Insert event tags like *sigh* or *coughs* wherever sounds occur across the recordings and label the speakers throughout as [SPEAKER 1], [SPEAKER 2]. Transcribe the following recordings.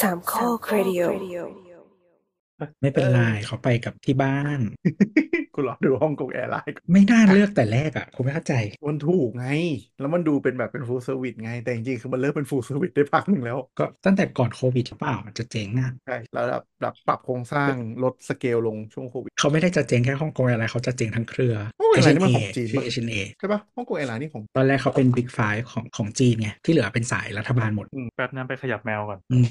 [SPEAKER 1] สามข้อครดิโอ
[SPEAKER 2] ไม่เป็นไรเขาไปกับที่บ้าน
[SPEAKER 3] กูรอดูฮ่องกงแอร์ไลน์
[SPEAKER 2] ไม่น่าเลือกแต่แรกอ่ะคุณไม่เข้าใจ
[SPEAKER 3] มันถูกไง แล้วมันดูเป็นแบบเป็นฟูลเซอร์วิสไง แต่จริงๆคือมันเลิกเป็นฟูลเซอร์วิสได้พักหนึ่งแล้ว
[SPEAKER 2] ก็ตั้งแต่ก่อนโควิดหรือเปล่ามันจะเจ๊งอ่ะ
[SPEAKER 3] ใช่แล้วแบบแบบปรับโครงสร้างลดสเกลลงช่วงโควิด
[SPEAKER 2] เขาไม่ได้จะเจ๊งแค่ฮ่องกงอะไรเขาจะเจ๊งทั้งเครือ
[SPEAKER 3] โอ้ยอะไรนี่มัน
[SPEAKER 2] เอ
[SPEAKER 3] ของจีน
[SPEAKER 2] ชื่อ
[SPEAKER 3] ปะ
[SPEAKER 2] เอชเอ
[SPEAKER 3] ใช่ปะฮ่องกงแอร์ไลน์นี่ของ
[SPEAKER 2] ตอนแรกเขาเป็นบิ๊กไฟของของจีนไงที่เหลือเป็นสายรัฐบาลหมด
[SPEAKER 4] แป๊บน้ำไปขยับแมวก่อน
[SPEAKER 2] อืม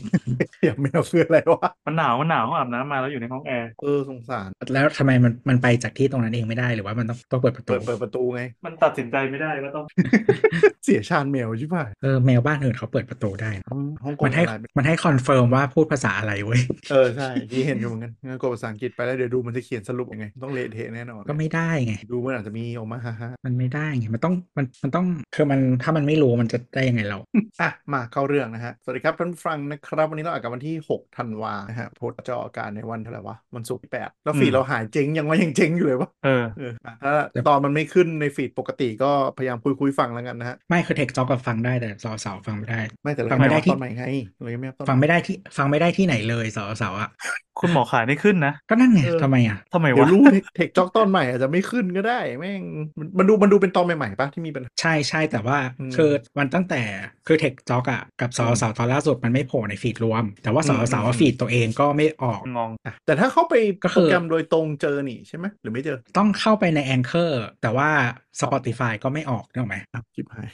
[SPEAKER 3] เทียบไม่เอาคืออะไรวะ
[SPEAKER 4] มันหนาวมันหนาวอาบน้ำมาแล้วอยู่ในห้องแอร์
[SPEAKER 3] เออสงสาร
[SPEAKER 2] แล้วทำไมมันมันไปจากที่ตรงนั้นเองไม่ได้หรือว่ามันต้องต้องเปิดประตู
[SPEAKER 3] เปิดเปิดประตูไง
[SPEAKER 4] มันตัดสินใจไม่ได้ก็ต้อง
[SPEAKER 3] เสียชานแมวใช่ปะ
[SPEAKER 2] เออแมวบ้านอื่นเขาเปิดประตูได้นะ
[SPEAKER 3] ฮ่องกง
[SPEAKER 2] มันให้
[SPEAKER 3] แอร์ไลน์เป็น
[SPEAKER 2] มันให้คอนเฟิร์มว่าพูดภาษาอะไรเว้ย
[SPEAKER 3] เออใช่ที่เห็นอยู่เหมือนกันงั้นกดภาษาอังกฤษไปแล้วเดี๋ยวดูมันจะเขียนสรุปยังไง ต้องเละเทะแน่นอน
[SPEAKER 2] ก็ไม่ได้ไง
[SPEAKER 3] ดูมันอาจจะมีออกมาฮ่าฮ่า
[SPEAKER 2] มันไม่ได้ไง มันต้อง มัน มันต้อง คือมัน ถ้ามันไม่รู้ มันจะได้ยังไงเรา
[SPEAKER 3] อ่ะมาเข้าเรื่องนะฮะ สวัสดีครับท่านผู้ฟังนะครับ วันนี้เราออกกันวันที่6ธันวานะฮะโพสต์จะออกอากาศในวันเท่าไหร่วะวันศุกร์ที่แปดแล้วฟี
[SPEAKER 4] อื
[SPEAKER 3] ด
[SPEAKER 4] ม
[SPEAKER 3] เราหายเจ๊งยังว่ายังเจ๊งอยู่เลยวะ
[SPEAKER 4] เออ
[SPEAKER 3] เอออ่ะถ้าตอนมันไม่ขึ้นในฟีดปกติก็พยายามคุยคุยๆฟังแล้วกันนะฮะ
[SPEAKER 2] ไม่คือเทคจ็อกกับฟังได้แต่สอสาวฟังไม่ได้
[SPEAKER 3] ไม่แต่เรา
[SPEAKER 2] ฟังไม่ได้
[SPEAKER 3] ยัง
[SPEAKER 2] ที่
[SPEAKER 3] ตอนใหม่ไงเรายังไม่อัพตอน
[SPEAKER 2] ฟัง
[SPEAKER 3] ใหม่
[SPEAKER 2] ไม่ได้ที่ ฟังไม่ได้ที่ไหนเลยสาวสาวอ่ะ
[SPEAKER 4] คุณหมอขาไม่ขึ้นนะ
[SPEAKER 2] ก็นั่นไงทำไมอ่ะ
[SPEAKER 4] ทำไม
[SPEAKER 3] เดี๋ยว
[SPEAKER 4] วะ
[SPEAKER 3] รู้เทคจ็อกตอนใหม่อาจจะไม่ขึ้นก็ได้แม่งมันมันดูมันดูเป็นตอนใหม่ๆปะที่มีปัญหา
[SPEAKER 2] ใช่ใช่แต่ว่า
[SPEAKER 3] อืม
[SPEAKER 2] คือมันตั้งแต่คือเทคจ็อกอ่ะ กับสอ
[SPEAKER 3] อืม
[SPEAKER 2] สาวตอนล่าสุดมันไม่โผล่ในฟีดรวม แต่ว่าสาวสาว
[SPEAKER 3] อืม
[SPEAKER 2] ฟีดตัวเองก็ไม่ออก
[SPEAKER 4] งง
[SPEAKER 3] อ่ะแต่ถ้าเข้าไป
[SPEAKER 2] ก็
[SPEAKER 3] โป
[SPEAKER 2] คื
[SPEAKER 3] ร
[SPEAKER 2] อ
[SPEAKER 3] แกรมโดยตรงเจอนี่ใช่ไหมหรือไม่เจอ
[SPEAKER 2] ต้องเข้าไปในแองเกอร์แต่ว่า Spotify ก็ไม่ออกนึกออกไหม
[SPEAKER 3] อ้าวชิบหาย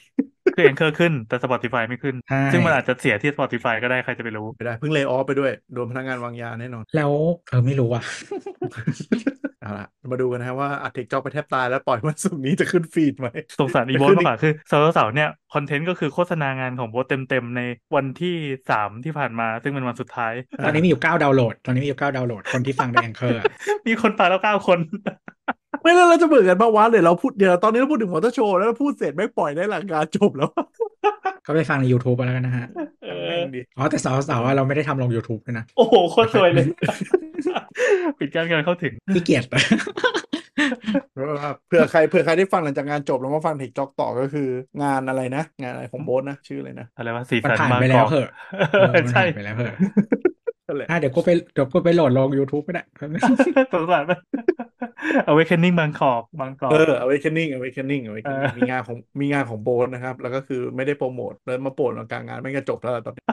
[SPEAKER 4] คือ a องเ r อร์ขึ้นแต่ Spotify ไม่ขึ้น
[SPEAKER 2] ใช่
[SPEAKER 4] ซึ่งมันอาจจะเสียที่ Spotify ก็ได้ใครจะไปรู้
[SPEAKER 3] ไม่ได้เพิ่งเล y o ออฟไปด้วย โดนพนักงานวางยาแน่นอน
[SPEAKER 2] แล้วเออไม่รู้
[SPEAKER 3] *laughs*
[SPEAKER 2] อ่ะ
[SPEAKER 3] เอาละมาดูกันนะฮะว่าอัดเทคจ็อกไปแทบตายแล้วปล่อยวันศุกร์นี้จะขึ้นฟีดไหม
[SPEAKER 4] สงสารอีโบ
[SPEAKER 3] ขึ้
[SPEAKER 4] น
[SPEAKER 3] นอี
[SPEAKER 4] มาก กกว่าคือเสาร์เสาร์เนี่ย คอนเทนต์ก็คือโฆษณางานของโบทเต็มๆ ในวันที่สามที่ผ่านมา ซึ่งเป็นวันสุดท้าย
[SPEAKER 2] ตอนนี้มีอยู่ 9 ดาวน์โหลด ตอนนี้มีอยู่ 9 ดาวน์โหลด คนที่ฟังในแองเกอร์
[SPEAKER 4] มีคนตายแล้วเก้าคน
[SPEAKER 3] ไม่แล้วเราจะเบื่อกันปะวะเดี๋ยวเราพูดเดี๋ยวเราตอนนี้เราพูดถึงมอเตอร์โชว์แล้วเราพูดเสร็จแม่งปล่อยได้หลังการจบแล้ว
[SPEAKER 2] ก็ไปฟังใน YouTube เอาแล้วกันนะฮะ
[SPEAKER 4] เอ
[SPEAKER 3] แม่
[SPEAKER 4] อ
[SPEAKER 3] งดิ
[SPEAKER 2] อ๋อ แต่สาวสาวเราไม่ได้ทำลง YouTube ด้วยนะ
[SPEAKER 4] โอ้โหโคตรสวยเลย *laughs* ปิดการการเข้าถึง
[SPEAKER 2] พี่เกียรติ
[SPEAKER 3] เพื่อเผื่อใครเผื่อใครได้ฟังหลังจากงานจบแล้วมาฟังเทคจ็อกต่อก็คืองานอะไรนะ งานอะไรของโบ๊ทนะชื่ออะไรนะ
[SPEAKER 4] อะไรวะสี
[SPEAKER 2] *laughs* มัน
[SPEAKER 4] สัน
[SPEAKER 2] ผ่าน
[SPEAKER 4] บาง
[SPEAKER 2] ไป
[SPEAKER 4] ก
[SPEAKER 2] แล้ว
[SPEAKER 4] อก
[SPEAKER 2] เหอะเออมัน
[SPEAKER 4] *laughs* ใช่
[SPEAKER 2] ผ่านไปแล้วเหอะ
[SPEAKER 3] นั่นแหละ
[SPEAKER 2] อ่ะเดี๋ยวกูไปเดี๋ยวกูไปโหลดลง YouTube ก็ได้ *laughs*
[SPEAKER 4] *laughs* สงสารมัน Awakening บางกอกบางกอก
[SPEAKER 3] เออ awakening awakening awakening
[SPEAKER 4] เออ
[SPEAKER 3] มีงานของมีงานของโบ๊ทนะครับ แล้วก็คือไม่ได้โปรโมทแล้วมาโปรโมทกลางงานไม่งกระจบแล้วล่ะตอนนี้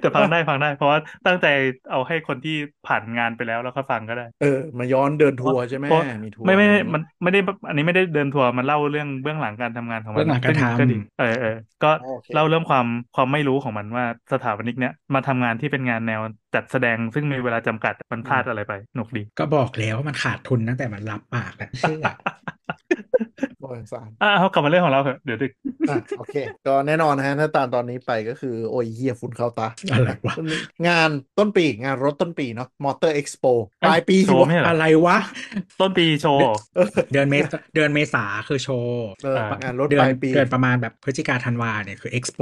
[SPEAKER 4] แต่ฟังได้ฟังได้ *laughs* เพราะว่าตั้งใจเอาให้คนที่ผ่านงานไปแล้วแล้วก็ฟังก็ได้
[SPEAKER 3] เออ มาย้อนเดินทัวร์ใช่ไหม
[SPEAKER 4] เพราะ
[SPEAKER 3] มีทัวร์
[SPEAKER 4] ไม่ไม่ไม่มันไม่ได้อันนี้ไม่ได้เดินทัวร์มันเล่าเรื่องเบื้องหลังการทำงานของมั
[SPEAKER 2] เบื้องหลังการ
[SPEAKER 4] ซึ่
[SPEAKER 2] ทำ
[SPEAKER 4] ดีเออเออก็
[SPEAKER 3] โอค
[SPEAKER 4] เล่าเรื่องความความไม่รู้ของมันว่าสถาปนิกเนี่ยมาทำงานที่เป็นงานแนวจัดแสดงซึ่งมีเวลาจำกัดมันพลาดอะไรไปหนุกดี
[SPEAKER 2] ก็บอกแล้วว่ามันขาดทุนตั้งแต่มันรับปากแล้วเชื่อ
[SPEAKER 3] โอ้ยสาร
[SPEAKER 4] อ่ะเอากลับมาเรื่องของเราเถอะเดี๋ยวดึก
[SPEAKER 3] อ่ะโอเค ก็แน่นอนนะฮะถ้าตามตอนนี้ไปก็คือโอ้ยเฮียฝุ่นเข้าตา
[SPEAKER 2] อะไรวะ
[SPEAKER 3] งานต้นปีงานรถต้นปีเนาะมอเตอร์เอ็กซ์โปปลายปีสิ
[SPEAKER 4] โชว์
[SPEAKER 3] วะ
[SPEAKER 4] ไม่ใช่เหร
[SPEAKER 2] *laughs*
[SPEAKER 4] อ
[SPEAKER 2] อะไรวะ
[SPEAKER 4] ต้นปีโชว์เหรอ
[SPEAKER 3] เออ
[SPEAKER 2] เดือนเมษเดือนเมษาคือโชว์
[SPEAKER 3] เอองานรถ
[SPEAKER 2] เดื
[SPEAKER 3] ป
[SPEAKER 2] น
[SPEAKER 3] ลายปี
[SPEAKER 2] เดือนประมาณแบบพฤศจิกาธันวาเนี่ยคือเอ็กซ์โป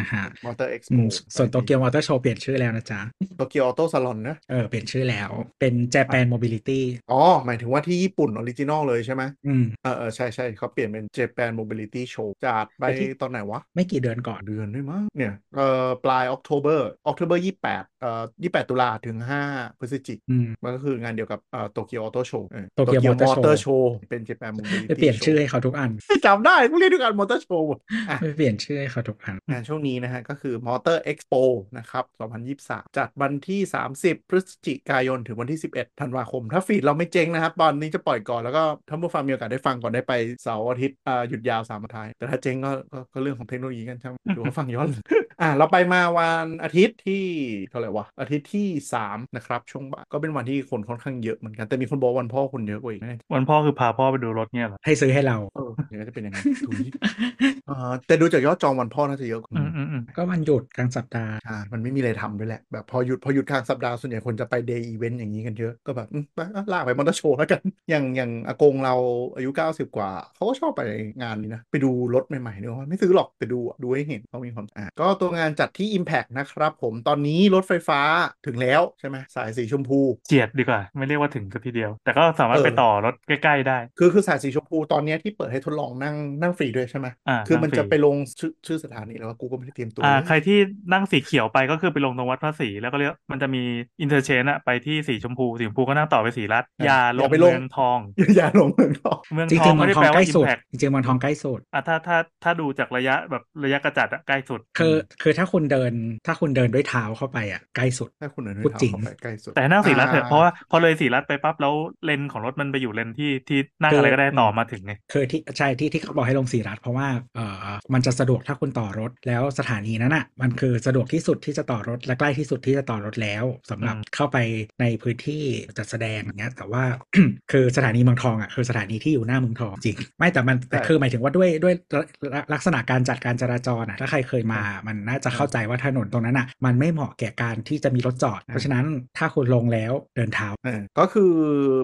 [SPEAKER 2] นะฮะ
[SPEAKER 3] มอเตอร์เอ็กซ์
[SPEAKER 2] อื
[SPEAKER 3] โป
[SPEAKER 2] มส่วนโตเกียวมอเตอร์โชว์เปลี่ยนชื่อแล้วนะจ๊ะ
[SPEAKER 3] โตเกียวออโต้ซาลอนนะ
[SPEAKER 2] เออเปลี่ยนชื่อแล้วเป็น Japan Mobility
[SPEAKER 3] อ๋อ หมายถึงว่าที่ญี่ปุ่นออริจินอลเลยใช่ไหม
[SPEAKER 2] อืม
[SPEAKER 3] เออเออใช่ใช่เขาเปลี่ยนเป็น Japan Mobility Show จัดไป
[SPEAKER 2] ไปที่
[SPEAKER 3] ตอนไหนวะ
[SPEAKER 2] ไม่กี่เดือนก่อน
[SPEAKER 3] เดือนด้วยมั้งเนี่ยเออปลาย October October 28เอ่อ28 ตุลาถึง 5 พฤศจิก
[SPEAKER 2] อืม
[SPEAKER 3] มันก็คืองานเดียวกับเอ่อโตเกียวออโต้โชว์โต
[SPEAKER 2] Tokyo
[SPEAKER 3] เกียวม
[SPEAKER 2] Motor
[SPEAKER 3] อ
[SPEAKER 2] Show
[SPEAKER 3] เตอร์โชว์เป็น Japan
[SPEAKER 2] ไป
[SPEAKER 3] Mobility
[SPEAKER 2] *laughs* เปลี่ยนชื่อ
[SPEAKER 3] Show
[SPEAKER 2] ให้เขาทุกอัน
[SPEAKER 3] จำได้กูเรียกด้วยกันมอเตอร์โชว์
[SPEAKER 2] ไปเปลี่ยนชื่อให้เขาทุกอัน
[SPEAKER 3] งานช่วงนี้นะฮะก็คือ Motor Expo นะครับ 2023 จัดวันที่ 30 พฤศจิกายน ถึงวันที่ 11 ธันวาคม ถ้าฟีดเราไม่เจ๊งนะครับ ตอนนี้จะปล่อยก่อน แล้วก็ท่านผู้ฟังมีโอกาสได้ฟังก่อนได้ไปเสาร์อาทิตย์อ่าหยุดยาวสามวันท้าย แต่ถ้าเจ๊งก็ก็ก็เรื่องของเทคโนโลยีกันช่างดูว่าฟังย้อนหลัง *laughs* อ่ะเราไปมาวันอาทิตย์ที่เท่าไหร่วะ อาทิตย์ที่ 3 นะครับ ช่วงบ่ายก็เป็นวันที่คนค่อนข้างเยอะเหมือนกันแต่มีคนบอกวันพ่อคนเยอะกว่าอีกนะ
[SPEAKER 4] วันพ่อคือพาพ่อไปดูรถเนี่ยเหรอ
[SPEAKER 2] ให้ซื้อให้เรา
[SPEAKER 3] เออเดี๋ยวก็จะเป็นอย่างนั้นดูดิเออแต่ดูจากยอดจองวันพ่อน่าจะเยอะกว่า
[SPEAKER 4] อืมอืมอืม
[SPEAKER 2] ก็วันหยุดกลางสัปดาห์
[SPEAKER 3] ใช่มันไม่มีอะไรทำด้วยแหละ แบบพอหยุดพอหยุดกลางสัปดาห์ส่วนใหญ่คนจะไปเดย์อีเวนต์อย่างนี้กันเยอะ ก็แบบอืมไปอ่ะลากไปมอเตอร์โชว์แล้วกัน *laughs* อย่างอย่างอากงเราอายุ 90 กว่า เขาก็ชอบไปงานนี้นะ ไปดูรถใหม่ๆเนอะไม่ซื้อหรอกแต่ดูอะดูให้เห็นเขามีความอ่ะก็ตัวงานจัดที่ Impact นะครับผมตอนนี้รถไฟฟ้าถึงแล้วใช่ไหมสายสีชมพู
[SPEAKER 4] เจียดดีกว่า ไม่เรียกว่าถึงสักทีเดียว แต่ก็สามารถ
[SPEAKER 3] เออ
[SPEAKER 4] ไปต่อรถใกล้ ๆ ได้
[SPEAKER 3] คือคือสายสีชมพูตอนเนี้ยที่เปิดให้ ทดลองนั่งนั่งฟรีด้วยใช่ไหม
[SPEAKER 4] อ่า
[SPEAKER 3] คือมัน
[SPEAKER 4] ง
[SPEAKER 3] จะ
[SPEAKER 4] ฟรี
[SPEAKER 3] ไปลงชื่อชื่อสถานีแล้วว่ากูก็ไม่ได้เตรียมตัว
[SPEAKER 4] อ่า ใครที่นั่งสีเขียวไปก็คือไปลงตรงวัดพระศรีแล้วก็เลี้ยวมันจะมีอินเตอร์เชนอะไปที่สีชมพูสีชมพูก็นั่งต่อไปสีรัฐอย่าลงเมืองทอง
[SPEAKER 3] อย่าลงเมืองทอง
[SPEAKER 4] เมือง
[SPEAKER 2] จ
[SPEAKER 4] ท
[SPEAKER 2] ริ
[SPEAKER 4] อง
[SPEAKER 2] งๆเมื
[SPEAKER 4] ไม่
[SPEAKER 2] อง
[SPEAKER 4] ได้
[SPEAKER 2] ทอง
[SPEAKER 4] แปล
[SPEAKER 2] ใก
[SPEAKER 4] ว่า
[SPEAKER 2] ล้
[SPEAKER 4] อิม
[SPEAKER 2] สุด
[SPEAKER 4] แพค
[SPEAKER 2] จริงๆเมืองทองใกล้สุด
[SPEAKER 4] อ่ะถ้าถ้าถ้าดูจากระยะแบบระยะกระจัดอะใกล้สุด
[SPEAKER 2] คือคือถ้าคุณเดินถ้าคุณเดินด้วยเท้าเข้าไปอ่ะใกล้สุด
[SPEAKER 3] ถ้าคุณอนุ
[SPEAKER 2] พูด
[SPEAKER 3] ทา
[SPEAKER 2] จริง
[SPEAKER 3] เข้าไปใกล้สุด
[SPEAKER 4] แต่ให้นั่งสีรัฐเถอะ
[SPEAKER 3] อ่
[SPEAKER 4] เพราะว่าพอเลยสีรัฐไปปั๊บแล้วเลนของรถมันไปอยู่เลนที่ที่นั่ง
[SPEAKER 2] คือ
[SPEAKER 4] อะไรก็ได้ต่ออ
[SPEAKER 2] ม
[SPEAKER 4] มาถึงไง
[SPEAKER 2] คือที่ใช่ที่ที่เขาบอกให้ลงสีรัฐเพราะว่าเออมันจะสะดวกถ้าคุณต่อรถแล้วสถานีนั้นอ่ะมันคือสะดวกที่สุดที่จะต่อรถและใกล้ที่สุดที่จะต่อรถแล้วสำหรับ
[SPEAKER 4] อืม
[SPEAKER 2] เข้าไปในพื้นที่จัดแสดงอย่างเงี้ยแต่ว่า *coughs* คือสถานีเมืองทองอ่ะคือสถานีที่อยู่หน้าเมืองทองจริง ไม่แต่มันแต่คือหมายถึงว่าด้วยด้วยลักลักษณะการจัดการจราจรอ่ะถ้าใครเคยมามันน่าจะเข้าใจว่าถนนตรงนั้นอ่ะมันไม่เหมาะแก่การที่จะมีรถจอด เพราะฉะนั้นถ้าคุณลงแล้วเดินเท้า
[SPEAKER 3] เออก็คือ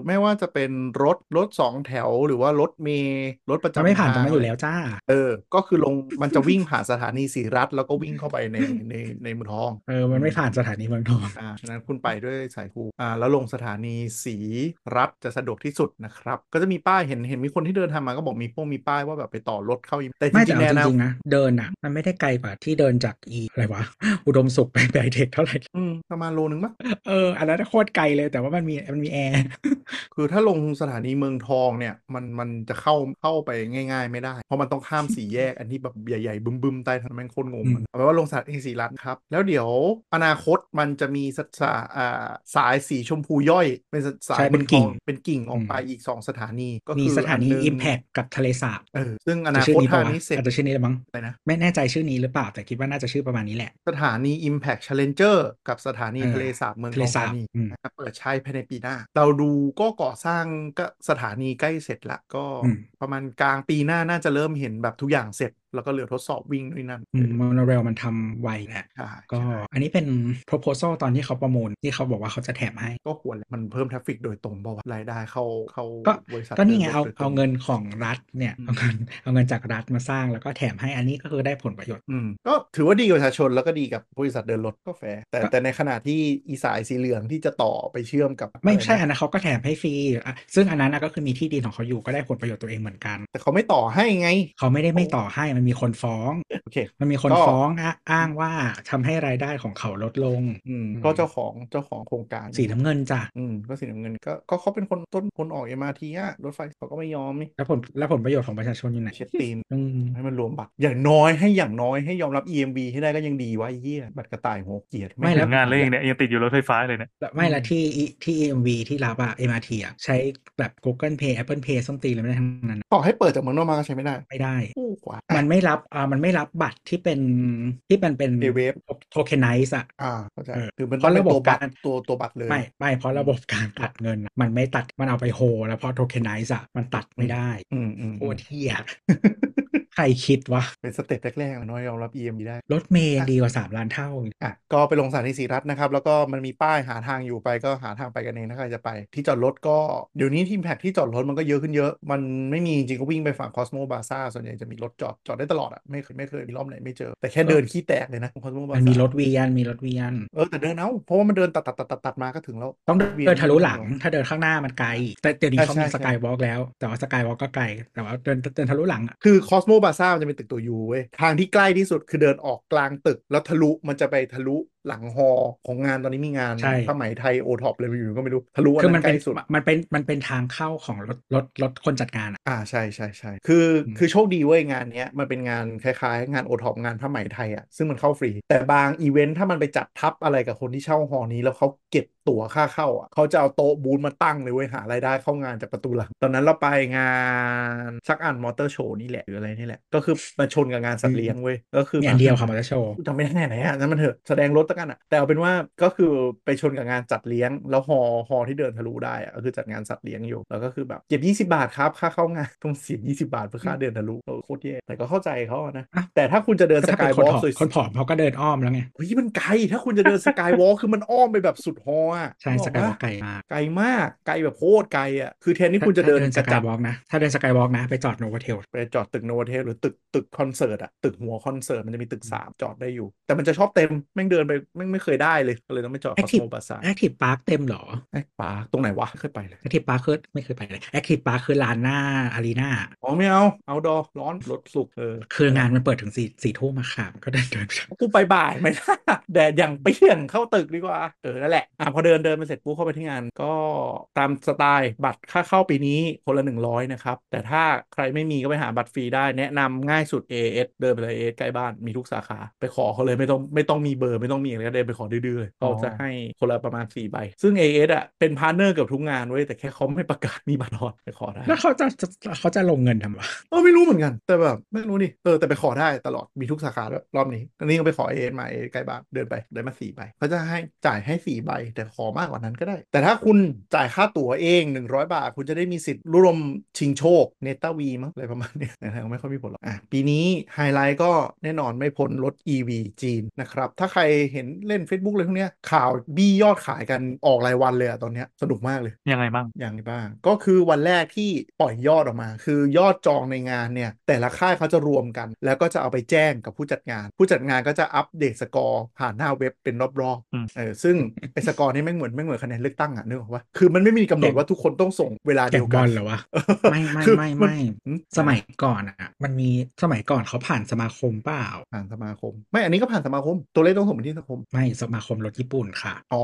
[SPEAKER 3] ไม่ว่าจะเป็นรถรถสองแถวหรือว่ารถเมล์รถประ
[SPEAKER 2] มัน
[SPEAKER 3] จำ
[SPEAKER 2] ไม่ผ่านต
[SPEAKER 3] ท
[SPEAKER 2] รง
[SPEAKER 3] ง
[SPEAKER 2] นั้นอยู่แล้วจ้า
[SPEAKER 3] เออ ก็คือลงมันจะวิ่งผ่านสถานีสีรัฐ แล้วก็วิ่งเข้าไปในในในเมืองทอง
[SPEAKER 2] เออมันไม่ผ่านสถานีเมืองทอง
[SPEAKER 3] อ่าฉะนั้นคุณไปด้วยสายคูอ่าแล้วลงสถานีสีรัฐจะสะดวกที่สุดนะครับ ก็จะมีป้ายเห็นเห็นมีคนที่เดินทางมาก็บอกมีพวกมีป้ายว่าแบบไปต่อรถเข้าอิมแต่จ
[SPEAKER 2] ไม่
[SPEAKER 3] ริ
[SPEAKER 2] แต่
[SPEAKER 3] งๆ
[SPEAKER 2] เอา
[SPEAKER 3] แน่นะ
[SPEAKER 2] จริงๆนะเดินอ่ะ มันไม่ได้ไกลกว่าที่เดินจากอีอะไรวะ อุดมสุขไป *laughs* ไบเทคเท่าไหร่
[SPEAKER 3] อืมประมาณโลนึงมั้ง
[SPEAKER 2] เออ อันนั้นโคตรไกลเลยแต่ว่ามันมีมันมีแอร์
[SPEAKER 3] คือถ้าลงสถานีเมืองทองเนี่ยมันมันจะเข้าเข้าไปง่ายๆ ไม่ได้ เพราะมันต้องข้ามสี่แยกอันที่แบบใหญ่ๆ บึมๆใต้ทางแม่งโคตรงง
[SPEAKER 2] อืม
[SPEAKER 3] อะเอาเป็นว่าลงสถานีสีรัฐครับ แล้วเดี๋ยวอนาคตมันจะมีสสาอ่าสายสีชมพูย่อย เป็นสสา
[SPEAKER 2] ใช่
[SPEAKER 3] ย
[SPEAKER 2] เป็
[SPEAKER 3] มือ
[SPEAKER 2] น
[SPEAKER 3] งท
[SPEAKER 2] กิ่
[SPEAKER 3] อง งเป็นกิ่งออกไปอีกสองสถานีก็
[SPEAKER 2] มี
[SPEAKER 3] คือ
[SPEAKER 2] สถานี
[SPEAKER 3] อัหง
[SPEAKER 2] Impact กับทะเลสาบ
[SPEAKER 3] เออซึ่งอ
[SPEAKER 2] จะ
[SPEAKER 3] นา
[SPEAKER 2] ชื่
[SPEAKER 3] คต
[SPEAKER 2] นี้
[SPEAKER 3] ถ้าว
[SPEAKER 2] ปะะ
[SPEAKER 3] นี้เสร็จ
[SPEAKER 2] อาจจะชื่อนี้ละมั้ง
[SPEAKER 3] อะไรนะ
[SPEAKER 2] ไม่แน่ใจชื่อนี้หรือเปล่าแต่คิดว่าน่าจะชื่อประมาณนี้แหละ
[SPEAKER 3] สถานี Impact Challenger กับสถานี
[SPEAKER 2] เออ
[SPEAKER 3] ทะเลสาบเมือง
[SPEAKER 2] ทะ
[SPEAKER 3] ท
[SPEAKER 2] เล
[SPEAKER 3] อง
[SPEAKER 2] สาบ
[SPEAKER 3] ธานี
[SPEAKER 2] อืม
[SPEAKER 3] นะครับเปิดใช้ภายในปีหน้า เราดูก็ก่อสร้างก็สถานีใกล้เสร็จละก็
[SPEAKER 2] อืม
[SPEAKER 3] ประมาณกลางปีหน้าน่าจะเริ่มเห็นแบบทุกอย่างเสร็จ แล้วก็เหลือทดสอบวิ่งด้วยนั่น
[SPEAKER 2] อืมโมโนเรลมันทำไวแหละ
[SPEAKER 3] ใช่
[SPEAKER 2] ก็
[SPEAKER 3] ใช่
[SPEAKER 2] อันนี้เป็น proposal ตอนที่เขาประมูลที่เขาบอกว่าเขาจะแถมให้
[SPEAKER 3] ก็ควรแหละมันเพิ่มทราฟฟิกโดยตรงบอกว่าวะรายได้เข้าเข้า
[SPEAKER 2] ก็
[SPEAKER 3] บริษัท
[SPEAKER 2] ก็นี่ไง
[SPEAKER 3] ดิรถ
[SPEAKER 2] เอา
[SPEAKER 3] โดยตร
[SPEAKER 2] เอาเงินของรัฐเนี่ย
[SPEAKER 3] อืม
[SPEAKER 2] เอาเงินเอาเงินจากรัฐมาสร้างแล้วก็แถมให้อันนี้ก็คือได้ผลประโยชน์
[SPEAKER 3] อืมก็ถือว่าดีกับประชาชนแล้วก็ดีกับบริษัทเดินรถก็แฟร์แต่
[SPEAKER 2] ก็
[SPEAKER 3] แต่ในขณะที่อีสายสีเหลืองที่จะต่อไปเชื่อมกับ
[SPEAKER 2] ไม่ใช่
[SPEAKER 3] อะรนะ
[SPEAKER 2] อันนั้นเขาก็แถมให้ฟรีอ่ะซึ่งอันนั้นนะก็คือมีที่ดินของเขาอยู่ก็ได้ผลประโยชน์ตัวเองเหมือนกัน
[SPEAKER 3] แต่เขาไม่ต่อให้ไง
[SPEAKER 2] เขาไม่ได้ไม่ต่อให้มันมีคนฟ้อง
[SPEAKER 3] โอเค
[SPEAKER 2] มันมีคน
[SPEAKER 3] ก็
[SPEAKER 2] ฟ้องอ่ะอ้างว่าทำให้รายได้ของเขาลดลง
[SPEAKER 3] อืม
[SPEAKER 2] อืม
[SPEAKER 3] ก็เจ้าของเจ้าของโครงการ
[SPEAKER 2] สีน้ำเงินจ้ะ
[SPEAKER 3] อืมก็สีน้ำเงินก็ก็เขาเป็นคนต้นคนออกเอ็มอาร์ทีอะรถไฟเขาก็ไม่ยอมนี่
[SPEAKER 2] แล้วผลแล้วผลประโยชน์ของประชาชนอยู่ไหน
[SPEAKER 3] เช็ดตีน
[SPEAKER 2] อืม
[SPEAKER 3] ให้มันรวมบัตร อย่างน้อยให้อย่างน้อยให้ยอมรับ EMB ให้ได้ก็ยังดีวะไอ้เหี้ยบัตรกระต่ายหัวเกียรติ
[SPEAKER 2] ไม่
[SPEAKER 3] ง
[SPEAKER 2] แล้ว
[SPEAKER 4] งานเลยอย่างเนี้ยยังติดอยู่รถไฟฟ้าเลยเนี่ย
[SPEAKER 2] แล้วไม่ละที่ที่ EMV ที่รับอะ MRT อะใช้แบบ Google Pay Apple Pay ส้มตีนอะไรไม่ได้ทั้งนั้นอะ
[SPEAKER 3] ต่อให้เปิดจากเมืองนอกมาก็ใช้ไม่ได้
[SPEAKER 2] ไม่ได้
[SPEAKER 3] กู้กว่า
[SPEAKER 2] มันไม่รับอ่ามันไม่รับบัตรที่เป็นที่มันเป็น
[SPEAKER 3] A-Wave
[SPEAKER 2] โทเคไนซ์อะ
[SPEAKER 3] อ่าเข้าใจ
[SPEAKER 2] เออ
[SPEAKER 3] คือมัน
[SPEAKER 2] เพ
[SPEAKER 3] ต้อง
[SPEAKER 2] ราะ
[SPEAKER 3] เป็น
[SPEAKER 2] ระบบ
[SPEAKER 3] ตัวบัตร
[SPEAKER 2] การ
[SPEAKER 3] ตัวตัวบัตรเลย
[SPEAKER 2] ไม่ไม่เพราะระบบการตัดเงินน่ะมันไม่ตัดมันเอาไปโฮแล้วพอโทเคไนซ์อะมันตัดไม่ได้
[SPEAKER 3] อืมอืม
[SPEAKER 2] โคตรเที่ยใครคิดวะ
[SPEAKER 3] เป็นสเต็ปแรกๆอะเน้อยยอมรับ EMB ได้
[SPEAKER 2] รถเมย์ยังดีกว่า 3 ล้านเท่าอีก
[SPEAKER 3] อ่ะก็ไปลงสถานีศรีรัตน์นะครับ แล้วก็มันมีป้ายหาทางอยู่ไปก็หาทางไปกันเองถ้าใครจะไป ที่จอดรถก็เดี๋ยวนี้ทีมแพ็กที่จอดรถมันก็เยอะขึ้นเยอะ มันไม่มีจริงก็วิ่งไปฝั่งคอสโมบาซ่าส่วนใหญ่จะมีรถจอด จอดได้ตลอดอ่ะ ไม่เคยไม่เคยมีรอบไหนไม่เจอ แต่แค่เดินขี้แตกเลยนะคอสโมบา
[SPEAKER 2] มันมี
[SPEAKER 3] ซ่าร
[SPEAKER 2] ถเวียนมีรถเวียน
[SPEAKER 3] เออแต่เดินเอาเพราะว่ามันเดินตัดตัดตัดตัดตัดมาก็ถึงแล้ว
[SPEAKER 2] ต้อง
[SPEAKER 3] เวียน
[SPEAKER 2] เดินทะลุหลัง ถ้าเดินข้างหน้ามันไกล แต่เดี๋ยวนี้
[SPEAKER 3] ใช่
[SPEAKER 2] เขา
[SPEAKER 3] ใช่
[SPEAKER 2] มี
[SPEAKER 3] ใช่
[SPEAKER 2] สกายวอล์กแล้ว แต่ว่าสกายวอล์กก็ไกล แต่ว่าเดินเดินทะลุหลังอะ
[SPEAKER 3] คือคอสโมบาซ่ามันจะเป็นตึกตัวยูเว้ยทางที่ใกล้ที่สุดคือเดินออกกลางตึก แล้วทะลุมันจะไปทะลุหลังฮอของงานตอนนี้มีงาน
[SPEAKER 2] ใช่
[SPEAKER 3] ผ้าไหมไทยโอท็อปเลยอยู่ๆก็ไม่รู้ทะลุอัน
[SPEAKER 2] คือ
[SPEAKER 3] นั้
[SPEAKER 2] มัน
[SPEAKER 3] นใก
[SPEAKER 2] เป็น
[SPEAKER 3] ล้สุด
[SPEAKER 2] มันเป็นมันเป็นทางเข้าของรถรถรถคนจัดงานอะ
[SPEAKER 3] อ่าใช่ใช่ใช่คือ
[SPEAKER 2] อืม
[SPEAKER 3] คือโชคดีเว้ยงานเนี้ยมันเป็นงานคล้ายๆ งานโอท็อปงานผ้าไหมไทยอ่ะซึ่งมันเข้าฟรี แต่บางอีเวนท์ถ้ามันไปจัดทับอะไรกับคนที่เช่าหอนี้แล้วเขาเก็บตั๋วค่าเข้าอ่ะเขาจะเอาโต๊ะบูธมาตั้งเลยเว้ยหารายได้เข้างานจากประตูหลัง ตอนนั้นเราไปงานสักอันมอเตอร์โชว์นี่แหละหรืออะไรนี่แหละ ก็คือมาชนกับงานสัตว์เลี้ยงเว้ยก็คือ
[SPEAKER 2] มี
[SPEAKER 3] แบ
[SPEAKER 2] อัน
[SPEAKER 3] บ
[SPEAKER 2] เดียวค่ะมอเตอร์โชว์
[SPEAKER 3] จำไม่ได้แน่ไหนอ่ะนั่นมันเถอะแสดงรถตะกันอ่ะ แต่เอาเป็นว่าก็คือไปชนกับงานจัดเลี้ยง แล้วฮอฮอที่เดินทะลุได้อ่ะก็คือจัดงานสัตว์เลี้ยงอยู่ แล้วก็คือแบบเก็บ 20 บาทครับ ค่าเข้างาน ต้องเสีย 20 บาทเพื่อค่าเดินทะลุเออโคตรแย่แต่ก็เข้าใจเขาอะนะ
[SPEAKER 2] อ่ะ
[SPEAKER 3] แต่ถ้าคุณจะเดิน
[SPEAKER 2] ก็ถ้าก
[SPEAKER 3] สา
[SPEAKER 2] เป็
[SPEAKER 3] ยว
[SPEAKER 2] นค
[SPEAKER 3] อน ล์ก
[SPEAKER 2] ผอม
[SPEAKER 3] สวย
[SPEAKER 2] คนผอมเขาก็เดินอ้อมแล้วไง
[SPEAKER 3] เฮ้ยมันไกล ถ้าคุณจะเดินสกายวอล์กคือมันอ้อมไปแบบสุดฮออ่ะ
[SPEAKER 2] ใช่
[SPEAKER 3] นึออก
[SPEAKER 2] สายวอ
[SPEAKER 3] ปะ
[SPEAKER 2] ล์ก
[SPEAKER 3] ไก
[SPEAKER 2] ไกลมาก
[SPEAKER 3] ลมากไกลแบบโคตรไกลอ่ะคือแทนที่คุณจะเดิน
[SPEAKER 2] ถ้าเดิน
[SPEAKER 3] ก
[SPEAKER 2] ส
[SPEAKER 3] ระ
[SPEAKER 2] กา
[SPEAKER 3] จั
[SPEAKER 2] ย
[SPEAKER 3] ด
[SPEAKER 2] วอล์กนะ ถ้าเดินสกายวอล์กนะ ไปจอดโนวาเทล
[SPEAKER 3] ไปจอดตึกโนวาเทลหรือตึกตึกคอนเสิร์ตอะตึกหัวคอนเสิร์ตมันจะมีตึก 3 จอดได้อยู่ แต่มันจะชอบเต็ม แม่งเดินไป ไม่ไม่เคยได้เลยก็เลยต้องไปจอดคอสโม
[SPEAKER 2] Active
[SPEAKER 3] ปราสาท
[SPEAKER 2] แอคทีฟพาร์คเต็มเหรอ
[SPEAKER 3] แอคปาตรงไหนวะเคยไปเลย
[SPEAKER 2] แอคทีฟพาร์คคือไม่เคยไปเลยแอคทีฟพาร์คคือลานหน้าอารีนา
[SPEAKER 3] อ๋อไม่เอาเอาดอร้อนรถสุกเออ
[SPEAKER 2] คืองานมันเปิดถึงสี่สี่ทุ่มมาค่ะก็เดินเดิน
[SPEAKER 3] กูไปบ่ายไม่ได้แดดอย่างเปรี้ยงเข้าตึกดีกว่า เออนั่นแหละอ่ะพอเดินเดินไปเสร็จปุ๊บเข้าไปที่งาน ก็ตามสไตล์บัตรค่าเข้าปีนี้คนละ 100 นะครับ แต่ถ้าใครไม่มีก็ไปหาบัตรฟรีได้แนะนำง่ายสุด AS เดินไปเลย AS ใกล้บ้านมีทุกสาขา ไปขอเขาเลยไม่ต้องไม่ต้องมีเบอร์ไม่ต้องมีอะไรก็เดินไปขอดื้อๆเลย
[SPEAKER 4] อ๋
[SPEAKER 3] เขา
[SPEAKER 4] อ
[SPEAKER 3] จะให้คนละประมาณ4ใบซึ่ง AS อ่ะเป็นพาร์ทเนอร์เกับทุกงานเว้ยแต่แค่เขาไม่ประกาศมีบัตรออนไปขอได้
[SPEAKER 2] แล้วเขาจะจะเขาจะลงเงินทำวะ
[SPEAKER 3] เออไม่รู้เหมือนกัน แต่แบบไม่รู้นี่เออแต่ไปขอได้ตลอดมีทุกสาขาด้วยรอบนี้อันนี้ก็ไปขอเอมาเอใกล้บ้านเดินไปได้มาสี่ใบเขาจะให้จ่ายให้สี่ใบ แต่ขอมากกว่านั้นก็ได้ แต่ถ้าคุณจ่ายค่าตั๋วเอง 100 บาท คุณจะได้มีสิทธิ์ร่วมชิงโชคเนต้าวีมั้งอะไรประมาณเนี้ยนะครับไม่ค่อยมีผลหรอกอ่ะปีนี้ไฮไลท์ก็แน่นอนไม่พ้นรถ EV จีนนะครับถ้าใครเห็นเล่น Facebook เลยพวกเนี้ยข่าวบี้ยอดขายกันออกรายวันเลยอะตอนเนี้ยสนุกมากเลย
[SPEAKER 4] ยังไงบ้าง
[SPEAKER 3] อย่างไรบ้างก็คือวันแรกที่ปล่อยยอดออกมา คือยอดจองในงานเนี่ย แต่ละค่ายเขาจะรวมกัน แล้วก็จะเอาไปแจ้งกับผู้จัดงาน ผู้จัดงานก็จะอัปเดตสกอร์ผ่านหน้าเว็บเป็นรอบ
[SPEAKER 4] อืม
[SPEAKER 3] ๆเออซึ่งไอ้สกอร์นี่ไม่งเหมือนไม่งเหมือนคะแนนเลือกตั้งอ่ะนึกออกปะคือมันไม่มีกำหนดว่าทุกคนต้องส่งเวลา
[SPEAKER 2] แข่
[SPEAKER 3] เดีย
[SPEAKER 2] ง
[SPEAKER 3] ว
[SPEAKER 2] บ
[SPEAKER 3] กั
[SPEAKER 2] อน ลเหรอวะ
[SPEAKER 3] เออ
[SPEAKER 2] ไม่ไม่
[SPEAKER 3] คือ
[SPEAKER 2] ไม่ไม่
[SPEAKER 3] หื
[SPEAKER 2] สมัยก่อนอ่ะ มันมีสมัยก่อนเขาผ่านสมาคมเปล่า
[SPEAKER 3] ผ่านสมาคม ไม่ อันนี้ก็ผ่านสมาคม ตัวเลขต้องส่งไปที่สมาคม
[SPEAKER 2] ไม่สมาคมรถญี่ปุ่นค่ะ
[SPEAKER 3] อ๋อ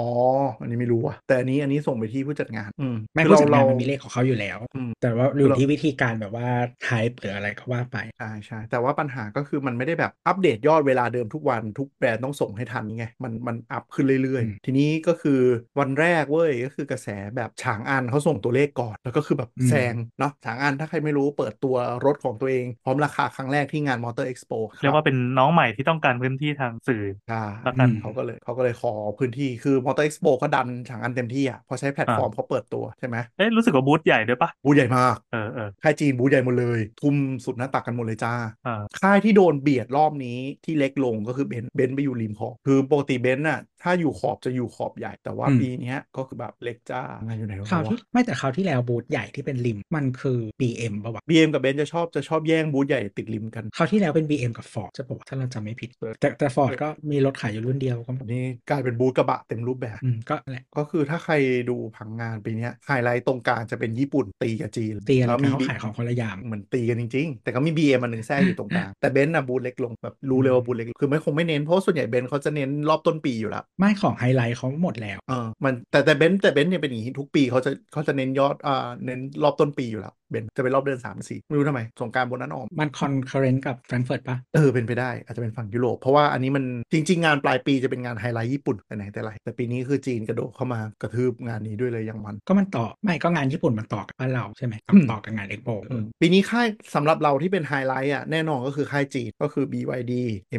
[SPEAKER 3] อันนี้ไม่รู้ว่ะ แต่อันนี้อันนี้ส่งไปที่ผู้จัดงาน อืม
[SPEAKER 2] ไม่
[SPEAKER 3] คือ
[SPEAKER 2] ผู้
[SPEAKER 3] เรา
[SPEAKER 2] จัดงานมัน
[SPEAKER 3] เราม
[SPEAKER 2] มีเลขของเขาอยู่แล้ว
[SPEAKER 3] อืม
[SPEAKER 2] แต่ว่าอยู่
[SPEAKER 3] เรา
[SPEAKER 2] ที่วิธีการแบบว่าไทป์หรืออะไรก็ว่าไป
[SPEAKER 3] ใช่ใช่แต่ว่าปัญหาก็คือมันไม่ได้แบบอัปเดตยอดเวลาเดิมทุกวันทุกแบรนด์ต้องส่งให้ทันไงมันมันอัพขึ้นเรื่อย
[SPEAKER 2] อืม
[SPEAKER 3] ๆ ทีนี้ก็คือวันแรกเว้ยก็คือกระแสแบบฉางอันเขาส่งตัวเลขก่อน แล้วก็คือแบบ
[SPEAKER 2] อืม
[SPEAKER 3] แซงเนาะฉางอันถ้าใครไม่รู้เปิดตัวรถของตัวเอง พร้อมราคาครั้งแรกที่งานมอเตอร์เอ็กซ์โป
[SPEAKER 4] เรียกว่าเป็นน้องใหม่ที่ต้องการพื้นที่ทางสื่อ
[SPEAKER 3] ใช่
[SPEAKER 4] ประกัน
[SPEAKER 2] อืม
[SPEAKER 3] เขาก็เลยเขาก็เลยขอพื้นที่คือมอเตอร์เอ็กซ์โปก็ดันฉางอันเต็มที่อ่ะเพอใช้แพลตฟอร์มเขาเปิดตัวใช่ไหม
[SPEAKER 4] เอ๊ะรู้สึกว่าบูธใหญ่ด้วยปะ
[SPEAKER 3] บูธใหญ่มาก
[SPEAKER 4] เออเออ
[SPEAKER 3] ค่ายจีนบูธใหญ่หมดเลย ทุ่มสุดหน้าตักกันหมดเลยจ้า
[SPEAKER 4] อ่า
[SPEAKER 3] ค่ายที่โดนเบียดรอบนี้ที่เล็กลงก็คือเบนซ์เบนซ์ไปอยู่ริมขอบ คือปกติเบนซ์น่ะถ้าอยู่ขอบจะอยู่ขอบใหญ่แต่ว่า
[SPEAKER 2] อืม
[SPEAKER 3] ปีเนี้ยก็คือแบบเล็กจ้างานอยู่ไหน
[SPEAKER 2] คราว
[SPEAKER 3] วะ
[SPEAKER 2] ที่ไม่แต่คราวที่แล้วบูธใหญ่ที่เป็นริม มันคือ BM ปะวะ
[SPEAKER 3] บีเอ็มกับเบนซ์จะชอบจะชอบแย่งบูธใหญ่ติดริมกัน
[SPEAKER 2] คราวที่แล้วเป็น BM กับ Ford ใช่ปะวะถ้าเราจำไม่ผิด แต่แต่ Ford ก็มีรถขายอยู่รุ่นเดียวก็
[SPEAKER 3] อันนี้กลายเป็นบูธกระบะเต็มรูปแบบ
[SPEAKER 2] อืมก็นั่นแหละ
[SPEAKER 3] ก็คือถ้าใครดูผังงานปีเนี้ยไฮไลท์ตรงกลางจะเป็นญี่ปุ่นตีกับจีน
[SPEAKER 2] ตีอะไร
[SPEAKER 3] แล้ว
[SPEAKER 2] กัน
[SPEAKER 3] มี
[SPEAKER 2] เขาขายของคนละอย่าง
[SPEAKER 3] เหมือนตีกันจริง ๆ แต่ก็มี BM อันหนึ่งแทรกอยู่ตรงกลาง แต่เบนซ์อะบูธเล็กลงแบบรู้เลยว่าบูธเล็กลงคือไม่คงไม่เน้น เพราะส่วนใหญ่เบนซ์เขาจะเน้นรอบต้นปีอยู่แล้ว
[SPEAKER 2] ไม่ของไฮไลท์เขาหมดแล้ว
[SPEAKER 3] เออมันแต่แต่เบนซ์แต่เบนซ์เนี่ยเป็นอย่างนี้ทุกปีเขาจะเขาจะเน้นยอดอ่าเน้นรอบต้นปีอยู่แล้วเบนซ์จะเป็นรอบเดือนสามสี่ไม่รู้ทำไมสงกรารบนนั้นออก
[SPEAKER 2] มันคอนเคอร์เรนต์กับแฟรงเฟิร์ตปะ
[SPEAKER 3] เออเป็นไปได้อาจจะเป็นฝั่งยุโรปเพราะว่าอันนี้มันจริง ๆ งานปลายปีจะเป็นงานไฮไลท์ญี่ปุ่นแต่ไหนแต่ไรแต่ปีนี้คือจีนกระโดดเข้ามากระทืบงานนี้ด้วยเลยอย่างมัน
[SPEAKER 2] ก็มันต่อไม่ก็งานญี่ปุ่นมันต่อกับบ้านเราใช่ไหม
[SPEAKER 3] อืม
[SPEAKER 2] ต่อกับงานเอ็กโป
[SPEAKER 3] อืมปีนี้ค่ายสำหรับเราที่เป็นไฮไลท์อ่ะแน่นอนก็คือค่ายจีนก็คือ BYD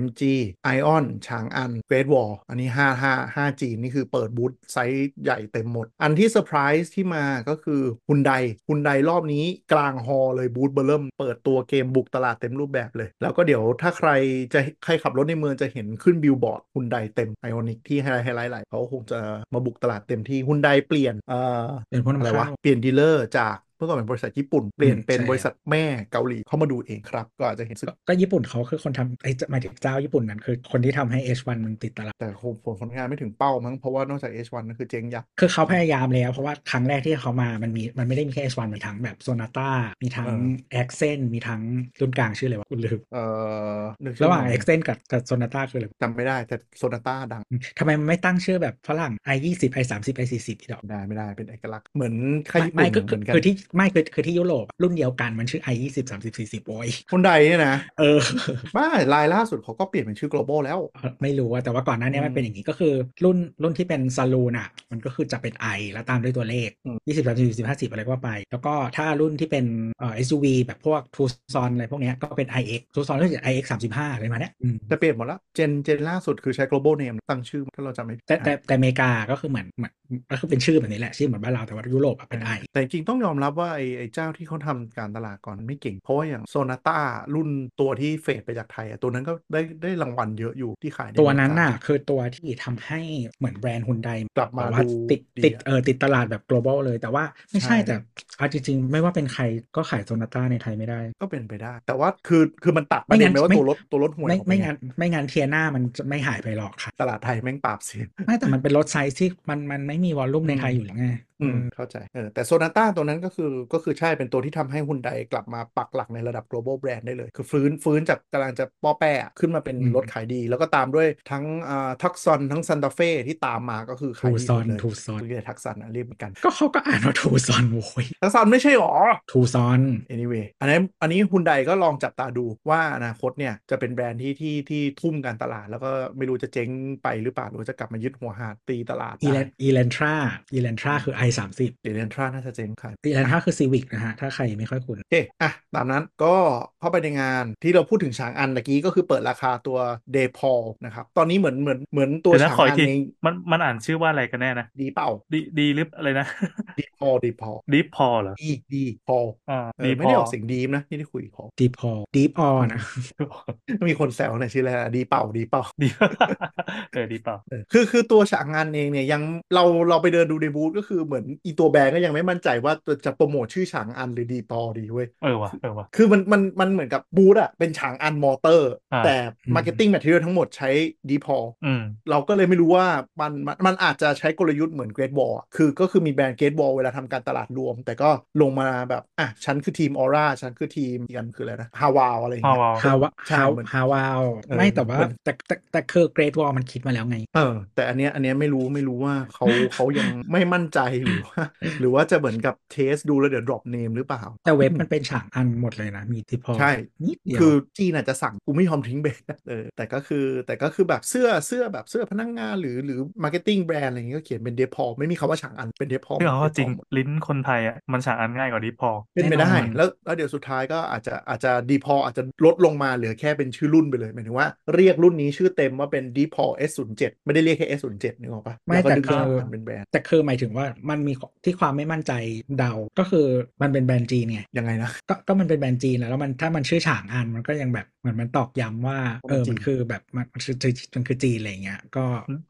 [SPEAKER 3] MG Ion ฉางอัน Great Wall อันนี้ 5 5 5 จีนนี่คือเปิดบูธไซส์ใหญ่เต็มหมด อันที่เซอร์ไพรส์ที่มาก็คือฮุนไดฮุนไดรอบนี้กลางฮอลเลยบูธเบอร์เริ่มเปิดตัวเกมบุกตลาดเต็มรูปแบบเลย แล้วก็เดี๋ยวถ้าใครจะใครขับรถในเมืองจะเห็นขึ้นบิลบอร์ดฮุนไดเต็มไอออนิกที่ไฮไลท์ไฮไลท์หลายเขาคงจะมาบุกตลาดเต็มที่ฮุนไดเปลี่ยนเอ่อ
[SPEAKER 2] เป็นพวก
[SPEAKER 3] อะไร
[SPEAKER 2] นำ
[SPEAKER 3] วะ
[SPEAKER 2] เข้า
[SPEAKER 3] เปลี่ยนดีลเลอร์จากเมื่อก่อนเป็นบริษัทญี่ปุ่น เปลี่ยนเป็น
[SPEAKER 2] ใช่
[SPEAKER 3] บริษัทแม่เกาหลีเข้ามาดูเองครับ ก็อาจจะเห็นสึก
[SPEAKER 2] ก็ก็ญี่ปุ่นเขาคือคนทำไอ้ยจะหมายถึงเจ้าญี่ปุ่นนั้นคือคนที่ทำให้ H1 มันติดตลาด
[SPEAKER 3] แต่คงผลผลงานไม่ถึงเป้ามั้ง เพราะว่านอกจาก H1 นั่นคือเจ๊งยับ
[SPEAKER 2] คือเขาพยายามแล้ว เพราะว่าครั้งแรกที่เขามามันมีมันไม่ได้มีแค่ H1 มีทั้งแบบโซนาต้ามีทั้ง
[SPEAKER 3] เอ
[SPEAKER 2] a c c e n t มีทั้งรุ่นกลางชื่ออะไรวะคุณลืม
[SPEAKER 3] เอ่อนึกชื่อ
[SPEAKER 2] ระหว่าง
[SPEAKER 3] ไม่
[SPEAKER 2] a c c e n t กับกับโซนาต้าคืออะไร
[SPEAKER 3] จำไม่ได้แต่โซนาต้าดัง
[SPEAKER 2] ทำไมมันไม่ตั้งชื่อแบบฝรั่ง i 2 0 i 3 0 i 4 0อีดอก
[SPEAKER 3] ไม่ได้ไม่ได้เป็นเอกลักษณ์เหมือนค่าย
[SPEAKER 2] ไม่
[SPEAKER 3] ญี่ปุ่
[SPEAKER 2] ไม่
[SPEAKER 3] น
[SPEAKER 2] ก็
[SPEAKER 3] เหมือนกัน
[SPEAKER 2] คือคือที่ไม่คือคือที่ยุโรปอะรุ่นเดียวกันมันชื่อ i 2 0 3 0 4 0โอ้ย
[SPEAKER 3] คนใดเนี่ยนะ
[SPEAKER 2] เออ *laughs*
[SPEAKER 3] ไม่ลายล่าสุดเขาก็เปลี่ยนเป็นชื่อ global แล้ว
[SPEAKER 2] ไม่รู้ว่าแต่ว่าก่อนหน้านี้
[SPEAKER 3] อืม
[SPEAKER 2] มันเป็นอย่างนี้ก็คือรุ่นรุ่นที่เป็นซาลูนอ่ะ มันก็คือจะเป็นไอแล้วตามด้วยตัวเลข
[SPEAKER 3] อืม
[SPEAKER 2] 20 30 40 50 อะไรก็ว่าไป แล้วก็ถ้ารุ่นที่เป็นเอ่อ SUV แบบพวกทูซอนอะไรพวกเนี้ยก็เป็น iX ทูซอนก็จะ iX 35อะไรมาเนี้ยอืม
[SPEAKER 3] แต่เปลี่ยนหมดแล้วเจนเจนล่าสุดคือใช้ global name ตั้งชื่อถ้าเราจำไม่ผิด
[SPEAKER 2] แต่แต่แต่อเมริกาก็คือเหมือนเหมือน ก็คือเป็นชื่อแบบนี้แหละชื่อเหมือนบ้านเราแต่ว่ายุโรปอะเป็นไอ
[SPEAKER 3] แต่จริงๆต้องยอมรับว่าไอ้ไอ้เจ้าที่เขาทำการตลาดก่อนไม่เก่ง เพราะว่าอย่างโซนาต้ารุ่นตัวที่เฟดไปจากไทยอะตัวนั้นก็ได้ได้รางวัลเยอะอยู่ที่ขายใ
[SPEAKER 2] ตัวนั้นน่ะ
[SPEAKER 3] เมือง
[SPEAKER 2] คือตัวที่ทำให้เหมือนแบรนด์ฮุนได
[SPEAKER 3] กลับมา
[SPEAKER 2] ว่า
[SPEAKER 3] ดู
[SPEAKER 2] ติด
[SPEAKER 3] ดี
[SPEAKER 2] ติด
[SPEAKER 3] อะ
[SPEAKER 2] เออติดตลาดแบบ global เลย แต่ว่าไม่ใช่
[SPEAKER 3] ใช่
[SPEAKER 2] แต่เอาจริงๆ ไม่ว่าเป็นใครก็ขายโซนาต้าในไทยไม่ได้
[SPEAKER 3] ก็เป็นไปได้ แต่ว่าคือคือมันตัดประเด็นไปว่า
[SPEAKER 2] ไม่
[SPEAKER 3] ตัว
[SPEAKER 2] งั้น
[SPEAKER 3] รถตัวรถห่วยอ
[SPEAKER 2] ไม่
[SPEAKER 3] อกป
[SPEAKER 2] ไม่งานไม่งานเทียนามันจะไม่หายไปหรอกค่ะ
[SPEAKER 3] ตลาดไทยแม่งปราบเสีย
[SPEAKER 2] ไม่แต่มันเป็นรถไซส์ที่มันมันไม่มีวอลลุ่มในไทยอยู่แล้วไง
[SPEAKER 3] *laughs* อืมเข้าใจเออแต่โซนาต้าตัวนั้นก็คือก็คือใช่เป็นตัวที่ทำให้ฮุนไดกลับมาปักหลักในระดับ global brand ได้เลย คือฟื้นฟื้นจากกำลังจะป้อแป้อะขึ้นมาเป็นรถขายดี แล้วก็ตามด้วยทั้งอ่าทักซอนทั้งซันตาเฟ่ที่ตามมาก็คือขา
[SPEAKER 2] ทู
[SPEAKER 3] ยดี
[SPEAKER 2] ซอน
[SPEAKER 3] หมดเลย
[SPEAKER 2] ทูซอน
[SPEAKER 3] เรียกทักซันอะเรียกเหมือนกัน
[SPEAKER 2] ก็เขาก็อ่านว่าทูซอนโว้ย
[SPEAKER 3] ทักซันไม่ใช่หรอ
[SPEAKER 2] ทูซอน
[SPEAKER 3] anyway อันนี้อันนี้ฮุนไดก็ลองจับตาดูว่าอนาคตเนี่ยจะเป็นแบรนด์ที่ที่ที่ทุ่มการตลาด แล้วก็ไม่รู้จะเจ๊งไปหรือเปล่าหรือว่าจะกลับมายึดหัวหาดตีตลาด
[SPEAKER 2] อีเล
[SPEAKER 3] ได้
[SPEAKER 2] นอีเลนทราอีเลนทราคือ i 3 0
[SPEAKER 3] เดลเลนทราน่าจะเจ๊งขาย
[SPEAKER 2] อีเลนทราคือซีวิกนะฮะถ้าใครไม่ค่อยคุ้น
[SPEAKER 3] โอเค อ่ะ ตามนั้นก็เข้าไปในงานที่เราพูดถึงฉางอันตะกี้ก็คือเปิดราคาตัวเดพอลนะครับ ตอนนี้เหมือนเหมือนเหมือนตัว
[SPEAKER 4] เดี๋ยวนะ
[SPEAKER 3] ฉาง
[SPEAKER 4] ขออี
[SPEAKER 3] อัน
[SPEAKER 4] กที
[SPEAKER 3] เอง
[SPEAKER 4] มันมันอ่านชื่อว่าอะไรกันแน่นะ
[SPEAKER 3] ดีเปล่า
[SPEAKER 4] ดีดีหรืออะไรนะ *laughs*
[SPEAKER 3] ดีพอลดีพอล
[SPEAKER 4] ดีพอเหรอ
[SPEAKER 3] ดีดีพอล
[SPEAKER 4] อ่า
[SPEAKER 3] เออ
[SPEAKER 4] ดีพ
[SPEAKER 3] ไม่
[SPEAKER 4] อ
[SPEAKER 3] ได้ออกเสียงดีมนะที่ได้คุยพอล
[SPEAKER 2] Deep a ดีพอนะ
[SPEAKER 3] มีคนแซวในชื่ออะไรนะดีเปล่าดีเปล่า
[SPEAKER 4] *laughs* ดี เออดีเปล่า
[SPEAKER 3] เออคือคือตัวฉากงานเองเนี่ยยังเราเราไปเดินดูในบูธก็คือเหมือนอีตัวแบรนด์ก็ยังไม่มั่นใจว่าจะจะโปรโมทชื่อฉากอันหรือดีพอลดีเว้ย
[SPEAKER 4] เออว่ะเออว่ะ
[SPEAKER 3] คือมันมันมันเหมือนกับบูธอะเป็นฉางอันมอเตอร์
[SPEAKER 4] อ่า
[SPEAKER 3] แต่
[SPEAKER 2] อืม
[SPEAKER 3] มาร์เก็ตติ้งแมทเทียลทั้งหมดใช้ดีพอล
[SPEAKER 4] อืม
[SPEAKER 3] เราก็เลยไม่รู้ว่ามันมันมันอาจจะใช้กลยุทธ์เหมือนเกรดบอลคือก็คือมีแบรนด์เกรดบอลเวลาทำการตลาดรวม แต่ก็ลงมาแบบ อ่ะ ฉันคือทีมออร่าฉันคือทีมอีกอันคืออะไรนะฮาวาวอะไรอย่างเงี้ย
[SPEAKER 4] Hawal
[SPEAKER 2] ฮาวา
[SPEAKER 3] ใช่
[SPEAKER 2] ฮาว
[SPEAKER 3] เหมือน
[SPEAKER 2] ฮาวาว
[SPEAKER 3] เออ
[SPEAKER 2] ไม่แต่ว่า
[SPEAKER 3] เหมือน
[SPEAKER 2] แต่แต่แต่คือเกรดวอลมันคิดมาแล้วไง
[SPEAKER 3] เออ แต่อันเนี้ยอันเนี้ยไม่รู้ไม่รู้ว่า
[SPEAKER 2] *laughs*
[SPEAKER 3] เขา เขายังไม่มั่นใจหรือว่า *laughs* หรือว่าจะเหมือนกับเทสดูแล้วเดี๋ยว drop name หรือเปล่า
[SPEAKER 2] แต่เว็บมันเป็นฉากอันหมดเลยนะ มีที่พอ
[SPEAKER 3] ใช่
[SPEAKER 2] นิดเดีย
[SPEAKER 3] *laughs*
[SPEAKER 2] ว
[SPEAKER 3] คือจีนอาจจะสั่ง *laughs* กูไม่ยอมทิ้งแบรนด์เออแต่ก็คือแต่ก็คือแบบเสื้อเสื้อแบบเสื้อพนักงานหรือหรือมาร์เก็ตติ้งแบรนด์อะไรอย่างเงี้ยก็เขียนเป็นเดพอไม่มีคำว่าฉางอันเป็นเดพอ
[SPEAKER 4] เรื่องของเขาจริงลิ้นคนไทยอ่ะมันฉากอันง่ายกว่าดีพอ
[SPEAKER 3] เป็นไปได้
[SPEAKER 2] แน่นอน
[SPEAKER 3] แล้วแล้วเดี๋ยวสุดท้ายก็อาจจะอาจจะดีพออาจจะลดลงมาเหลือแค่เป็นชื่อรุ่นไปเลยหมายถึงว่าเรียกรุ่นนี้ชื่อเต็มว่าเป็นดีพอ S07 ไม่ได้เรียกแค่ S07 นึกออกปะ
[SPEAKER 2] ไม่
[SPEAKER 3] ล้วก็
[SPEAKER 2] แต่
[SPEAKER 3] ดึง
[SPEAKER 2] คือ
[SPEAKER 3] ชื่มันเป็นแบรนด์
[SPEAKER 2] แต่คือหมายถึงว่ามันมีที่ความไม่มั่นใจเดา ก็คือมันเป็นแบรนด์จีนไง
[SPEAKER 3] ยังไงนะ
[SPEAKER 2] ก็ก็มันเป็นแบรนด์จีนแล้วแล้วมันถ้ามันชื่อฉางอันมันก็ยังแบบเหมือนมันตอกย้ำว่าเออ
[SPEAKER 3] จีน
[SPEAKER 2] มันคือแบบมันมันคือมันคือจีนอะไรอย่างเงี้ยก็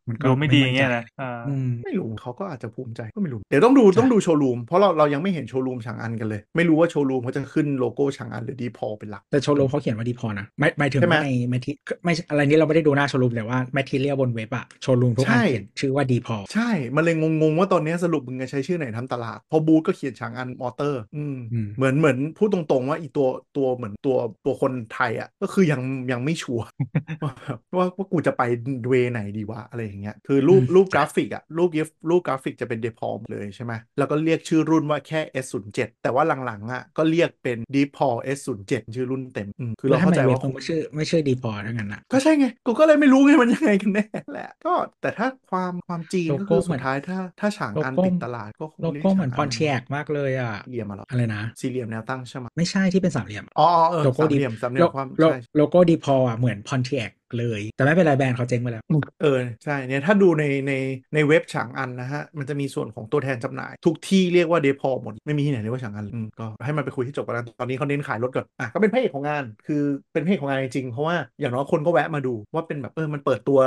[SPEAKER 2] มันก็
[SPEAKER 4] ดูไม่ดี
[SPEAKER 2] นใจ
[SPEAKER 4] เงี้ยนะอ่า
[SPEAKER 2] อืม
[SPEAKER 3] ไม่รู้เขาก็อาจจะภูมิใจก็ไม่รู้เดี๋ยวต้องดู
[SPEAKER 2] ใช่
[SPEAKER 3] ต้องดูโชว์รูมเพราะเราเรายังไม่เห็นโชว์รูมฉางอันกันเลย ไม่รู้ว่าโชว์รูมเขาจะขึ้นโลโก้ฉางอันหรือดีพอเป็นหลัก
[SPEAKER 2] แต่โชว์รูมเขาเขียนว่าดีพอนะหมายหมายถึง
[SPEAKER 3] ใช่ไหม
[SPEAKER 2] ว่าในแมทไม่ใช่อะไรนี้เราไม่ได้ดูหน้าโชว์รูมแต่ว่าแมทเทียลบนเว็บอะโชว์รูมทุกอัน
[SPEAKER 3] ใช่
[SPEAKER 2] เขียนชื่อว่าดีพอ
[SPEAKER 3] ใช่มันเลยงงๆว่าตอนเนี้ยสรุปมึงจะใช้ชื่อไหนทำตลาดเพอบูธก็เขียนฉางอันมอเตอร์ อืม
[SPEAKER 2] อืม
[SPEAKER 3] เหมือนเหมือนพูดตรงๆว่าอีตัวตัวเหมือนตัวตัวคนไทยอ่ะก็คือยังยังไม่ชัวร์ *laughs* ว่าว่าว่ากูจะไปเวไหนดีวะอะไรอย่างเงี้ยคือรูป
[SPEAKER 2] อืม
[SPEAKER 3] รูปกราฟิกอ่ะรูปเยรูปกราฟิกจะเป็นเดพอมเลยใช่ไหมแล้วก็เรียกชื่อรุ่นว่าแค่ S07 แต่ว่าหลังๆอ่ะก็เรียกเป็น d e p o S07 ชื่อรุ่นเต็มอืมคือ
[SPEAKER 2] แล้
[SPEAKER 3] เรา
[SPEAKER 2] วทำ
[SPEAKER 3] เข้าใจ
[SPEAKER 2] ไมเว็บ
[SPEAKER 3] ว่า
[SPEAKER 2] มันไม่ชื่อไม่ชื่อดีพอทั้งนั้นอะ
[SPEAKER 3] ก็ใช่ไง กูก็เลยไม่รู้ไงมันยังไงกันแน่แหละ *laughs* ก็แต่ถ้าความความจีน
[SPEAKER 2] โล
[SPEAKER 3] ก็
[SPEAKER 2] โก้
[SPEAKER 3] คือ
[SPEAKER 2] เหมื
[SPEAKER 3] สุ
[SPEAKER 2] อน
[SPEAKER 3] ดท้ายถ้าถ้าฉาง
[SPEAKER 2] โล
[SPEAKER 3] อัน
[SPEAKER 2] โก้
[SPEAKER 3] ติดตลาดก็คง
[SPEAKER 2] โล
[SPEAKER 3] เรียก
[SPEAKER 2] โก้เหมือน
[SPEAKER 3] ฉาง
[SPEAKER 2] ฟอนเชียกมากเลยอะ
[SPEAKER 3] สี่เหลี่ยมมาหรอ
[SPEAKER 2] อะไรนะ
[SPEAKER 3] สี่เหลี่ยมแนวตั้งใช่ไหม
[SPEAKER 2] ไม่ใช่ที่เป็นสามเหลี่ยมอะ
[SPEAKER 3] อ๋ออ๋อเออ
[SPEAKER 2] โลโก้
[SPEAKER 3] สาม
[SPEAKER 2] ดี
[SPEAKER 3] เหลี่ยมสามเหลี่ย
[SPEAKER 2] โล
[SPEAKER 3] มความ
[SPEAKER 2] โล
[SPEAKER 3] ใช่
[SPEAKER 2] โลโก้ดีพออะเหมือนพอนเชียกเลย แต่ไม่เป็นไรแบรนด์เขาเจ๊งไปแล้ว
[SPEAKER 3] เออใช่เนี่ยถ้าดูในในในเว็บฉางอันนะฮะ มันจะมีส่วนของตัวแทนจำหน่าย ทุกที่เรียกว่าเดพอหมด ไม่มีที่ไหนเรียกว่าฉางอันเลยอืมก็ให้มันไปคุยที่จบกันแล้วตอนนี้เขาเน้นขายรถก่อนอ่ะก็เป็นพระเอกของงานคือเป็นพระเอกของงานจริงๆเพราะว่าอย่างน้อยคนก็แวะมาดูว่าเป็นแบบเออมันเปิดตัว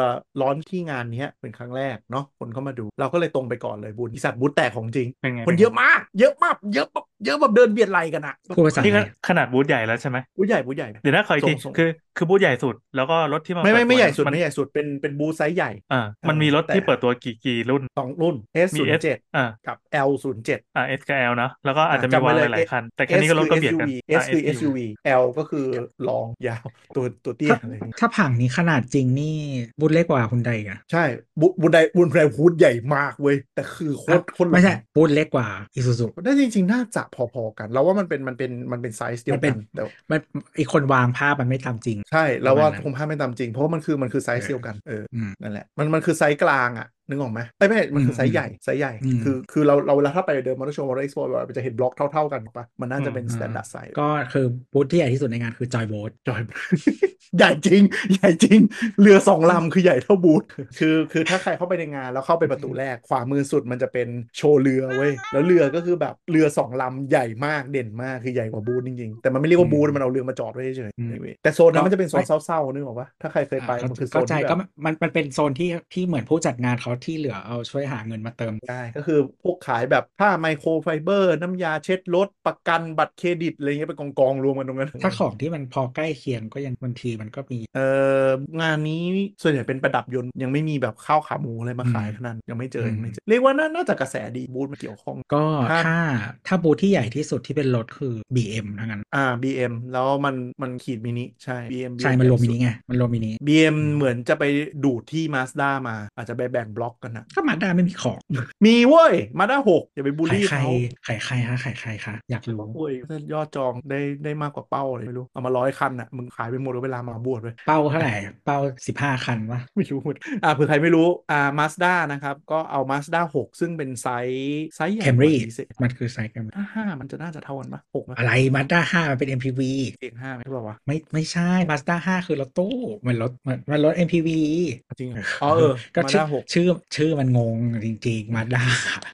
[SPEAKER 3] ร้อนที่งานเนี้ยเป็นครั้งแรกเนาะคนเข้ามาดู เราก็เลยตรงไปก่อนเลยบุญอีสัตว์บูธแตกของจริง
[SPEAKER 4] เป็นไง
[SPEAKER 3] คนเยอะมาก เยอะมาก เยอะแบบเยอะแบบเดินเบียดไหลกันอะ
[SPEAKER 2] พูดภาษา
[SPEAKER 4] นี่ก็ขนาดบูธใหญ่แล้วใช่ไหม
[SPEAKER 3] บูธใหญ่บูธใหญ่
[SPEAKER 4] เดี๋ยวนะขออีกที
[SPEAKER 3] ส่งส่ง
[SPEAKER 4] คือคือบูธใหญ่สุดแล้วก็รถที่มา
[SPEAKER 3] ไม่ไม่ไม่
[SPEAKER 4] เปิ
[SPEAKER 3] ใหญ่สุด
[SPEAKER 4] ตัว
[SPEAKER 3] ไม่ใหญ่สุดเป็นเป็นบูธไซส์ใหญ่
[SPEAKER 4] อ่ามันมีรถ
[SPEAKER 3] แต่
[SPEAKER 4] ที่เปิดตัวกี่กี่รุ่น
[SPEAKER 3] สองรุ่น
[SPEAKER 4] มี
[SPEAKER 3] S07
[SPEAKER 4] อ่า
[SPEAKER 3] กับ L07
[SPEAKER 4] อ่า S กับ L นะแล้วก็อาจจะมี
[SPEAKER 3] จำไว้
[SPEAKER 4] วาง
[SPEAKER 3] เลย
[SPEAKER 4] หลาย
[SPEAKER 3] เอ๊ะ
[SPEAKER 4] ๆคัน แต่คันนี้ก็รถก็เบียด *laughs* กัน
[SPEAKER 3] S
[SPEAKER 4] อ่า
[SPEAKER 3] คือ SUV L ก็คือลองยาว *laughs* ตัวตัวเตี้ย
[SPEAKER 2] ถ้า
[SPEAKER 3] อะไรอย่างเงี้ย
[SPEAKER 2] ถ้าผังนี้ขนาดจริงนี่บุญเล็กกว่าคุณใดอีกอะ
[SPEAKER 3] ใช่บุบุญใดบุญใดฮูดใหญ่มากเว้ย แต่คือโคตรโคตรหล่อ
[SPEAKER 2] ไม่ใช่บุญเล็กกว่าอีซูซู
[SPEAKER 3] ได้จริงๆ น่าจะพอๆกัน เราว่ามันเป็นมันเป็นมันเป็นไซส์เดียว
[SPEAKER 2] มันเป็
[SPEAKER 3] กัน
[SPEAKER 2] น
[SPEAKER 3] แต่
[SPEAKER 2] มันอีกคนวางภาพมันไม่ตามจริง
[SPEAKER 3] ใช่ แล้วว่า
[SPEAKER 2] ประมาณนั้น
[SPEAKER 3] คงภาพไม่ตามจริง เพราะว่ามันคือมันคือไซส์
[SPEAKER 2] เออ
[SPEAKER 3] เดียวกันเอออ
[SPEAKER 2] ม
[SPEAKER 3] นั่นแหละมันมันคือไซส์กลางอ่ะ นึกออกไหมไอ้ยไม่มันคือไซส์ใหญ่ไซส์ใหญ่
[SPEAKER 2] อืม
[SPEAKER 3] คือคือเราเราเวลาถ้าไปเดินมอเตอร์โชว์มอเตอร์เอ็กซ์โปเราจะเห็นบล็อกเท่า ๆกันถูกปะมันน่าจะเป็น
[SPEAKER 4] อืม
[SPEAKER 3] สแตนดาร์ดไซส์
[SPEAKER 2] ก็คือบูธที่ใหญ่ที่สุดในงานคือจอยบูธ
[SPEAKER 3] จอย *laughs* ใหญ่จริง ใหญ่จริง เรือสองลำคือใหญ่เท่าบูธคือคือถ้าใครเข้าไปในงานแล้วเข้าไปประตูแรก ขวามือสุดมันจะเป็นโชว์เรือเว้ย *laughs* แล้วเรือก็คือแบบเรือสองลำใหญ่มากเด่นมากคือใหญ่กว่าบูธจริงๆ แต่มันไม่เรียกว่าบูธ
[SPEAKER 2] อืม
[SPEAKER 3] มันเอาเรือมาจอดไว้เฉย
[SPEAKER 2] อืม
[SPEAKER 3] ๆ anyway แต่โซนนั้นมันจะเป็นโซนเศร้าๆนึกออกปะถ้าใครเคยไป
[SPEAKER 2] อ่ะ
[SPEAKER 3] มันคือโซ
[SPEAKER 2] เข้าน ใจ
[SPEAKER 3] ที่แบ
[SPEAKER 2] ก็
[SPEAKER 3] บ
[SPEAKER 2] มันมันเป็นโซนที่ที่เหมือนผู้จัดงานเขาที่เหลือเอาช่วยหาเงินมาเติม
[SPEAKER 3] ใช่ก็คือพวกขายแบบผ้าไมโครไฟเบอร์น้ำยาเช็ดรถประกันบัตรเครดิตอะไรเงี้ยไปกองกองๆรวมกันตรงนั้น
[SPEAKER 2] ถ้าของที่มันพอใกล้เคียงก็ยังบางทีมันก็มี
[SPEAKER 3] เอองานนี้ส่วนใหญ่เป็นประดับยนต์ยังไม่มีแบบข้าวขาหมูอะไรมาขาย
[SPEAKER 2] อืม
[SPEAKER 3] ขนาดนั้นยังไม่เจอ
[SPEAKER 2] ม
[SPEAKER 3] ยังไม่เจอเรียกว่าน่าน่าจะกระแสดีบูธมาเกี่ยวข้อง
[SPEAKER 2] ก็
[SPEAKER 3] ครับ
[SPEAKER 2] ถ้าถ้าบูธที่ใหญ่ที่สุดที่เป็นรถคือ BM ทั้งนั้น
[SPEAKER 3] อ่า BM แล้วมันมันขีดมินิใช่ BM
[SPEAKER 2] ใช่มันรวมมิ
[SPEAKER 3] สุ
[SPEAKER 2] นิ
[SPEAKER 3] ด
[SPEAKER 2] ไงมันรวมมินิ
[SPEAKER 3] BM
[SPEAKER 2] อืม
[SPEAKER 3] เหมือนจะไปดูดที่มาสด้ามา อาจจะไปแบ่งบล็อกกันนะ
[SPEAKER 2] ก็มาด้าไม่มีของ
[SPEAKER 3] มีเว้ยมาด้าหกอย่าไปบูล
[SPEAKER 2] ขาย
[SPEAKER 3] ลี่
[SPEAKER 2] ใคร
[SPEAKER 3] เขา
[SPEAKER 2] ขายใครฮะขายใครคะอยากรู้
[SPEAKER 3] เว้ยถ้ายอดจองได้ได้มากกว่าเป้าเลยไม่รู้ เอามาร้อยคันอ่ะมึงขายไปหมดแล้วเวลามาบวชเว้ย *laughs*
[SPEAKER 2] เป้าเท่าไหร่ เป้าสิบห้าคันวะ
[SPEAKER 3] ไม่รู้เหมือนอ่าเผื่อใครไม่รู้อ่ามาสด้านะครับก็เอามาสด้าหกซึ่งเป็นไซส์ไซส์ใหญ่กว่า
[SPEAKER 2] Camry
[SPEAKER 3] ดีเซล
[SPEAKER 2] มันคือไซส์ Camry
[SPEAKER 3] ถ้าห้ามันจะน่าจะเท่ากันปะหกไหม
[SPEAKER 2] อะไรมาด้าห้ามันเป็น MPV
[SPEAKER 3] เสียงห้าไหมใช่ป่าววะ
[SPEAKER 2] ไม่ไม่ใช่มาสด้าห้าคือรถตู้มันรถมันมันรถ MPV
[SPEAKER 3] จริงเหรออ๋อเออ
[SPEAKER 2] ก็
[SPEAKER 3] มา
[SPEAKER 2] ชื่อ
[SPEAKER 3] ด้าหก
[SPEAKER 2] ชื่อชื่อมันงงจริงๆ มาด้า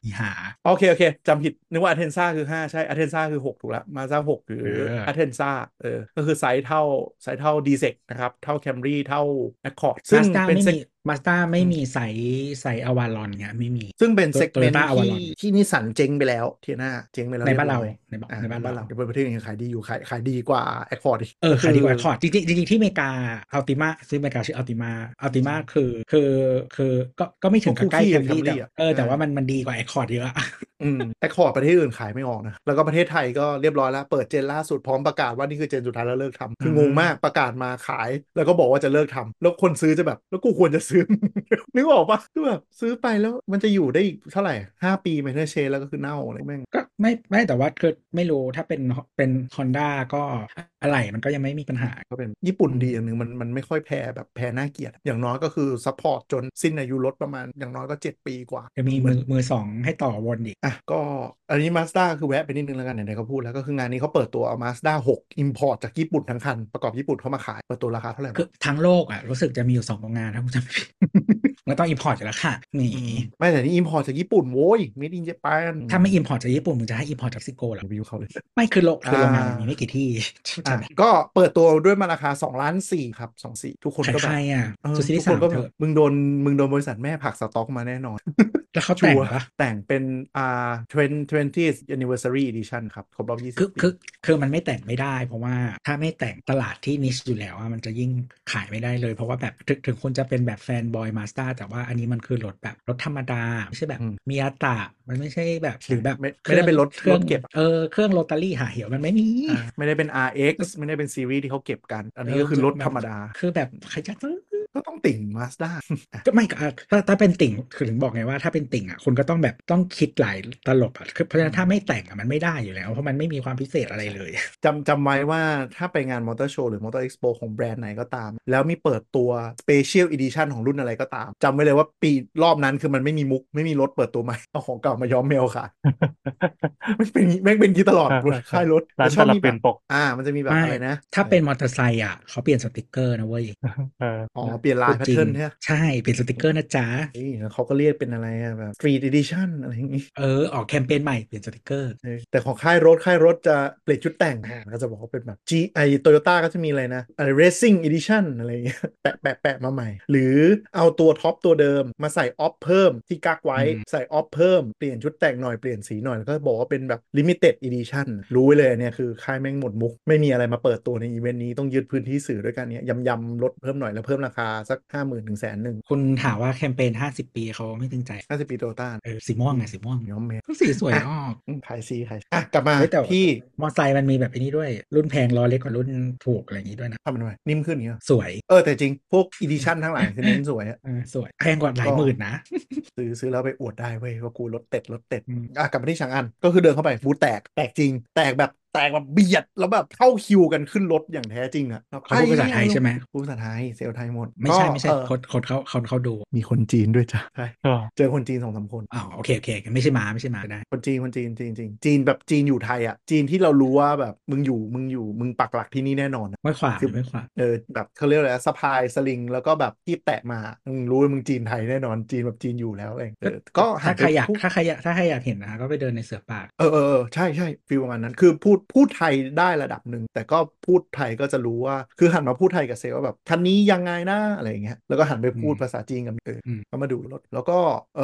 [SPEAKER 2] อีหา
[SPEAKER 3] โอเค โอเคจำผิด นึกว่าอเทนซ่าคือห้าใช่อเทนซ่าคือหกถูกละมาด้าหกหรือ
[SPEAKER 2] เออ
[SPEAKER 3] อเทนซ่าเออ ก็คือไซส์เท่าไซส์เท่าดีเซกนะครับ เท่าแคมรี่เท่าแอคคอร์ดซึ่
[SPEAKER 2] าง สด้า
[SPEAKER 3] เป็น
[SPEAKER 2] ไม่
[SPEAKER 3] เซก
[SPEAKER 2] มีมาสด้าไม่มีใส่ใส่อวารอนเนี่ยไม่มี
[SPEAKER 3] ซึ่งเป็นเซกเมนต์
[SPEAKER 2] Toyota
[SPEAKER 3] ที่
[SPEAKER 2] Avalon
[SPEAKER 3] ที่นิสสันเจ๊งไปแล้วเทียน่าเจ๊งไปแล้ว
[SPEAKER 2] ในบ้านเรา
[SPEAKER 3] ยบอย
[SPEAKER 2] ในบ้าน
[SPEAKER 3] อ่ะ
[SPEAKER 2] ใน
[SPEAKER 3] ใน
[SPEAKER 2] บ้า
[SPEAKER 3] บ้านน
[SPEAKER 2] เรา
[SPEAKER 3] เราแต่ประเทศอื่นขายดีอยู่ขายขายดีกว่าแอคคอร์ด
[SPEAKER 2] เออขายดีกว่าคอร์ดจริงๆจริงๆที่อเมริกาอัลติมาซึ่งอเมริกาชื่ออัลติมาอัลติมาคือคือคือก็ก็ไม่ถึงกับใกล้
[SPEAKER 3] ก็
[SPEAKER 2] แค
[SPEAKER 3] คู่
[SPEAKER 2] ม
[SPEAKER 3] ขี้
[SPEAKER 2] รี่แต่
[SPEAKER 3] กับ Camry อ่ะ
[SPEAKER 2] เออแต่
[SPEAKER 3] ใช่
[SPEAKER 2] ว่ามันมันดีกว่าไอคอร์ดเยอะ *laughs* อะ
[SPEAKER 3] อืมแต่คอร์ดประเทศอื่นขายไม่ออกนะ แล้วก็ประเทศไทยก็เรียบร้อยแล้ว เปิดเจนล่าสุดพร้อมประกาศว่านี่คือเจนสุดท้ายแล้วเลิกทำคือ
[SPEAKER 2] อื
[SPEAKER 3] ง
[SPEAKER 2] ม
[SPEAKER 3] งมากประกาศมาขาย แล้วก็บอกว่าจะเลิกทำแล้วคนซื้อจะแบบ แล้วกูควรจะซื้อ *laughs* นึกออกปะคือแบบซื้อไปแล้วมันจะอยู่ได้อีกเท่าไหร่ห้าปีไหมเนอร์เชนแล้วก็คือเน่าอะไรแม่ง
[SPEAKER 2] ก็ไม่ไม่แต่ว่าคือไม่รู้ถ้าเป็นเป็นฮอนด้าก็อะไรมันก็ยังไม่มีปัญหา
[SPEAKER 3] ก็เป็นญี่ปุ่น
[SPEAKER 2] อืม
[SPEAKER 3] ดีอย่างหนึ่งมันมันไม่ค่อยแพ้แบบแพ้น่าเกลียด อย่างน้อยก็คือซัพพอร์ตจนสิ้นอายุรถประมาณอย่างน้อยก็เจ็ดปีกว่า
[SPEAKER 2] จะมี
[SPEAKER 3] เห
[SPEAKER 2] มื
[SPEAKER 3] น
[SPEAKER 2] อมือสองให้ต่อวนอีก
[SPEAKER 3] อ่ะก็อันนี้มาสด้าคือแวะไปนิดนึงแล้วกันไหนๆก็พูดแล้วก็คืองานนี้เขาเปิดตัวเอามาสด้า6 Import จากญี่ปุ่นทั้งคัน ประกอบญี่ปุ่นเข้ามาขาย เปิดตัวราคาเท่าไหร่
[SPEAKER 2] คือทั้งโลกอ่ะ รู้สึกจะมีอยู่สองโรงงานถ้าผมจำไม่ผิด *laughs* มันต้องอิ p พอร์ตอยู่แล้วค่ะหนี
[SPEAKER 3] ไม่แต่นี่ Import จากญี่ปุ่นโว้ย Made in Japan
[SPEAKER 2] ถ้าไม่อิ p พอร์ตจากญี่ปุ่นมึงจะให้อิ p พอร์ตจากซิโก้เหรอ
[SPEAKER 3] รีวิวเขาเลย
[SPEAKER 2] ไม่คือโลกคือโรงงาน
[SPEAKER 3] อ่ามั
[SPEAKER 2] มีไม่กี่ที่ *laughs*
[SPEAKER 3] อ่ะก็เปิดตัวด้วยมาราคา2ล้าน4ครับ2 4ทุกคน
[SPEAKER 2] ใช่
[SPEAKER 3] ก็
[SPEAKER 2] ใค
[SPEAKER 3] แบบ
[SPEAKER 2] รๆอ่ะ
[SPEAKER 3] เออ
[SPEAKER 2] สุดที่
[SPEAKER 3] ทุก
[SPEAKER 2] สา
[SPEAKER 3] ค
[SPEAKER 2] ม
[SPEAKER 3] นก็
[SPEAKER 2] เถ
[SPEAKER 3] แบบ
[SPEAKER 2] อะ
[SPEAKER 3] มึงโดนมึงโดนบริษัทแม่ผลักสต็อกมาแน่นอน
[SPEAKER 2] แล้วเขา
[SPEAKER 3] ชั
[SPEAKER 2] แต่ง
[SPEAKER 3] วร์
[SPEAKER 2] ปะ
[SPEAKER 3] แต่งเป็นอ่า20 20 anniversary edition ครับครบรอบ
[SPEAKER 2] คือ
[SPEAKER 3] 20ปี
[SPEAKER 2] คือคือมันไม่แต่งไม่ได้ เพราะว่าถ้าไม่แต่งตลาดที่นิชอยู่แล้วอะมันจะยิ่งขายไม่ได้เลย เพราะว่าแบบถึงถึงคนจะเป็นแบบแฟนบอยมาสตาแต่ว่าอันนี้มันคือรถแบบรถธรรมดาไม่ใช่แบบ
[SPEAKER 3] อืม
[SPEAKER 2] มิยาตะมันไม่ใช่แบบหรือแบบ
[SPEAKER 3] ไม่
[SPEAKER 2] ค
[SPEAKER 3] ไม่ได้เป็นรถ
[SPEAKER 2] เครื่อง
[SPEAKER 3] รถเก็บอะ
[SPEAKER 2] เออเครื่องโรตารี่หาเหี่ยวมันไม่มี
[SPEAKER 3] อ่ะไม่ได้เป็น RX ไม่ได้เป็นซีรีส์ที่เขาเก็บกัน อันนี้ก็คือรถธรรมดา
[SPEAKER 2] คือแบบใครจะซื้อ
[SPEAKER 3] ก็ต้องติ่งมาสด้า
[SPEAKER 2] ก็ไม่ก็อ่ะถ้าถ้าเป็นติ่งคือถึงบอกไงว่าถ้าเป็นติ่งอ่ะคุณก็ต้องแบบต้องคิดหลายตลบอ่ะคือเพราะฉะนั้นถ้าไม่แต่งอ่ะมันไม่ได้อยู่แล้ว เพราะมันไม่มีความพิเศษอะไรเลย
[SPEAKER 3] *laughs* จำจำไว้ว่าถ้าไปงานมอเตอร์โชว์หรือมอเตอร์เอ็กซ์โปของแบรนด์ไหนก็ตาม แล้วมีเปิดตัวสเปเชียลอ i ดิชันของรุ่นอะไรก็ตามจำไว้เลยว่าปีรอบนั้นคือมันไม่มีมุก ไม่มีรถเปิดตัวใหม่ *laughs* เอาของเก่ามาย้อมแมวค่ะ *laughs* ไม่เป็นอย่างงี้แม่งเป็นอย่างงี้ตลอด
[SPEAKER 4] อ่า
[SPEAKER 3] บนค่ายรถ
[SPEAKER 4] ร้าน
[SPEAKER 3] แต่ชอบ
[SPEAKER 4] ตลับ
[SPEAKER 3] มี
[SPEAKER 4] เปลี่
[SPEAKER 3] แบ
[SPEAKER 4] ย
[SPEAKER 3] บ
[SPEAKER 4] นปก
[SPEAKER 3] อ่า มันจะมีแบบ
[SPEAKER 2] ไม่
[SPEAKER 3] อะไรนะ
[SPEAKER 2] ถ้าเป็นมอเตอร์ไซค์อ่ะเขาเปลี่ยนสติกเกอร์นะเว้ย
[SPEAKER 4] เออ
[SPEAKER 3] อ๋อเปลี่ยนลายแพทเทิร์น
[SPEAKER 2] จง
[SPEAKER 3] ใช่ไหม
[SPEAKER 2] ใช่เปลี่ยนสติกเกอร์นะจ๊ะ
[SPEAKER 3] เอ้ยเขาก็เรียกเป็นอะไรอะแบบฟรีอ i ดิชันอะไรอย่างงี้
[SPEAKER 2] เออออกแคมเปญใหม่เปลี่ยนสติกเกอร์
[SPEAKER 3] เออแต่ของค่ายรถค่ายรถจะเปลี่ยนชุดแต่งอ่าก็จะบอกว่าเป็นแบบ G ไอโตโยต้าก็จะมีอะไรนะอะไร racing edition อะไรอย่างเงี้ย *laughs* แปะแปะแปะมาใหม่ หรือเอาตัวท็อปตัวเดิมมาใส่ออฟเพิ่มที่กักไว้
[SPEAKER 2] อืม
[SPEAKER 3] ใส่ออฟเพิ่ม เปลี่ยนชุดแต่งหน่อย เปลี่ยนสีหน่อย แล้วก็บอกว่าเป็นแบบ limited edition รู้ไว้เลยอันเนี่ยคือค่ายแม่งหมดมุก ไม่มีอะไรมาเปิดตัวในอีเวนต์นี้ต้องยึดพื้นที่สื่อด้วยกันเนี่ยยำยำๆลดเพิ่มหน่อยแล้วเพิ่มราคาสัก 5 0,000ื่นถึงแสนหนึ่ง
[SPEAKER 2] คุณถามว่าแคมเปญ50 ปีเขาไม่ตึงใจ
[SPEAKER 3] น่าจะปีโตต้า
[SPEAKER 2] เออสีม่วงไงสีม่วง
[SPEAKER 3] ย้อมแมว
[SPEAKER 2] ก็สีสวยออก
[SPEAKER 3] อืมขายซีขายซีอ่ะกลับมา
[SPEAKER 2] เฮ้ยแต่
[SPEAKER 3] พี่
[SPEAKER 2] มอเตอร์ไซค์มันมีแบบไอ้นี้ด้วย รุ่นแพงล้อเล็กกว่ารุ่นถูกอะไรอย่างนี้ด้วยนะ
[SPEAKER 3] ทำมันทำไมนิ่มขึ้นอย่างเงี้ย
[SPEAKER 2] สวย
[SPEAKER 3] เออแต่จริง พวกอีดิชั่นทั้งห
[SPEAKER 2] *laughs*
[SPEAKER 3] ลายคือเน้นสวยอะ
[SPEAKER 2] เออสวยแพงกว่าหลายหมื่นนะ
[SPEAKER 3] ซื้อซื้อแล้วไปอวดได้เว้ยว่ากูรถเต็ดรถเต็ด
[SPEAKER 2] อืม
[SPEAKER 3] อ่ะกลับมาที่ชางอัน ก็คือเดินเข้าไปบูธแตกแตกจริง แตกแบบ แตกแบบเบียดแล้วแบบเข้าคิวกันขึ้นรถอย่างแท้จริงอะ
[SPEAKER 2] เขาพูดภาษาไทยใช่ไหม
[SPEAKER 3] พูดภาษาไทยเซลล์ไทยหมด
[SPEAKER 2] ไม่ใช่
[SPEAKER 3] ก็
[SPEAKER 2] ไม่ใช่
[SPEAKER 3] เอ่อ
[SPEAKER 2] คนคนเขาคนเขาดู
[SPEAKER 3] มีคนจีนด้วยจ้ะใช่
[SPEAKER 4] เออ
[SPEAKER 3] เจอคนจีนสองสามคน
[SPEAKER 2] อ๋อโอเคโอเคไม่ใช่หมาไม่ใช่หมาได้
[SPEAKER 3] คนจีนคนจีนจีนจีนจีนแบบจีนอยู่ไทยอ่ะ จีนที่เรารู้ว่าแบบมึงอยู่มึงอยู่มึงปักหลักที่นี่แน่นอนอะ
[SPEAKER 2] ไม่ขวาง
[SPEAKER 3] คือ
[SPEAKER 2] ไม่ขวาง
[SPEAKER 3] เออแบบเขาเรียกอะไรนะสะพายสลิง แล้วก็แบบที่แตะมามึงรู้ว่ามึงจีนไทยแน่นอนจีนแบบจีนอยู่แล้วเองเออก็หั
[SPEAKER 2] ถ้าน
[SPEAKER 3] ไป
[SPEAKER 2] ใครอยาก
[SPEAKER 3] พูด
[SPEAKER 2] ถ้าใครอยากถ้าใครอยากเห็นนะก็ไปเดินในเสือป่า
[SPEAKER 3] เออเออเออใช่ใช่ฟีลประมาณนั้น คือพูดพูดไทยได้ระดับหนึ่งแต่ก็พูดไทยก็จะรู้ว่าคือหันมาพูดไทยกับเซลลว่าแบบคันนี้ยังไงนะอะไรอย่างเงี้ยแล้วก็หันไปพูดภาษาจีนกับเออ
[SPEAKER 2] อืม
[SPEAKER 3] ก็มาดูรถ แล้วก็เอ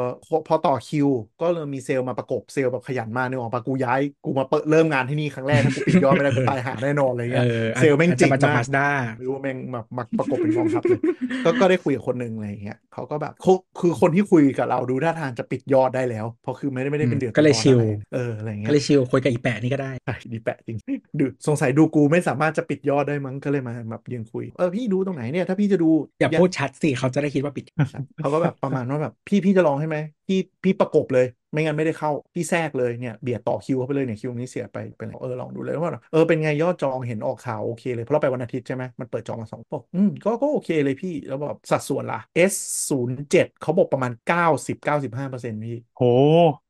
[SPEAKER 3] อพอพอต่อคิว ก็เริ่มมีเซลล์มาประกบเซลล์แบบขยันมากนึกออกปะกูย้ายกูมาเปิดเริ่มงานที่นี่ครั้งแรกถ้ากูปิดยอดไม่ได้กูตายหาแน่นอนอะไรเงี้ย
[SPEAKER 2] เออ
[SPEAKER 3] เซลล์แม่งจริง
[SPEAKER 2] อาจจะ
[SPEAKER 3] มาก
[SPEAKER 2] มาจากมาสด้า
[SPEAKER 3] ไม่รู้ว่าแม่งแบบมาประกบเป็นกองทัพเลย ก็ก็ได้คุยกับคนหนึ่งอะไรอย่างเงี้ยเขาก็แบบเขาคือคนที่คุยกับเราดูท่าทางจะปิดยอดได้แล้ว เพราะคือไม่ได้ไม่ได้เป็นเดือด
[SPEAKER 2] อืมก็เลย
[SPEAKER 3] ร้อน
[SPEAKER 2] ชิล
[SPEAKER 3] อะไรเอออะไรอย่างเงี้
[SPEAKER 2] ก็
[SPEAKER 3] ย
[SPEAKER 2] เลยชิลคุยกับอีแปะนี่ก็ได้
[SPEAKER 3] ใช่ดีแปะจริงดูสงสัยดูกูไม่สามารถจะปิดยอดได้มั้งก็เลยมาแบบยืนคุยเออพี่ดูตรงไหนเนี่ยถ้าพี่จะดู
[SPEAKER 2] อย่าพูดชัดสิเขาจะได้คิดว่าปิด
[SPEAKER 3] *laughs* เขาก็แบบประมาณว่าแบบพี่พี่จะลองให้ไหมพี่พี่ประกบเลย ไม่งั้นไม่ได้เข้า พี่แทรกเลยเนี่ยเบียดต่อคิวเข้าไปเลยเนี่ยคิวนี้เสียไปเป็นไรเออลองดูเลยว่าเออเป็นไงยอดจองเห็นออกข่าวโอเคเลยเพราะเราไปวันอาทิตย์ใช่ไหมมันเปิดจองมาสองบอกอืมก็ก็โอเคเลยพี่แล้วบอกสัดส่วนละ S 0 7เขาบอกประมาณ 90 95เปอร์เซ็นต์พี่
[SPEAKER 4] โห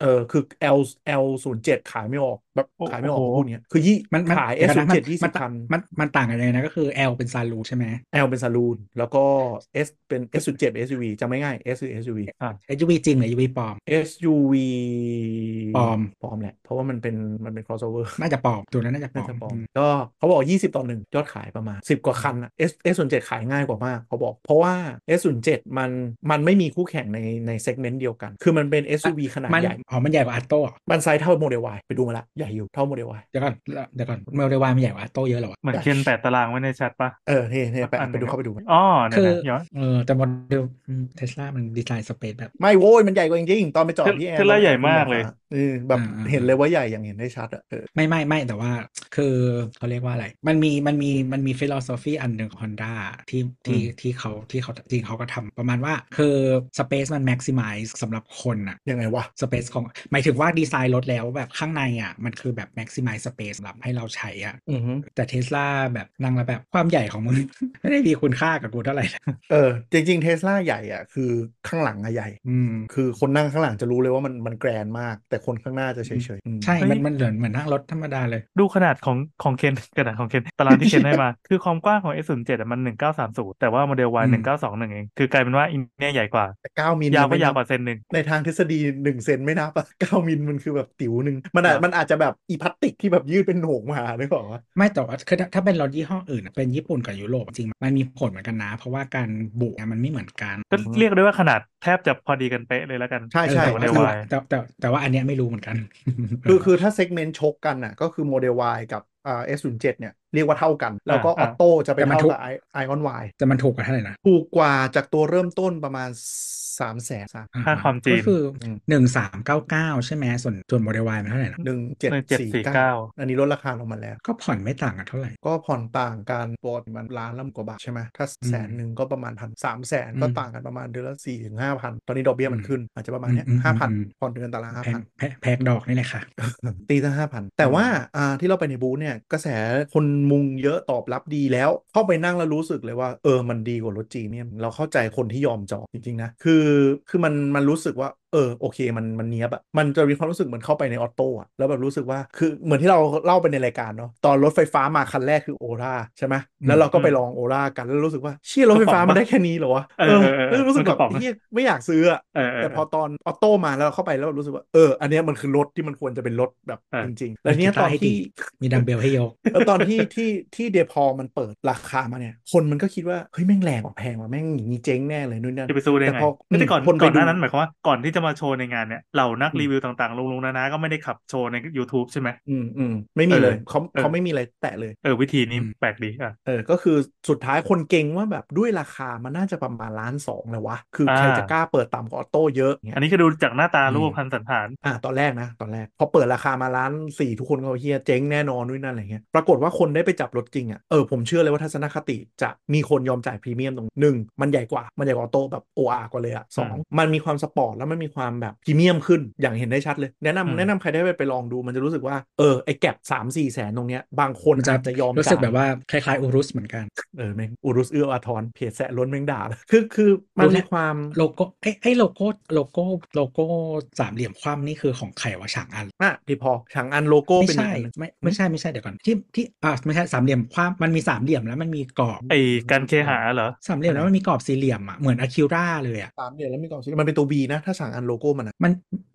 [SPEAKER 3] เออคือ L L 0 7ขายไม่ออกแบบขายไม่ออก
[SPEAKER 4] โอ้โห
[SPEAKER 3] พูดเนี้ยคือยี่
[SPEAKER 2] มันมัน
[SPEAKER 3] ขาย
[SPEAKER 2] เดี๋
[SPEAKER 3] S
[SPEAKER 2] ยวก่อน
[SPEAKER 3] 0
[SPEAKER 2] นะมัน
[SPEAKER 3] 7ยี่สิบพัน
[SPEAKER 2] มันมันต่างกันยังไงนะก็คือ L เป็นซาลูใช่ไหม
[SPEAKER 3] L เป็นซาลูนแล้วก็ S เป็น S 0 7 SUV จำไม่ง่าย S คือ SUV
[SPEAKER 2] SUV จริงหรือ SUV ปลอม
[SPEAKER 3] SUV
[SPEAKER 2] ปลอม
[SPEAKER 3] ปลอมแหละ เพราะว่ามันเป็นมันเป็น crossover
[SPEAKER 2] น่าจะปลอมตัวนั้นน่าจะปล
[SPEAKER 3] น่า
[SPEAKER 2] อม
[SPEAKER 3] จะปลอม
[SPEAKER 2] อืม
[SPEAKER 3] ก็เขาบอก 20 ต่อหนึ่งยอดขายประมาณ 10 กว่าคันอะ S S 0 7ขายง่ายกว่ามาก เขาบอก เพราะว่า S 0 7มันมันไม่มีคู่แข่งในในเซกเมนต์เดียวกัน คือมันเป็น SUV ขนาด
[SPEAKER 2] มัน
[SPEAKER 3] ใหญ่
[SPEAKER 2] อ๋อมันใหญ่กว่าอัตโต้เหรอ
[SPEAKER 3] มันไซส์เท่าโมเดล Y ไปดูมาละ ใหญ่อยู่เท่าโมเดล Y
[SPEAKER 2] เดี๋ยวก่อนเดี๋ยวก่อนเมลเรวามันใหญ่กว่าอัตโต้เยอะเหรอวะ
[SPEAKER 4] เหมือนเคนแปดตารางไว้ในแชทปะ
[SPEAKER 3] เออเนี่ยเนี่ยไป
[SPEAKER 4] อันหนึ่
[SPEAKER 3] ไป
[SPEAKER 4] ง
[SPEAKER 3] ดูเข้าไปดูมัน
[SPEAKER 4] อ๋อเนี่ยว
[SPEAKER 2] คือ
[SPEAKER 4] นะเดี๋ยว
[SPEAKER 2] เออแต่โมเดลเทสลามันดีไซน์สเปซแบบ
[SPEAKER 3] ไม่โว้ยมันใหญ่กว่าจริงๆตอนไปจอดที่แอร์
[SPEAKER 4] เทสลาใหญ่มากเลย
[SPEAKER 3] เออแบบ
[SPEAKER 2] อ่าๆ
[SPEAKER 3] เห็นเลยว่าใหญ่อย่างเห็นได้ชัดอะเออ
[SPEAKER 2] ไม่ไม่ไม่แต่ว่าคือเขาเรียกว่าอะไร มันมีมันมีมันมีฟิโลโซฟีอันหนึ่งของ Honda ที่ที่
[SPEAKER 3] อืม
[SPEAKER 2] ที่เขาที่เขาจริงเขาก็ทำประมาณว่าคือสเปซมันแม็กซิม z ยสำหรับคนอะ
[SPEAKER 3] ยังไงวะ
[SPEAKER 2] สเปซของหมายถึงว่าดีไซน์รถแล้วแบบข้างในอะมันคือแบบแม็กซิม z ยสเปซสำหรับให้เราใช้อะ
[SPEAKER 3] อือฮึ
[SPEAKER 2] แต่เทสลาแบบนั่งแล้วแบบความใหญ่ของมึง *laughs* ไม่ได้มีคุณค่ากับกูเท่าไหร่นะ
[SPEAKER 3] เออจริงๆเทสลาใหญ่อ่ะคือข้างหลังอะใหญ่
[SPEAKER 2] อืม
[SPEAKER 3] คือคนนั่งข้างหลังจะรู้เลยว่ามันมันแกรนมาก แต่คนข้างหน้าจะเฉยๆอืม
[SPEAKER 2] ใช่มัน
[SPEAKER 4] เฮ้ย
[SPEAKER 2] มันเหมือนเหมือนนั่งรถธรรมดาเลย
[SPEAKER 4] ดูขนาดของของเคนกระดาษของเคนตารางที่เคนให้มา
[SPEAKER 3] *laughs*
[SPEAKER 4] คือความกว้างของ S07 อะมัน 1930 แต่ว่าโมเดล
[SPEAKER 2] อื
[SPEAKER 4] Y
[SPEAKER 2] ม
[SPEAKER 4] 1921 เอง คือกลายเป็นว่าอินเนี่ยใหญ่กว่า
[SPEAKER 3] แต่เก้ามิล
[SPEAKER 4] ยาวก็
[SPEAKER 3] มันไม่
[SPEAKER 4] ยาว
[SPEAKER 3] นับ
[SPEAKER 4] กว่าเซนหนึ่ง
[SPEAKER 3] ในทางทฤษฎีหนึ่งเซนไม่นับอะเก้ามิลมันคือแบบติ๋วหนึ่งมันอาจ
[SPEAKER 4] ครับ
[SPEAKER 3] มันอาจจะแบบอีพลาสติกที่แบบยืดเป็นโหนงมาหรือเปล่าวะ
[SPEAKER 2] ไม่แต่ว่าคือถ้าถ้าเป็นรถยี่ห้ออื่นอะเป็นญี่ปุ่นกับยุโรปจริงๆมันมีผลเหมือนกันนะ เพราะว่าการบุเนี่ยมันไม่เหมือนกัน
[SPEAKER 4] ก็เรียกได้ว่าขนาดแทบจะพอดีกันเป๊ะเลยแล้วกัน
[SPEAKER 3] ใช่ใช่
[SPEAKER 2] แต่
[SPEAKER 4] โม
[SPEAKER 2] ว่าคือ
[SPEAKER 4] เดล Y
[SPEAKER 2] แต่แต่แต่ว่าอันเนี้ยไม่รู้เห
[SPEAKER 4] *laughs*
[SPEAKER 2] มือนกัน
[SPEAKER 3] คือคือถ้าเซกเมนต์ชกกันอ่ะก็คือโมเดล Y กับอ่า S07 เนี่ยเรียกว่าเท่ากัน แล้วก็อ
[SPEAKER 4] อ่า
[SPEAKER 3] อโต้จะไปเท่ากับไอออน Y
[SPEAKER 2] แต่มันถูกกันเท่าไหร่นะ
[SPEAKER 3] ถูกกว่าจากตัวเริ่มต้นประมาณ3ามแสนสาม
[SPEAKER 2] อ่
[SPEAKER 4] ค่าความจีน
[SPEAKER 2] ก็คืออ
[SPEAKER 3] ม
[SPEAKER 2] หนึ่งสามเก้าเก้าใช่ไหมส่วนส่วนโมเดลวายมันเท่าไหร่นะ
[SPEAKER 3] หนึ่งเจ็ดสี่เก้า
[SPEAKER 4] 1749
[SPEAKER 3] อันนี้ลดราคาลงมาแล้ว
[SPEAKER 2] ก็ผ่อนไม่ต่างกันเท่าไหร่
[SPEAKER 3] ก็ผ่อนต่างกันปกติมันล้านละกว่าบาทใช่ไหมถ้า
[SPEAKER 2] อืม
[SPEAKER 3] แสนหนึ่งก็ประมาณพันสามแสน
[SPEAKER 2] อืม
[SPEAKER 3] ก็ต่างกันประมาณเดือนละสี่ถึงห้าพันตอนนี้ดอกเบี้ยมันขึ้น อาจจะประมาณเนี้ย
[SPEAKER 2] อืมอืม
[SPEAKER 3] ห้าพัน
[SPEAKER 2] อืม
[SPEAKER 3] ผ่อนเดือนตาละห้า
[SPEAKER 2] แพง
[SPEAKER 3] พัน
[SPEAKER 2] แพงแพงดอกนี่แหละค่ะ
[SPEAKER 3] ตีซะห้าพันแต่ว่าอ่าที่เราไปในบูธเนี่ยกระแสคนมุงเยอะตอบรับดีแล้ว เข้าไปนั่งแล้วรู้สึกเลยว่าเออมันดีกว่ารถจีนเนี่ยเราเข้าใจคนที่ยอมจองจริงๆนะคือคือมันมันรู้สึกว่าเออโอเคมันมันเนี้ยบอะมันจะมีความรู้สึกเหมือนเข้าไปในออโต้อะแล้วแบบรู้สึกว่าคือเหมือนที่เราเล่าไปในรายการเนาะตอนรถไฟฟ้ามาคันแรกคือโอราใช่ไหมแล้วเราก็ไปลองโอรากันแล้วรู้สึกว่าเชี่ยรถไฟฟ้ามันได้แค่นี้เหรอวะ
[SPEAKER 4] เออเออเออ
[SPEAKER 3] แล้วรู้สึกแบ
[SPEAKER 4] มั
[SPEAKER 3] บ
[SPEAKER 4] นกระป๋อง
[SPEAKER 3] เฮียไม่อยากซื้ออะ
[SPEAKER 4] เออเออ
[SPEAKER 3] แต่พอตอนออโต้มาแล้วเราเข้าไปแล้วเรารู้สึกว่าเอออันเนี้ยมันคือรถที่มันควรจะเป็นรถแบบ
[SPEAKER 4] อ่ะ
[SPEAKER 3] จริงๆแล้วเนี้ย
[SPEAKER 2] กี
[SPEAKER 3] ต
[SPEAKER 2] ตา
[SPEAKER 3] อ
[SPEAKER 2] ร์
[SPEAKER 3] น
[SPEAKER 2] ให้ดี
[SPEAKER 3] ที่
[SPEAKER 2] มีดัมเบลให้ยก
[SPEAKER 3] เออตอนที่ *laughs* ที่ที่เดพอมันเปิดราคามาเนี่ย คนมันก็คิดว่าเฮ้ยแม่งแรงกว่าแพงว่ะแม่งอย่างนี้เจ๊งแน่เลยนู่นนั่น
[SPEAKER 4] จะไปสู้ได้
[SPEAKER 3] แต่
[SPEAKER 4] ไง
[SPEAKER 3] พออืม
[SPEAKER 4] แต่ก่อน
[SPEAKER 3] คนไป
[SPEAKER 4] ก่อนหน้า
[SPEAKER 3] ดู
[SPEAKER 4] นั้นหมายความว่าก่อนที่จะมาโชว์ในงานเนี่ยเหล่านักรีวิวต่างๆลุงๆนานาก็ไม่ได้ขับโชว์ใน YouTube ใช่ไหม
[SPEAKER 3] อืมอืมไม่มีเลย
[SPEAKER 4] เออ
[SPEAKER 3] เขา
[SPEAKER 4] เออ
[SPEAKER 3] เขาไม่มีอะไรแตะเลย
[SPEAKER 4] เออวิธีนี้
[SPEAKER 2] อืม
[SPEAKER 4] แปลกดีอ่ะ
[SPEAKER 3] เออก็คือสุดท้ายคนเก่งว่าแบบด้วยราคามันน่าจะประมาณล้านสองเลยวะคือใคร
[SPEAKER 4] อ่า
[SPEAKER 3] จะกล้าเปิดต่ำกว่าออโต้เยอะเงี้ย
[SPEAKER 4] อันนี้คือดูจากหน้าตา
[SPEAKER 2] อืม
[SPEAKER 4] รูปพรรณสันฐาน
[SPEAKER 3] อ่าตอนแรกนะ ตอนแรก พอเปิดราคามาล้านสี่ทุกคนก็เฮียเจ๊งแน่นอนด้วยนั่นอะไรเงี้ยปรากฏว่าคนได้ไปจับรถจริงอ่ะเออผมเชื่อเลยว่าทัศนคติจะมีคนยอมจ่ายพรีเมียมตรงหนึ่งมันใหญ่กว่ามันใหญ่กว่าออโต้แบบโออากว่าเลยอ่ะสองมันมีความสปอร์ตแล้วมันมี ความแบบพรีเมียมขึ้นอย่างเห็นได้ชัดเลย แนะนำ
[SPEAKER 4] อืม
[SPEAKER 3] แนะนำใครได้ไปไปลองดูมันจะรู้สึกว่าเออไอ้แก็บสามสี่แสนตรงเนี้ยบางคน
[SPEAKER 2] มันจะ
[SPEAKER 3] อาจจะยอม
[SPEAKER 2] รู้สึก
[SPEAKER 3] จ่าย
[SPEAKER 2] แบบว่าคล้ายๆอูรุสเหมือนกัน
[SPEAKER 3] เออแม่งอุรุสเอื้ออาทรเพจแสะล้นแม่งด่าเลย *laughs* คือคือมัน
[SPEAKER 2] รู้แห
[SPEAKER 3] มี
[SPEAKER 2] ละ
[SPEAKER 3] ความ
[SPEAKER 2] โลโก้ไอ้ไอ้โลโก้โลโก้โลโก้สามเหลี่ยมคว่ำนี่คือของไขวะฉางอัน
[SPEAKER 3] อ่ะที่พอฉังอันโลโก้
[SPEAKER 2] ไม่
[SPEAKER 3] เป็นอี
[SPEAKER 2] ใช่
[SPEAKER 3] กอันหนึ่ง
[SPEAKER 2] ไม่ไม่ใช่ไม่ใช่เดี๋ยวก่อนที่ที่อ่าไม่ใช่สามเหลี่ยมคว่ำมันมีสามเหลี่ยมแล้วมันมีกรอบ
[SPEAKER 4] ไอ้การเคหาเหรอ
[SPEAKER 2] สามเหลี่ยมแล้วมันมีกรอบสี่เหลี่ยมอ่ะเหมือนอะคิราเลยอ่ะ
[SPEAKER 3] สามเหลี่ยมแล้วมีกล่องสีมันเป็นตัว B นะ ถ้าสั่งอันโลโก้มันนะ
[SPEAKER 2] มัน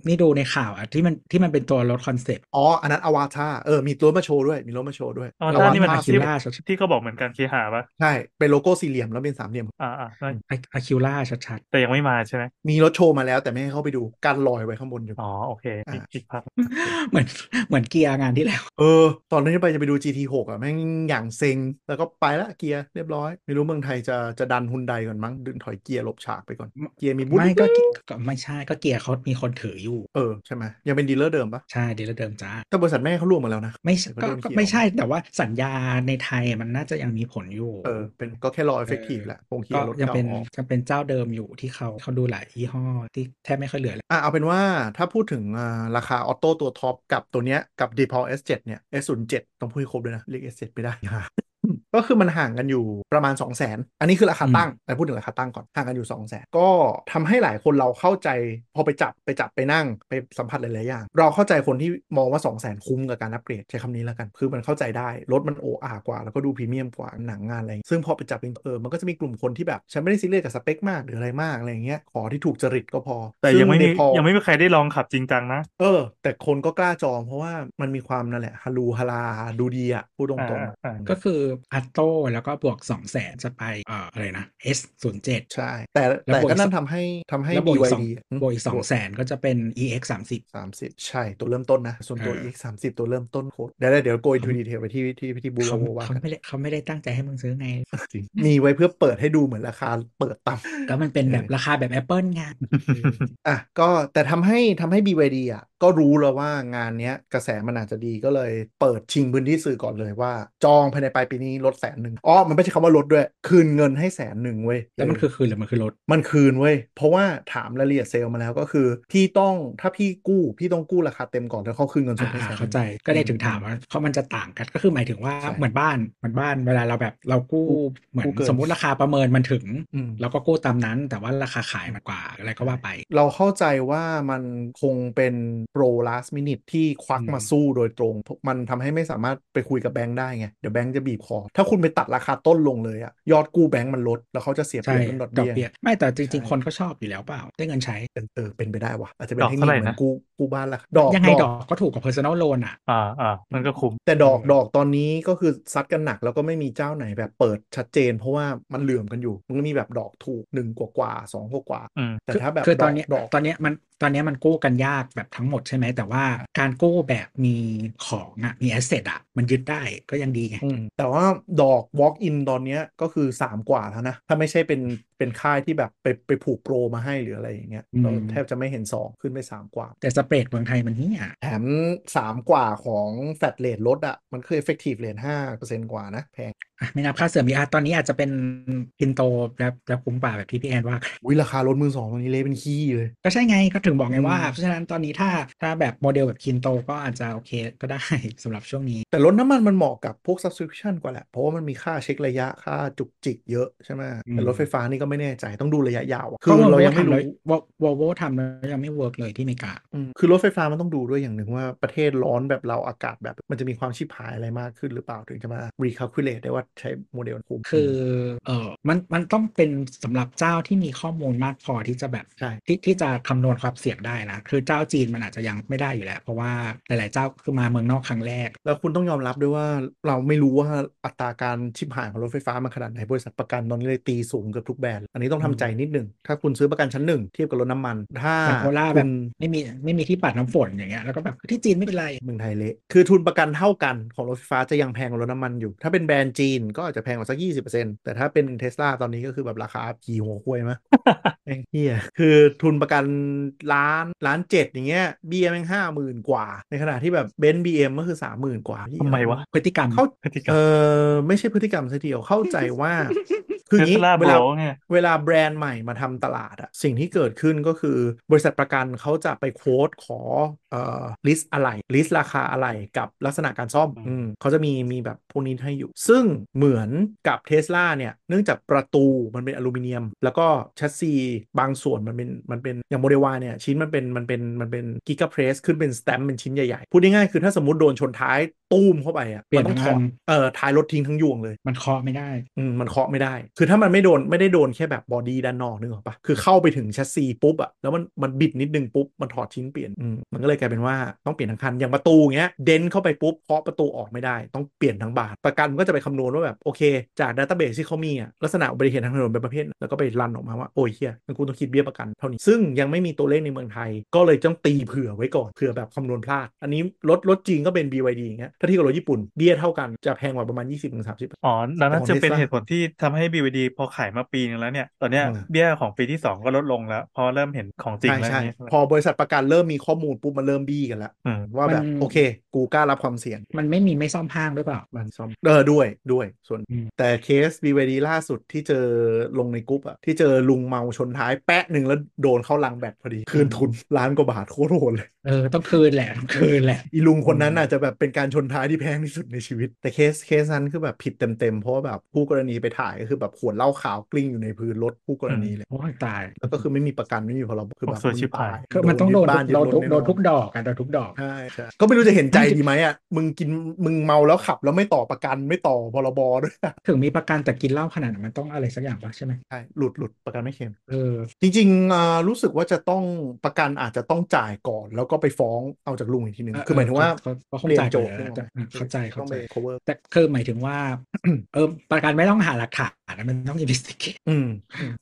[SPEAKER 2] นี่ดูในข่าวอ่ะที่มันที่มันเป็นตัวรถคอนเซ็ปต์
[SPEAKER 3] อ๋อ อันนั้นอวตารเออ มีตัวมาโชว์ด้วย มีรถมาโชว์ด้วย
[SPEAKER 4] อ๋อ
[SPEAKER 2] แต่ว่า
[SPEAKER 4] นี่
[SPEAKER 2] มั
[SPEAKER 4] มัน น
[SPEAKER 2] อะคิรา
[SPEAKER 4] ที่เขาบอกเหมือนการเคหาปะ
[SPEAKER 3] ใช่ เป็นโลโก้สี่เหลี่ยมแล้วเป็นสามเหลี่ยม
[SPEAKER 4] อ่าอ่าใช่
[SPEAKER 2] อะคิราชัด
[SPEAKER 4] แต่ยังไม่มาใช่ไหม
[SPEAKER 3] มีรถโชว์มาแล้วแต่ไม่ให้เข้าไปดูการลอยไว้ข้างบนอยู่
[SPEAKER 4] อ๋อโอเคอีกอีกพัก
[SPEAKER 2] ๆ *laughs* เหมือนเหมือนเกียร์งานที่แล้ว
[SPEAKER 3] เออ ตอนนี้นไปจะไปดู GT6 อ่ะ แม่งอย่างเซ็ง แล้วก็ไปละเกียร์เรียบร้อย ไม่รู้เมืองไทยจะจะดันฮุนไดก่อนมั้งดึงถอยเกียร์หลบฉากไปก่อน เกียร์มีบุ๊ด
[SPEAKER 2] ไม่ก็ก็ไม่ใช่ก็เกียร์เขามีคนถืออยู่
[SPEAKER 3] เออใช่ไหมยังเป็นดีลเลอร์เดิมปะ
[SPEAKER 2] ใช่เดี๋ยวเราเดิมจ้า
[SPEAKER 3] แต่บริษัทแม่เขาร่วมกันแล้วนะ
[SPEAKER 2] ไม่ใช่
[SPEAKER 3] แต่ก็
[SPEAKER 2] ก็
[SPEAKER 3] โดน
[SPEAKER 2] ก็
[SPEAKER 3] เขียว
[SPEAKER 2] ไม่ใช่แต่ว่าสัญญาในไทยมันน่าจะยังมีผลอยู่
[SPEAKER 3] เออเป็นก็แค่รอเอฟเฟกตีฟแหละคงเคลีย
[SPEAKER 2] ก็
[SPEAKER 3] ร์รถ
[SPEAKER 2] ยัง
[SPEAKER 3] เก่า
[SPEAKER 2] เป็น
[SPEAKER 3] ออก
[SPEAKER 2] ยังเป็นเจ้าเดิมอยู่ที่เขาเขาดูหลายยี่ห้อที่แทบไม่ค่อยเหลือแล้ว
[SPEAKER 3] อ่ะเอาเป็นว่าถ้าพูดถึงอ่าราคาออโต้ตัวท็อปกับตัวเนี้ยกับ d e p a u l S7 เนี่ย S07 ต้องพูดให้ครบด้วยนะ เรียก S7 ไม่ได้ *laughs* ก็คือมันห่างกันอยู่ประมาณ 2 0 0 0 0นอันนี้คือราคาตั้งแต่พูดถึงราคาตั้งก่อนห่างกันอยู่ 2 0 0 0 0นก็ทำให้หลายคนเราเข้าใจ พอไปจับไปจับไปนั่งไปสัมผัสหลาย ๆ อย่าง เราเข้าใจคนที่มองว่า 2 0 0 0 0 0คุ้มกับการอัปเกรดใช้คำนี้แล้วกัน คือมันเข้าใจได้รถมันโออากว่า แล้วก็ดูพรีเมียมกว่าหนังงานอะไรอย่างงี้ซึ่งพอไปจับเป็นเออมันก็จะมีกลุ่มคนที่แบบฉันไม่ได้ซีเรียสกับสเปคมากหรืออะไรมากอะไรอย่างเงี้ยขอที่ถูกจริตก็พอ
[SPEAKER 4] แต่
[SPEAKER 3] ซึ่
[SPEAKER 4] ยังไม่มี
[SPEAKER 3] Nepal
[SPEAKER 4] ยังไม่มีใครได้ลองขับจริงจังนะ
[SPEAKER 3] เออ แต่คนก็กล้าจองเพราะว่ามันมีความนั่นแหละฮารูฮาราดูดีอ่ะ พูดตรงๆอะ
[SPEAKER 4] อ่า
[SPEAKER 2] ก็คืออัตโต้แล้วก็บวก 2 0 0แสนจะไปเอ่ออะไรนะ S 0 7
[SPEAKER 3] ใช่ แต่
[SPEAKER 2] แล้ว
[SPEAKER 3] แต่
[SPEAKER 2] บวก
[SPEAKER 3] ก็
[SPEAKER 2] อีก
[SPEAKER 3] นั่น
[SPEAKER 2] สอง
[SPEAKER 3] ทำให้ทำให้
[SPEAKER 2] แล้วบวกอีกสอง
[SPEAKER 3] BYD ะ
[SPEAKER 2] บวกอีกสองแสนก็จะเป็น EX 3 0
[SPEAKER 3] สามสิบใช่ตัวเริ่มต้นนะ ส่วนตัว
[SPEAKER 2] เออ
[SPEAKER 3] EX 3 0 ตัวเริ่มต้นโคตรเดี๋ยวเดี๋ยว go into
[SPEAKER 2] เขา
[SPEAKER 3] detail ไปที่ที่ที่บูโร
[SPEAKER 2] เขา
[SPEAKER 3] ว่า
[SPEAKER 2] เขา
[SPEAKER 3] กัน
[SPEAKER 2] ไม่ได้เขาไม่ได้ตั้งใจให้มึงซื้
[SPEAKER 3] *laughs*
[SPEAKER 2] อไง
[SPEAKER 3] จริงมีไว้เพื่อเปิดให้ดูเหมือนราคาเปิดต่ำ
[SPEAKER 2] ก็มันเป็นแบบ
[SPEAKER 3] เออ
[SPEAKER 2] ราคาแบบ Apple ไง
[SPEAKER 3] อ่ะก็แต่ทำให้ทำให้ BYD อ่ะก็รู้แล้วว่างานเนี้ยกระแสมันอาจจะดีก็เลยเปิดชิงพื้นที่สื่อก่อนเลยว่า จองภายในปลายปีนี้ลดแสนหนึ่งอ๋อมันไม่ใช่คำว่าลดด้วย คืนเงินให้แสนหนึ่งเว้ย
[SPEAKER 2] แล้วมันคือคืนหรือมันคือรถ
[SPEAKER 3] มันคืนเว้ย เพราะว่าถามรายละเอียดเซลล์มาแล้วก็คือพี่ต้องถ้าพี่กู้พี่ต้องกู้ราคาเต็มก่อนแล้วเขาคืนเงินสด
[SPEAKER 2] อ่า
[SPEAKER 3] ให้แสน
[SPEAKER 2] เข้าใจก็ได้ถึงถามว่าเพราะมันจะต่างกันก็คือหมายถึงว่าเหมือนบ้านเหมือนบ้านเวลาเราแบบเรากู้เหมือนสมมติราคาประเมินมันถึง
[SPEAKER 3] อืม
[SPEAKER 2] เราก็กู้ตามนั้น แต่ว่าราคาขายมันกว่าอะไรก็ว่าไป
[SPEAKER 3] เราเข้าใจว่ามันคงเป็นโปร last minute ที่ควัก
[SPEAKER 2] อืม
[SPEAKER 3] มาสู้โดยตรง มันทำให้ไม่สามารถไปคุยกับแบงค์ได้ไง เดี๋ยวแบงค์จะบีบคอ ถ้าคุณไปตัดราคาต้นลงเลยอะยอดกู้แบงค์มันลด แล้วเขาจะเสียเป
[SPEAKER 2] ใช่
[SPEAKER 3] รียบเรื่องดอก
[SPEAKER 2] ดอก
[SPEAKER 3] เบี้
[SPEAKER 2] เบี้
[SPEAKER 3] ย
[SPEAKER 2] ยไม่แต่จริง
[SPEAKER 3] ใช่
[SPEAKER 2] ๆ คนก็ชอบอยู่แล้วเปล่า ได้เงินใช้
[SPEAKER 3] เออเป็นไปได้วะอาจจะเป็น
[SPEAKER 4] ดอก
[SPEAKER 3] เทค
[SPEAKER 4] เท่า
[SPEAKER 3] นิค
[SPEAKER 4] ไหร่
[SPEAKER 3] เหมือ
[SPEAKER 4] นะ
[SPEAKER 3] นกู้กู้บ้านราคาดอก
[SPEAKER 2] ยังไง
[SPEAKER 3] ด
[SPEAKER 2] ด
[SPEAKER 3] อ
[SPEAKER 2] อก กก็ถูกกว่า personal loan อ่ะ
[SPEAKER 4] อ่าอ่ามันก็คุ้ม
[SPEAKER 3] แต่ดอก
[SPEAKER 2] เออ
[SPEAKER 3] ดอกตอนนี้ก็คือซัดกันหนักแล้วก็ไม่มีเจ้าไหนแบบเปิดชัดเจน เพราะว่ามันเหลื่อมกันอยู่ มันก็มีแบบดอกถูกหนึ่งกว่ากว่าสองกว่ากว่า
[SPEAKER 4] อืม
[SPEAKER 3] แต่ถ้าแบบ
[SPEAKER 2] คือ
[SPEAKER 3] ด
[SPEAKER 2] ต
[SPEAKER 3] อ
[SPEAKER 2] อก นเนี้ย
[SPEAKER 3] ดอก
[SPEAKER 2] ตอนเนี้ยมันตอนเนี้ยมันกู้กันยากแบบทั้งหมดใช่ไหมแต่ว่าการกู้แบบมีของอ่ะมี asset อ่ะมันยึดได้ก็ยังดีไง
[SPEAKER 3] อืมแต่ว่าดอก walk in ตอนเนี้ยก็คือ 3 กว่าแล้วนะ ถ้าไม่ใช่เป็นเป็นค่ายที่แบบไปไปผูกโปรมาให้หรืออะไรอย่างเงี้ย
[SPEAKER 2] อืม
[SPEAKER 3] เราแทบจะไม่เห็น 2 ขึ้นไป 3 กว่า
[SPEAKER 2] แต่สเปรดเมืองไทยมันเนี่ย
[SPEAKER 3] แถม 3 กว่าของแฟลตเลทลดอ่ะมันคือ effective rate ห้าเปอร์เซ็นต์กว่านะแพง
[SPEAKER 2] อ่ะไม่นับค่าเสื่อมอีกอ่ะตอนนี้อาจจะเป็นพินโตแบบแบบคุ้มป่าแบบที่พี่แอนว่า
[SPEAKER 3] อุ้ยราคารถมือสองตอนนี้เละเป็นขี้เลย
[SPEAKER 2] ก็ใช่ไงก็ถึงบอกไงว่า
[SPEAKER 3] อืม
[SPEAKER 2] เพราะฉะนั้นตอนนี้ถ้าถ้าแบบโมเดลแบบคินโตก็อาจจะโอเคก็ได้ *laughs* สำหรับช่วงนี้
[SPEAKER 3] แต่รถน้ำมันมันเหมาะกับพวก subscription กว่าแหละ เพราะว่ามันมีค่าเช็คระยะค่าจุกจิกเยอะใช่ไหม
[SPEAKER 2] อืม
[SPEAKER 3] แต่รถไฟฟ้านี่ก็ไม่แน่ใจต้องดูระยะยาวอะคื
[SPEAKER 2] ก็
[SPEAKER 3] อ
[SPEAKER 2] วอล
[SPEAKER 3] เรา
[SPEAKER 2] โว
[SPEAKER 3] ยังไม่
[SPEAKER 2] ทำ
[SPEAKER 3] รู้
[SPEAKER 2] แล้ววอลโวทำแล้วยังไม่เวิร์กเลยที่อเมริกา
[SPEAKER 3] อืมคือรถไฟฟ้ามันต้องดูด้วยอย่างหนึ่งว่าประเทศร้อนแบบเราอากาศแบบ มันจะมีความชิบหายอะไรมากขึ้นหรือเปล่าถึงจะมา recalculate ได้ว่าใช้โมเดลคุ้ม
[SPEAKER 2] คือเออมันมันต้องเป็นสำหรับเจ้าที่มีข้อมูลมากพอที่จะแบบ
[SPEAKER 3] ใช่
[SPEAKER 2] ที่ที่จะคำนวณความเสี่ยงได้นะ คือเจ้าจีนมันอาจจะยังไม่ได้อยู่แล้ว เพราะว่าหลาย ๆ เจ้าคือมาเมืองนอกครั้งแรก
[SPEAKER 3] แล้วคุณต้องยอมรับด้วยว่าเราไม่รู้ว่าอัตราการชิบหายของรถไฟฟ้ามันขนาดไหนบริษัทประกันตอนนี้เลยตีสูงเกือบทุกแบรนด์อันนี้ต้องทำใจนิดหนึงถ้าคุณซื้อประกันชั้นหนึ่งเทียบกับรถน้ำมันถ้า
[SPEAKER 2] อย่างโคราช
[SPEAKER 3] คุ
[SPEAKER 2] แบ
[SPEAKER 3] ณ
[SPEAKER 2] บไม่มีไม่มีที่ปัดน้ำฝนอย่างเงี้ยแล้วก็แบบที่จีนไม่เป็นไร
[SPEAKER 3] เมืองไทยเละ คือทุนประกันเท่ากันของรถไฟฟ้าจะยังแพงกว่ารถน้ำมันอยู่ ถ้าเป็นแบรนด์จีนก็อาจจะแพงกว่าสัก 20%แต่ถ้าเป็นเทสลาตอนนี้ก็คือแบบราคากี่หัวควยมะ *laughs* แม่งเฮียคือทุนประกันล้านล้านเจ็ดอย่างเงี้ยเบี้ยแม่งห้าหมื่นกว่า ในขณะที่แบบเบนซ์บีเอ็มก็คือสามหมื่นกว่าเหี้ย
[SPEAKER 4] ทำไมวะ
[SPEAKER 2] พฤติกรรม
[SPEAKER 3] เข้า
[SPEAKER 4] พฤติกรร
[SPEAKER 3] เอ
[SPEAKER 4] ม *laughs*
[SPEAKER 3] อไม่ใช่พฤติกรรมซะทีเดียวเข้าใจว่า คือ
[SPEAKER 4] เท
[SPEAKER 3] อย่าง
[SPEAKER 4] ส
[SPEAKER 3] นี้
[SPEAKER 4] ลา
[SPEAKER 3] เว
[SPEAKER 4] โบร
[SPEAKER 3] ลา
[SPEAKER 4] เนี่ย
[SPEAKER 3] เวลาแบรนด์ใหม่มาทำตลาดอะสิ่งที่เกิดขึ้นก็คือบริษัทประกันเขาจะไปโค้ดขอเอ่อลิสต์อะไรลิสต์ราคาอะไรกับลักษณะการซ่อม
[SPEAKER 4] อืม
[SPEAKER 3] อืมเขาจะมีมีแบบพวกนี้ให้อยู่ ซึ่งเหมือนกับเทสลาเนี่ย เนื่องจากประตูมันเป็นอลูมิเนียม แล้วก็แชสซีบางส่วนมันเป็นมันเป็นอย่างโมเดลวาเนี่ย ชิ้นมันเป็นมันเป็นมันเป็นกิกะเพรสขึ้นเป็นสแตมป์เป็นชิ้นใหญ่ๆ พูดง่ายๆคือถ้าสมมติโดนชนท้ายตูมเข้าไปอะ
[SPEAKER 2] เปลี่ยน
[SPEAKER 3] มัต้องถ
[SPEAKER 2] ทั้ง
[SPEAKER 3] อด
[SPEAKER 2] อัน
[SPEAKER 3] เอ่อท้ายรถทิ้งทั้งยวงเลย
[SPEAKER 2] มันเคาะไม่ได้
[SPEAKER 3] อืมมันเคาะไม่ได้ คือถ้ามันไม่โดนไม่ได้โดนแค่แบบบอดี้ด้านนอกนึกออกปะคือเข้าไปถึงแชสซีปุ๊บอะแล้วมันมันบิดนิดนึงปุ๊บ มันถอดชิ้นเปลี่ยนอืมมันก็เลยกลายเป็นว่าต้องเปลี่ยนทั้งคัน อย่างประตูเงี้ยเดนเข้าไปปุ๊บเคาะประตูออกไม่ได้ ต้องเปลี่ยนทั้งบานประกันมันก็จะไปคำนวณว่าแบบโอเค จากดัตเตอร์เบสที่เขามีอะลักษณะอุบัติเหตุทางถนนเป็นประเภทไหนแล้วก็ไปรันออกมาว่าโอ้ยเฮียงั้นกูต้องคิดเบี้ยประกันเท่านี้ซึ่งยังไม่มีตัวเลขในเมืองไทย ก็เลยต้องตีเผื่อไว้ก่อนเผื่อแบบคำนวณพลาด อันนี้รถรถจีนก็เป็น BYD อย่างเงี้ยถ้าเที่กับรถญี่ปุ่นเบี้ยเท่ากันจะแพงกว่าประมาณ 20-30%
[SPEAKER 4] อ๋อดังนั้น
[SPEAKER 3] ของ
[SPEAKER 4] จะเป็น
[SPEAKER 3] Tesla
[SPEAKER 4] เหตุผลที่ทำให้ BVD พอขายมาปีนึงแล้วเนี่ย ตอนเนี้ย
[SPEAKER 3] อืม
[SPEAKER 4] เบี้ยของปีที่สองก็ลดลงแล้ว เพอเริ่มเห็นของจริง
[SPEAKER 3] ใช่
[SPEAKER 4] แล้ว
[SPEAKER 3] ใช่
[SPEAKER 4] เนี่ย
[SPEAKER 3] พอบริษัทประกันเริ่มมีข้อมูลปุ๊บมันเริ่มบี้กันละ
[SPEAKER 4] อืม
[SPEAKER 3] ว่าแบบ
[SPEAKER 2] มัน
[SPEAKER 3] โอเค กูกล้ารับความเสี่ยง
[SPEAKER 2] มันไม่มีไม่ซ่อมห้างด้วยเปล่า
[SPEAKER 3] มันซ่อมเออด้วยด้วยส่วน
[SPEAKER 2] อืม
[SPEAKER 3] แต่เคส BVD ล่าสุดที่เจอลงในกรุ๊ปอะที่เจอลุงเมาชนท้ายแปะหนึ่งแล้วโดนเข้าลังแบตพอดี คืนทุนล้านกว่าบาทโคตรโหดเลย
[SPEAKER 2] เออต้องคืนแหละต้องคืนแหละ
[SPEAKER 3] อีลุงคนนั้นน่ะจะแบบเป็นการชนท้ายที่แพงที่สุดในชีวิต แต่เคสเคสนั้นคือแบบผิดเต็มๆเพราะว่าแบบผู้กรณีไปถ่ายก็คือแบบขวดเหล้าขาวกลิ้งอยู่ในพื้นรถผู้กรณีเลย
[SPEAKER 2] โอ้ยตาย
[SPEAKER 3] แล้วก็คือไม่มีประกันไม่มีพรบคือแบบ
[SPEAKER 4] โอ้โหชิบหาย
[SPEAKER 2] คือมันต้องโดน
[SPEAKER 3] บ้ายึ
[SPEAKER 2] โดนทุก
[SPEAKER 3] แน่
[SPEAKER 2] โด
[SPEAKER 3] อน น
[SPEAKER 2] ทุกดอกอะโดนทุกดอก
[SPEAKER 3] ใช่ใช่ก็ไม่รู้จะเห็นใจดีไหมอ่ะ มึงกินมึงเมาแล้วขับแล้วไม่ต่อประกันไม่ต่อพรบด้วยอะ
[SPEAKER 2] ถึงมีประกันแต่กินเหล้าขนาดนั้นมันต้องอะไรสักอย่างปะใช่ไหม
[SPEAKER 3] ใช่หลุดหลุดประกันไม่เค็ม
[SPEAKER 2] เออ
[SPEAKER 3] จริงๆอ่ารู้สึกว่าจะต้องประกันอาจจะต้องจ่ายก่อน แล้วก็ไปฟ้องเอาจากลุงอีกทีหนึ่ง
[SPEAKER 2] เออ
[SPEAKER 3] คือหมายถึงว่า
[SPEAKER 2] เออเขาเขาคง
[SPEAKER 3] เปลี่ยน
[SPEAKER 2] จ่าย
[SPEAKER 3] โจท
[SPEAKER 2] ไป
[SPEAKER 3] ย์
[SPEAKER 2] แล้ว
[SPEAKER 3] นึกออกไหม
[SPEAKER 2] เข้าใจเข้าใจ
[SPEAKER 3] ต้องไป cover
[SPEAKER 2] แต่คือหมายถึงว่า *coughs* เออประกันไม่ต้องหาหลักฐานนะมันต้อง investigate
[SPEAKER 3] อืม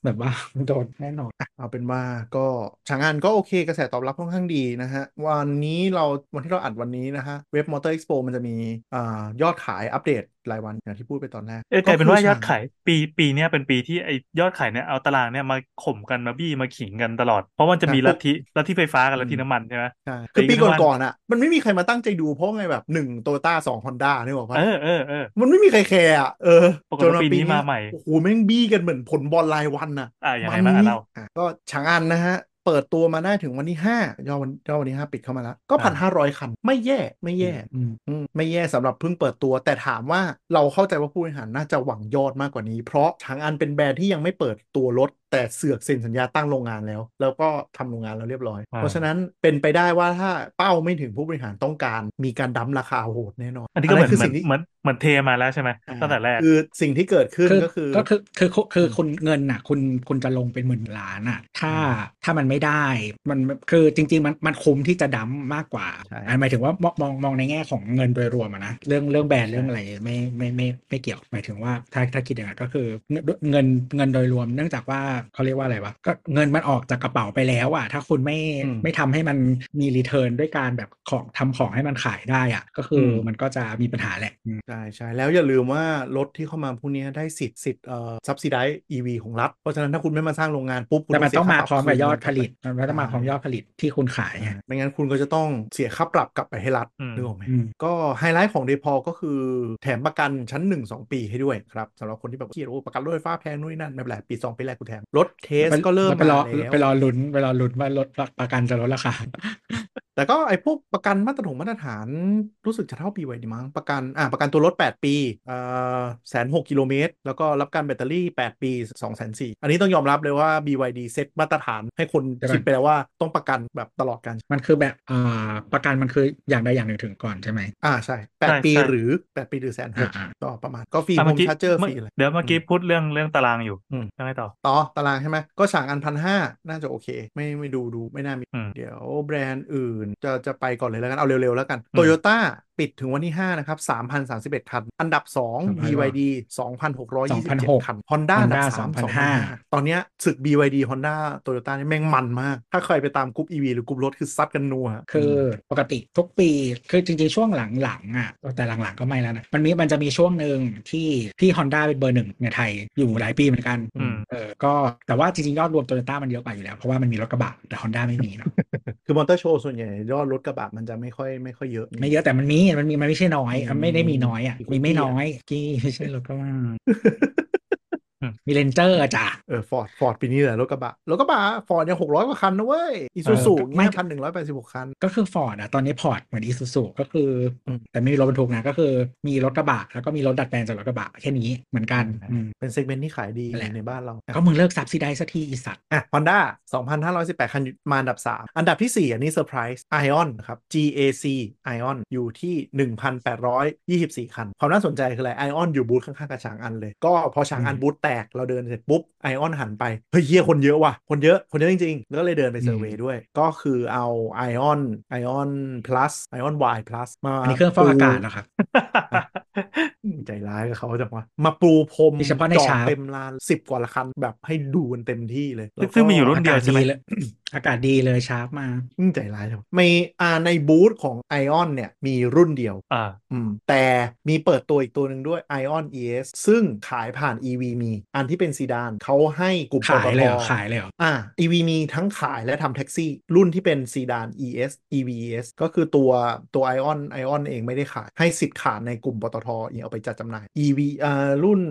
[SPEAKER 2] แบบว่ามันโดนแน่นอน
[SPEAKER 3] เอาเป็นว่าก็ฉางงานก็โอเคกระแสตอบรับค่อนข้างดีนะฮะ วันนี้เราวันที่เราอัดวันนี้นะฮะเว็บมอเตอร์เอ็กซ์โปมันจะมีอายอดขายอัปเดตรายวันอย่างที่พูดไปตอนแรก
[SPEAKER 4] เอ้ยกลายเป็น
[SPEAKER 3] คื
[SPEAKER 4] ว่ายอด
[SPEAKER 3] ฉ
[SPEAKER 4] ขายปีปีเนี้ยเป็นปีที่ไอยอดขายเนี่ยเอาตารางเนี่ยมาข่มกันมาบี้มาขิงกันตลอด เพราะมันจะมี
[SPEAKER 3] ครับ
[SPEAKER 4] ลัทธิลัทธิไฟฟ้ากับลัทธิ
[SPEAKER 3] อืม
[SPEAKER 4] น้ำมันใช่ไหม
[SPEAKER 3] ใช่คือ
[SPEAKER 4] แต่
[SPEAKER 3] ปี
[SPEAKER 4] อีกทั้งวัน
[SPEAKER 3] ก่อนๆอ่ะ มันไม่มีใครมาตั้งใจดูเพราะไงแบบหนึ่งโตโยต้าสองฮอนด้านี่บอกว่า
[SPEAKER 4] เออเออเออ
[SPEAKER 3] มันไม่มีใครแคร์อ่ะเออ
[SPEAKER 4] ปรากฏว่าปีนี้มาใหม่
[SPEAKER 3] โอ้โหแม่งบี้กันเหมือนผลบอลรายวันน่ะ
[SPEAKER 4] อ่ะยังไงบ้างอ่ะเรา
[SPEAKER 3] อ่ะก็ฉางอันนะฮะ เปิดตัวมาได้ถึงวันที่5ยอดวันยอดวันที่ 5 ปิดเข้ามาแล้ว ก็
[SPEAKER 4] อ่ะ
[SPEAKER 3] พันห้าร้อยคัน ไม่แย่ไม่แย่
[SPEAKER 2] อืม
[SPEAKER 3] อืมไม่แย่สำหรับเพิ่งเปิดตัว แต่ถามว่าเราเข้าใจว่าผู้บริหารน่าจะหวังยอดมากกว่านี้ เพราะฉางอันเป็นแบรนด์ที่ยังไม่เปิดตัวรถ แต่เสือกเซ็นสัญญาตั้งโรงงานแล้ว แล้วก็ทำโรงงานแล้วเรียบร้อย
[SPEAKER 4] อ่า
[SPEAKER 3] เพราะฉะนั้นเป็นไปได้ว่าถ้าเป้าไม่ถึงผู้บริหารต้องการมีการดั้มราคาโหดแน่นอน
[SPEAKER 4] อันนี้ก็เหมือน
[SPEAKER 3] คื
[SPEAKER 4] เหมือ
[SPEAKER 3] สิ่
[SPEAKER 4] น
[SPEAKER 3] งที่
[SPEAKER 4] เหมือนเหมือนเทมาแล้วใช่ไหม
[SPEAKER 3] อ่า
[SPEAKER 4] ตั้งแต่แรก
[SPEAKER 3] คือสิ่งที่เกิดขึ้นก็คือ
[SPEAKER 2] ก็คือคือคือคือคุณเงินน่ะ คุณคุณจะลงเป็นหมื่นล้านอ่ะ ถ้าถ้ามันไม่ได้ มันคือจริง ๆ มันมันคุ้มที่จะดั้มมากกว่า
[SPEAKER 3] ใช่
[SPEAKER 2] อันหมายถึงว่ามองมองมองในแง่ของเงินโดยรวมอะนะเรื่องเรื่องแบรนด์เรื่องอะไรไม่ไม่ไม่ไม่ไม่เกี่ยวหมายถึงว่าถ้าถ้าคิดอย่างนั้นก็คือเงินเงินโดยรวม เนื่องจากว่าเขาเรียกว่าอะไรวะก็เงินมันออกจากกระเป๋าไปแล้วอ่ะถ้าคุณไม่
[SPEAKER 3] อืม
[SPEAKER 2] ไม่ทำให้มันมีรีเทิร์นด้วยการแบบของทำของให้มันขายได้อ่ะ ก็คืออ
[SPEAKER 3] ม
[SPEAKER 2] มันก็จะมีปัญหาแหละอืม
[SPEAKER 3] ใช่ใช่แล้วอย่าลืมว่ารถที่เข้ามาพวกนี้ได้สิทธิ์สิทธิ์เอ่อ subsidize EV ของรัฐ เพราะฉะนั้นถ้าคุณไม่มาสร้างโรงงานปุ๊บคุณ
[SPEAKER 2] แต่มัน
[SPEAKER 3] เสีย
[SPEAKER 2] ต้องมา
[SPEAKER 3] ค่ป
[SPEAKER 2] พร้อมกับยอดผลิต
[SPEAKER 3] คืน
[SPEAKER 2] มันต้องมา
[SPEAKER 3] ใช่
[SPEAKER 2] พร้อมยอดผลิตที่คุณขายไง
[SPEAKER 3] อ่าไม่งั้นคุณก็จะต้องเสียค่าปรับกลับไปให้รัฐ
[SPEAKER 4] อืม
[SPEAKER 3] นึกออกไหม
[SPEAKER 2] อืม
[SPEAKER 3] ก็ไฮไลท์ของเดพอก็คือแถมประกันชั้น 1 2 ปีให้ด้วยครับสำหรับคนที่แบบเกลียดโอ้ประกันรถไฟฟ้าแพงนู่นนนั่น ไม่เป็นไรปี 2 ปีแรกกูแถม รถเทส
[SPEAKER 2] ไป
[SPEAKER 3] ก็เริ่ม
[SPEAKER 2] ไป
[SPEAKER 3] มาร
[SPEAKER 2] อ
[SPEAKER 3] แล้ว
[SPEAKER 2] ไปรอลุ้นไปรอลุ้นว่ารถประกันจะลดราค *laughs* า
[SPEAKER 3] แต่ก็ไอ้พวกประกันมาตรฐานมาตรฐานรู้สึกจะเท่าปีไว้ดีมั้งประกันอ่ะประกันตัวรถ 8 ปีเอ่อแสนหกิโลเมตร แล้วก็รับการแบตเตอรี่ 8 ปี2องแสนสี่อันนี้ต้องยอมรับเลยว่า BYD เซ็ตมาตรฐานให้คน
[SPEAKER 2] เดี๋ยวก่อน
[SPEAKER 3] คิดไปแล้วว่าต้องประกันแบบตลอดการ
[SPEAKER 2] มันคือแบบอ่าประกันมันคืออย่างใดอย่างหนึ่งถึงก่อนใช่ไหม
[SPEAKER 3] อ่าใช่แปด
[SPEAKER 4] ใช่
[SPEAKER 3] ปี
[SPEAKER 4] ใช่
[SPEAKER 3] หรือแปดปีหรือแสนหก
[SPEAKER 2] อ่า
[SPEAKER 3] ก็ประมาณก็ฟรี
[SPEAKER 4] อ่ะ
[SPEAKER 3] โฮ
[SPEAKER 4] เมื่อ
[SPEAKER 3] ม
[SPEAKER 4] กี้
[SPEAKER 3] ชาร์เจอร์ฟ
[SPEAKER 4] เมื่อ
[SPEAKER 3] รีเลย
[SPEAKER 4] เดี๋ยวเมื่อกี้พูดเรื่องเรื่องตารางอยู่
[SPEAKER 3] อืม
[SPEAKER 4] ยังไงต่อ
[SPEAKER 3] ต่อตารางใช่ไหมก็ฉากอันพันห้าน่าจะโอเค ไม่ไม่ดูดูไม่น่ามี
[SPEAKER 4] อืม
[SPEAKER 3] เดี๋ยวแบรนด์อื่นจะจะไปก่อนเลยแล้วกัน เอาเร็ว ๆ แล้วกัน
[SPEAKER 4] อืม
[SPEAKER 3] โตโยต้าปิดถึงวันที่ 5 นะครับ 3,031 คัน อันดับ 2
[SPEAKER 2] 3,000
[SPEAKER 3] BYD 2,627
[SPEAKER 2] 2,600
[SPEAKER 3] คัน Honda อันดับ
[SPEAKER 2] Honda
[SPEAKER 3] 3
[SPEAKER 2] 2,500
[SPEAKER 3] 2,500 ตอนเนี้ยศึก BYD Honda Toyota นี่แม่งมันมาก ถ้าใครไปตามกรุ๊ป EV หรือกรุ๊ปรถคือซัดกันนัว
[SPEAKER 2] คือปกติทุกปีคือจริงๆ ช่วงหลังๆอ่ะแต่หลังๆก็ไม่แล้วนะ มันมีมันจะมีช่วงหนึ่งที่ที่ Honda เป็นเบอร์หนึ่งในไทยอยู่หลายปีเหมือนกัน
[SPEAKER 4] อืม
[SPEAKER 2] เออก็แต่ว่าจริงๆ ยอดรวมโตโยต้ามันเยอะกว่าอยู่แล้ว เพราะว่ามันมีรถกระบะแต่ Honda ไม่มีเนาะ
[SPEAKER 3] คือมอเตอร์โชว์ส่วนใหญ่ยอดรถกระบะมันจะไม่ค่อยไม่ค่อยเยอะ
[SPEAKER 2] ไม่เยอะแต่มันมีมันมีมันไม่ใช่น้อยอ่ะไม่ได้มีน้อยอ่ะ
[SPEAKER 3] มีคุกกี้
[SPEAKER 2] มีไม่
[SPEAKER 3] อ่ะ
[SPEAKER 2] น้อยกี้ไม่ใช่รถกระบะ
[SPEAKER 4] อืม
[SPEAKER 2] มี มีเลนเจอร์จ้ะ
[SPEAKER 3] เออฟอร์ดฟอร์ดปีนี้เหลือรถกระบะรถกระบะฟอร์ดยังหกร้อยกว่าคันนะเว้ยอีซูซู
[SPEAKER 2] เออไม่
[SPEAKER 3] ไม่พันหนึ่งร้อยแปดสิบหกคัน
[SPEAKER 2] ก็คือฟอร์ดอะตอนนี้พอร์ตเหมือนอีซูซูก็คืออ
[SPEAKER 3] ม
[SPEAKER 2] แต่ไม่มีรถบรรทุกนะก็คือมีรถกระบะแล้วก็มีรถดัดแปลงจากรถกระบะแค่นี้เหมือนกันอืม
[SPEAKER 3] เป็นเซกเมนต์ที่ขายดี
[SPEAKER 2] นั่นแหละ
[SPEAKER 3] ในบ้านเราอ่ะ
[SPEAKER 2] ก็มึงเลิกซับซิได้สักทีอีสัตว์
[SPEAKER 3] อ่ะ Honda 2,518 คันมาอันดับ 3 อันดับทีสี่ 4 อันนี้เซอร์ไพรส์ Ion ครับ GAC Ion อยู่ที่ 1,824 คัน ความน่าสนใจคืออะไร Ion อยู่บูธข้างๆกับช้างอันเลย ก็พอช้างอันบูธแตกเราเดินเสร็จปุ๊บ Ion หันไป เฮ้ยเฮียคนเยอะว่ะ คนเยอะ คนเยอะจริงๆ แล้วก็เลยเดินไปเซอร์เวยด้วย ก็คือเอา Ion Ion Plus Ion Y Plus มา
[SPEAKER 2] อันนี้เครื่องฟอกอากาศเหรอครับ
[SPEAKER 3] ใจร้ายกับเขาจังวะมาปูพรม
[SPEAKER 2] มีเฉพาะใน
[SPEAKER 3] จอด
[SPEAKER 2] ช้าง
[SPEAKER 3] เต็มลานสิบกว่าละคันแบบให้ดูกันเต็มที่เลยแล้วก็
[SPEAKER 4] ซึ่งมีอยู่รุ่น เดียว
[SPEAKER 2] อากาศ
[SPEAKER 4] ใช่ไหม
[SPEAKER 2] ดีเลย *clears throat* อากาศดีเลยชาร์ปมา
[SPEAKER 3] อืมใจร้ายจังมีอ่าในบูธของ Ion เนี่ยมีรุ่นเดียว
[SPEAKER 4] อ่า
[SPEAKER 3] อืม แต่มีเปิดตัวอีกตัวหนึ่งด้วย Ion ES ซึ่งขายผ่าน EV มีอันที่เป็นซีดานเขาให้กลุ่ม
[SPEAKER 2] ขายเลยเหรอ
[SPEAKER 3] ปตท
[SPEAKER 2] ขายเลยเหรอ
[SPEAKER 3] อ่า EV มีทั้งขายและทำแท็กซี่ รุ่นที่เป็นซีดาน ES EV ES ก็คือตัวตัว Ion Ion เองไม่ได้ขาย ให้สิทธิ์ขาดในกลุ่มปตทเองเอาไปจัดจำหน่าย EV อ่ารุ่น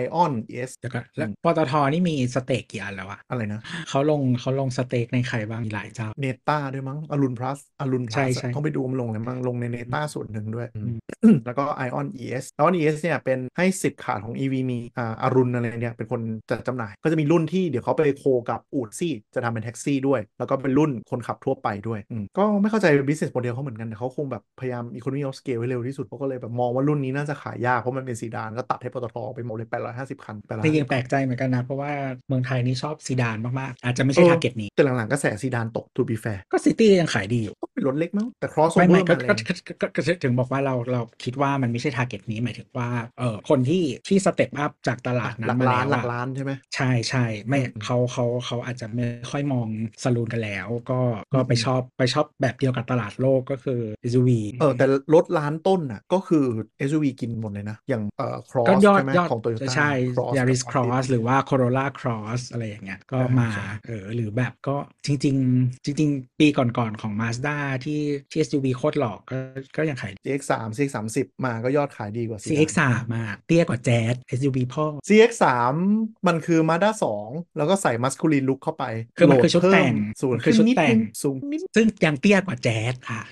[SPEAKER 3] Ion ES
[SPEAKER 2] เดี๋ยวก็แล้วปตทนี่มีสเต็กกี่อันแล้วอะ
[SPEAKER 3] อะไรนะ
[SPEAKER 2] เขาลงเขาลงสเต็กในใครบ้างมีหลายเจ้า
[SPEAKER 3] เนต้าด้วยมั้งอรุณพลัสอรุณพ
[SPEAKER 2] ใช่
[SPEAKER 3] ลัส
[SPEAKER 2] ใช่
[SPEAKER 3] ต้องไปดูมันลงเลยมั้งลงในเนต้าส่วนหนึ่งด้วย
[SPEAKER 2] อืม
[SPEAKER 3] แล้วก็ Ion ES Ion ES เนี่ยเป็นให้สิทธิ์ขาดของ EV มีอ่าอรุณอะไรเนี่ยเป็นคนจัดจำหน่าย ก็จะมีรุ่นที่เดี๋ยวเขาไปโคกับอูดซี่จะทำเป็นแท็กซี่ด้วย แล้วก็เป็นรุ่นคนขับทั่วไปด้วยอืมก็ไม่เข้าใจ business model เขาเหมือนกันแต่เขาคงแบบพยายาม economy of scale ไว้เร็วที่สุดเขาก็เลยแบบมองว่ารุ่นนี้น่าจะขายยาก เพราะมันเป็นซีดานก็ตัดให้ปตทไปหมดเลย 850 คันไปละ
[SPEAKER 2] แต่ยังแปลกใจเหมือนกันนะ เพราะว่าเมืองไทยนี่ชอบซีดานมากๆ อาจจะไม่ใช่
[SPEAKER 3] เออ
[SPEAKER 2] ทาร์เก็ตนี้
[SPEAKER 3] แต่หลังๆกระแสซีดานตก to be fair
[SPEAKER 2] ก็ซิตี้ยังขายดีอยู่
[SPEAKER 3] ก็เป็นรถเล็กมั้งแต่ crossover
[SPEAKER 2] ไม่ไม่ก็
[SPEAKER 3] าแรง
[SPEAKER 2] ก็ก็ก็ก็ถึงบอกว่าเราเราคิดว่ามันไม่ใช่ทาร์เก็ตนี้หมายถึงว่าเออคนที่ที่สเต็ปอัพจากตลาดนั้
[SPEAKER 3] หลั
[SPEAKER 2] น
[SPEAKER 3] ก
[SPEAKER 2] มา
[SPEAKER 3] ล้านห
[SPEAKER 2] แล้ว
[SPEAKER 3] ลั
[SPEAKER 2] อะ
[SPEAKER 3] กล้านใช่ไหม
[SPEAKER 2] ใช่ใช่ไม่
[SPEAKER 3] อืม
[SPEAKER 2] เขาเขาเขาอาจจะไม่ค่อยมองสลูนกันแล้ว ก็ก็ไป
[SPEAKER 3] อืม
[SPEAKER 2] ชอบไปชอบแบบเดียวกับตลาดโลกก็คือ SUV
[SPEAKER 3] เออแต่รถล้านต้นน่ะก็คือ SUV กินหมดเลยนะ อย่างเอ่อ cross
[SPEAKER 2] ก็ยอด
[SPEAKER 3] ใช่ไหม
[SPEAKER 2] ยอด
[SPEAKER 3] ของ Toyota
[SPEAKER 2] ใช่
[SPEAKER 3] Cross
[SPEAKER 2] ยาริส
[SPEAKER 3] กับ
[SPEAKER 2] ครอส หรือว่า Corolla Cross อะไรอย่างเงี้ยก็
[SPEAKER 3] ใช่
[SPEAKER 2] มา
[SPEAKER 3] ใช่
[SPEAKER 2] เออหรือแบบก็จริง ๆ จริง ๆ ปีก่อนๆของ Mazda ที่ที่ SUV โคตรหลอกก็ก็ยังขาย
[SPEAKER 3] CX3 CX30 มาก็ยอดขายดีกว่า Sedan
[SPEAKER 2] CX3 มาเตี้ยกว่า Jazz SUV พ่อ
[SPEAKER 3] CX3 มันคือ Mazda 2 แล้วก็ใส่ masculine look เข้าไป
[SPEAKER 2] คือมันคือ
[SPEAKER 3] โหล
[SPEAKER 2] ชุดแต่ง
[SPEAKER 3] เพิ่มสูง
[SPEAKER 2] มันคื
[SPEAKER 3] ขึ้
[SPEAKER 2] อ
[SPEAKER 3] น
[SPEAKER 2] ชุด
[SPEAKER 3] นิด
[SPEAKER 2] แต่
[SPEAKER 3] นึ
[SPEAKER 2] ง
[SPEAKER 3] งสูงนิด
[SPEAKER 2] ซึ่งยังเตี้ยกว่า Jazz ค่ะ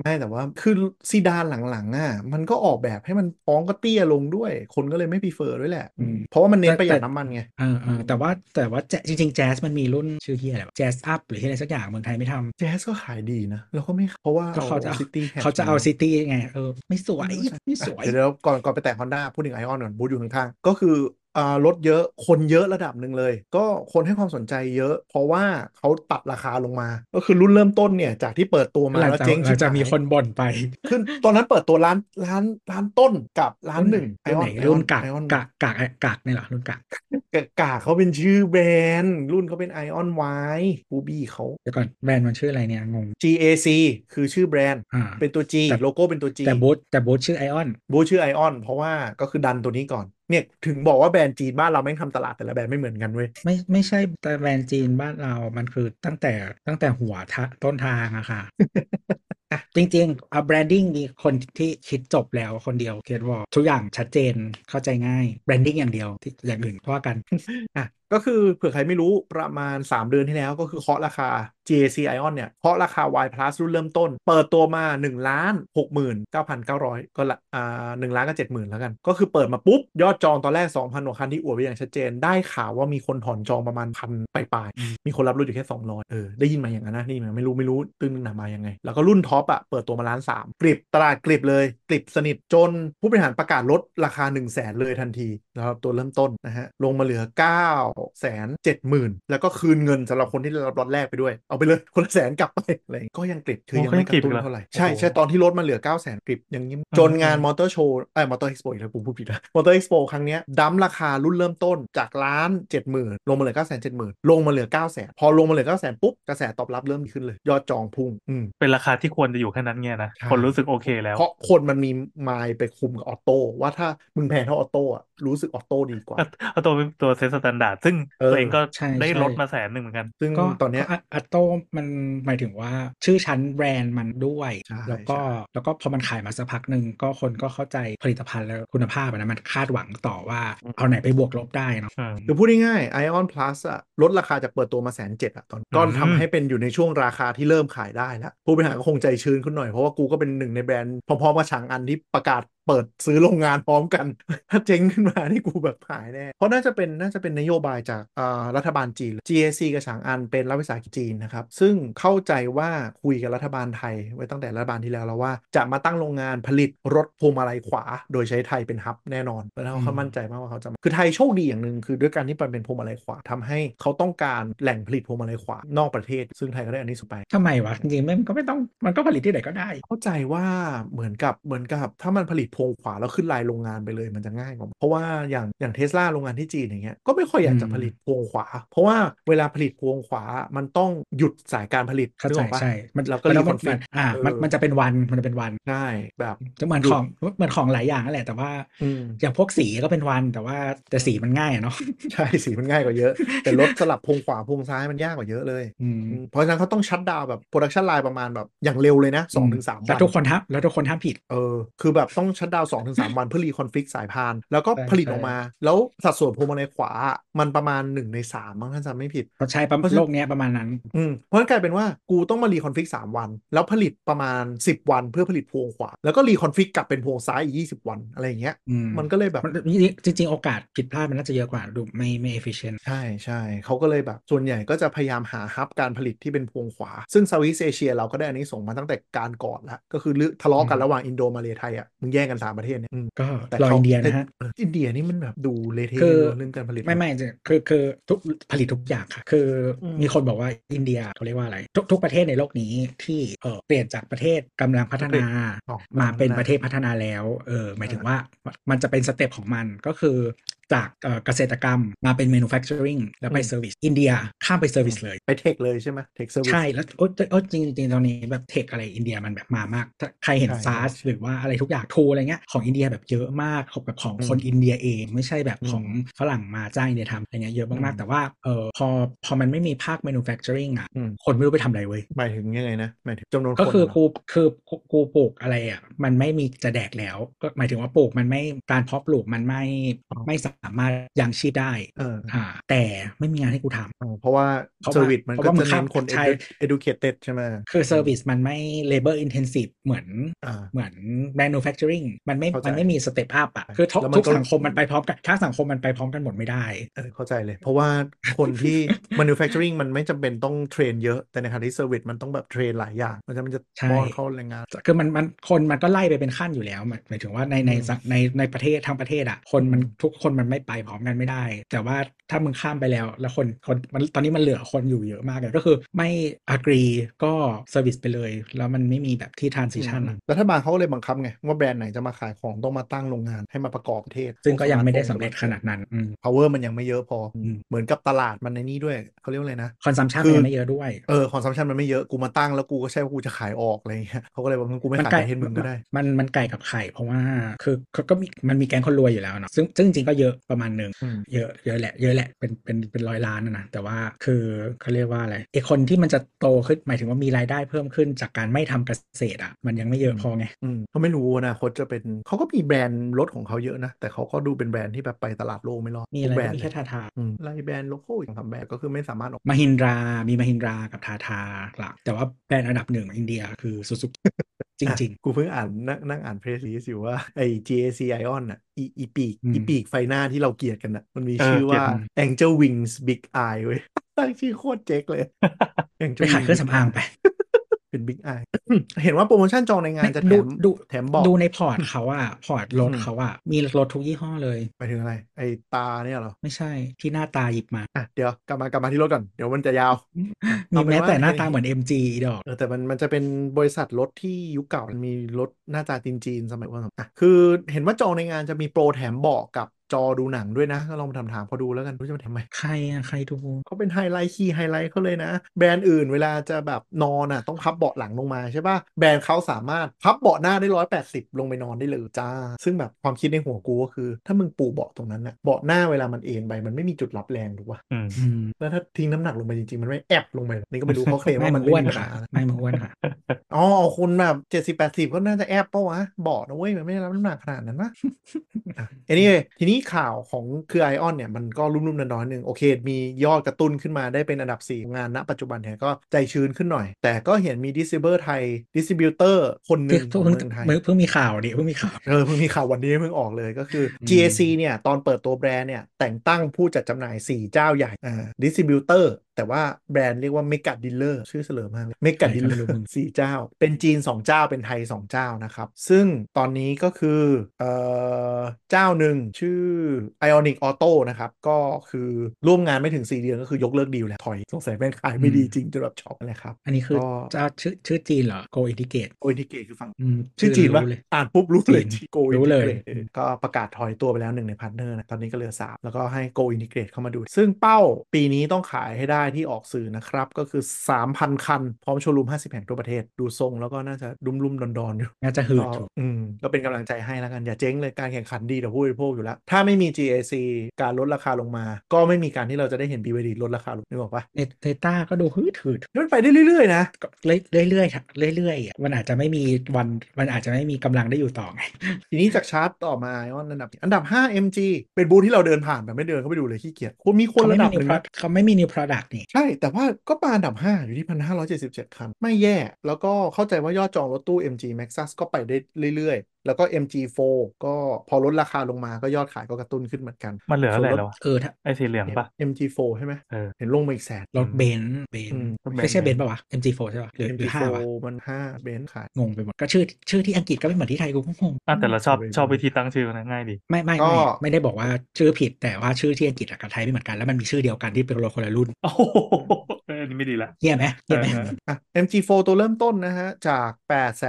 [SPEAKER 3] ไม่แต่ว่าคือซีดานหลังๆอ่ะมันก็ออกแบบให้มันท้องก็เตี้ยลงด้วย คนก็เลยไม่ prefer ด้วยแหละ
[SPEAKER 2] อืม
[SPEAKER 3] เพราะว่ามันเน้นประหยัดน้ำมันไง
[SPEAKER 2] เออเออแต่ว่าแต่ว่า Jazz จริง ๆ Jazz มันมีรุ่นชื่อเฮียอะไรวะ Jazz Up หรืออะไรสักอย่างเมืองไทยไม่ทำ
[SPEAKER 3] แจ๊สก็ขายดีนะแล้วก็ไม่เพราะว่า
[SPEAKER 2] ก็เขาจะเอา
[SPEAKER 3] ซิตี้แฮ
[SPEAKER 2] เขาจะเอาซิตี้ไงเออไม่สวยไม่สวย
[SPEAKER 3] เดี๋ยวๆก่อนก่อนไปแตะ Honda พูดถึงไอออนก่อนบูธอยู่ข้างๆ ก็คืออ่ารถเยอะคนเยอะระดับหนึ่งเลย ก็คนให้ความสนใจเยอะ เพราะว่าเขาตัดราคาลงมา ก็คือรุ่นเริ่มต้นเนี่ย จากที่เปิดตัวมา
[SPEAKER 2] หลัง
[SPEAKER 3] แล้ว
[SPEAKER 2] จาก
[SPEAKER 3] เจ๊ง
[SPEAKER 2] ห
[SPEAKER 3] ชิ
[SPEAKER 2] ลั
[SPEAKER 3] บ
[SPEAKER 2] งจาก
[SPEAKER 3] หาย
[SPEAKER 2] มีคนบ่นไป
[SPEAKER 3] ขึ้นตอนนั้นเปิดตัวร้านร้านร้านต้นกับร้านหนึ่งไอออ
[SPEAKER 2] รุ่นไหน
[SPEAKER 3] น
[SPEAKER 2] รุ่นกาก
[SPEAKER 3] ไอออน
[SPEAKER 2] กากกากกากนี่เหรอรุ่นกาก
[SPEAKER 3] กากาเขาเป็นชื่อแบรนด์รุ่นเขาเป็นไอออนไวบูบี้เขา
[SPEAKER 2] เดี๋ยวก่อนแบรนด์มันชื่ออะไรเนี่ยงง
[SPEAKER 3] GAC คือชื่อแบรนด์
[SPEAKER 2] อ่า
[SPEAKER 3] เป็นตัว G
[SPEAKER 2] แต่
[SPEAKER 3] โลโก้เป็นตัว G
[SPEAKER 2] แต่บูธแต่บูธชื่อไอออน
[SPEAKER 3] บูธชื่อไอออนเพราะว่าก็คือดันตัวนี้ก่อน เนี่ย ถึงบอกว่าแบรนด์จีนบ้านเราแม่งทำตลาดแต่ละแบรนด์ไม่เหมือนกันเว้ย
[SPEAKER 2] ไม่ไม่ใช่แต่แบรนด์จีนบ้านเรามันคือตั้งแต่ตั้งแต่หัวทะต้นทางอะค่ะ จริงๆอ่ะแบรนดิ้งมีคนที่คิดจบแล้วคนเดียวเคียนวอลทุกอย่างชัดเจนเข้าใจง่ายแบรนดิ้งอย่างเดียวที่อย่างอื่นว่ากัน
[SPEAKER 3] อ่ะ ก็คือเผื่อใครไม่รู้ประมาณ 3 เดือนที่แล้วก็คือเคาะราคา JC Ion เนี่ยเคาะราคา Y Plus รุ่นเริ่มต้น เปิดตัวมา1ล้าน69,900 ก็ละอ่า1ล้านก็70,000 แล้วกัน ก็คือเปิดมาปุ๊บ ยอดจองตอนแรก 2,000กว่าคันที่อวดไว้อย่างชัดเจนได้ข่าวว่ามีคนถอนจองประมาณพันปลายๆมีคนรับรุ่นอยู่แค่ 200 เออ ได้ยินมาอย่างนั้นนะนี่ไม่รู้ไม่รู้ตึ้งหนามายังไง แล้วก็รุ่นท็อปอ่ะเปิดตัวมาล้านสามกริบตลาดกริบเลยกริบสนิทจนผู้บริหารประกาศลดราคา 1 0 0 0 0แสนเลยทันทีนะครับตัวเริ่มต้นนะฮะลงมาเหลือ 9 7 0 0 0 0 แล้วก็คืนเงินสำหรับคนที่ได้รับล็อตแรกไปด้วย เอาไปเลย *laughs* คนละแสนกลับไปอะไรอย่างงี้ก็ยังกริบคือยังไม่กระตุ้นเท่าไหร่ใช่ใช่ตอนที่ลดมาเหลือ 9 0 0 0 0 0กริบยังยิ้มจนงาน มอเตอร์โชว์ไอ้มอเตอร์เอ็กซ์โปอีกแล้วผมพูดผิดนะมอเตอร์เอ็กซ์โปครั้งเนี้ยดั้มราคารุ่นเริ่มต้นจากล้านเจ็ดหมื่นลงมาเหลือเก้าแสนเจ็ดหมื่นลงมาเหลือเก้าแสนพอลงมาเหลือเก้าแสนปุ๊บ กระแสตอบรับเริ่มดีขึ้นเลย ยอดจองพุ่งอืม
[SPEAKER 4] เป็นราคาที่ควรจะอยู่แค่นั้นไงนะ
[SPEAKER 3] ใช่
[SPEAKER 4] คนรู้สึกโอเคแล้ว
[SPEAKER 3] เพราะคนมันมีมายไปคุมกับออโต้ว่าถ้ามึงแพงเท่าออโต้อะรู้สึกออโต้ดีกว่า
[SPEAKER 4] เอาตัวเป็นตัวเซตสแตนดาร์ด ซึ่ง
[SPEAKER 3] เออ
[SPEAKER 4] ตัวเองก็
[SPEAKER 2] ใช่
[SPEAKER 4] ได้
[SPEAKER 2] ใช่
[SPEAKER 4] ลดมาแสนหนึ่งเหมือนกัน
[SPEAKER 3] ซึ่ง
[SPEAKER 2] ก็
[SPEAKER 3] ตอนเนี้ย
[SPEAKER 2] ะอัตโต้มันหมายถึงว่าชื่อชั้นแบรนด์มันด้วย
[SPEAKER 3] ใช่
[SPEAKER 2] แล้วก็
[SPEAKER 3] ใช่
[SPEAKER 2] แล้วก็พอมันขายมาสักพักหนึ่งก็คนก็เข้าใจผลิตภัณฑ์แล้วคุณภาพอะนะมันคาดหวังต่อว่าเอาไหนไปบวกลบได้เนาะ
[SPEAKER 4] อืม
[SPEAKER 3] คือพูดง่ายๆ Ion Plus อะลดราคาจากเปิดตัวมาแสนเจ็ดอะตอนก็
[SPEAKER 4] อืม
[SPEAKER 3] ทำให้เป็นอยู่ในช่วงราคาที่เริ่มขายได้แล้ว ผู้บริหารก็คงใจชื้นขึ้นหน่อย เพราะว่ากูก็เป็นหนึ่งในแบรนด์พร้อมๆกับฉางอันที่ประกาศเปิดซื้อโรงงานพร้อมกัน ถ้าเจ๊งขึ้นมานี่กูแบบหายแน่ เพราะน่าจะเป็นน่าจะเป็นนโยบายจากอ่ารัฐบาลจีน GAC กับฉางอันเป็นรัฐวิสาหกิจจีนนะครับซึ่งเข้าใจว่าคุยกับรัฐบาลไทย ไว้ตั้งแต่รัฐบาลที่แล้วแล้วว่าจะมาตั้งโรงงานผลิตรถพวงมาลัยขวา โดยใช้ไทยเป็นฮับแน่นอนแล้วเขาก็
[SPEAKER 2] อืม
[SPEAKER 3] มั่นใจมากว่าเขาจะมาคือไทยโชคดีอย่างหนึ่งคือด้วยการที่มันเป็นพวงมาลัยขวาทำให้เขาต้องการแหล่งผลิตพวงมาลัยขวานอกประเทศ ซึ่งไทยก็ได้อันนี้สุดไป
[SPEAKER 2] ทำไมวะ จริงๆมันก็ไม่ต้องมันก็ผลิตที่ไหนก็ได้
[SPEAKER 3] เข้าใจว่าเหมือนกับเหมือนกับถ้ามันผลิตพวงขวาแล้วขึ้นลายโรงงานไปเลยมันจะง่ายกว่า เพราะว่าอย่างอย่างเทสลาโรงงานที่จีนอย่างเงี้ยก็ไม่ค่อยอยากจะ
[SPEAKER 2] อืม
[SPEAKER 3] ผลิตพวงขวา เพราะว่าเวลาผลิตพวงขวามันต้องหยุดสายการผลิต
[SPEAKER 2] เข้า
[SPEAKER 3] นึก
[SPEAKER 2] ใจ
[SPEAKER 3] ออกปะ
[SPEAKER 2] ใช่มัน
[SPEAKER 3] แล้วก็
[SPEAKER 2] มัน
[SPEAKER 3] รี
[SPEAKER 2] ต้อง
[SPEAKER 3] ค
[SPEAKER 2] มั
[SPEAKER 3] อน นฟ lict
[SPEAKER 2] อ่ามันมันจะเป็นวันมันจะเป็นวัน
[SPEAKER 3] ใช่แบบ
[SPEAKER 2] จะเหมือน
[SPEAKER 3] หยุด
[SPEAKER 2] ของเหมือนของหลายอย่างนั่นแหละแต่ว่า
[SPEAKER 3] อืม
[SPEAKER 2] อย่างพวกสีก็เป็นวันแต่ว่าแต่สีมันง่ายอะเนาะ
[SPEAKER 3] ใช่ สีมันง่ายกว่าเยอะ แต่รถสลับพวงขวาพวงซ้ายมันยากกว่าเยอะเลย
[SPEAKER 2] อืม
[SPEAKER 3] อืมเพราะฉะนั้นเขาต้องชัดดาวน์แบบโปรดักชันไลน์ประมาณแบบอย่างเร็วเลยนะสองถึงสาม
[SPEAKER 2] แล้
[SPEAKER 3] วั
[SPEAKER 2] วน ทุกคนทับแล้วทุกคนทับผิด
[SPEAKER 3] เออ คือแบบต้องชัดดาวสองถึงสามวันเพื่อรีคอนฟ lict สายพาน แล้วก็
[SPEAKER 2] ใช่
[SPEAKER 3] ผลิต
[SPEAKER 2] ใช่
[SPEAKER 3] ออกมา แล้วสัดส่วนพวงมาลัยขวา มันประมาณหนึ่งในสามมั้งถ้าจำไม่ผิด
[SPEAKER 2] เขาใช้ประ
[SPEAKER 3] เพราะฉะนั้น
[SPEAKER 2] โลกเนี้ยประมาณนั้น
[SPEAKER 3] อืมเพราะฉะนั้นกลายเป็นว่ากูต้องมารีคอนฟ lict สามวัน แล้วผลิตประมาณ 10 วันเพื่อผลิตพวงขวา แล้วก็รีคอนฟ lict กลับเป็นพวงซ้ายอีกยี่สิบวันอะไรอย่างเงี้ย
[SPEAKER 2] อืม
[SPEAKER 3] มันก็เลยแบบ
[SPEAKER 2] มันจริงๆ โอกาสผิดพลาดมันน่าจะเยอะกว่าดูไม่ไม่ efficient
[SPEAKER 3] ใช่ใช่เขาก็เลยแบบ ส่วนใหญ่ก็จะพยายามหาฮับการผลิตที่เป็นพวงขวา ซึ่งเซาท์อีสเอเชียเราก็ได้อันนี้ส่งมาตั้งแต่การก่อนละก็คือเลือกทะเลาะกัน
[SPEAKER 2] อืม
[SPEAKER 3] ระหว่างอินโดมาเลไทยอ่ะมึงแย่งกันสามประเทศเนี่ยอืม
[SPEAKER 2] ก็
[SPEAKER 3] แต่
[SPEAKER 2] รอ
[SPEAKER 3] เขา
[SPEAKER 2] อินเดียนะฮะ
[SPEAKER 3] เอออินเดียนี่มันแบบดูเละเทะ
[SPEAKER 2] คือ
[SPEAKER 3] เรื่องการผลิต
[SPEAKER 2] ไม่ไม่จะคือคือทุกผลิตทุกอย่างค่ะ คืออ
[SPEAKER 3] ม
[SPEAKER 2] มีคนบอกว่าอินเดียเขาเรียกว่าอะไร ทุกทุกประเทศในโลกนี้ที่เออเปลี่ยนจากประเทศกำลังพัฒนา
[SPEAKER 3] อ๋อ
[SPEAKER 2] มาเป็น
[SPEAKER 3] พัฒนา
[SPEAKER 2] ประเทศพัฒนาแล้วเออหมายถึงว่ามันจะเป็นสเต็ปของมันก็คือจากเอ่อเกษตรกรรมมาเป็น manufacturing แล้วไป service อินเดียข้ามไป service เลย
[SPEAKER 3] ไปเทคเลยใช่ไหมเทคเซอร์วิส
[SPEAKER 2] ใช่แล้วโอ๊ยโอ๊ยจริงจริงตอนนี้แบบเทคอะไรอินเดียมันแบบมามากถ้าใครเห็น
[SPEAKER 3] ใช่
[SPEAKER 2] ซาร์สหรือว่าอะไรทุกอย่างทูอะไรเงี้ยของอินเดียแบบเยอะมากของแบบของ
[SPEAKER 3] อืม
[SPEAKER 2] คนอินเดียเอง ไม่ใช่แบบ
[SPEAKER 3] อืม
[SPEAKER 2] ของฝรั่งมาจ้างอินเดียทำอะไรเงี้ยเยอะ
[SPEAKER 3] อื
[SPEAKER 2] มาก
[SPEAKER 3] ม
[SPEAKER 2] ๆ แต่ว่าเออพอพอมันไม่มีภาค manufacturing อ่ะ
[SPEAKER 3] อืม
[SPEAKER 2] คนไม่รู้ไปทำอะไรเว้ย
[SPEAKER 3] หมายถึงยังไงนะหมายถึงจำนวนคน
[SPEAKER 2] ก็คือ
[SPEAKER 3] เหร
[SPEAKER 2] กูคือกูกูปลูกอะไรอ่ะมันไม่มีจะแดกแล้ว ก็หมายถึงว่าปลูกมันไม่การเพาะปลูกมันไม่ไม่สามารถยังชีพได้
[SPEAKER 3] เออ
[SPEAKER 2] อ่าแต่ไม่มีงานให้กูทำ
[SPEAKER 3] เออเพราะว่า
[SPEAKER 2] เพราะว่า
[SPEAKER 3] เซอร์วิสมัน
[SPEAKER 2] เพราะ
[SPEAKER 3] ก็
[SPEAKER 2] ว่ามึ
[SPEAKER 3] จะ
[SPEAKER 2] ง
[SPEAKER 3] เน้นคน
[SPEAKER 2] ใช่
[SPEAKER 3] edu- educated ใช่ไหม
[SPEAKER 2] คือเซอร์วิสมันไม่ labor intensive เหมือน
[SPEAKER 3] อ่า
[SPEAKER 2] เหมือน manufacturing มันไม่
[SPEAKER 3] เข้าใจ
[SPEAKER 2] มันไม่มีสเต็ปอัพอ่ะ
[SPEAKER 3] ใช่
[SPEAKER 2] คือทุก
[SPEAKER 3] แล้วมัน
[SPEAKER 2] ทุก
[SPEAKER 3] ก็
[SPEAKER 2] สังคมมันไปพร้อมกันถ้าสังคมมันไปพร้อมกันหมดไม่ได้
[SPEAKER 3] เออเข้าใจเลย เพราะว่าคน
[SPEAKER 2] *laughs*
[SPEAKER 3] ที่ manufacturing มันไม่จำเป็นต้องเทรนเยอะแต่ในขณะที่เซอร์วิสมันต้องแบบเทรนหลายอย่างมันจะมันจะ
[SPEAKER 2] ใช่
[SPEAKER 3] ป้อนเข้าแรงงาน
[SPEAKER 2] คือมันมันคนมันก็ไล่ไปเป็นขั้นอยู่แล้วหมายหมายถึงว่าในใน
[SPEAKER 3] อืม
[SPEAKER 2] สังในในประเทศทั้งประเทศอ่ะ คนมัน
[SPEAKER 3] อืม
[SPEAKER 2] ทุกคนมันไม่ไปพร้อมกันไม่ได้ แต่ว่าถ้ามึงข้ามไปแล้ว แล้วคนคนมันตอนนี้มันเหลือคนอยู่เยอะมากเลยก็คือไม่อักรีก็เซอร์วิสไปเลย แล้วมันไม่มีแบบที่ transition อะ
[SPEAKER 3] รัฐบาลเขาก็เลยบังคับไงว่าแบรนด์ไหนจะมาขายของต้องมาตั้งโรงงานให้มาประกอบประเทศ
[SPEAKER 2] ซึ่งก็ยังไม่ได้สำเร็จขนาดนั้น
[SPEAKER 3] power มันยังไม่เยอะพออ
[SPEAKER 2] ม
[SPEAKER 3] เหมือนกับตลาดมันในนี้ด้วยเขาเรียกว่าอะไรนะ
[SPEAKER 2] คอนซัมชัน
[SPEAKER 3] คือ
[SPEAKER 2] มันยังไม่เยอะด้วย
[SPEAKER 3] เออคอนซัมชันมันไม่เยอะ กูมาตั้งแล้วกูก็ใช่ว่ากูจะขายออกอะไรอย่างเงี้ยเขาก็เลยบอกงั้นกูไม่ขายประเทศมึงก็ได้
[SPEAKER 2] มันมันไก่กับไข่เพราะว่าคือเขาก็มีมันมีแก๊งคนรวยอยู่แล้วเนาะซึ่งซึ่งจริงๆก็เยอะประมาณหนึ่ง
[SPEAKER 3] อืม
[SPEAKER 2] เยอะเยอะแหละเยอะแหละเป็นเป็นเป็นร้อยล้านนะนะแต่ว่าคือเขาเรียกว่าอะไรไอคนที่มันจะโตขึ้นหมายถึงว่ามีรายได้เพิ่มขึ้นจากการไม่ทำเกษตรอ่ะมันยังไม่เยอะพอไง
[SPEAKER 3] อืมเขาไม่รู้นะเขาจะเป็นเขาก็มีแบรนด์รถของเขาเยอะนะ แต่เขาก็ดูเป็นแบรนด์ที่แบบไปตลาดโลกไม่รอด
[SPEAKER 2] มีอะไร
[SPEAKER 3] ทุกแบรน
[SPEAKER 2] ก็
[SPEAKER 3] ด์
[SPEAKER 2] มี
[SPEAKER 3] เล
[SPEAKER 2] แค่
[SPEAKER 3] ย
[SPEAKER 2] ทาทา
[SPEAKER 3] อืมไล่แบรนด์โลโก้อย่างทำแบรนด์ก็คือไม่สามารถออก
[SPEAKER 2] มหินรามีมหินรากับทาทาหลักแต่ว่าแบรนด์อันดับหนึ่งของอินเดียคือซูซูกิ *laughs* จริง
[SPEAKER 3] กูเพิ่งอ่านนั่งนั่งอ่านเพรสรีอยู่ว่าไอ้ GAC Ion อ่ะอีอีปีก
[SPEAKER 2] อืม
[SPEAKER 3] อีปีกไฟหน้าที่เราเกลียดกันอ่ะมันมี
[SPEAKER 4] เออ
[SPEAKER 3] ชื่อ
[SPEAKER 4] เกลีย
[SPEAKER 3] ว่า
[SPEAKER 4] ด
[SPEAKER 3] Angel Wings Big Eye เว้ยตั้งชื่อโคตรเจ๊กเลย
[SPEAKER 2] ๆ
[SPEAKER 3] Angel
[SPEAKER 2] ไปขายเครื่อง
[SPEAKER 3] Wings
[SPEAKER 2] สำอางไป
[SPEAKER 3] เป็นบิ๊กไอ *coughs* เห็นว่าโปรโมชั่นจองในงานจะแถ
[SPEAKER 2] ดู
[SPEAKER 3] ม
[SPEAKER 2] ดู
[SPEAKER 3] แถมบอก
[SPEAKER 2] ดูในพอร์ตเขาอะพอร์ตรถ
[SPEAKER 3] อืม
[SPEAKER 2] เขาอะมีรถทุกยี่ห้อเลย
[SPEAKER 3] ไปถึงอะไร ไอตาเนี่ยเหรอ
[SPEAKER 2] ไม่ใช่ที่หน้าตาหยิบมา
[SPEAKER 3] อ่ะ เดี๋ยวกลับมากลับมาที่รถก่อน เดี๋ยวมันจะยาว
[SPEAKER 2] มี
[SPEAKER 3] เอาเป็น
[SPEAKER 2] แม้
[SPEAKER 3] ว่า
[SPEAKER 2] แต่หน้า
[SPEAKER 3] เห็น
[SPEAKER 2] ตาเหมือน MG อีดอก
[SPEAKER 3] เออแต่มันมันจะเป็นบริษัทรถที่ยุคเก่ามันมีรถหน้าตาจีนจีนๆสมัยก่อนอ่ะคือเห็นว่าจองในงานจะมีโปรแถมเบอกกับ จอดูหนังด้วยนะ ก็ลองมาถามถามๆเขาดูแล้วกันรู้จะมาทำไม
[SPEAKER 2] ใครอ่ะใครดู
[SPEAKER 3] เขาเป็นไฮไลท์คีย์ไฮไลท์เขาเลยนะ แบรนด์อื่นเวลาจะแบบนอนอ่ะต้องพับเบาะหลังลงมาใช่ป่ะ แบรนด์เขาสามารถพับเบาะหน้าได้ร้อยแปดสิบลงไปนอนได้เลยจ้า ซึ่งแบบความคิดในหัวกูก็คือ ถ้ามึงปูเบาะตรงนั้นอ่ะเบาะหน้าเวลามันเอ็นไปมันไม่มีจุดรับแรงถูกป่ะ
[SPEAKER 4] อืม
[SPEAKER 2] อืม
[SPEAKER 3] แล้วถ้าทิ้งน้ำหนักลงไปจริงๆ มันไม่แอบลงไปหรอนี่ก็ไม่รู้เขาเคลม
[SPEAKER 2] ไม่
[SPEAKER 3] ว่า
[SPEAKER 2] มึ
[SPEAKER 3] มัน
[SPEAKER 2] ง
[SPEAKER 3] ไม่
[SPEAKER 2] อ้วน
[SPEAKER 3] มีปัญ
[SPEAKER 2] ค่ะ
[SPEAKER 3] หานะ
[SPEAKER 2] ไม่มึงอ้วนค่ะ
[SPEAKER 3] อ๋อคนแบบเจ็ดสิบแปดสิบก็น่าจะแอบปะวะเบาะนะเว้ยมันไม่ได้รับน้ำหนักขนาดนั้นปะ *laughs* เอ็นี่ทีนี้ข่าวของคือไอออนเนี่ย มันก็รุ่มๆนอนๆหนึ่งโอเค มียอดกระตุ้นขึ้นมาได้เป็นอันดับ 4 งานณปัจจุบันเนี่ยก็ใจชื้นขึ้นหน่อย แต่ก็เห็นมีดิสซิเบอร์ไทย ดิสซิบิวเตอร์คนหนึ่
[SPEAKER 2] เพิ่ง
[SPEAKER 3] งขอ
[SPEAKER 2] เพิ่
[SPEAKER 3] ง งเมืองไทย
[SPEAKER 2] เพิ่งเพิ่งมีข่าวดิเพิ่งมีข่าว
[SPEAKER 3] เออเพิ่งมีข่าววันนี้เพิ่งออกเลยก็คือ
[SPEAKER 2] อืม
[SPEAKER 3] GAC เนี่ย ตอนเปิดตัวแบรนด์เนี่ย แต่งตั้งผู้จัดจำหน่าย 4 เจ้าใหญ่อ่าดิสซิบิวเตอร์แต่ว่าแบรนด์เรียกว่าเมก a ด e ลเลอร์ชื่อเสลอมากเลยเมก *laughs* a ด e ลเลอ
[SPEAKER 2] ใครก็ไม่รู้
[SPEAKER 3] ร์
[SPEAKER 2] มึง
[SPEAKER 3] สี่เจ้า เป็นจีน 2 เจ้าเป็นไทย 2 เจ้านะครับ ซึ่งตอนนี้ก็คือเอ่อเจ้าหนึ่งชื่อ Ionic Auto นะครับ ก็คือร่วมงานไม่ถึง 4 เดือนก็คือยกเลิกดีลแล้วถอยสงสัยแม่งขายไม่ดีจริงจนแบบช็อกนั่นแหละครับ
[SPEAKER 2] อันนี้คือ
[SPEAKER 3] ก็
[SPEAKER 2] เจ้าชื่อชื่อจีนเหรอโกอินดิเกต
[SPEAKER 3] โอ้ยนี่เก๋คือฟัง
[SPEAKER 2] ชื่
[SPEAKER 3] ชื่
[SPEAKER 2] อ
[SPEAKER 3] อจีน
[SPEAKER 2] รู้
[SPEAKER 3] วะ
[SPEAKER 2] เลย
[SPEAKER 3] อ่านปุ๊บรู้เลย
[SPEAKER 2] จีน
[SPEAKER 3] โก
[SPEAKER 2] รู้
[SPEAKER 3] อิน
[SPEAKER 2] เล
[SPEAKER 3] ทิ
[SPEAKER 2] ย
[SPEAKER 3] เกรตก็ประกาศถอยตัวไปแล้วหนึ่งในพาร์ทเนอร์นะ ตอนนี้ก็เหลือ 3 แล้วก็ให้โกอินทิเกรตเข้ามาดู ซึ่งเป้าปีนี้ต้องขายให้ได้ที่ออกสื่อนะครับ ก็คือ 3,000 คัน พร้อมโชว์รูม 50 แห่งทั่วประเทศ ดูทรงแล้วก็น่าจะรุ่มๆดอนๆอยู่
[SPEAKER 2] น่าจะหืด
[SPEAKER 3] ก็
[SPEAKER 2] อยู่
[SPEAKER 3] อืมก็เป็นกำลังใจให้แล้วกัน อย่าเจ๊งเลยการแข่งขันดีต่อผู้บริโภคอยู่แล้ว ถ้าไม่มี GAC การลดราคาลงมา ก็ไม่มีการที่เราจะได้เห็น BYD ลดราคาลงนึกออกปะ
[SPEAKER 2] เนเนต้าก็ดูหืดหืด
[SPEAKER 3] มันไปได้เรื่อยๆนะ
[SPEAKER 2] ก็เรื่อยเรื่อยๆค่ะเรื่อยๆอ่ะมันอาจจะไม่มีวันมันอาจจะไม่มีกำลังได้อยู่ต่อไง
[SPEAKER 3] ทีนี้จากชาร์ตต่อมาไอออนอันดับอันดับ 5 MG เป็นบูธที่เราเดินผ่านแบบไม่เดินเข้าไปดูเลยขี้เกียจคุณมีคน
[SPEAKER 2] เขาไม่
[SPEAKER 3] ระดั
[SPEAKER 2] มี
[SPEAKER 3] บ
[SPEAKER 2] นิ
[SPEAKER 3] ห
[SPEAKER 2] ว
[SPEAKER 3] นึ่ง
[SPEAKER 2] พร
[SPEAKER 3] นะ
[SPEAKER 2] เขาไม่มีนิว product นี่
[SPEAKER 3] ใช่ แต่ว่าก็มาอันดับ 5 อยู่ที่ 1,577 คัน ไม่แย่ แล้วก็เข้าใจว่ายอดจองรถตู้ MG Maxus ก็ไปได้เรื่อยๆ แล้วก็ MG4 ก็พอลดราคาลงมาก็ยอดขายก็กระตุ้นขึ้นเหมือนกัน
[SPEAKER 4] มันเหลืออะไรแล้ววะ
[SPEAKER 2] เออถ้า
[SPEAKER 4] ไอ้สีเหลือง
[SPEAKER 3] เห็น
[SPEAKER 4] ปะ
[SPEAKER 3] MG4 ใช่ไหม
[SPEAKER 4] เออ
[SPEAKER 3] เห็นลงมาอีกแสน
[SPEAKER 2] รถเบนซ์เบน
[SPEAKER 3] อืม
[SPEAKER 2] ซ์
[SPEAKER 4] รถเบนซ์
[SPEAKER 2] ไม่ใช่เบนซ์ป่าวะ MG4 ใช่ป่ะหรือหรือห้า
[SPEAKER 3] MG4
[SPEAKER 2] วะ
[SPEAKER 3] มัน5เบนซ์ขาย
[SPEAKER 2] งงไปหมดก็ชื่อชื่อที่อังกฤษก็ไม่เหมือนที่ไทยกูก็งง
[SPEAKER 4] อ่ะแต่เราชอบ
[SPEAKER 3] เออ
[SPEAKER 4] ชอบวิธีตั้งชื่อนะง่ายดี
[SPEAKER 2] ไม่ไม่
[SPEAKER 3] ก็
[SPEAKER 2] ไม่ไม่ได้บอกว่าชื่อผิดแต่ว่าชื่อที่อังกฤษกับไทยไม่เหมือนกันแล้วมันมีชื่อเดียวกันที่เป็นรถคนละรุ่น
[SPEAKER 4] โอ้โหเอออันนี้ไม่ดีละ
[SPEAKER 2] เยี่ยมไหมเยี่ยมไหม
[SPEAKER 4] เออ
[SPEAKER 3] อ่ะ MG4 ตัวเริ่มต้นนะฮะ จาก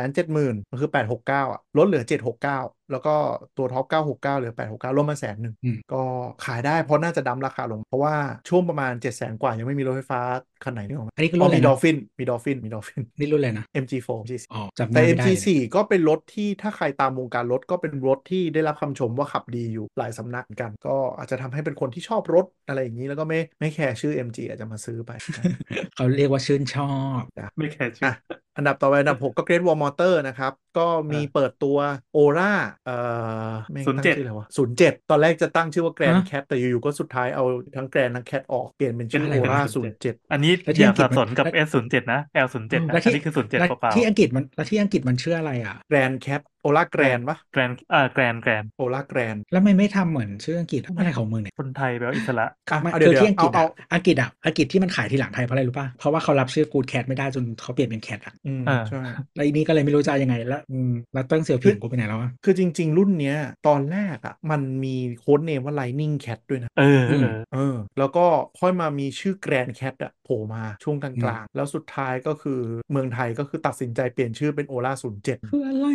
[SPEAKER 3] 870,000มันคือ 869 อ่ะ ลดเหลือ 769 แล้วก็ตัวท็อป 969 เหลือ 869ลดมาแสนหนึ่งก็ขายได้เพราะน่าจะดัมราคาลง เพราะว่าช่วงประมาณ 700,000 กว่า ยังไม่มีรถไฟฟ้าคันไหนนึกออกไหม
[SPEAKER 2] อันนี้ก็
[SPEAKER 3] อ๋อ
[SPEAKER 2] รุ่
[SPEAKER 3] น
[SPEAKER 2] อะไร
[SPEAKER 3] มีดอ
[SPEAKER 2] นะ
[SPEAKER 3] ลฟินมีดอลฟินมีดอล *laughs* ฟิน
[SPEAKER 2] นี่รุ่นอะไรนะ
[SPEAKER 3] MG4 MG4
[SPEAKER 2] อ๋อจำห
[SPEAKER 3] แต่
[SPEAKER 2] น้าไม่ได้
[SPEAKER 3] MG4 ก็เป็นรถที่ถ้าใครตามวงการรถก็เป็นรถที่ได้รับคำชมว่าขับดีอยู่หลายสำนักเหมือนกัน ก็อาจจะทำให้เป็นคนที่ชอบรถอะไรอย่างนี้แล้วก็ไม่ไม่แคร์ชื่อ MG อาจจะมาซื้อไป
[SPEAKER 2] เขาเรียกว่าชื่นชอบ
[SPEAKER 4] ไม่แคร์ชื่อ
[SPEAKER 3] อ่ะ อันดับต่อไปอันดับ 6 ก็ Great Wall Motor นะครับ ก็มี
[SPEAKER 4] อ่า
[SPEAKER 3] เปิดตัว Ora เอ่อไม่งตั้ง
[SPEAKER 4] 07
[SPEAKER 3] ชื่ออะไรวะ07 ตอนแรกจะตั้งชื่อว่า Grand
[SPEAKER 2] ฮะ
[SPEAKER 3] Cat แต่อยู่ ๆ ก็สุดท้ายเอาทั้ง Grand ทั้ง Cat ออกเปลี่ยนเป็นชื่อ
[SPEAKER 2] เป็นอะไรวะ
[SPEAKER 3] Ora 07
[SPEAKER 4] อันนี้
[SPEAKER 2] แล้วที่
[SPEAKER 4] อย่า
[SPEAKER 2] อังกฤษ
[SPEAKER 4] สับสนกับ
[SPEAKER 2] มัน
[SPEAKER 4] S07 นะ L07 นะ
[SPEAKER 2] แล้ว
[SPEAKER 4] อั
[SPEAKER 2] ที่
[SPEAKER 4] นนี้คือ 07เปล่า
[SPEAKER 2] ที่อังกฤษมันแล้วที่อังกฤษมันชื่ออะไรอ่ะ
[SPEAKER 3] Grand Cat Ora Grand ปะ
[SPEAKER 4] ๆแกรนเอ่อแกรนแกรน
[SPEAKER 3] Ora Grand
[SPEAKER 2] แล้วไม่ไม่ทำเหมือนชื่ออังกฤษอะไรของมึงเนี่ย
[SPEAKER 4] คนไทยแปลว่าอิสระ
[SPEAKER 3] อ่ะ
[SPEAKER 2] ไม่
[SPEAKER 3] เอา
[SPEAKER 2] คื
[SPEAKER 3] เดี๋ย
[SPEAKER 2] อ
[SPEAKER 3] ว
[SPEAKER 2] ที่อัง
[SPEAKER 3] ๆ
[SPEAKER 2] กฤ
[SPEAKER 3] เอา
[SPEAKER 2] ษ
[SPEAKER 3] เอา
[SPEAKER 2] อะอังกฤษอะอังกฤษที่มันขายทีหลังไทยเพราะอะไรรู้ป่ะ เพราะว่าเขารับชื่อกูดแคทไม่ได้จนเขาเปลี่ยนเป็นแคทอะ
[SPEAKER 3] อืม
[SPEAKER 4] อ่า
[SPEAKER 3] ใช่
[SPEAKER 2] แล้วอีนี้ก็เลยไม่รู้จะเอายังไง แล้วอืมแล้วเติ้งเสี่ยวผิงกูไปไหนแล้วอะ
[SPEAKER 3] คือจริง ๆ รุ่นเนี้ย ตอนแรกอ่ะ มันมีโค้ดเนมว่า Lightning Cat ด้วยนะ
[SPEAKER 4] เออ
[SPEAKER 2] อื
[SPEAKER 4] เอ
[SPEAKER 2] ม
[SPEAKER 4] อ
[SPEAKER 3] เออแล้วก็ค่อยมามีชื่อแกรนแคทอะโผล่มาช่วงกล
[SPEAKER 2] อื
[SPEAKER 3] าม งๆ แล้วสุดท้ายก็คือเมืองไทยก็คือตัดสินใจเปลี่ยนชื่อเป็นโอล่าศูนย์เจ็ด
[SPEAKER 2] คืออะไร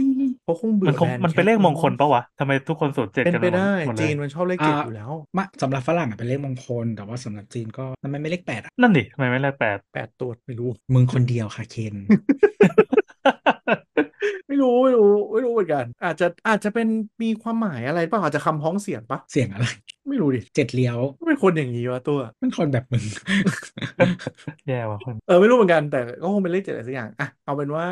[SPEAKER 3] เพราะคงเบื่
[SPEAKER 4] มัน
[SPEAKER 3] อ
[SPEAKER 4] คง
[SPEAKER 3] แบรด์
[SPEAKER 4] มันเป็
[SPEAKER 3] แค
[SPEAKER 4] น
[SPEAKER 3] ท
[SPEAKER 4] เลขมงคลปะวะทำไมทุกคนศูนย์เจ็ด
[SPEAKER 3] เป็น
[SPEAKER 4] กัน
[SPEAKER 3] ไปได้
[SPEAKER 4] หมดเล
[SPEAKER 3] จี
[SPEAKER 4] ย
[SPEAKER 3] นมันชอบเลขเจ็ด
[SPEAKER 2] อ่า
[SPEAKER 3] อยู่แล้ว
[SPEAKER 2] มาสำหรับฝรั่งอะเป็นเลขมงคล แต่ว่าสำหรับจีนก็ทำไมไม่เลขแปดอะ
[SPEAKER 4] นั่นดิทำไมไม่เลขแปด
[SPEAKER 3] แปดตัวไม่รู้ *laughs*
[SPEAKER 2] มึงคนเดียวค่ะเคน
[SPEAKER 3] ไม่รู้ ไม่รู้ ไม่รู้เหมือนกัน อาจจะอาจจะเป็นมีความหมายอะไรป่ะอาจจะคำพ้องเสียงปะ
[SPEAKER 2] เสียงอะไร
[SPEAKER 3] ไม่รู้ดิ
[SPEAKER 2] เจ็ดเลี้ยว
[SPEAKER 3] เป็นคนอย่างนี้วะตัว
[SPEAKER 2] มันคนแบบมึง
[SPEAKER 4] แย่ว่ะคน
[SPEAKER 3] เออไม่รู้เหมือนกันแต่ก็คงเป็นเลขเจ็ดอะไรสักอย่างอ่ะเอาเป็นว่า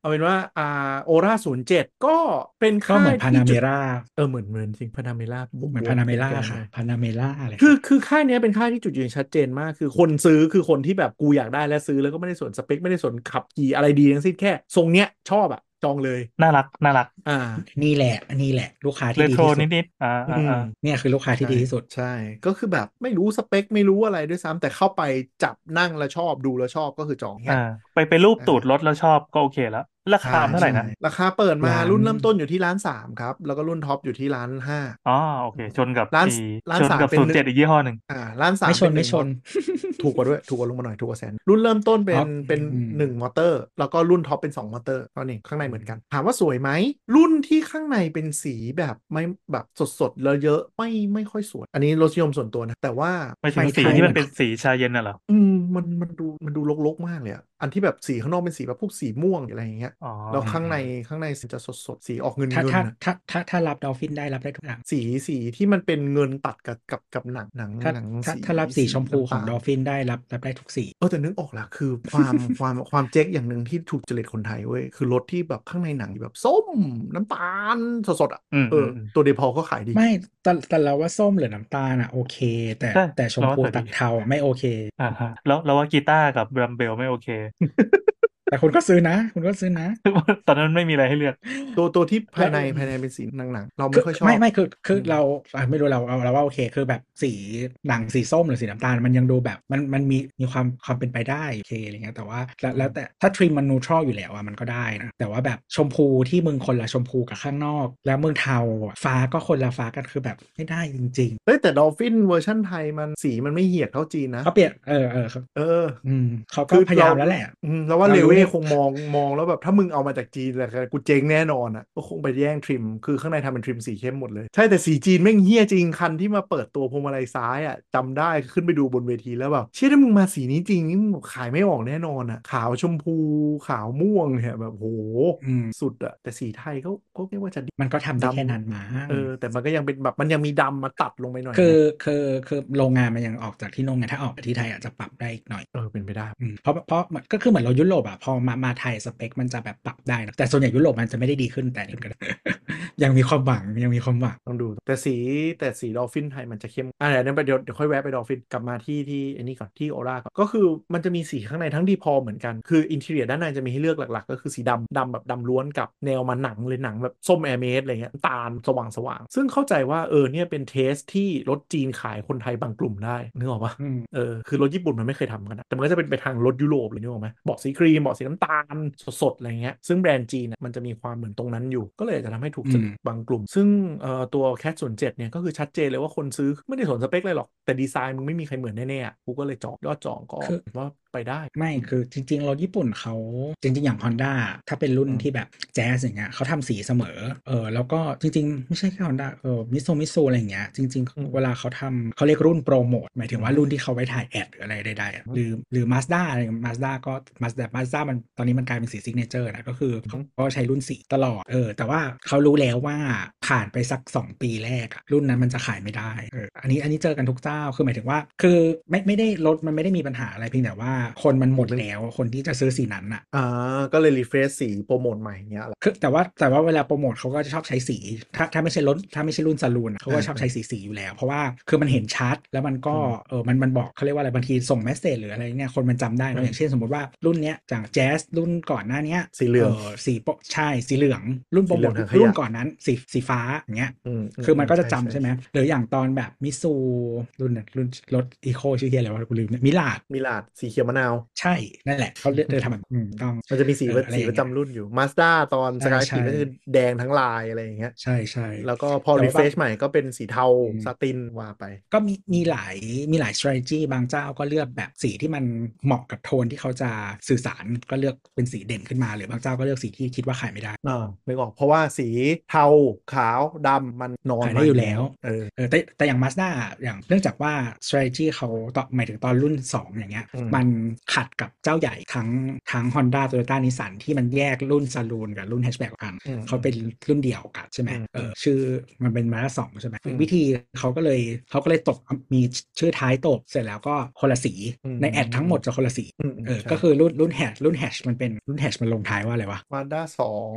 [SPEAKER 3] เอาเป็นว่าอ่าโอร่าศูนย์เจ็ดก็เป็น
[SPEAKER 2] ก็
[SPEAKER 3] ค่า
[SPEAKER 2] เหมือย นพา
[SPEAKER 3] ที่
[SPEAKER 2] นาเม
[SPEAKER 3] จุด
[SPEAKER 2] รา
[SPEAKER 3] เออเหมือนเหมือนจริงพานาเมล่าบุก
[SPEAKER 2] เหมือน
[SPEAKER 3] บว
[SPEAKER 2] พานาเมรา
[SPEAKER 3] ป็แก
[SPEAKER 2] ค่ะ
[SPEAKER 3] เลย
[SPEAKER 2] พานาเมราอะไร
[SPEAKER 3] คือคือค่ายเนี้ยเป็นค่ายที่จุดยืนชัดเจนมาก คือคนซื้อคือคนที่แบบกูอยากได้และซื้อแล้วก็ไม่ได้สนสเปค ไม่ได้สนขับขี่อะไรดีทั้งสิ้นแค่ ทรงเนี้ยชอบอะจองเลย
[SPEAKER 4] น่ารักน่ารัก
[SPEAKER 3] อ่า
[SPEAKER 2] นี่แหละนี่แหละ ลูกค้า
[SPEAKER 4] เร
[SPEAKER 2] ที่ดี
[SPEAKER 4] โทร
[SPEAKER 2] ที่สุด
[SPEAKER 4] นิดๆอ่าอ่าอ่า
[SPEAKER 2] เนี่ยคือลูกค้าที่ดีที่สุด
[SPEAKER 3] ใช่ ก็คือแบบไม่รู้สเปคไม่รู้อะไรด้วยซ้ำแต่เข้าไปจับนั่งแล้วชอบดูแล้วชอบก็คือจองแค่
[SPEAKER 4] อ่าไปไปรูป
[SPEAKER 3] อ่า
[SPEAKER 4] ตูดรถแล้วชอบก็โอเคแล้ว ราคาเท่าไหร่นะ
[SPEAKER 2] ใช่
[SPEAKER 3] ราคาเปิดมา
[SPEAKER 2] ร้าน
[SPEAKER 3] รุ่นเริ่มต้นอยู่ที่ร้านสามครับ แล้วก็รุ่นท็อปอยู่ที่ร้านห้า
[SPEAKER 4] อ๋อโอเค ชนกับ
[SPEAKER 3] ร้าน
[SPEAKER 4] อี
[SPEAKER 3] ร้าน
[SPEAKER 4] ชน
[SPEAKER 3] สาม
[SPEAKER 4] กับ
[SPEAKER 3] เป็น
[SPEAKER 4] ศูน
[SPEAKER 3] ห
[SPEAKER 4] ย์
[SPEAKER 3] นึ่
[SPEAKER 4] เจ็ด
[SPEAKER 3] ง
[SPEAKER 4] อีกยี่ห้อหนึ่ง
[SPEAKER 3] อ่าร้านสาม
[SPEAKER 2] ไม่ชน
[SPEAKER 3] เป็
[SPEAKER 2] ไม่ชน
[SPEAKER 3] ถูกกว่าด้วย ถูกกว่าลงมาหน่อยถูกกว่าแสน รุ่นเริ่มต้นเป็
[SPEAKER 2] อ๋
[SPEAKER 3] น
[SPEAKER 2] อ
[SPEAKER 3] เป็น
[SPEAKER 2] อืม
[SPEAKER 3] หนึ่งมอเตอร์ แล้วก็รุ่นท็อปเป็นสองมอเตอร์เท่านั้นเองข้างในเหมือนกัน ถามว่าสวยไหม รุ่นที่ข้างในเป็นสีแบบไม่แบบสดๆแล้วเยอะไม่ไม่ค่อยสวย อันนี้รสนิยมส่วนตัวนะ แต่ว่า
[SPEAKER 4] ไม่ถึงสี
[SPEAKER 3] ไทย
[SPEAKER 4] ที่มัน
[SPEAKER 3] มั
[SPEAKER 4] เป็นสีชาเย็นน่ะเหรอ
[SPEAKER 3] อืมมันมันดูมันดูรกๆมากเลยอะอันที่แบบสีข้างนอกเป็นสีแบบพวกสีม่วงหรืออะไรอย่างเงี้ย
[SPEAKER 4] อ๋อ
[SPEAKER 3] แล้วข้างในข้างในสีจะสดๆสีออกเงิน
[SPEAKER 2] ถ้า
[SPEAKER 3] เงิน
[SPEAKER 2] ถ้าถ้าถ้าถ้ารับดอลฟินได้รับได้ทุกอย่าง
[SPEAKER 3] สีสีที่มันเป็นเงินตัดกับกับกับหนังหนัง
[SPEAKER 2] ถ้า
[SPEAKER 3] หนัง
[SPEAKER 2] ถ้า
[SPEAKER 3] สี
[SPEAKER 2] ถ้ารับสีชมพูของ
[SPEAKER 3] น้ำตาล
[SPEAKER 2] ดอลฟินได้รับรับได้ทุกสี
[SPEAKER 3] เออแต่นึกออกละคือความ *laughs* ความความเจ๊กอย่างหนึ่งที่ถูกจริตคนไทยเว้ยคือรสที่แบบข้างในหนังแบบส้มน้ำตาลสดๆอ่ะ
[SPEAKER 4] อืม
[SPEAKER 3] เออ
[SPEAKER 4] มม
[SPEAKER 3] ตัวเดพอก็ขายดี
[SPEAKER 2] ไม่แต่แต่เราว่าส้มหรือน้ำตาลอ่ะโอเค แต่
[SPEAKER 4] ใช่
[SPEAKER 2] แต่ชมพู
[SPEAKER 4] เราว่าสวยดี
[SPEAKER 2] ตัดเทาอะไม่โอเค
[SPEAKER 4] อ่าฮะแล้วแล้วว่ากีตาร์กับรัมเบลไม่โอเค *laughs*
[SPEAKER 2] แต่คุณก็ซื้อนะ คุณก็ซื้อนะ
[SPEAKER 4] ตอนนั้นไม่มีอะไรให้เลือก
[SPEAKER 3] ตัวตัวที่ภายใน
[SPEAKER 2] แล้ว
[SPEAKER 3] ภายในเป็นสีหนังๆเรา
[SPEAKER 2] คื
[SPEAKER 3] ไม่ค่อยชอบ
[SPEAKER 2] ไม่ไม่คือคืออ
[SPEAKER 3] ม
[SPEAKER 2] เราอ่ะไม่รู้เราเราเราว่าโอเค คือแบบสีหนังสีส้มหรือสีน้ำตาลมันยังดูแบบมันมันมีมีความความเป็นไปได้โอเคอะไรเงี้ยแต่ว่าแล้วแล้วแต่ถ้าทริมมันนูทรัลอยู่แล้วอะมันก็ได้นะแต่ว่าแบบชมพูที่มึงคนละชมพูกับข้างนอก แล้วมึงเทาอะฟ้าก็คนละฟ้ากันคือแบบไม่ได้จริง
[SPEAKER 3] เฮ้ยแต่ดอลฟินเวอร์ชั่นไทยมันสีมันไม่เหี่ยดเท่าจีน
[SPEAKER 2] ๆ
[SPEAKER 3] นะ
[SPEAKER 2] เขาเปลี่ยนเออเออเขา
[SPEAKER 3] เออ
[SPEAKER 2] อืมเขาก็
[SPEAKER 3] คือ
[SPEAKER 2] พยายาม
[SPEAKER 3] เรา
[SPEAKER 2] แล้วแหละ
[SPEAKER 3] อืมแล้วว่า
[SPEAKER 2] เรา
[SPEAKER 3] เล
[SPEAKER 2] รู้
[SPEAKER 3] เว่
[SPEAKER 2] นี่
[SPEAKER 3] คงมองมองแล้วแบบถ้ามึงเอามาจากจีนแหละกูเจ๊งแน่นอนอ่ะก็คงไปแย่งทริม คือข้างในทำเป็นทริมสีเข้มหมดเลยใช่แต่สีจีนแม่งเฮี้ยจริงคันที่มาเปิดตัวพวงมาลัยซ้ายอ่ะจำได้ขึ้นไปดูบนเวทีแล้วแบบเชื่อถ้ามึงมาสีนี้จริงนี่มึงขายไม่ออกแน่นอนอ่ะ ขาวชมพูขาวม่วงเนี่ยแบบโห
[SPEAKER 2] อืม
[SPEAKER 3] สุดอ่ะแต่สีไทยเขาก็เรียกว่าจะดี
[SPEAKER 2] มันก็ทำได้
[SPEAKER 3] ดำ
[SPEAKER 2] แค่นั้นมั้ง
[SPEAKER 3] เออแต่มันก็ยังเป็นแบบมันยังมีดำมาตัดลงไปหน่อย
[SPEAKER 2] คือ
[SPEAKER 3] นะ
[SPEAKER 2] คือคือโรงงานมันยังออกจากที่โรงงานถ้าออกไปที่ไทยอาจจะปรับได้อีกหน่อย
[SPEAKER 3] เออเป็นไปได้
[SPEAKER 2] อืมเพราะเพราะมันก็คือเหมือนเรายุโรปอะพอมามาไทยสเปคมันจะแบบปรับได้นะแต่ส่วนใหญ่ยุโรปมันจะไม่ได้ดีขึ้นแต่ *laughs* นี่ก็ ยังมีความหวังยังมีความหวัง
[SPEAKER 3] ต้องดูแต่สีแต่สีดอลฟินไทยมันจะเข้มอ่าเดี๋ยวนั้นไปเดี๋ยวเดี๋ยวค่อยแวะไปดอลฟินกลับมาที่ที่ไอันนี้ก่อนที่โอร่าก่อนก็คือมันจะมีสีข้างในทั้งดีพอเหมือนกันคืออินเท i รียด้านในจะมีให้เลือกหลัก ๆ ก็คือสีดำดำแบบดำล้วนกับแนวมันหนังเลยหนังแบบส้มแอร์เมสอะไรเงี้ยตาลสว่างสว่างๆซึ่งเข้าใจว่าเออเนี่ยเป็นเทสที่รถจีนขายคนไทยบางกลุ่มได้นึกออกปะ
[SPEAKER 2] อืม
[SPEAKER 3] เออคือรถญี่ปุ่นมันไม่เคยทำกันนะแต่มันก็จะเป็นไปทางรถยุโรปเลยนึกออกไหมเบาะสีครีมเบาะสีน้ำตาล สดๆ อะไรเงี้ย ซึ่งแบรนด์จีนน่ะมันจะมีความเหมือนตรงนั้นอยู่ ก็เลยอาจจะทำให้ถูกจริต
[SPEAKER 2] อืม
[SPEAKER 3] บางกลุ่ม ซึ่งเอ่อตัวแคทส่วนเจ็ดเนี่ย ก็คือชัดเจนเลยว่าคนซื้อไม่ได้สนสเปคเลยหรอก แต่ดีไซน์มึงไม่มีใครเหมือนแน่ๆอ่ะกูก็เลยจองยอดจองก็
[SPEAKER 2] คือ
[SPEAKER 3] ว่าไปได้
[SPEAKER 2] ไม่คือจริงๆรถญี่ปุ่นเขาจริง ๆ อย่าง Honda ถ้าเป็นรุ่น
[SPEAKER 3] อืม
[SPEAKER 2] ที่แบบแจ๊สอย่างเงี้ยเขาทำสีเสมอเออแล้วก็จริง ๆ ไม่ใช่แค่ Honda เออมิโซมิโซอะไรอย่างเงี้ยจริง
[SPEAKER 3] อืม
[SPEAKER 2] ๆ เวลาเขาทำเขาเรียกรุ่นโปรโมทหมายถึงว่า
[SPEAKER 3] อืม
[SPEAKER 2] รุ่นที่เขาไว้ถ่ายแอดหรืออะไรใดๆอะ
[SPEAKER 3] อืม
[SPEAKER 2] หรือหรือมาสด้าอะไรมาสด้าก็มาสด้ามาสด้ามันตอนนี้มันกลายเป็นสีซิกเนเจอร์นะก็คือ
[SPEAKER 3] อืม
[SPEAKER 2] เขาใช้รุ่นสีตลอดเออแต่ว่าเขารู้แล้วว่าผ่านไปสัก 2 ปีแรกอะรุ่นนั้นมันจะขายไม่ได้เอออันนี้อันนี้เจอกันทุกเจ้าคือหมายถึงว่า คือไม่ไม่ได้รถมันไม่ได้มีปัญหาอะไรเพียงแต่ว่าคนมันหมดแล้วคนที่จะซื้อสีนั้นอะ
[SPEAKER 3] อ่าก็เลยรีเฟรชสีโปรโมทใหม่เงี้ยแหละ
[SPEAKER 2] คือแต่ว่าแต่ว่าเวลาโปรโมทเขาก็จะชอบใช้สี ถ้าถ้าไม่ใช่รถถ้าไม่ใช่รุ่นซาลูนอะเขาก็ชอบใช้สีสีอยู่แล้ว เพราะว่าคือมันเห็นชัดแล้วมันก็
[SPEAKER 3] อืม
[SPEAKER 2] เออมันมันบอกเขาเรียกว่าอะไรบางทีส่งเมสเซจหรืออะไรเนี่ยคนมันจำได้
[SPEAKER 3] อื
[SPEAKER 2] เน
[SPEAKER 3] ม
[SPEAKER 2] อะอย่างเช่นสมมติว่ารุ่นเนี้ยจากแจ๊สรุ่นก่อนหน้าเนี้ย
[SPEAKER 3] สีเหลือง
[SPEAKER 2] สีโปะใช่สีเหลือง รุ่นโปรโมท
[SPEAKER 3] สีเหลืองถังขยะ
[SPEAKER 2] รุ่นก่อนนั้นสีสีฟ้าอย่างเงี้ย
[SPEAKER 3] ม
[SPEAKER 2] คือมันก็จะจำ
[SPEAKER 3] ช่
[SPEAKER 2] ใช่ไหมหรืออย่างตอนแบบมิซูรุ่นน่ะรุ่นรถอีโคชื่อเฮียอะไรวะกูลืมเนี่ยมิลาด
[SPEAKER 3] มิลาดสีเขียวมะนาว
[SPEAKER 2] ใช่นั่นแหละเขาเลือกเดินทำแบบอืมต้อง
[SPEAKER 3] มันจะมีสี
[SPEAKER 2] เอ
[SPEAKER 3] ป
[SPEAKER 2] อ
[SPEAKER 3] ระ
[SPEAKER 2] อะไรอ
[SPEAKER 3] สี
[SPEAKER 2] ย่าง
[SPEAKER 3] ป
[SPEAKER 2] เงี้ย
[SPEAKER 3] ระจำรุ่นอยู่มาสด้าตอนส
[SPEAKER 2] ใช่
[SPEAKER 3] กาย
[SPEAKER 2] ใช่
[SPEAKER 3] พีก็คือแดงทั้งลายอะไรอย่างเงี้ย
[SPEAKER 2] ใช่ใช่
[SPEAKER 3] แล้วก็พอ
[SPEAKER 2] แต่ว่า
[SPEAKER 3] refresh ใหม่ก็เป็นสีเทา
[SPEAKER 2] อืม
[SPEAKER 3] สตินว่าไป
[SPEAKER 2] ก็มีมีหลายมีหลาย strategy บางเจ้าก็เลือกแบบสีที่มันเหมาะกับโทนที่เขาจะสื่อสารก็เลือกเป็นสีเด่นขึ้นมา หรือบางเจ้าก็เลือกสีที่คิดว่าขายไม่ได้
[SPEAKER 3] อ่าไม่ออกเพราะว่าสีเทาขาวดำมันนอน
[SPEAKER 2] ขายได้อยู่แล้ว
[SPEAKER 3] เออ
[SPEAKER 2] เออแต่แต่อย่าง Mazda อย่างเนื่องจากว่า strategy เขาตอนหมายถึงตอนรุ่น 2 อย่างเงี้ย
[SPEAKER 3] อืม
[SPEAKER 2] มันขัดกับเจ้าใหญ่ทั้งทั้ง Honda Toyota Nissan ที่มันแยกรุ่นซาลูนกับรุ่นแฮชแบ็กกัน
[SPEAKER 3] อืม
[SPEAKER 2] เขาเป็นรุ่นเดียวกันใช่ไหม
[SPEAKER 3] อืม
[SPEAKER 2] เออชื่อมันเป็นมาสองใช่ไหม
[SPEAKER 3] อืม
[SPEAKER 2] วิธีเขาก็เลยเขาก็เลยตบมีชื่อท้ายตบเสร็จแล้วก็คนละสี
[SPEAKER 3] อืม
[SPEAKER 2] ในแอดทั้งหมดจะคนละสี
[SPEAKER 3] อืม
[SPEAKER 2] เออ
[SPEAKER 3] ใช่
[SPEAKER 2] ก็คือรุ่นรุ่นแฮชรุ่นแฮชมันเป็นรุ่นแฮชมันลงท้ายว่าอะไรวะ
[SPEAKER 3] มาด้าสอง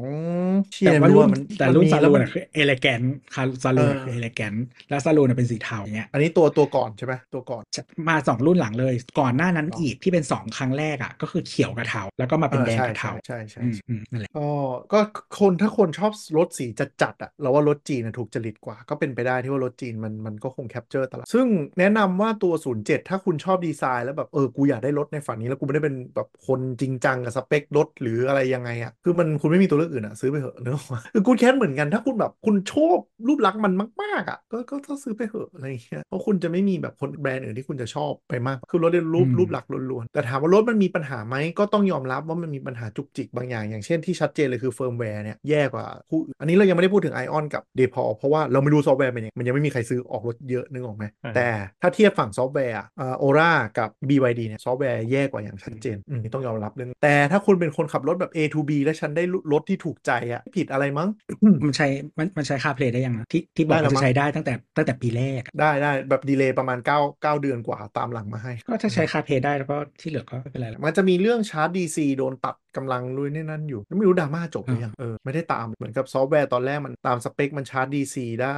[SPEAKER 2] แต่ว่ารุ่นแต่รุ่น
[SPEAKER 3] มี
[SPEAKER 2] ซาลูน
[SPEAKER 3] แวมั
[SPEAKER 2] อะคือเอเลแกนคาซาลู
[SPEAKER 3] เอ
[SPEAKER 2] น
[SPEAKER 3] อ
[SPEAKER 2] คือเอเลแกนแล้วซาลูนเป็นสีเทาอย่างเงี้ย
[SPEAKER 3] อันนี้ตัวตัวก่อนใช่ไหมตัวก่อน
[SPEAKER 2] มาสองรุ่นหลังเลย ก่อนหน้านั้น
[SPEAKER 3] อ๋ออี
[SPEAKER 2] อีกที่เป็นสองครั้งแรกอ่ะก็คือเขียวกับเทาแล้วก็มาเป็น
[SPEAKER 3] ออ
[SPEAKER 2] แดง
[SPEAKER 3] ใช่
[SPEAKER 2] กับเทา
[SPEAKER 3] ใช่ใช่
[SPEAKER 2] อืม
[SPEAKER 3] ใช่
[SPEAKER 2] อืมนั่นแหละ
[SPEAKER 3] ก็ก็คนถ้าคนชอบรถสีจัดจัดๆอะเราว่ารถจีนน่ะถูกจริตกว่า ก็เป็นไปได้ที่ว่ารถจีนมันมันก็คงแคปเจอร์ตลาดซึ่งแนะนำว่าตัว 07 ถ้าคุณชอบดีไซน์แล้วแบบเออกูอยากได้รถในฝันนี้แล้วกูไม่ได้เป็นแบบคนจริง จังกับสเปครถหรืออะไรยังไงอ่ะคือมันคุณไม่มีตัวเลือกอื่นอ่ะซื้อไปเถอะเนอะคือกูแค้นเหมือนกันถ้าคุณแบบคุณชอบรูปลักษณ์มันมากๆอ่ะก็ก็ต้องซื้อไปเถอะอะไรอย่างเงี้ยเพราะคุณจะไม่มีแบบคนแบรนด์อื่นที่คุณจะชอบไปมาก คือรถเรียนรูป
[SPEAKER 2] อืม
[SPEAKER 3] รูปลักษณ์ล้วนๆแต่ถามว่ารถมันมีปัญหาไหมก็ต้องยอมรับว่ามันมีปัญหาจุกจิกบางอย่าง อย่างเช่นที่ชัดเจนเลยคือเฟิร์มแวร์เนี่ยแย่กว่าคู่อื่นอันนี้เรายังไม่ได้พูดถึงไอออนกับเดพอเพราะว่าเราไม่รู้ซอฟต์แวร์เป็นยังไงมันยังไม่มีใครซื้อออกรถเยอะนึกออกไหม
[SPEAKER 4] อ่า
[SPEAKER 3] แต่ แต่ถ้าเทียบฝั่งซอฟต์แวร์โอร่า Aura กับ BYD เนี่ยซอฟต์แวร์แย่กว่าอย่างชัดเจนอืมนี่ต้องยอมรับเรื่องแต่ถ้าคุณเป็นคนขับรถแบบ A to B และฉันได้รถที่ถูกใจอะไม่ผิดอะไรมั้ง
[SPEAKER 2] มันใช้มันมันใช้ค่าเพลย์ได้ยังนะที่ที่บอก
[SPEAKER 3] ได้แล้ว
[SPEAKER 2] ว่า
[SPEAKER 3] มั้ง
[SPEAKER 2] จะใช้ได้ตั้งแต่ตั้งแต่ปีแรกอะ
[SPEAKER 3] ได้ได้แบบดีเลย์ประมาณ 9 9 เดือนกว่าตามหลังมาให้
[SPEAKER 2] ก็ถ้าใช้ค่าเพลย์ได้แล้วก็ที่เหลือก็ไม่เป็นไรแล้ว
[SPEAKER 3] มันจะมีเรื่องชาร์จ DC โดนตัดกำลังลุยนี่นั่นอยู่ ไม่รู้ดราม่าจบหรือยังเออไม่ได้ตามเหมือนกับซอฟต์แวร์ตอนแรกมันตามสเปค มันชาร์จ DC ได้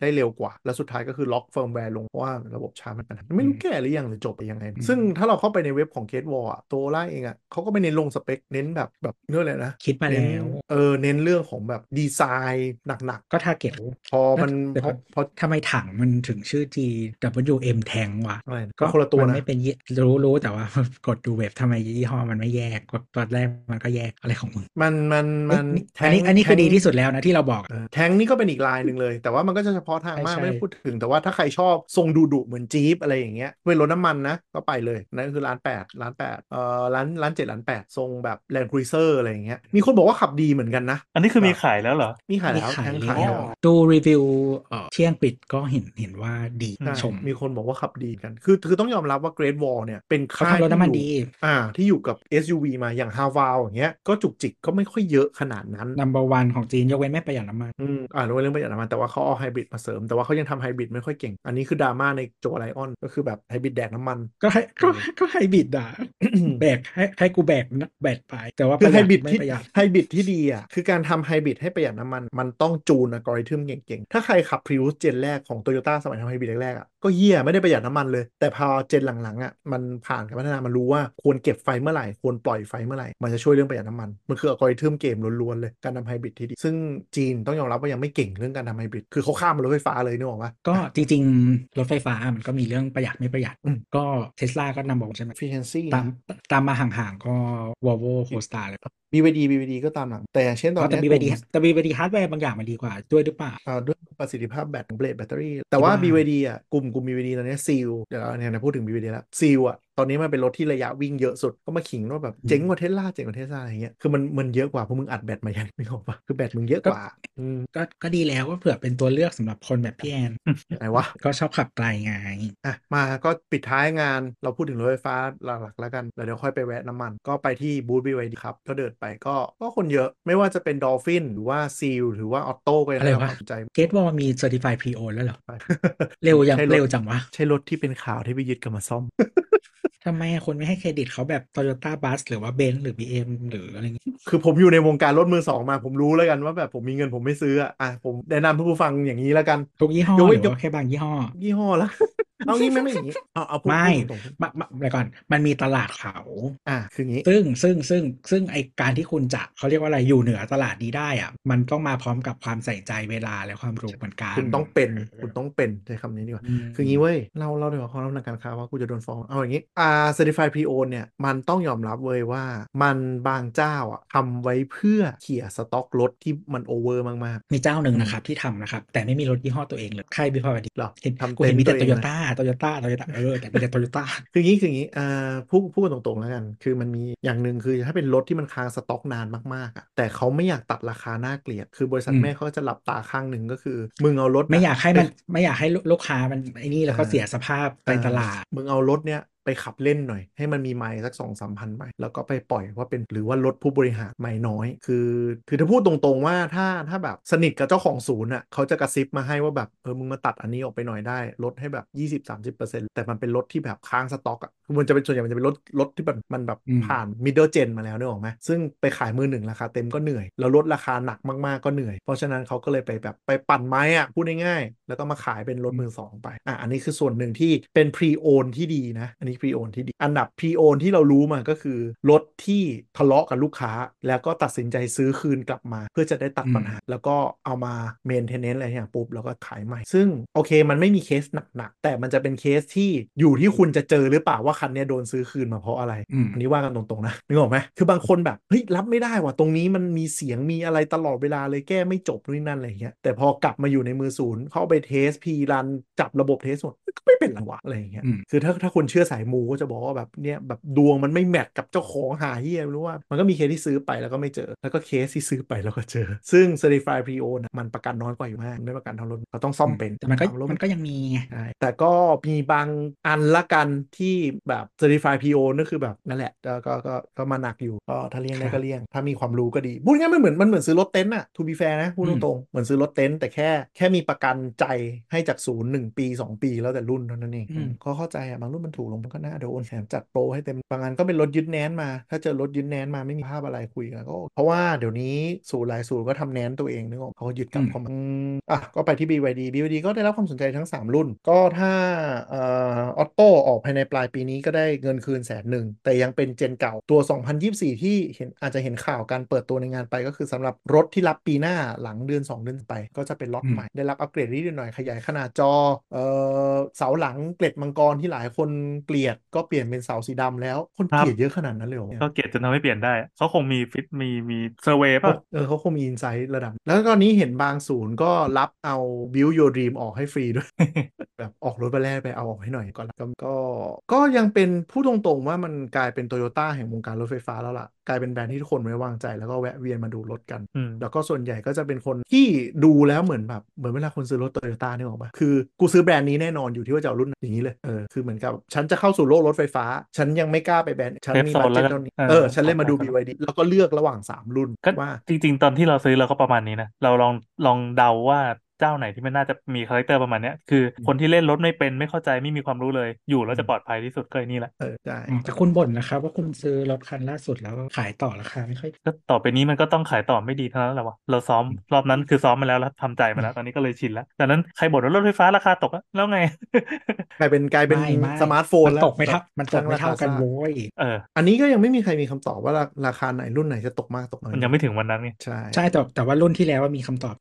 [SPEAKER 3] ได้เร็วกว่า แล้วสุดท้ายก็คือล็อกเฟิร์มแวร์ลงเพราะว่าระบบชาร์จมันปัญหาไม่รู้แก้หรือยังหรือจบไปยังไง
[SPEAKER 2] อืม
[SPEAKER 3] ซึ่งถ้าเราเข้าไปในเว็บของเกตวอลตัวไล่เองอ่ะเขาก็ไม่เน้นลงสเปคเน้นแบบแบบเรื่องอะไรนะ
[SPEAKER 2] คิดมา
[SPEAKER 3] เน้น
[SPEAKER 2] แล้ว
[SPEAKER 3] เออเน้นเรื่องของแบบดีไซน์หนัก
[SPEAKER 2] ก็ทาเก็ต
[SPEAKER 3] ๆ พอมัน
[SPEAKER 2] เดี๋ยว
[SPEAKER 3] พ
[SPEAKER 2] ก่
[SPEAKER 3] อ
[SPEAKER 2] อน
[SPEAKER 3] พอ
[SPEAKER 2] ทำไมถังมันถึงชื่อ GWM Tank วะ
[SPEAKER 3] อะไรนะก็คนละตัว
[SPEAKER 2] มั
[SPEAKER 3] นะ
[SPEAKER 2] ไม่เป็นยี่รู้รู้แต่ว่า *laughs* กดดูเว็บทำไมยี่ห้อมันไม่แยกกดตอนแรกมันก็แยกอะไรของมึง
[SPEAKER 3] มันมันมัน
[SPEAKER 2] เอ้ย
[SPEAKER 3] แท
[SPEAKER 2] อัน
[SPEAKER 3] ง
[SPEAKER 2] นี้อันนี้คือ
[SPEAKER 3] แทง
[SPEAKER 2] ดีที่สุดแล้วนะที่เราบอกอะ
[SPEAKER 3] เออแทงนี่ก็เป็นอีกลายหนึ่งเลย แต่ว่ามันก็จะเฉพาะทางมาก
[SPEAKER 2] ใช่ใช่
[SPEAKER 3] ไม่ได้พูดถึง แต่ว่าถ้าใครชอบทรงดูดุๆเหมือนจี๊ปอะไรอย่างเงี้ยเว้นรถน้ำมันนะ ก็ไปเลยนั่นก็คือร้าน8ร้าน8เอ่อร้านร้าน7ร้าน8ทรงแบบแลนด์ครูเซอร์อะไรอย่างเงี้ยมีคนบอกว่าขับดีเหมือนกันนะ
[SPEAKER 4] อันนี้คือมี
[SPEAKER 3] แบบ
[SPEAKER 4] ขายแล้วเหรอ
[SPEAKER 3] มีขายแล้ว
[SPEAKER 2] มี
[SPEAKER 3] แทง
[SPEAKER 2] แล้
[SPEAKER 3] ขายว แล้ว
[SPEAKER 2] ดูรีวิวเอ่อเที่ยงปิดก็เห็นเห็นว่าดี
[SPEAKER 4] ใช่
[SPEAKER 2] ชม
[SPEAKER 3] มีคนบอกว่าขับดีกัน คือคือต้องยอมรับว่า Great Wall เนี่ยเป็น
[SPEAKER 2] เขา
[SPEAKER 3] ค่าย
[SPEAKER 2] ทำรถ
[SPEAKER 3] ที่
[SPEAKER 2] น้ำมัน
[SPEAKER 3] อยู่
[SPEAKER 2] ดี
[SPEAKER 3] อ่าที่อยู่กับ SUV มาอย่างฮาวาวอย่างเงี้ยก็จุกจิกก็ไม่ค่อยเยอะขนาดนั้น
[SPEAKER 2] number one ของจีน ยกเว้นไม่ประหยัดน้ำมัน
[SPEAKER 3] อืมอ่ารู้เรื่องประหยัดน้ำมันแต่ว่าเขาเอาไฮบริดมาเสริม แต่ว่าเขายังทำไฮบริดไม่ค่อยเก่ง อันนี้คือดราม่าในโจไลออนก็คือแบบไฮบริดแดกน้ำมัน
[SPEAKER 2] *coughs* ก็ให้ก็ก็ไฮบริดอ่ะ แบกให้ให้กูแบกนะแบกไป แต่ว่า
[SPEAKER 3] คือ
[SPEAKER 2] ประห
[SPEAKER 3] ไฮ
[SPEAKER 2] ยัด
[SPEAKER 3] บริด
[SPEAKER 2] ไม่
[SPEAKER 3] ที่
[SPEAKER 2] ประหยัด
[SPEAKER 3] ไฮบริดที่ดีอ่ะคือการทำไฮบริดให้ประหยัดน้ำมัน มันต้องจูนอัลกอริทึมเก่งๆ ถ้าใครขับพ r ิว s เจนแรกของโตโยต้าสมัยทำไฮบริดแรกๆอ่ะก็เฮียไม่ได้ประหยัดน้ำมันเลย แต่พอเจนหลังๆอ่ะมันผ่านการพัฒนามันรู้ว่าควรเก็บไฟเมื่อไหร่ ควรปล่อยไฟเมื่อไหร่ มันจะช่วยเรื่องประหยัดน้ำมัน มันคืออัลกอริทึมเกมล้วนๆเลยการทำไฮบริดที่ดี ซึ่งจีนต้องยอมรับว่ายังไม่เก่งเรื่องการทำไฮบริดคือเขาข้ามมารถไฟฟ้าเลยนึกออกปะ
[SPEAKER 2] ก็จริงๆ รถไฟฟ้ามันก็มีเรื่องประหยัดไม่ประหยัด
[SPEAKER 3] อืม
[SPEAKER 2] ก็เทสลาก็นำบอกใช่ไหม
[SPEAKER 3] efficiency
[SPEAKER 2] ตามตามมาห่างๆ ก็ Volvo Polestar เลย
[SPEAKER 3] บีวดีบีวดีก็ตามหลัง แต่อย่างเช่นตอน
[SPEAKER 2] แต่
[SPEAKER 3] เนี้ย
[SPEAKER 2] BYD แต่ BYD ฮาร์ดแวร์บางอย่างมันดีกว่าด้วยหรือเปล่า
[SPEAKER 3] อ่าด้วยประสิทธิภาพแบตของเบลดแบตเตอรี่ แต่ว่า
[SPEAKER 2] ว่า
[SPEAKER 3] BYD อ่ะกลุ่มกลุ่ม BYD ตอนเนี้ซีลเดี๋ยวเราเนี่ยนะพูดถึง BYD แล้วซีลอ่ะตอนนี้มันเป็นรถที่ระยะวิ่งเยอะสุด ก็มาขิงว่าแบบ
[SPEAKER 2] อืม
[SPEAKER 3] เจ๋งกว่าเทสลาเจ๋งกว่าเทสลาอะไรเงี้ยคือมันมันเยอะกว่าเพราะมึงอัดแบตมายันไม่ออกปะคือแบตมึงเยอะกว่าอืม
[SPEAKER 2] ก็ก็ดีแล้วว่าเผื่อเป็นตัวเลือกสำหรับคนแบบพี่แอน
[SPEAKER 3] ยังไงวะ
[SPEAKER 2] ก็ชอบขับไกลไง
[SPEAKER 3] อ่ะมาก็ปิดท้ายงานเราพูดถึงรถไฟฟ้าหลักๆแล้วกันแล้วเดี๋ยวค่อยไปแวะน้ำมัน ก็ไปที่บูธ BYD ครับก็เดินไปก็ก็คนเยอะไม่ว่าจะเป็นดอลฟินหรือว่าซีลหรือว่าออโต้ก็ยัง
[SPEAKER 2] อะไร
[SPEAKER 3] ให้คว
[SPEAKER 2] ะ
[SPEAKER 3] วามสนใจ
[SPEAKER 2] เกตว่ามี Certified Pre Owned แล้วเหรอ เร็วอย่าง
[SPEAKER 3] ใช่รถ
[SPEAKER 2] เร็วจังวะ
[SPEAKER 3] ใช่รถที่เป็นข่าวที่ไปยึดกลันมาซ่ *laughs* อม
[SPEAKER 2] ทำไมคนไม่ให้เครดิตเขาแบบ Toyota Bus หรือว่า Benz หรือ BM หรืออะไรอย่างงี้
[SPEAKER 3] คือผมอยู่ในวงการรถมือสองมาผมรู้แล้วกันว่าแบบผมมีเงินผมไม่ซื้ออะอ่ะผมแนะนำท่านผู้ฟังอย่างนี้แล้วกัน
[SPEAKER 2] ทุกยี่ห้อย
[SPEAKER 3] ก
[SPEAKER 2] ห
[SPEAKER 3] เว้น
[SPEAKER 2] รือย
[SPEAKER 3] ก
[SPEAKER 2] ว่าแค่บางยี่ห้อ
[SPEAKER 3] ยี่ห้อละ *laughs* เอางี้ไหม่ไม่อย่างนี้เอาเอาพูด
[SPEAKER 2] ไม่
[SPEAKER 3] พูดตรงๆ
[SPEAKER 2] มามาเดี๋ยวก่อน มันมีตลาดเขา
[SPEAKER 3] อ่ะคืออย่างนี้
[SPEAKER 2] ซึ่งซึ่งซึ่งซึ่งไอการที่คุณจะเขาเรียกว่าอะไรอยู่เหนือตลาดนี้ได้อะมันต้องมาพร้อมกับความใส่ใจเวลาและความรู้เหมือนกัน
[SPEAKER 3] คุณต้องเป็นคุณต้องเป็นใช้คำนี้ดีกว่า
[SPEAKER 2] ม
[SPEAKER 3] คืองี้เว้ยเราเราเดี๋ยวาความรับทางการค้าว่ากูจะโดนฟ้องเอาอย่างนี้อ่า certified pre owned เนี่ยมันต้องยอมรับเว้ยว่ามันบางเจ้าอ่ะทำไว้เพื่อเขี่ยสต็อกรถที่มันโอเวอร์มาก
[SPEAKER 2] มีเจ้าหนึ่งนะครับที่ทำนะครับ แต่ไม่มีรถยี่ห้อตัวเองเลยค่ายบิพาวดี
[SPEAKER 3] ๆหรอ
[SPEAKER 2] เห็น
[SPEAKER 3] ทำ
[SPEAKER 2] กูเห็นมีแต่
[SPEAKER 3] ว
[SPEAKER 2] โต
[SPEAKER 3] อง
[SPEAKER 2] โย
[SPEAKER 3] นะ
[SPEAKER 2] ต้าโตโยต้าโตโยต้าเออแต่มีแต่โตโยต้า
[SPEAKER 3] คืองี้คืองี้เอ่อพูดพูดกันตรงๆแล้วกัน คือมันมีอย่างหนึ่งคือถ้าเป็นรถที่มันค้างสต็อกนานมากๆอ่ะแต่เขาไม่อยากตัดราคาหน้าเกลียด คือบริษัท
[SPEAKER 2] อืม
[SPEAKER 3] แม่เขาก็จะหลับตาข้างหนึ่งก็คือ มึงเอารถะ
[SPEAKER 2] ไม่อยากให้มันไม่อยากให้ลูกค้ามันไอ้นี่แล้วก็
[SPEAKER 3] อ่า
[SPEAKER 2] เสียสภาพ
[SPEAKER 3] ไป
[SPEAKER 2] ในตลาด
[SPEAKER 3] มึงเอารถเนี้ยไปขับเล่นหน่อย ให้มันมีไมล์สักสองสามพันไมล์แล้วก็ไปปล่อยว่าเป็นหรือว่ารถผู้บริหารไมล์น้อย คือคือถ้าพูดตรงๆว่าถ้าถ้าแบบสนิทกับเจ้าของศูนย์อ่ะเขาจะกระซิบมาให้ว่าแบบเออมึงมาตัดอันนี้ออกไปหน่อยได้ลดให้แบบ 20-30%แต่มันเป็นรถที่แบบค้างสต็อกอ่ะคือมันจะเป็นส่วนใหญ่มันจะเป็นรถรถที่แบบมันแบบ
[SPEAKER 2] อืม
[SPEAKER 3] ผ่าน มิดเดิลเจนมาแล้วนึกออกไหมซึ่งไปขายมือหนึ่งราคาเต็มก็เหนื่อย แล้วลดราคาหนักมาก ๆ ก็เหนื่อย เพราะฉะนั้นเขาก็เลยไปแบบไปปั่นไม้อะพูดง่ายๆ แล้วก็มาขายเป็นรถมือสองไป อ่ะ อันนี้คือส่วนหนึ่งที่เป็นพรีโอนที่ดีนะ อันนี้ พรีโอนที่ดี อันดับพรีโอน ที่เรารู้มาก็คือ รถที่ทะเลาะกับลูกค้า แล้วก็ตัดสินใจซื้อคืนกลับมา เพื่อจะได้ตัดปัญหา แล้วก็เอามาเมนเทนเนนต์อะไรอย่างปุ๊บแล้วก็ขายใหม่ ซึ่งโอเคมันไม่มีเคสหนักๆ แต่มันจะเป็นเคสที่อยู่ที่คุณจะเจอหรือเปล่าว่าคันเนี้ยโดนซื้อคืนมาเพราะอะไร
[SPEAKER 2] อืม
[SPEAKER 3] อันนี้ว่ากันตรงๆนะนึกออกไหมคือบางคนแบบเฮ้ยรับไม่ได้ว่ะตรงนี้มันมีเสียงมีอะไรตลอดเวลาเลยแก้ไม่จบนู่นนนั่นอะไรอย่างเงี้ยแต่พอกลับมาอยู่ในมือศูนย์เข้าไปเทสพีรันจับระบบเทสหมดก็ไม่เป็นไรวะอะไรอย่างเงี้ย
[SPEAKER 2] อืม
[SPEAKER 3] คือถ้าถ้าคนเชื่อสายมูก็จะบอกว่าแบบเนี่ยแบบดวงมันไม่แมทกับเจ้าของหาเฮียไม่รู้ว่ามันก็มีเคสที่ซื้อไปแล้วก็ไม่เจอ แล้วก็เคสที่ซื้อไปแล้วก็เจอ ซึ่ง certified pre owned อะมันประกันน้อยกว่าอยู่มากไม่ประกันทางรถเขาต้องซ่อมเป็น
[SPEAKER 2] แต่มันก็
[SPEAKER 3] ทางรถ
[SPEAKER 2] มันก็ยังมีไง
[SPEAKER 3] ใช่แต่ก็มีบางอันละกันที่แบบ certify PO นั่นคือแบบนั่นแหละก็ก็ก็ก็มาหนักอยู่ก็ถ้าเลี่ยงได้
[SPEAKER 2] ครั
[SPEAKER 3] ก็
[SPEAKER 2] บ
[SPEAKER 3] เลี่ยง ถ้ามีความรู้ก็ดีพูดง่ายๆมันเหมือนมันเหมือนซื้อรถเต็นท์อะ to be fair นะพูด
[SPEAKER 2] อืม
[SPEAKER 3] ตรงๆเหมือนซื้อรถเต็นท์แต่แค่แค่มีประกันใจให้จากศูนย์หนึ่งปี 2 ปีแล้วแต่รุ่นเท่านั้นเอง
[SPEAKER 2] อืม
[SPEAKER 3] ก็เข้าใจอะบางรุ่นมันถูกลงมันก็น่าโดนแถมจัดโปรให้เต็มบางอันก็เป็นรถยึดแนนมาถ้าเจอรถยึดแนนมาไม่มีภาพอะไรคุยกันก็เพราะว่าเดี๋ยวนี้ศูนย์หลายศูนย์ก็ทำแนนตัวเองนึกออกเขาก็ยึดกลับเข้ามา อืมอ่ะก็ไปที่ BYD BYD ก็ได้รับความสนใจทั้ง 3 รุ่น ก็ถ้าเอ่อออโต้ออกภายในปลายปีนี้ก็ได้เงินคืนแสนหนึ่ง แต่ยังเป็นเจนเก่าตัว 2024 ที่เห็นอาจจะเห็นข่าวการเปิดตัวในงานไปก็คือสำหรับรถที่รับปีหน้าหลังเดือน 2 เดือนไป ก็จะเป็นล็อต
[SPEAKER 2] อืม
[SPEAKER 3] ใหม่ ได้รับอัปเกรดนิดหน่อยขยายขนาดจอเอ่อเสาหลังเกล็ดมังกรที่หลายคนเกลียดก็เปลี่ยนเป็นเสาสีดำแล้วคนเกลียดเยอะขนาดนั้นเลยเหรอเนี่ย
[SPEAKER 4] ก็เกลียดจนทำให้เปลี่ยนได้ เขาคงมีฟิตมีมีเซอร์เวยป่ะ
[SPEAKER 3] เออเขาคงมีอินไซต์ระดับ แล้วตอนนี้เห็นบางศูนย์ก็รับเอา build your dream ออกให้ฟรีด้วย *laughs* แบบออกรถไปแรกไปเอาออกให้หน่อยก่อนละก็ก็ก็ยังเป็นพูดตรงๆว่ามันกลายเป็นโตโยต้าแห่งวงการรถไฟฟ้าแล้วล่ะ กลายเป็นแบรนด์ที่ทุกคนไว้วางใจแล้วก็แวะเวียนมาดูรถกัน
[SPEAKER 4] อืม
[SPEAKER 3] แล้วก็ส่วนใหญ่ก็จะเป็นคนที่ดูแล้วเหมือนแบบเหมือนเวลาคนซื้อรถโตโยต้าเนี่ยออกมาคือกูซื้อแบรนด์นี้แน่นอนอยู่ที่ว่าจะเอารุ่นไหนอย่างนี้เลยเออคือเหมือนกับ ฉันจะเข้าสู่โลกรถไฟฟ้า ฉันยังไม่กล้าไปแบรนด์ฉันมี
[SPEAKER 4] Safe
[SPEAKER 3] บัต
[SPEAKER 4] zone แล้
[SPEAKER 3] เจ็ต
[SPEAKER 4] วกัน
[SPEAKER 3] เท่านี้
[SPEAKER 4] เออ
[SPEAKER 3] เออฉันเลยมาดู
[SPEAKER 4] ขอ
[SPEAKER 3] BYD แล้วก็เลือกระหว่างสามรุ่น
[SPEAKER 4] ก็
[SPEAKER 3] ว่า
[SPEAKER 4] จริง ๆ ตอนที่เราซื้อเราก็ประมาณนี้นะ เราลองลองเดาว่าเจ้าไหนที่มันน่าจะมีคาแรคเตอร์ประมาณเนี้ยคือคนที่เล่นรถไม่เป็นไม่เข้าใจไม่มีความรู้เลย อยู่แล้วจะปลอดภัยที่สุดก็ไอ้นี่แหละ
[SPEAKER 3] เออได้
[SPEAKER 2] อืมแต่คุณบ่นนะครับว่าคุณซื้อรถคันล่าสุดแล้วขายต่อราคาไม่ค่อย
[SPEAKER 4] ก็ต่อไปนี้มันก็ต้องขายต่อไม่ดีเท่านั้นแหละวะเราซ้อมรอบนั้นคือซ้อมมาแล้วแล้วทำใจมาแล้วตอนนี้ก็เลยชินแล้วดังนั้นใครบ่นว่ารถไฟฟ้าราคาตกอะแล้วไง
[SPEAKER 3] กลายเป็นกลายเป็น
[SPEAKER 2] ไม่ไม่
[SPEAKER 3] สมาร์ทโฟน
[SPEAKER 2] มั
[SPEAKER 3] แล้ว
[SPEAKER 2] ตกไม่เท่ามันตกไม่เท่ากัน
[SPEAKER 3] ทั้งรค
[SPEAKER 2] โว้ย
[SPEAKER 4] เออ
[SPEAKER 3] อันนี้ก็ยังไม่มีใครมีคำตอบว่าราราคาไหนรุ่นไหนจะตกมากตกน้อย
[SPEAKER 4] มันยังไม่ถึงวันนั้นไง *laughs*
[SPEAKER 3] ใช่
[SPEAKER 2] ใช่แต่แต่ว่ารุ่นที่แล้วว่ามีคำตอบ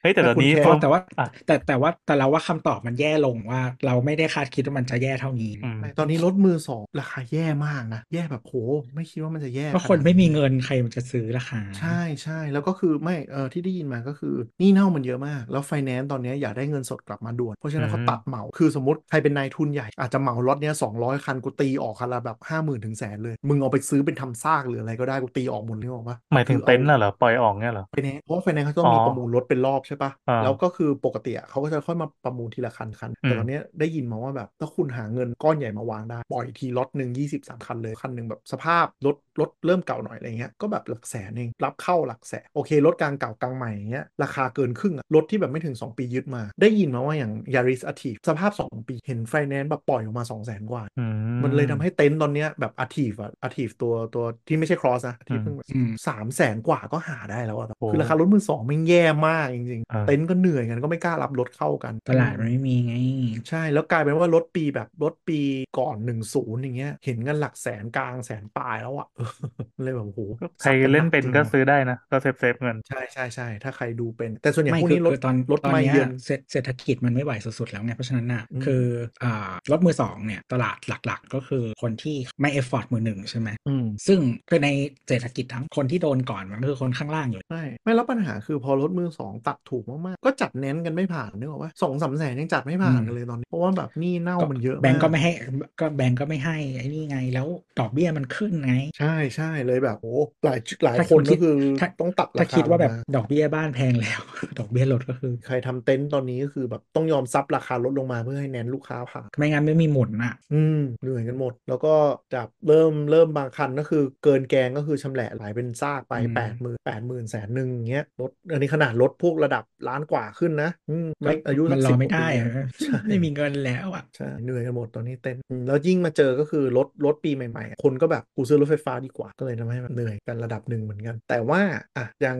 [SPEAKER 4] เฮ้ยแต่ตอนนี้
[SPEAKER 2] แต่
[SPEAKER 4] ก็
[SPEAKER 2] แต่ว่า
[SPEAKER 4] อ่ะ
[SPEAKER 2] แต่แต่ว่าแต่เราว่าคำตอบมันแย่ลงว่าเราไม่ได้คาดคิดว่ามันจะแย่เท่านี้
[SPEAKER 4] อืม
[SPEAKER 3] ใช่ตอนนี้รถมือสองราคาแย่มากนะ แย่แบบโห ไม่คิดว่ามันจะแย่
[SPEAKER 2] เพราะคน
[SPEAKER 3] ขด
[SPEAKER 2] ไม่มีเงินใครมันจะซื้อราคา
[SPEAKER 3] ใช่ใช่แล้วก็คือไม่เออที่ได้ยินมาก็คือหนี้เน่ามันเยอะมาก แล้วไฟแนนซ์ตอนเนี้ยอยากได้เงินสดกลับมาด่วน เพราะฉะนั้น
[SPEAKER 4] อืม
[SPEAKER 3] เขาตัดเหมาคือสมมติใครเป็นนายทุนใหญ่ อาจจะเหมารถเนี้ยสองร้อยคันกูตีออกคันละแบบห้าหมื่นถึงแสนเลย มึงเอาไปซื้อเป็นทำซากหรืออะไรก็ได้กูตีออกหมดเลยหรอปะ
[SPEAKER 4] หมายถึง
[SPEAKER 3] คือ
[SPEAKER 4] เต็นท์
[SPEAKER 3] อา
[SPEAKER 4] น่ะเหรอปล่อยออกเงี้ยเหรอ
[SPEAKER 3] ไฟแนนซ์เพราะว่าไฟแนนซ์เขาต้องมี
[SPEAKER 4] อ๋อ
[SPEAKER 3] ประมูลรถเป็นรอบใช่ปะ
[SPEAKER 4] อ่า
[SPEAKER 3] แล้วก็คือปกติอะเขาก็จะค่อยมาประมูลทีละคันคัน แต่
[SPEAKER 4] อืม
[SPEAKER 3] ตอนเนี้ยได้ยินมาว่าแบบถ้าคุณหาเงินก้อนใหญ่มาวางได้ ปล่อยทีล็อตหนึ่งยี่สิบสามคันเลย คันหนึ่งแบบสภาพรถรถเริ่มเก่าหน่อยอะไรเงี้ย ก็แบบหลักแสนเองรับเข้าหลักแสน โอเค รถกลางเก่ากลางใหม่อย่างเงี้ยราคาเกินครึ่งอะรถที่แบบไม่ถึง 2 ปียึดมา ได้ยินมาว่าอย่างยาริสอ i ีสภาพ 2 ปีเห็นไฟแนนซ์แบบปล่อยออกมา2 0 0 0 0 0กว่า
[SPEAKER 4] อืม
[SPEAKER 3] มันเลยทำให้เต็นท์ตอนเนี้ยแบบอาทีฟอะอาทีฟตัวตัวที่ไม่ใช่ครอสนะอาทีฟ
[SPEAKER 4] อืม
[SPEAKER 3] เพิ่งแบบ
[SPEAKER 2] อืม
[SPEAKER 3] สามแสนกว่าก็หาได้แล้วอะ
[SPEAKER 4] โอ้
[SPEAKER 3] คือราคารถมือสองมันแย่มากจริง
[SPEAKER 4] อ่า
[SPEAKER 3] ๆ เต็นท์ก็เหนื่อยกันก็ไม่กล้ารับรถเข้ากัน
[SPEAKER 2] ตลาดมันไม่มีไง
[SPEAKER 3] ใช่แล้วกลายเป็นว่ารถปีแบบรถปีก่อน 10 อย่างเงี้ย เห็นกันหลักแสนกลางแสนปลายแล้วอะ *laughs* เลยแบบโอ้โห
[SPEAKER 4] ก็ใครเล่นเป็นก็ซื้อได้นะ ก็เซฟเซฟเงิน
[SPEAKER 3] ใช่ใช่ใช่ถ้าใครดูเป็น แต่ส่วนใหญ่
[SPEAKER 2] ไม่
[SPEAKER 3] พวก
[SPEAKER 2] คื
[SPEAKER 3] นี้รถ
[SPEAKER 2] คือตอน
[SPEAKER 3] รถ
[SPEAKER 2] ตอน
[SPEAKER 3] ไม่
[SPEAKER 2] เนี้ย
[SPEAKER 3] เยือน
[SPEAKER 2] เศรษเศรษฐกิจมันไม่ไหวสุดๆแล้วไงเพราะฉะนั้นน่ะ
[SPEAKER 3] อืม
[SPEAKER 2] คืออ่ารถมือสองเนี่ยตลาดหลักๆ ก็คือคนที่ไม่เอฟฟอร์ดมือหนึ่งใช่ไหม
[SPEAKER 3] อืม
[SPEAKER 2] ซึ่งคือในเศรษฐกิจทั้งคนที่โดนก่อนมันก็คือคนข้างล่างอยู่
[SPEAKER 3] ใช่ไม่แล้วปัญหาคือพอรถมือสองตัดถูกมาก ๆ ก็จัดเน้นกันไม่ผ่านนึกออกว่าสองสามแสนยังจัดไม่ผ่านกันเลยตอนนี้ เพราะว่าแบบหนี้เน่ามันเยอะ
[SPEAKER 2] แบงก์ก็
[SPEAKER 3] า
[SPEAKER 2] ไม่ให้ก็แบงก์ก็ไม่ให้ไอ้นี่ไงแล้วดอกเบี้ยมันขึ้นไง
[SPEAKER 3] ใช่ใช่เลยแบบโอ้หลายหลาย
[SPEAKER 2] ถ้า
[SPEAKER 3] คน
[SPEAKER 2] คิ
[SPEAKER 3] ก็
[SPEAKER 2] ด
[SPEAKER 3] คือ
[SPEAKER 2] ถ้า
[SPEAKER 3] ต้องตัดรา
[SPEAKER 2] ถ้า
[SPEAKER 3] คา
[SPEAKER 2] คิดว่า
[SPEAKER 3] ล
[SPEAKER 2] แบ
[SPEAKER 3] ง
[SPEAKER 2] บ
[SPEAKER 3] ม
[SPEAKER 2] ดอกเบี้ยบ้านแพงแล้ว *laughs* ดอกเบี้ยลดก็คือ
[SPEAKER 3] ใครทำเต็นท์ตอนนี้ก็คือแบบต้องยอมซับราคาลดลงมาเพื่อให้แนนลูกค้าผ่าน
[SPEAKER 2] ไม่งั้นไม่มีหมุนอ่ะ
[SPEAKER 3] อืมเหนื่อยกันหมด แล้วก็จับเริ่มเริ่มบางคันก็คือเกินแกงก็คือชำแหละหลายเป็นซากไป
[SPEAKER 2] อืม
[SPEAKER 3] แปดหมื่นแปดหมื่นแสนหนึ่งอย่างเงี้ยรถอันนี้ขนาดรถพวกระดับล้านกว่า ขึ้นนะอืมไม่อายุสั
[SPEAKER 2] มั
[SPEAKER 3] ก
[SPEAKER 2] นรอ
[SPEAKER 3] 16
[SPEAKER 2] ไม่ได้
[SPEAKER 3] ปี
[SPEAKER 2] อะ
[SPEAKER 3] *laughs* ใช่
[SPEAKER 2] ไม่มีเงินแล้วอ่ะ
[SPEAKER 3] ใช่ เหนื่อยกันหมดตอนนี้เต้นอืมแล้วยิ่งมาเจอก็คือรถรถปีใหม่ๆอ่ะคนก็แบบกูซื้อรถไฟฟ้าดีกว่าก็เลยทำให้มันเหนื่อยกันระดับหนึ่งเหมือนกัน แต่ว่าอ่ะอย่าง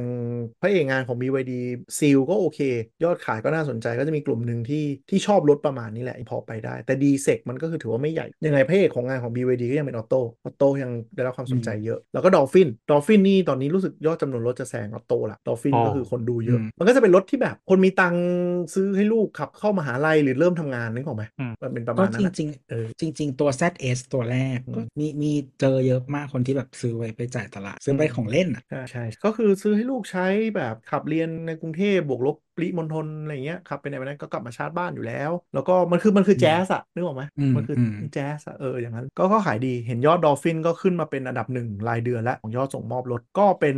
[SPEAKER 3] พระเอกงานของ BYD ซีลก็โอเค ยอดขายก็น่าสนใจก็จะมีกลุ่มหนึ่งที่ที่ชอบรถประมาณนี้แหละพอไปได้ แต่ดีเซกมันก็คือถือว่าไม่ใหญ่ ยังไงพระเอกของงานของ BYD ก็ยังเป็นออโต้ออโต้ยังได้รับความสนใจเยอะ แล้วก็ดอฟฟินดอฟฟินนี่ตอนนี้รู้สึกยอดจำนวนรถจะแซงออโต้ละดอฟฟิน
[SPEAKER 4] โอ้
[SPEAKER 3] ก็คือคนดูเยอะ
[SPEAKER 2] อืม
[SPEAKER 3] มันก็จะเป็นรถที่แบบคนมีตังค์ซื้อให้ลูกขับเข้ามหาลัยหรือเริ่มทำงานนึกออกไหม มันเป็นประ
[SPEAKER 2] ก็
[SPEAKER 3] มาณนั้น
[SPEAKER 2] จ
[SPEAKER 3] อะ
[SPEAKER 2] ริง
[SPEAKER 3] เออ
[SPEAKER 2] ๆจริง ๆ ตัว ZS ตัวแรก
[SPEAKER 3] อืม
[SPEAKER 2] ก็มีมีเจอเยอะมากคนที่แบบซื้อไว้ไปจ่ายตลาด ซื้อไป
[SPEAKER 3] อืม
[SPEAKER 2] ของเล่นอ่ะ
[SPEAKER 3] ใช่ใช่ ก็คือซื้อให้ลูกใช้แบบขับเรียนในกรุงเทพบวกลบปริมณฑลอะไรเงี้ยขับไปไหนมาไหนก็กลับมาชาร์จบ้านอยู่แล้ว แล้วก็มันคือมันคือ
[SPEAKER 2] อืม
[SPEAKER 3] แจ๊สอะนึกออกไหม
[SPEAKER 2] อืม
[SPEAKER 3] มันคืออ
[SPEAKER 2] ม
[SPEAKER 3] แจ๊สอะเอออย่างนั้น ก็ก็ขายดีเห็นยอดดอลฟินก็ขึ้นมาเป็นอันดับหนึ่งรายเดือนแล้วของยอดส่งมอบรถ ก็เป็น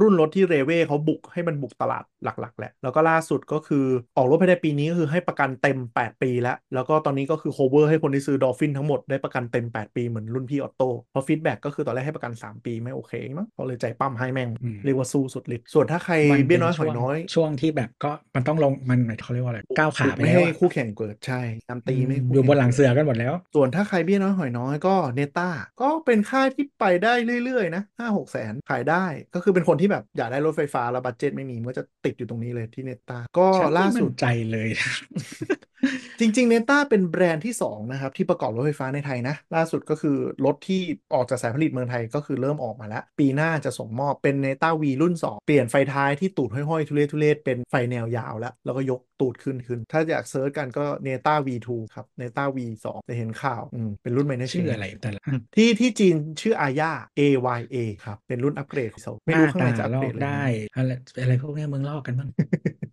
[SPEAKER 3] รุ่นรถที่เรเว่เขาบุกให้มันบุกตลาดหลักๆแหละแล้วก็ล่าสุดก็คือออกรถภายในปีนี้ก็คือให้ประกันเต็ม 8 ปีแล้ว แล้วก็ตอนนี้ก็คือ cover ให้คนที่ซื้อดอลฟินทั้งหมดได้ประกันเต็ม 8 ปีเหมือนรุ่นพี่ออโต้เพราะฟีดแบ็กก็คือตอนแรกให้ประกันสามปีไม่โอเคมั้งเขาเลยใจปั้มให้แม่ง
[SPEAKER 2] อืม
[SPEAKER 3] เรียกว่าสู้สุดฤทธิ์ส่วนถ้าใคร
[SPEAKER 2] มั
[SPEAKER 3] เบี้ย
[SPEAKER 2] ป็
[SPEAKER 3] น้อยหอย
[SPEAKER 2] ช่วง
[SPEAKER 3] น้อย
[SPEAKER 2] ช่วงที่แบบก็มันต้องลงมันหมายเขาเรียกว่าอะไรก้าวขาไป
[SPEAKER 3] ไม่
[SPEAKER 2] แล้ว
[SPEAKER 3] ให้
[SPEAKER 2] อะ
[SPEAKER 3] คู่แข่งเกิดใช่ตามตีไม่ให้คู่
[SPEAKER 2] อยู่บนหลัง
[SPEAKER 3] แข่
[SPEAKER 2] เสือกันหมดแล้ว
[SPEAKER 3] ส่วนถ้าใครเบี้ยน้อยหอยน้อยก็เนต้าก็เป็นค่ายที่ไปได้เรื่อยๆนะห้าหกแสนขายได้ ก็คือเป็นคนที่แบบอยากได้รถไฟฟ้า แล้วบัตเจ็ตไม่มีมันก็จะติดอยู่ตรงนี้เลยที่เนต้าก็
[SPEAKER 2] ฉันไม่
[SPEAKER 3] ล่า
[SPEAKER 2] มั่
[SPEAKER 3] สุ
[SPEAKER 2] น
[SPEAKER 3] ด
[SPEAKER 2] ใจเลยนะ
[SPEAKER 3] จริงๆเนต้าเป็นแบรนด์ที่ 2 นะครับ ที่ประกอบรถไฟฟ้าในไทยนะ ล่าสุดก็คือ รถที่ออกจากสายผลิตเมืองไทยก็คือเริ่มออกมาแล้ว ปีหน้าจะส่งมอบเป็นเนต้าวีรุ่น 2 เปลี่ยนไฟท้ายที่ตูดห้อยๆ ทุเรศทุเรศเป็นไฟแนวยาวแล้ว แล้วก็ยกตูดขึ้นขึ้น ถ้าอยากเซิร์ชกันก็เนต้า V2 ครับเนต้า V2 จะเห็นข่าวอืมเป็นรุ่นไมเน
[SPEAKER 2] ชื่ออะไรแต่ละ
[SPEAKER 3] ที่ที่จีนชื่ออาย่า AYA ครับเป็นรุ่นอัปเกรดของโซล
[SPEAKER 2] ห
[SPEAKER 3] ไม่
[SPEAKER 2] น้า
[SPEAKER 3] รู้ข้างใน
[SPEAKER 2] ตา
[SPEAKER 3] จะอัป
[SPEAKER 2] ลอ
[SPEAKER 3] เกรด
[SPEAKER 2] ก
[SPEAKER 3] เลย
[SPEAKER 2] ได้
[SPEAKER 3] ไหม
[SPEAKER 2] อะไรอะไรพวกเนี้ยมึงลอกกันบ้าง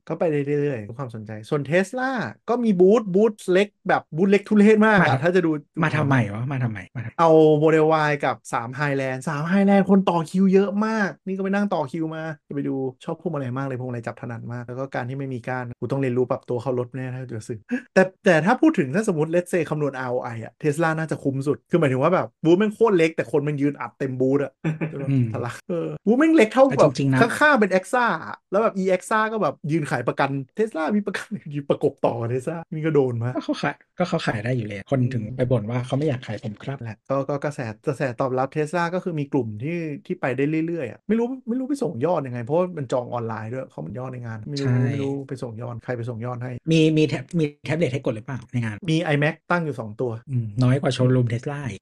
[SPEAKER 3] ก็ไปเรื่อยๆความสนใจ ส่วนเทสลาก็มีบูธบูธเล็กแบบบูธเล็กทุเรศมาก
[SPEAKER 2] มา
[SPEAKER 3] อะ
[SPEAKER 2] ทำ
[SPEAKER 3] ถ้าจะดู
[SPEAKER 2] มาทำไมวะมาทำไมมาทำไม
[SPEAKER 3] เอาโมเดล Y กับ 3 Highland 3 Highland คนต่อคิวเยอะมาก นี่ก็ไปนั่งต่อคิวมา จะไปดูชอบพวงมาลัยมากเลยพวงมาลัยจับถนัดมาก แล้วก็การที่ไม่มีการกูต้องเรียนรู้ปรับตัวเข้ารถแน่ถ้าจะซื้อแต่แต่ถ้าพูดถึงถ้าสมมติเลตเซคำนวณ ROI อะเทสลาน่าจะคุ้มสุด คือหมายถึงว่าแบบบูธแม่งโคตรเล็กแต่คนมันยืนอัดเต็มบูธอะ จนแบบ
[SPEAKER 2] อืม
[SPEAKER 3] ทะลักเออวูแม่งเล็กเท่าแบบ
[SPEAKER 2] แต่จริงๆนะ
[SPEAKER 3] ข้างๆเป็นเอ็กซ่าแล้วแบบ e ีเอ็กซ่าก็แบบยืนขายประกันเทสลามีประกัน *laughs* ยืนประกบต่อเทสลามีก็โดนมา
[SPEAKER 2] ก็เขาขายก็เขาขายได้อยู่เลย คนถึงไปบ่นว่าเขาไม่อยากขายผมครับ
[SPEAKER 3] แหละก็ก็กระแสกระแสตอบรับเทสลาก็คือมีกลุ่มที่ที่ไปได้เรื่อยๆอ่ะไม่รู้ไม่รู้ไปส่งยอดยังไง เพราะว่ามันจองออนไลน์ด้วยเขาเหมือนยอดในงาน ไม่รู้
[SPEAKER 2] ใช่
[SPEAKER 3] ไม่รู้ไปส่งยอดใครไปส่งยอดให้
[SPEAKER 2] มีมีแท็บมีแท็บเล็ตให้กดหรือเปล่าในงาน
[SPEAKER 3] มี iMac ตั้งอยู่ 2 ตัว
[SPEAKER 2] อืมน้อยกว่าโชว์รูมเทสลาอีก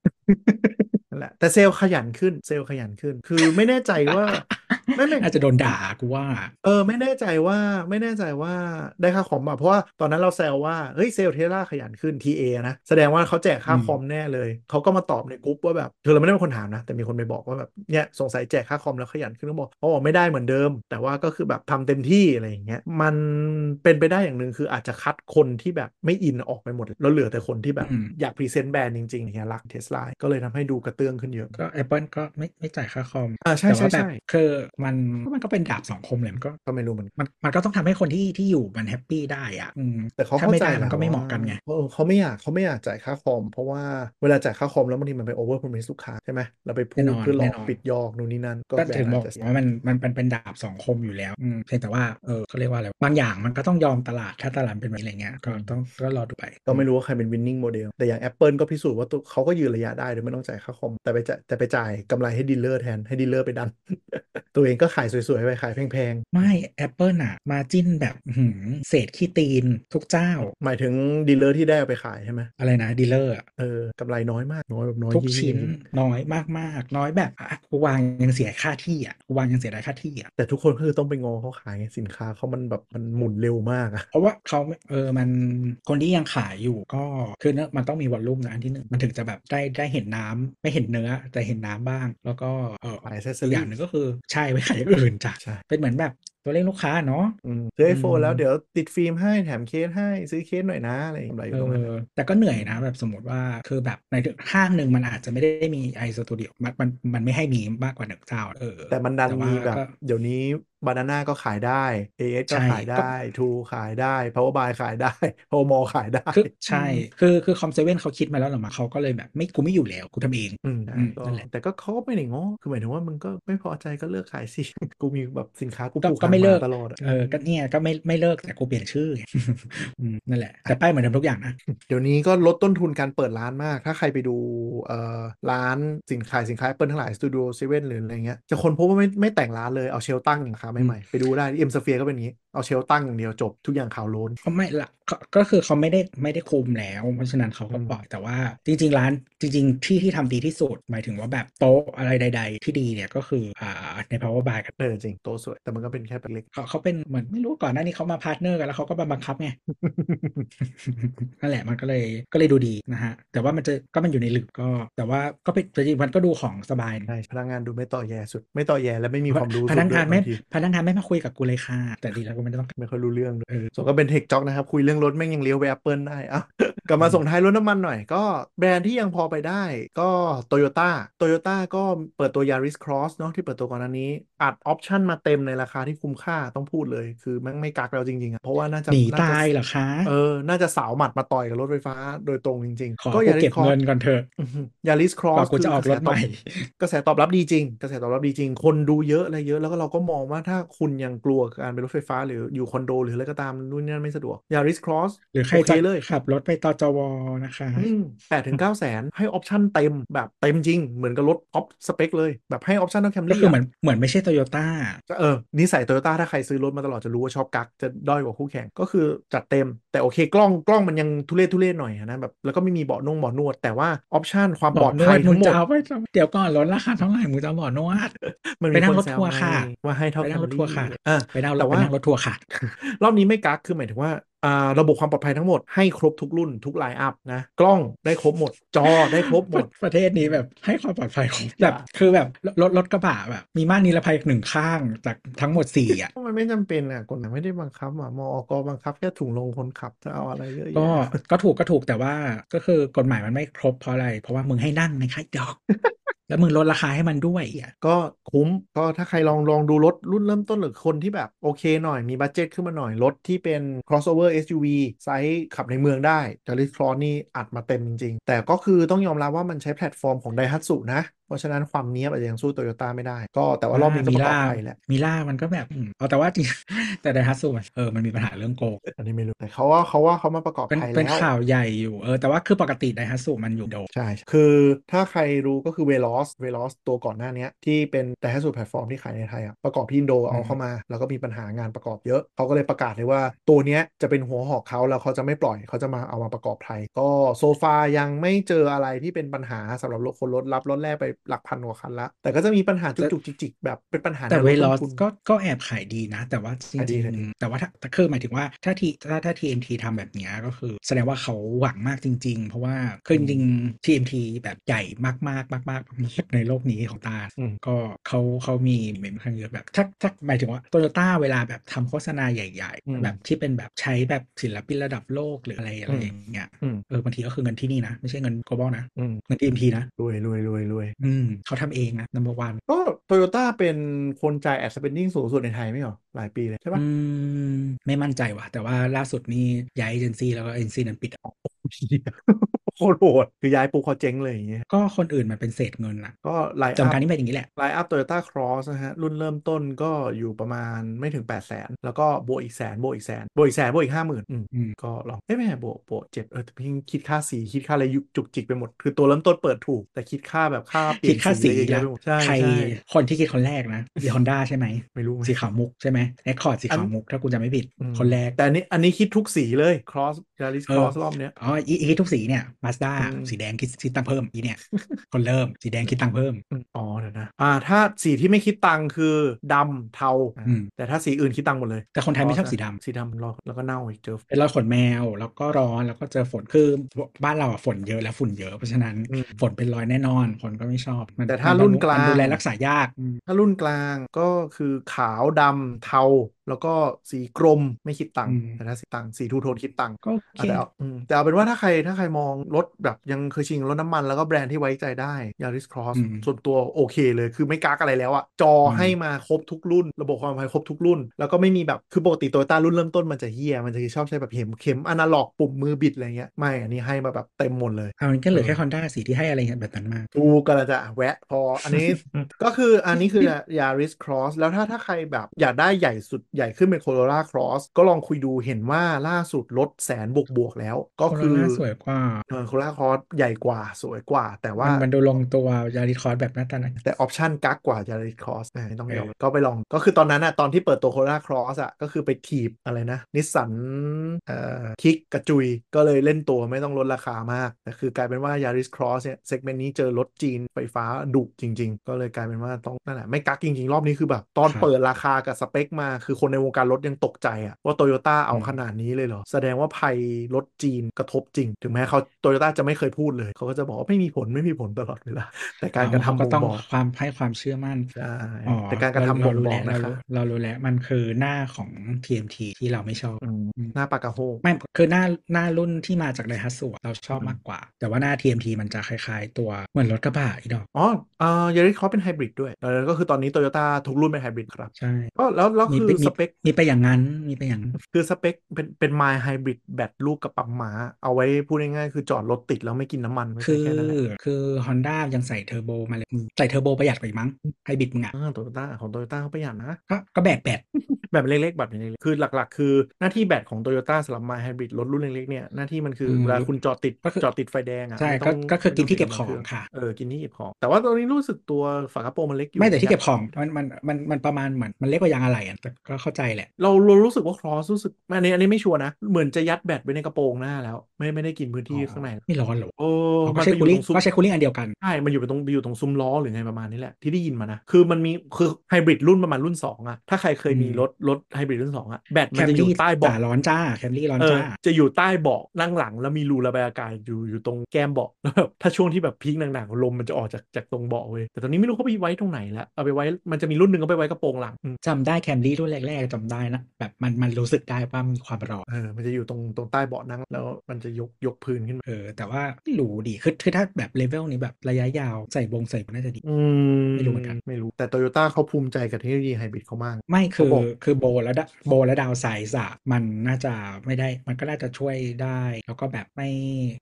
[SPEAKER 3] นั่นแหละแต่เซลล์ขยันขึ้นเซลล์ขยันขึ้น คือไม่แน่ใจว่า ไม่ไม่
[SPEAKER 2] อาจจะโดนด่ากูว่า
[SPEAKER 3] เออไม่แน่ใจว่าไม่แน่ใจว่าได้ค่าคอมป่ะเพราะว่าตอนนั้นเราแซวว่าเฮ้ยเซลล์เทสลาขยันขึ้น TA นะ แสดงว่าเขาแจกค่า
[SPEAKER 2] อืม
[SPEAKER 3] คอมแน่เลย เขาก็มาตอบในกรุ๊ปว่าแบบคือเราไม่ได้เป็นคนถามนะ แต่มีคนไปบอกว่าแบบเนี่ยสงสัยแจกค่าคอมแล้วขยันขึ้นเขาบอกเขาบอกไม่ได้เหมือนเดิม แต่ว่าก็คือแบบทำเต็มที่อะไรอย่างเงี้ยมันเป็นไปได้อย่างหนึ่งคืออาจจะคัดคนที่แบบไม่อินออกไปหมด แล้วเหลือแต่คนที่แบบ
[SPEAKER 2] อืม
[SPEAKER 3] อยากพรีเซนต์แบรนด์จริงๆอย่างเงี้ยรักเทสลาก็เลยทำให้ดูกระเตื้องขึ้นเยอะ
[SPEAKER 2] ก็ Apple ก็ไม่ไม่จ่ายค่าคอม
[SPEAKER 3] อ่าใช่
[SPEAKER 2] แต่
[SPEAKER 3] ใช่
[SPEAKER 2] ว่าแบบ
[SPEAKER 3] ใช่
[SPEAKER 2] คือมันมันก็เป็นดาบสองคมเลยมันก็
[SPEAKER 3] ก็ไม่รู้เหมือนกัน
[SPEAKER 2] มันมันก็ต้องทำให้คนที่ที่อยู่มันแฮปปี้ได้อ่ะอืม
[SPEAKER 3] แต่เขา
[SPEAKER 2] ถ้า
[SPEAKER 3] เข้า
[SPEAKER 2] ไม่
[SPEAKER 3] ใจ
[SPEAKER 2] ได้มัน
[SPEAKER 3] แห
[SPEAKER 2] ก็
[SPEAKER 3] ละ
[SPEAKER 2] ไม่เห
[SPEAKER 3] ว่า
[SPEAKER 2] มาะกันไง
[SPEAKER 3] เออเขาไม่อยากเขาไม่อยากจ่ายค่าคอม เพราะว่าเวลาจ่ายค่าคอมแล้วบางทีมันไปโอเวอร์พรมิสลูกค้าใช่ไหมเราไปพู
[SPEAKER 2] แน่
[SPEAKER 3] ด
[SPEAKER 2] นอน
[SPEAKER 3] เพื่อหล
[SPEAKER 2] แน่
[SPEAKER 3] อก
[SPEAKER 2] นอน
[SPEAKER 3] ปิดยอกนู่นนี่นั่นก็
[SPEAKER 2] ก็
[SPEAKER 3] แบร
[SPEAKER 2] ถึ
[SPEAKER 3] น
[SPEAKER 2] ง
[SPEAKER 3] ด์
[SPEAKER 2] บ
[SPEAKER 3] อา
[SPEAKER 2] อก
[SPEAKER 3] จจะ
[SPEAKER 2] ว่ามันมันเป็นเป็นดาบสองคมอยู่แล้วอืมเพียงแต่ว่าเออเขาเรียกว่าอะไรบางอย่างมันก็ต้องยอมตลาดถ้าตลาดเป็นแบบนี้อะไรเงี้ยก็ต้องก็รอดูไป
[SPEAKER 3] ก็ไม่รู้ว่าใครเป็นวินนิ่งโมเดลแต่อย่าง Apple ก็พิสูจน์ว่าตัวเขาก็ยืนระยะได้โดยไม่ต้องจ่ายค่าคอม แต่ไปจ่ายแต่ไปจ่ายกำไรให้ดีลเลอร์แทนให้ดีลเลอร์ไปดัน *laughs* ตัวเองก็ขายสวยๆไปขายแพง
[SPEAKER 2] ไม่ Apple น่ะ มาจิ้นแบบอื้อหือเศษขี้ตีนทุกเจ้า
[SPEAKER 3] ๆ หมายถึงดีลเลอร์ที่ได้เอาไปขายใช่ไหม
[SPEAKER 2] อะไรนะดีลเลอร์
[SPEAKER 3] เออกำไรน้อยมากน้อยแบบน้อย
[SPEAKER 2] ทุก
[SPEAKER 3] ยี่สิบ
[SPEAKER 2] ชิ้น
[SPEAKER 3] เปอร์เซ็นต์
[SPEAKER 2] น้อยมากๆ น้อยแบบอ่ะกูวางยังเสียค่าที่อ่ะกูวางยังเสียได้ค่าที่อ่ะ
[SPEAKER 3] แต่ทุกคนก็คือต้องไปงอเขาขายไงสินค้าเขามันแบบมันหมุนเร็วมากอะ
[SPEAKER 2] เพราะว่าเขาไม่เออมันคนที่ยังขายอยู่ก็คือเนื้อมันต้องมีวอลลุ่มนะอันที่หนึ่งมันถึงจะแบบได้ได้เห็นน้ำไม่เห็นเนื้อแต่เห็นน้ำบ้าง แล้วก็เออ
[SPEAKER 3] ขาย accessory
[SPEAKER 2] อีกอย่างหนึ่งก็คือใช่ไว้ขายอย่างอื่นจ้ะ
[SPEAKER 3] ใช่
[SPEAKER 2] เป็นเหมือนแบบตัวเลขลูกค้าเนาะ
[SPEAKER 3] อืมซื้อไอโฟน
[SPEAKER 2] อืม
[SPEAKER 3] แล้วเดี๋ยวติดฟิล์มให้แถมเคสให้ซื้อเคสหน่อยนะ อะไรอย่างเงี้ยกำไรอยู่ตรง
[SPEAKER 2] เอ
[SPEAKER 3] นั้น
[SPEAKER 2] อ
[SPEAKER 3] น่ะ
[SPEAKER 2] แต่ก็เหนื่อยนะแบบสมมติว่าคือแบบในห้างหนึ่งมันอาจจะไม่ได้มีไอสตูดิโอมันมันมันไม่ให้มีมากกว่าหนึ่งเจ้าเออ
[SPEAKER 3] แต่มันดัน
[SPEAKER 2] ว่า
[SPEAKER 3] มีแบบ
[SPEAKER 2] ก็
[SPEAKER 3] เดี๋ยวนี้ บานาน่าก็ขายได้ AS ก็
[SPEAKER 2] ใช่
[SPEAKER 3] ขาย
[SPEAKER 2] ก็
[SPEAKER 3] ได้ทูขายได้ Power by ขายได้ *laughs* โฮมอขายได้
[SPEAKER 2] คือใช่ คือคือคอมเซเว่นเขาคิดมาแล้วเหรอมาเขาก็เลยแบบไม่กูไม่อยู่แล้วกูทำเอง
[SPEAKER 3] อืม
[SPEAKER 2] อืม
[SPEAKER 3] ก็
[SPEAKER 2] นั่นแหละ
[SPEAKER 3] แต่ก็เขาก็ไม่ได้ง้อคือหมายถึงว่ามึงก็ไม่พอใจก็เลิกขายสิ *laughs* กูมีแบบสินค้ากู
[SPEAKER 2] ก็
[SPEAKER 3] ผูก
[SPEAKER 2] ก็ไม่
[SPEAKER 3] ทางา
[SPEAKER 2] เลิก
[SPEAKER 3] ตลอดอะ
[SPEAKER 2] เออก็เนี่ยก็ไม่ไม่เลิกแต่กูเปลี่ยนชื่อ
[SPEAKER 3] *laughs*
[SPEAKER 2] ไง อืมนั่นแหละ แต่ป้ายเหมือนเดิมทุกอย่างนะ
[SPEAKER 3] เดี๋ยวนี้ก็ลดต้นทุนการเปิดร้านมาก ถ้าใครไปดูเอ่อร้านสินค้าสินค้าเปิลทั้งหลายสตูดิโอเซเว่นหรืออะไรเงี้ยจะคนพบว่าไม่ไม่แต่งร้านเลยเอาเชลตั้งอย่างครับใหม่ๆไปดูได้เอ็มสเฟียก็เป็นอย่างงี้เอาเชลตั้งอย่างเดียวจบทุกอย่างขาวโล้น
[SPEAKER 2] เขาไม่ละก็ก็คือเขาไม่ได้ไม่ได้คุมแล้ว เพราะฉะนั้นเขาก็
[SPEAKER 3] อืม
[SPEAKER 2] ปล่อยแต่ว่าจริง ๆ ร้านจริง ๆ ที่ที่ทำดีที่สุด หมายถึงว่าแบบโต๊ะอะไรใด ๆ ที่ดีเนี่ยก็คืออ่าใน power bar กัน
[SPEAKER 3] เออจริงโตะสวยแต่มันก็เป็นแค่เป็นเล็ก *laughs*
[SPEAKER 2] เขาเขาเป็นเหมือนไม่รู้ก่อนหน้านี้เขามาพาร์ทเนอร์กันแล้วเขาก็มาบังคับไง *laughs* นั่นแหละมันก็เลยก็เลยดูดีนะฮะ แต่ว่ามันจะก็มันอยู่ในหลึกก็ แต่ว่าก็เป็นจริงๆมันก็ดูของสบาย
[SPEAKER 3] ใช่พนักงานดูไม่ต่อแยสุด ไม่ต่อแยและไม่มีความรู้
[SPEAKER 2] พนักงาน
[SPEAKER 3] ไม่
[SPEAKER 2] ไม่พนักงานไม่มาคุยกับกูเลยค่ะแต่ดีแล้วก็ไม่ได้ต้อง
[SPEAKER 3] ไม่ค่อยรู้เรื่องด้วยส่วนก็เป็นเทคจ็อกนะครับ คุยเรื่องรถแม่งยังเลี้ยวไป *laughs* แอปเปิลได้อ่ะ กลับมาส่งท้ายรถน้ำมันหน่อย ก็แบรนด์ที่ยังพอไปได้ก็โตโยต้าโตโยต้าก็เปิดตัวยาริสครอสเนาะที่เปิดตัวก่อนหน้านี้ อัดออปชั่นมาเต็มในราคาที่คุ้มค่าต้องพูดเลย คือแม่งไม่กักแล้วจริงๆอะเพราะว่าน่าจะ
[SPEAKER 2] หนี
[SPEAKER 3] น่จะ
[SPEAKER 2] ตายเหรอคะ
[SPEAKER 3] เออน่าจะสาวหมัดมาต่อยกับรถไฟฟ้าโดยตรงจริง
[SPEAKER 2] ขอ
[SPEAKER 3] ๆ
[SPEAKER 2] กูเก็บ
[SPEAKER 3] Yaris Cross
[SPEAKER 2] เงินก่อนเถอะ
[SPEAKER 3] ยาริสครอกส
[SPEAKER 2] ว่ากูจะออกรถใหม่
[SPEAKER 3] กระแสตอบรับดีจริง กระแสตอบรับดีจริง คนดูเยอะอะไรเยอะ แล้วก็เราก็มองว่าถ้าคุณยังกลัวการเป็นรถไฟฟ้าหรืออยู่คอนโดหรืออะไรก็ตามนู่นนี่นั่นไม่สะดวกยาริสครอส
[SPEAKER 2] หรือใคร
[SPEAKER 3] โอเค
[SPEAKER 2] จะ
[SPEAKER 3] เลย
[SPEAKER 2] ขับรถไปตจวนะคะ
[SPEAKER 3] แปดถึงเก้าแสนให้ออปชั่นเต็มแบบเต็มจริง เหมือนกับรถออฟสเปคเลยแบบให้ออปชั่นทั้งแคม
[SPEAKER 2] ก็
[SPEAKER 3] รี่
[SPEAKER 2] คือเหมือนเหมือนไม่ใช่โตโยต้า
[SPEAKER 3] เออนิสัยโตโยต้าถ้าใครซื้อรถมาตลอดจะรู้ว่าชอบกักจะด้อยกว่าคู่แข่งก็คือจัดเต็ม แต่โอเคกล้องกล้องมันยังทุเรศทุเรศหน่อยนะแบบแล้วก็ไม่มีเบาะนุ่งเบาะนวด แต่ว่าออปชั่นความ
[SPEAKER 2] บ
[SPEAKER 3] ปล
[SPEAKER 2] อ
[SPEAKER 3] อก ด
[SPEAKER 2] นว
[SPEAKER 3] ภัย
[SPEAKER 2] ดมึ
[SPEAKER 3] ทั้
[SPEAKER 2] ง
[SPEAKER 3] งหม
[SPEAKER 2] จะ
[SPEAKER 3] ด
[SPEAKER 2] เอาไปทำเดี๋ยวก่อนลดราคาเท่าไหร่มึงจะเอาหมอนวด
[SPEAKER 3] มัน
[SPEAKER 2] ไป
[SPEAKER 3] มี
[SPEAKER 2] นั่ง
[SPEAKER 3] คน
[SPEAKER 2] รถ
[SPEAKER 3] แซว
[SPEAKER 2] ทัวร์ค่ะ
[SPEAKER 3] ไงว่าให้เท่า
[SPEAKER 2] ไป
[SPEAKER 3] แค
[SPEAKER 2] นั่ง
[SPEAKER 3] ม
[SPEAKER 2] รถทัวร์ค่ะ
[SPEAKER 3] รี่อ่ะ
[SPEAKER 2] ไปนั่งรถ
[SPEAKER 3] แต่
[SPEAKER 2] ไป
[SPEAKER 3] ว่า
[SPEAKER 2] นั่งรถทัวร์ค่ะ
[SPEAKER 3] รอบนี้ไม่กักคือหมายถึงว่าอ่าระบบความปลอดภัยทั้งหมดให้ครบทุกรุ่นทุกไลน์อัพนะ กล้องได้ครบหมด จอได้ครบหมด
[SPEAKER 2] ประประเทศนี้แบบให้ความปลอดภัยของแบบ
[SPEAKER 3] อย่า
[SPEAKER 2] คือแบบรถรถกระบะแบบ มีม่านนิรภัยหนึ่งข้างจากทั้งหมดสี่อ่ะ
[SPEAKER 3] *laughs* มันไม่จำเป็นอ่ะกฎหมายไม่ได้บังคับอ่ะมอกบังคับแค่ถุงลงคนขับจะเอาอะไรเยอะ
[SPEAKER 2] ก็
[SPEAKER 3] แยะ
[SPEAKER 2] ก็ถูกก็ถูกแต่ว่าก็คือกฎหมายมันไม่ครบเพราะอะไร เพราะว่ามึงให้นั่งในค่ายดอก แล้วมึงลดราคาให้มันด้วยอ่ะ
[SPEAKER 3] ก็คุ้มก็ถ้าใครลองลองดูรถรุ่นเริ่มต้นหรือคนที่แบบโอเคหน่อยมีบัตเจ็ตขึ้นมาหน่อยรถที่เป็น crossover SUV ไซส์ขับในเมืองได้จาริสคลอนี่อัดมาเต็มจริงๆ แต่ก็คือต้องยอมรับว่ามันใช้แพลตฟอร์มของไดฮัตสุนะ เพราะฉะนั้นความเนี้ยบอาจจะยังสู้โตโยต้าไม่ได้ ก็แต่ว่ารอบนี้ก็ประกอบภัยแหละ
[SPEAKER 2] มีล่ามันก็แบบอืมเอาแต่ว่าจริง *laughs* แต่ไดฮัตสุมันเออมันมีปัญหาเรื่องโกง
[SPEAKER 3] อันนี้ไม่รู้แต่เขาว่าเขาว่าเขามาประกอบ
[SPEAKER 2] เป็น
[SPEAKER 3] ไทย
[SPEAKER 2] เป็น
[SPEAKER 3] แล้ว
[SPEAKER 2] ข่าวใหญ่อยู่เออแต่ว่าคือปกติไดฮัตสุมันอยู่โดม
[SPEAKER 3] ใช่ใช่คือถ้าใครรู้ก็คือเวลอสเวลอสตัวก่อนหน้าเนี้ย ที่เป็นแต่ให้สุดแพลตฟอร์มที่ขายในไทยอ่ะประกอบที่อินโดเอา
[SPEAKER 2] อืม
[SPEAKER 3] เข้ามา แล้วก็มีปัญหางานประกอบเยอะ เขาก็เลยประกาศเลยว่าตัวเนี้ยจะเป็นหัวหอกเขาแล้วเขาจะไม่ปล่อยเขาจะมาเอามาประกอบไทย ก็โซฟายังไม่เจออะไรที่เป็นปัญหาสำหรับรถคนรถรับรถแรกไปหลักพันกว่าคันละแต่ก็จะมีปัญหาจุกๆจิกๆแบบเป็นปัญหา
[SPEAKER 2] แต่
[SPEAKER 3] ใน
[SPEAKER 2] เว
[SPEAKER 3] รถต้
[SPEAKER 2] ลอน ส
[SPEAKER 3] ทุน
[SPEAKER 2] ก็ก็แอบขายดีนะ แต่ว่าจ
[SPEAKER 3] ขายดี
[SPEAKER 2] ริง
[SPEAKER 3] ขายดี
[SPEAKER 2] ๆแต่ว่าถ้าแต่คือหมายถึงว่าถ้าทีถ้าถ้า TMT ทำแบบเนี้ยก็คือ แสดงว่าเขาหวังมากจริง ๆ เพราะว่าคือจริงๆ TMT แบบใหญ่มากๆมากๆมากๆในโลกนี้ของตา
[SPEAKER 3] อืม
[SPEAKER 2] ก็เขาเขามีเมมค่อนข้างเยอะแบบถ้าถ้าหมายถึงว่าโตโยต้าเวลาแบบทำโฆษณาใหญ่
[SPEAKER 3] อืม
[SPEAKER 2] ๆ แบบที่เป็นแบบใช้แบบศิลปินระดับโลกหรืออะไรอะไรอย่างเงี้ย
[SPEAKER 3] อืม
[SPEAKER 2] เออบางทีก็คือเงินที่นี่นะ ไม่ใช่เงิน global นะ
[SPEAKER 3] อืม
[SPEAKER 2] เงิน TMT นะ
[SPEAKER 3] รวยรวยรวยรวย
[SPEAKER 2] อืมเขาทำเองนะ number one
[SPEAKER 3] ก็โตโยต้าเป็นคนจ่าย ad spending สูงสุดในไทยไม่เหรอหลายปีเลยใช่ปะ
[SPEAKER 2] อืม ไม่มั่นใจว่ะ แต่ว่าล่าสุดนี่ย้ายเอเจนซี่แล้วก็เอเจนซี่นั้นปิดอะ
[SPEAKER 3] *laughs* โคตรโหดคือย้ายปุ๊บเขาเจ๊งเลยอย่างเงี้ย
[SPEAKER 2] ก็คนอื่นมันเป็นเศษเงินนะ
[SPEAKER 3] ก็ไลน์
[SPEAKER 2] จำ
[SPEAKER 3] อั
[SPEAKER 2] การ
[SPEAKER 3] พ
[SPEAKER 2] นี้เป็นอย่างนี้แหละ
[SPEAKER 3] ไลน์อัพโตโยต้าครอสนะฮะ รุ่นเริ่มต้นก็อยู่ประมาณไม่ถึง 8 0 0 0 0นแล้วก็บวกอีกแสนบวกอีกแสนบวกอีกแสนบวกอีกห้าหมื่นอืม
[SPEAKER 2] อืม
[SPEAKER 3] ก็ลองเอ้ยไม่ใช่บวกบวกเจ็ดเออแต่พี่คิดค่าสี คิดค่าอะไรยุจุกจิกไปหมด คือตัวเริ่มต้นเปิดถูก แต่คิดค่าแบบค่าเปลี่ยน
[SPEAKER 2] คิดค่า
[SPEAKER 3] สี
[SPEAKER 2] สี
[SPEAKER 3] อะไรเยอะแยะไป
[SPEAKER 2] แล้ว
[SPEAKER 3] หมดใช่
[SPEAKER 2] ใคร
[SPEAKER 3] ใช่
[SPEAKER 2] คนที่คิดคนแรกนะดีฮอนด้าใช่ไหม
[SPEAKER 3] ไม่รู้ไหม
[SPEAKER 2] สีขาวมุกใช่ไหมแอคคอร์ดสีขาวมุกถ้ากูจะไม่ผิด
[SPEAKER 3] อืม
[SPEAKER 2] คนแรก
[SPEAKER 3] แต่อันนี้อันนี้คิดทุกสีเลยครอสยาริสค
[SPEAKER 2] เออ
[SPEAKER 3] รอสรอบเนี้ย
[SPEAKER 2] อ๋ออีอีทุกสีเนี่ยมาสด้า
[SPEAKER 3] อืม
[SPEAKER 2] สีแดงคิดคิดตังค์เพิ่มอีเนี่ย คนเริ่มสีแดงคิดตังค์เพิ่ม
[SPEAKER 3] อืมอ๋อเดี๋ยวนะอ่าถ้าสีที่ไม่คิดตังค์คือดำเทาอ่า
[SPEAKER 2] อืม
[SPEAKER 3] แต่ถ้าสีอื่นคิดตังค์หมดเลย
[SPEAKER 2] แต่คนไทยไม่ชอบสีดำ
[SPEAKER 3] สีดำแล้วแล้วก็เน่าอีกเจอ
[SPEAKER 2] เป็นรอยขนแมวแล้วก็ร้อนแล้วก็เจอฝนคือบ้านเราอะฝนเยอะแล้วฝุ่นเยอะเพราะฉะนั้น
[SPEAKER 3] อืม
[SPEAKER 2] ฝนเป็นรอยแน่นอนคนก็ไม่ชอบมั
[SPEAKER 3] แต่ถ้า
[SPEAKER 2] มั
[SPEAKER 3] รุ่นกลาง
[SPEAKER 2] มันดูแลรักษายากอืม
[SPEAKER 3] ถ้ารุ่นกลางก็คือขาวดำเทา แล้วก็สีกรมไม่คิดตังค์
[SPEAKER 2] อืม
[SPEAKER 3] แต่ถ้าสีตังค์สีทูโทนคิดตังค์
[SPEAKER 2] ก็โอเค
[SPEAKER 3] อ่ะแต่เอาอืมแต่เอาเป็นว่าถ้าใครถ้าใครมองรถแบบยังเคยชิงรถน้ำมันแล้วก็แบรนด์ที่ไว้ใจได้ Yaris Cross
[SPEAKER 2] อืม
[SPEAKER 3] ส่วนตัวโอเคเลยคือไม่กากอะไรแล้วอะจออ
[SPEAKER 2] ม
[SPEAKER 3] ให้มาครบทุกรุ่น ระบบความปลอดภัยครบทุกรุ่น แล้วก็ไม่มีแบบคือปกติโตโยต้ารุ่นเริ่มต้นมันจะเฮียมันจะชอบใช้แบบเข็มเข็มอนาล็อกปุ่มมือบิดอะไรเงี้ยไม่อันนี้ให้มาแบบเต็มหมดเลย
[SPEAKER 2] เอางั้นก็เหลือ
[SPEAKER 3] เออ
[SPEAKER 2] แค่ฮอนด้าสีที่ให้อะไรเงี้ยแบบนั้นมา
[SPEAKER 3] กูกำลังจะแวะพออัน
[SPEAKER 2] *laughs*
[SPEAKER 3] นี้ ก็คืออันนี้คือ Yaris Cross แล้วถ้าถ้าใครแบบอยากได้ใหญ่สุดใหญ่ขึ้นเป็น Corolla Cross ก็ลองคุยดูเห็นว่าล่าสุดลดแสนบวกบวกๆแล้ว ก็
[SPEAKER 2] โคโร
[SPEAKER 3] คือ
[SPEAKER 2] นาสวยกว่า
[SPEAKER 3] เออโคราคอสใหญ่กว่าสวยกว่า แต่ว่าม
[SPEAKER 2] นมันดูลงตัวยาริคอร์สแบบหน้าตาหนัง
[SPEAKER 3] แต่ออปชันกักกว่าจะรีคอสไม่ต้อง
[SPEAKER 2] เออ
[SPEAKER 3] ยอมก็ไปลองก็คือตอนนั้นอะตอนที่เปิดตัวโคราครอสอะก็คือไปถีบอะไรนะนิสสันเอ่อคิกกระจุย ก็เลยเล่นตัวไม่ต้องลดราคามาก แต่คือกลายเป็นว่ายาริสครอสเนี่ยเซกเมนต์นี้เจอรถจีนไฟฟ้าดุจริง ๆ ก็เลยกลายเป็นว่าต้องนั่นแหละไม่กักจริง ๆ รอบนี้คือแบบตอน
[SPEAKER 2] ครับ
[SPEAKER 3] เปิดราคากับสเปคมา คือคนในวงการรถยังตกใจอะว่าโตโยต้าเอา
[SPEAKER 2] อืม
[SPEAKER 3] ขนาดนี้เลยเหรอแสดงว่าภัยรถจีนกระทบจริง ถึงแม้เขาโตโยต้าจะไม่เคยพูดเลยเขาก็จะบอกว่าไม่มีผลไม่มีผลตลอดเวลา แต่การกระทำ
[SPEAKER 2] ก็
[SPEAKER 3] บ่ง
[SPEAKER 2] ต้อง
[SPEAKER 3] บอก
[SPEAKER 2] ความให้ความเชื่อมั่น
[SPEAKER 3] ใช่
[SPEAKER 2] อ๋อ
[SPEAKER 3] แต่การกระทำ
[SPEAKER 2] เา
[SPEAKER 3] บ่ง
[SPEAKER 2] รู้
[SPEAKER 3] บอก
[SPEAKER 2] แล้
[SPEAKER 3] นะ
[SPEAKER 2] ว
[SPEAKER 3] คะ
[SPEAKER 2] เรารู้เรารู้แล้วมันคือหน้าของ TMT ที่เราไม่ชอบ
[SPEAKER 3] อืมหน้าปากกาโฮ
[SPEAKER 2] ไม่คือหน้าหน้ารุ่นที่มาจากไดฮัตสุเราชอบ
[SPEAKER 3] อืม
[SPEAKER 2] มากกว่า แต่ว่าหน้า TMT มันจะคล้ายๆ ตัวเหมือนรถกระบะอีดอก
[SPEAKER 3] อ๋อเอ่อยาริสเขาเป็นไฮบริดด้วยเออก็คือตอนนี้โตโยต้าทุกรุ่นเป็นไฮบริดครับ
[SPEAKER 2] ใช่
[SPEAKER 3] ก็แล้วแล้ว
[SPEAKER 2] มี
[SPEAKER 3] คื
[SPEAKER 2] ไป
[SPEAKER 3] อ
[SPEAKER 2] มี
[SPEAKER 3] สเปค
[SPEAKER 2] มีไปอย่างนั้นมีไปอย่างนั้น
[SPEAKER 3] คือสเปคเป็นเป็นไมล์ไฮบริดแบตลูกกับปั๊มหมา เอาไว้พูดง่ายๆคือจอดรถติดแล้วไม่กินน้ำมันไม่
[SPEAKER 2] คื
[SPEAKER 3] ใช่
[SPEAKER 2] อ
[SPEAKER 3] แค่นั้นแหละ
[SPEAKER 2] คือ Honda ยังใส่เทอร์โบมาเลยมึงใส่เทอร์โบประหยัดไปมั้งไฮบริดมึงอ่ะ
[SPEAKER 3] โตโยต้า Toyota ของโตโยต้าเขาประหยัดนะ
[SPEAKER 2] ก็ก็แบกแบต
[SPEAKER 3] แบบเล็กๆแบบเล็กๆคือหลักๆ คือหน้าที่แบตของโตโยต้าสำหรับไมล์ไฮบริดรถรุ่นเล็กๆเนี่ยหน้าที่มันคือ
[SPEAKER 2] อืม
[SPEAKER 3] เวลาคุณจอดติด
[SPEAKER 2] ก็คือ
[SPEAKER 3] จอดติดไฟแดงอ่ะ
[SPEAKER 2] ใช่
[SPEAKER 3] ไม่ต้อง
[SPEAKER 2] ก็ก็คือ
[SPEAKER 3] ไม่ต้
[SPEAKER 2] กินที่เก็บ
[SPEAKER 3] สียำมัน
[SPEAKER 2] ของค่ะ
[SPEAKER 3] เออกินที่เก็บของ แต่ว่าตอนนี้รู้สึกตัวฝากระโปรงมันเล็กอยู่
[SPEAKER 2] ไม่แต่ที่เก็บของมันมันมันมันประมาณเหมือนมันเล็กกว่ายางอะไรอ่ะแต่ก็เข้าใจแหละ
[SPEAKER 3] เราเรารู้สึกว่าครอสรู้สึกอันนี้อันนี้ไม่ชัวร์นะเหมือนจะยัดแบตไว้ในกระโปรงหน้าแล้ว ไม่ไม่ได้กินพื้นที่
[SPEAKER 2] อ๋อ
[SPEAKER 3] ข้างใน
[SPEAKER 2] ไม่ร้อนเหรอ
[SPEAKER 3] โอ้
[SPEAKER 2] อ๋อ
[SPEAKER 3] มั
[SPEAKER 2] ก็
[SPEAKER 3] น
[SPEAKER 2] ใช้
[SPEAKER 3] ไปอ
[SPEAKER 2] คู
[SPEAKER 3] ยู่ตรงง
[SPEAKER 2] ลิ่
[SPEAKER 3] ซุ้ม
[SPEAKER 2] ก็ใช้คูลิ่งอันเดียวกัน
[SPEAKER 3] ใช่ มันอยู่ไปตรงไปอยู่ตรงซุ้มล้อหรือไงประมาณนี้แหละ ที่ได้ยินมานะ คือมันมีคือไฮบริดรุ่นประมาณรุ่น 2 อ่ะ ถ้าใครเคยมี
[SPEAKER 2] อืม
[SPEAKER 3] รถรถไฮบริดรุ่น 2 อ่ะ แบต
[SPEAKER 2] แค
[SPEAKER 3] มัน
[SPEAKER 2] ม
[SPEAKER 3] จะอยู่
[SPEAKER 2] รี่
[SPEAKER 3] ใต้
[SPEAKER 2] จ่า
[SPEAKER 3] เบาะ
[SPEAKER 2] ร้อนจ้าแคมรี่ร้อน
[SPEAKER 3] เออ
[SPEAKER 2] จ้า
[SPEAKER 3] จะอยู่ใต้เบาะนั่งหลังแล้วมีรูระบายอากาศอยู่อยู่ตรงแก้มเบาะ *laughs* แล้วแบบถ้าช่วงที่แบบพีคหนักๆลมมันจะออกจากจากตรงเบาะเว้ยแต่ตอนนี้ไม่รู้เขาไปไว้ตรงไหนละเอาไปไว้มันจะมีรุ่นหนึ่งเอาไปไว้กระโปรงหลังอืม
[SPEAKER 2] จำได้แคมรี่รุ่นแรกๆจำได้นะ แบบมันมันรู้สึกได้ว่ามีความร้อน
[SPEAKER 3] เออมันจะอยู่ตรงตรงใต้เบาะนั่งแล้วมันจะยกยกพื้นขึ้นมา
[SPEAKER 2] เออแต่ว่าไม่รู้ดิคือคือถ้าแบบเลเวลนี้แบบระยะยาวใส่วงใส่น่าจะดี
[SPEAKER 3] อืม
[SPEAKER 2] ไม่รู้เหมือนกัน
[SPEAKER 3] ไม่รู้แต่โตโยต้าเขาภูมิใจกับเทคโนโลยีไฮบริดเขามาก
[SPEAKER 2] ไม่คื
[SPEAKER 3] เขา
[SPEAKER 2] อ
[SPEAKER 3] บอก
[SPEAKER 2] คือโบและดะโบและดาวไซส์อะมันน่าจะไม่ได้มันก็น่าจะช่วยได้ แล้วก็แบบไม่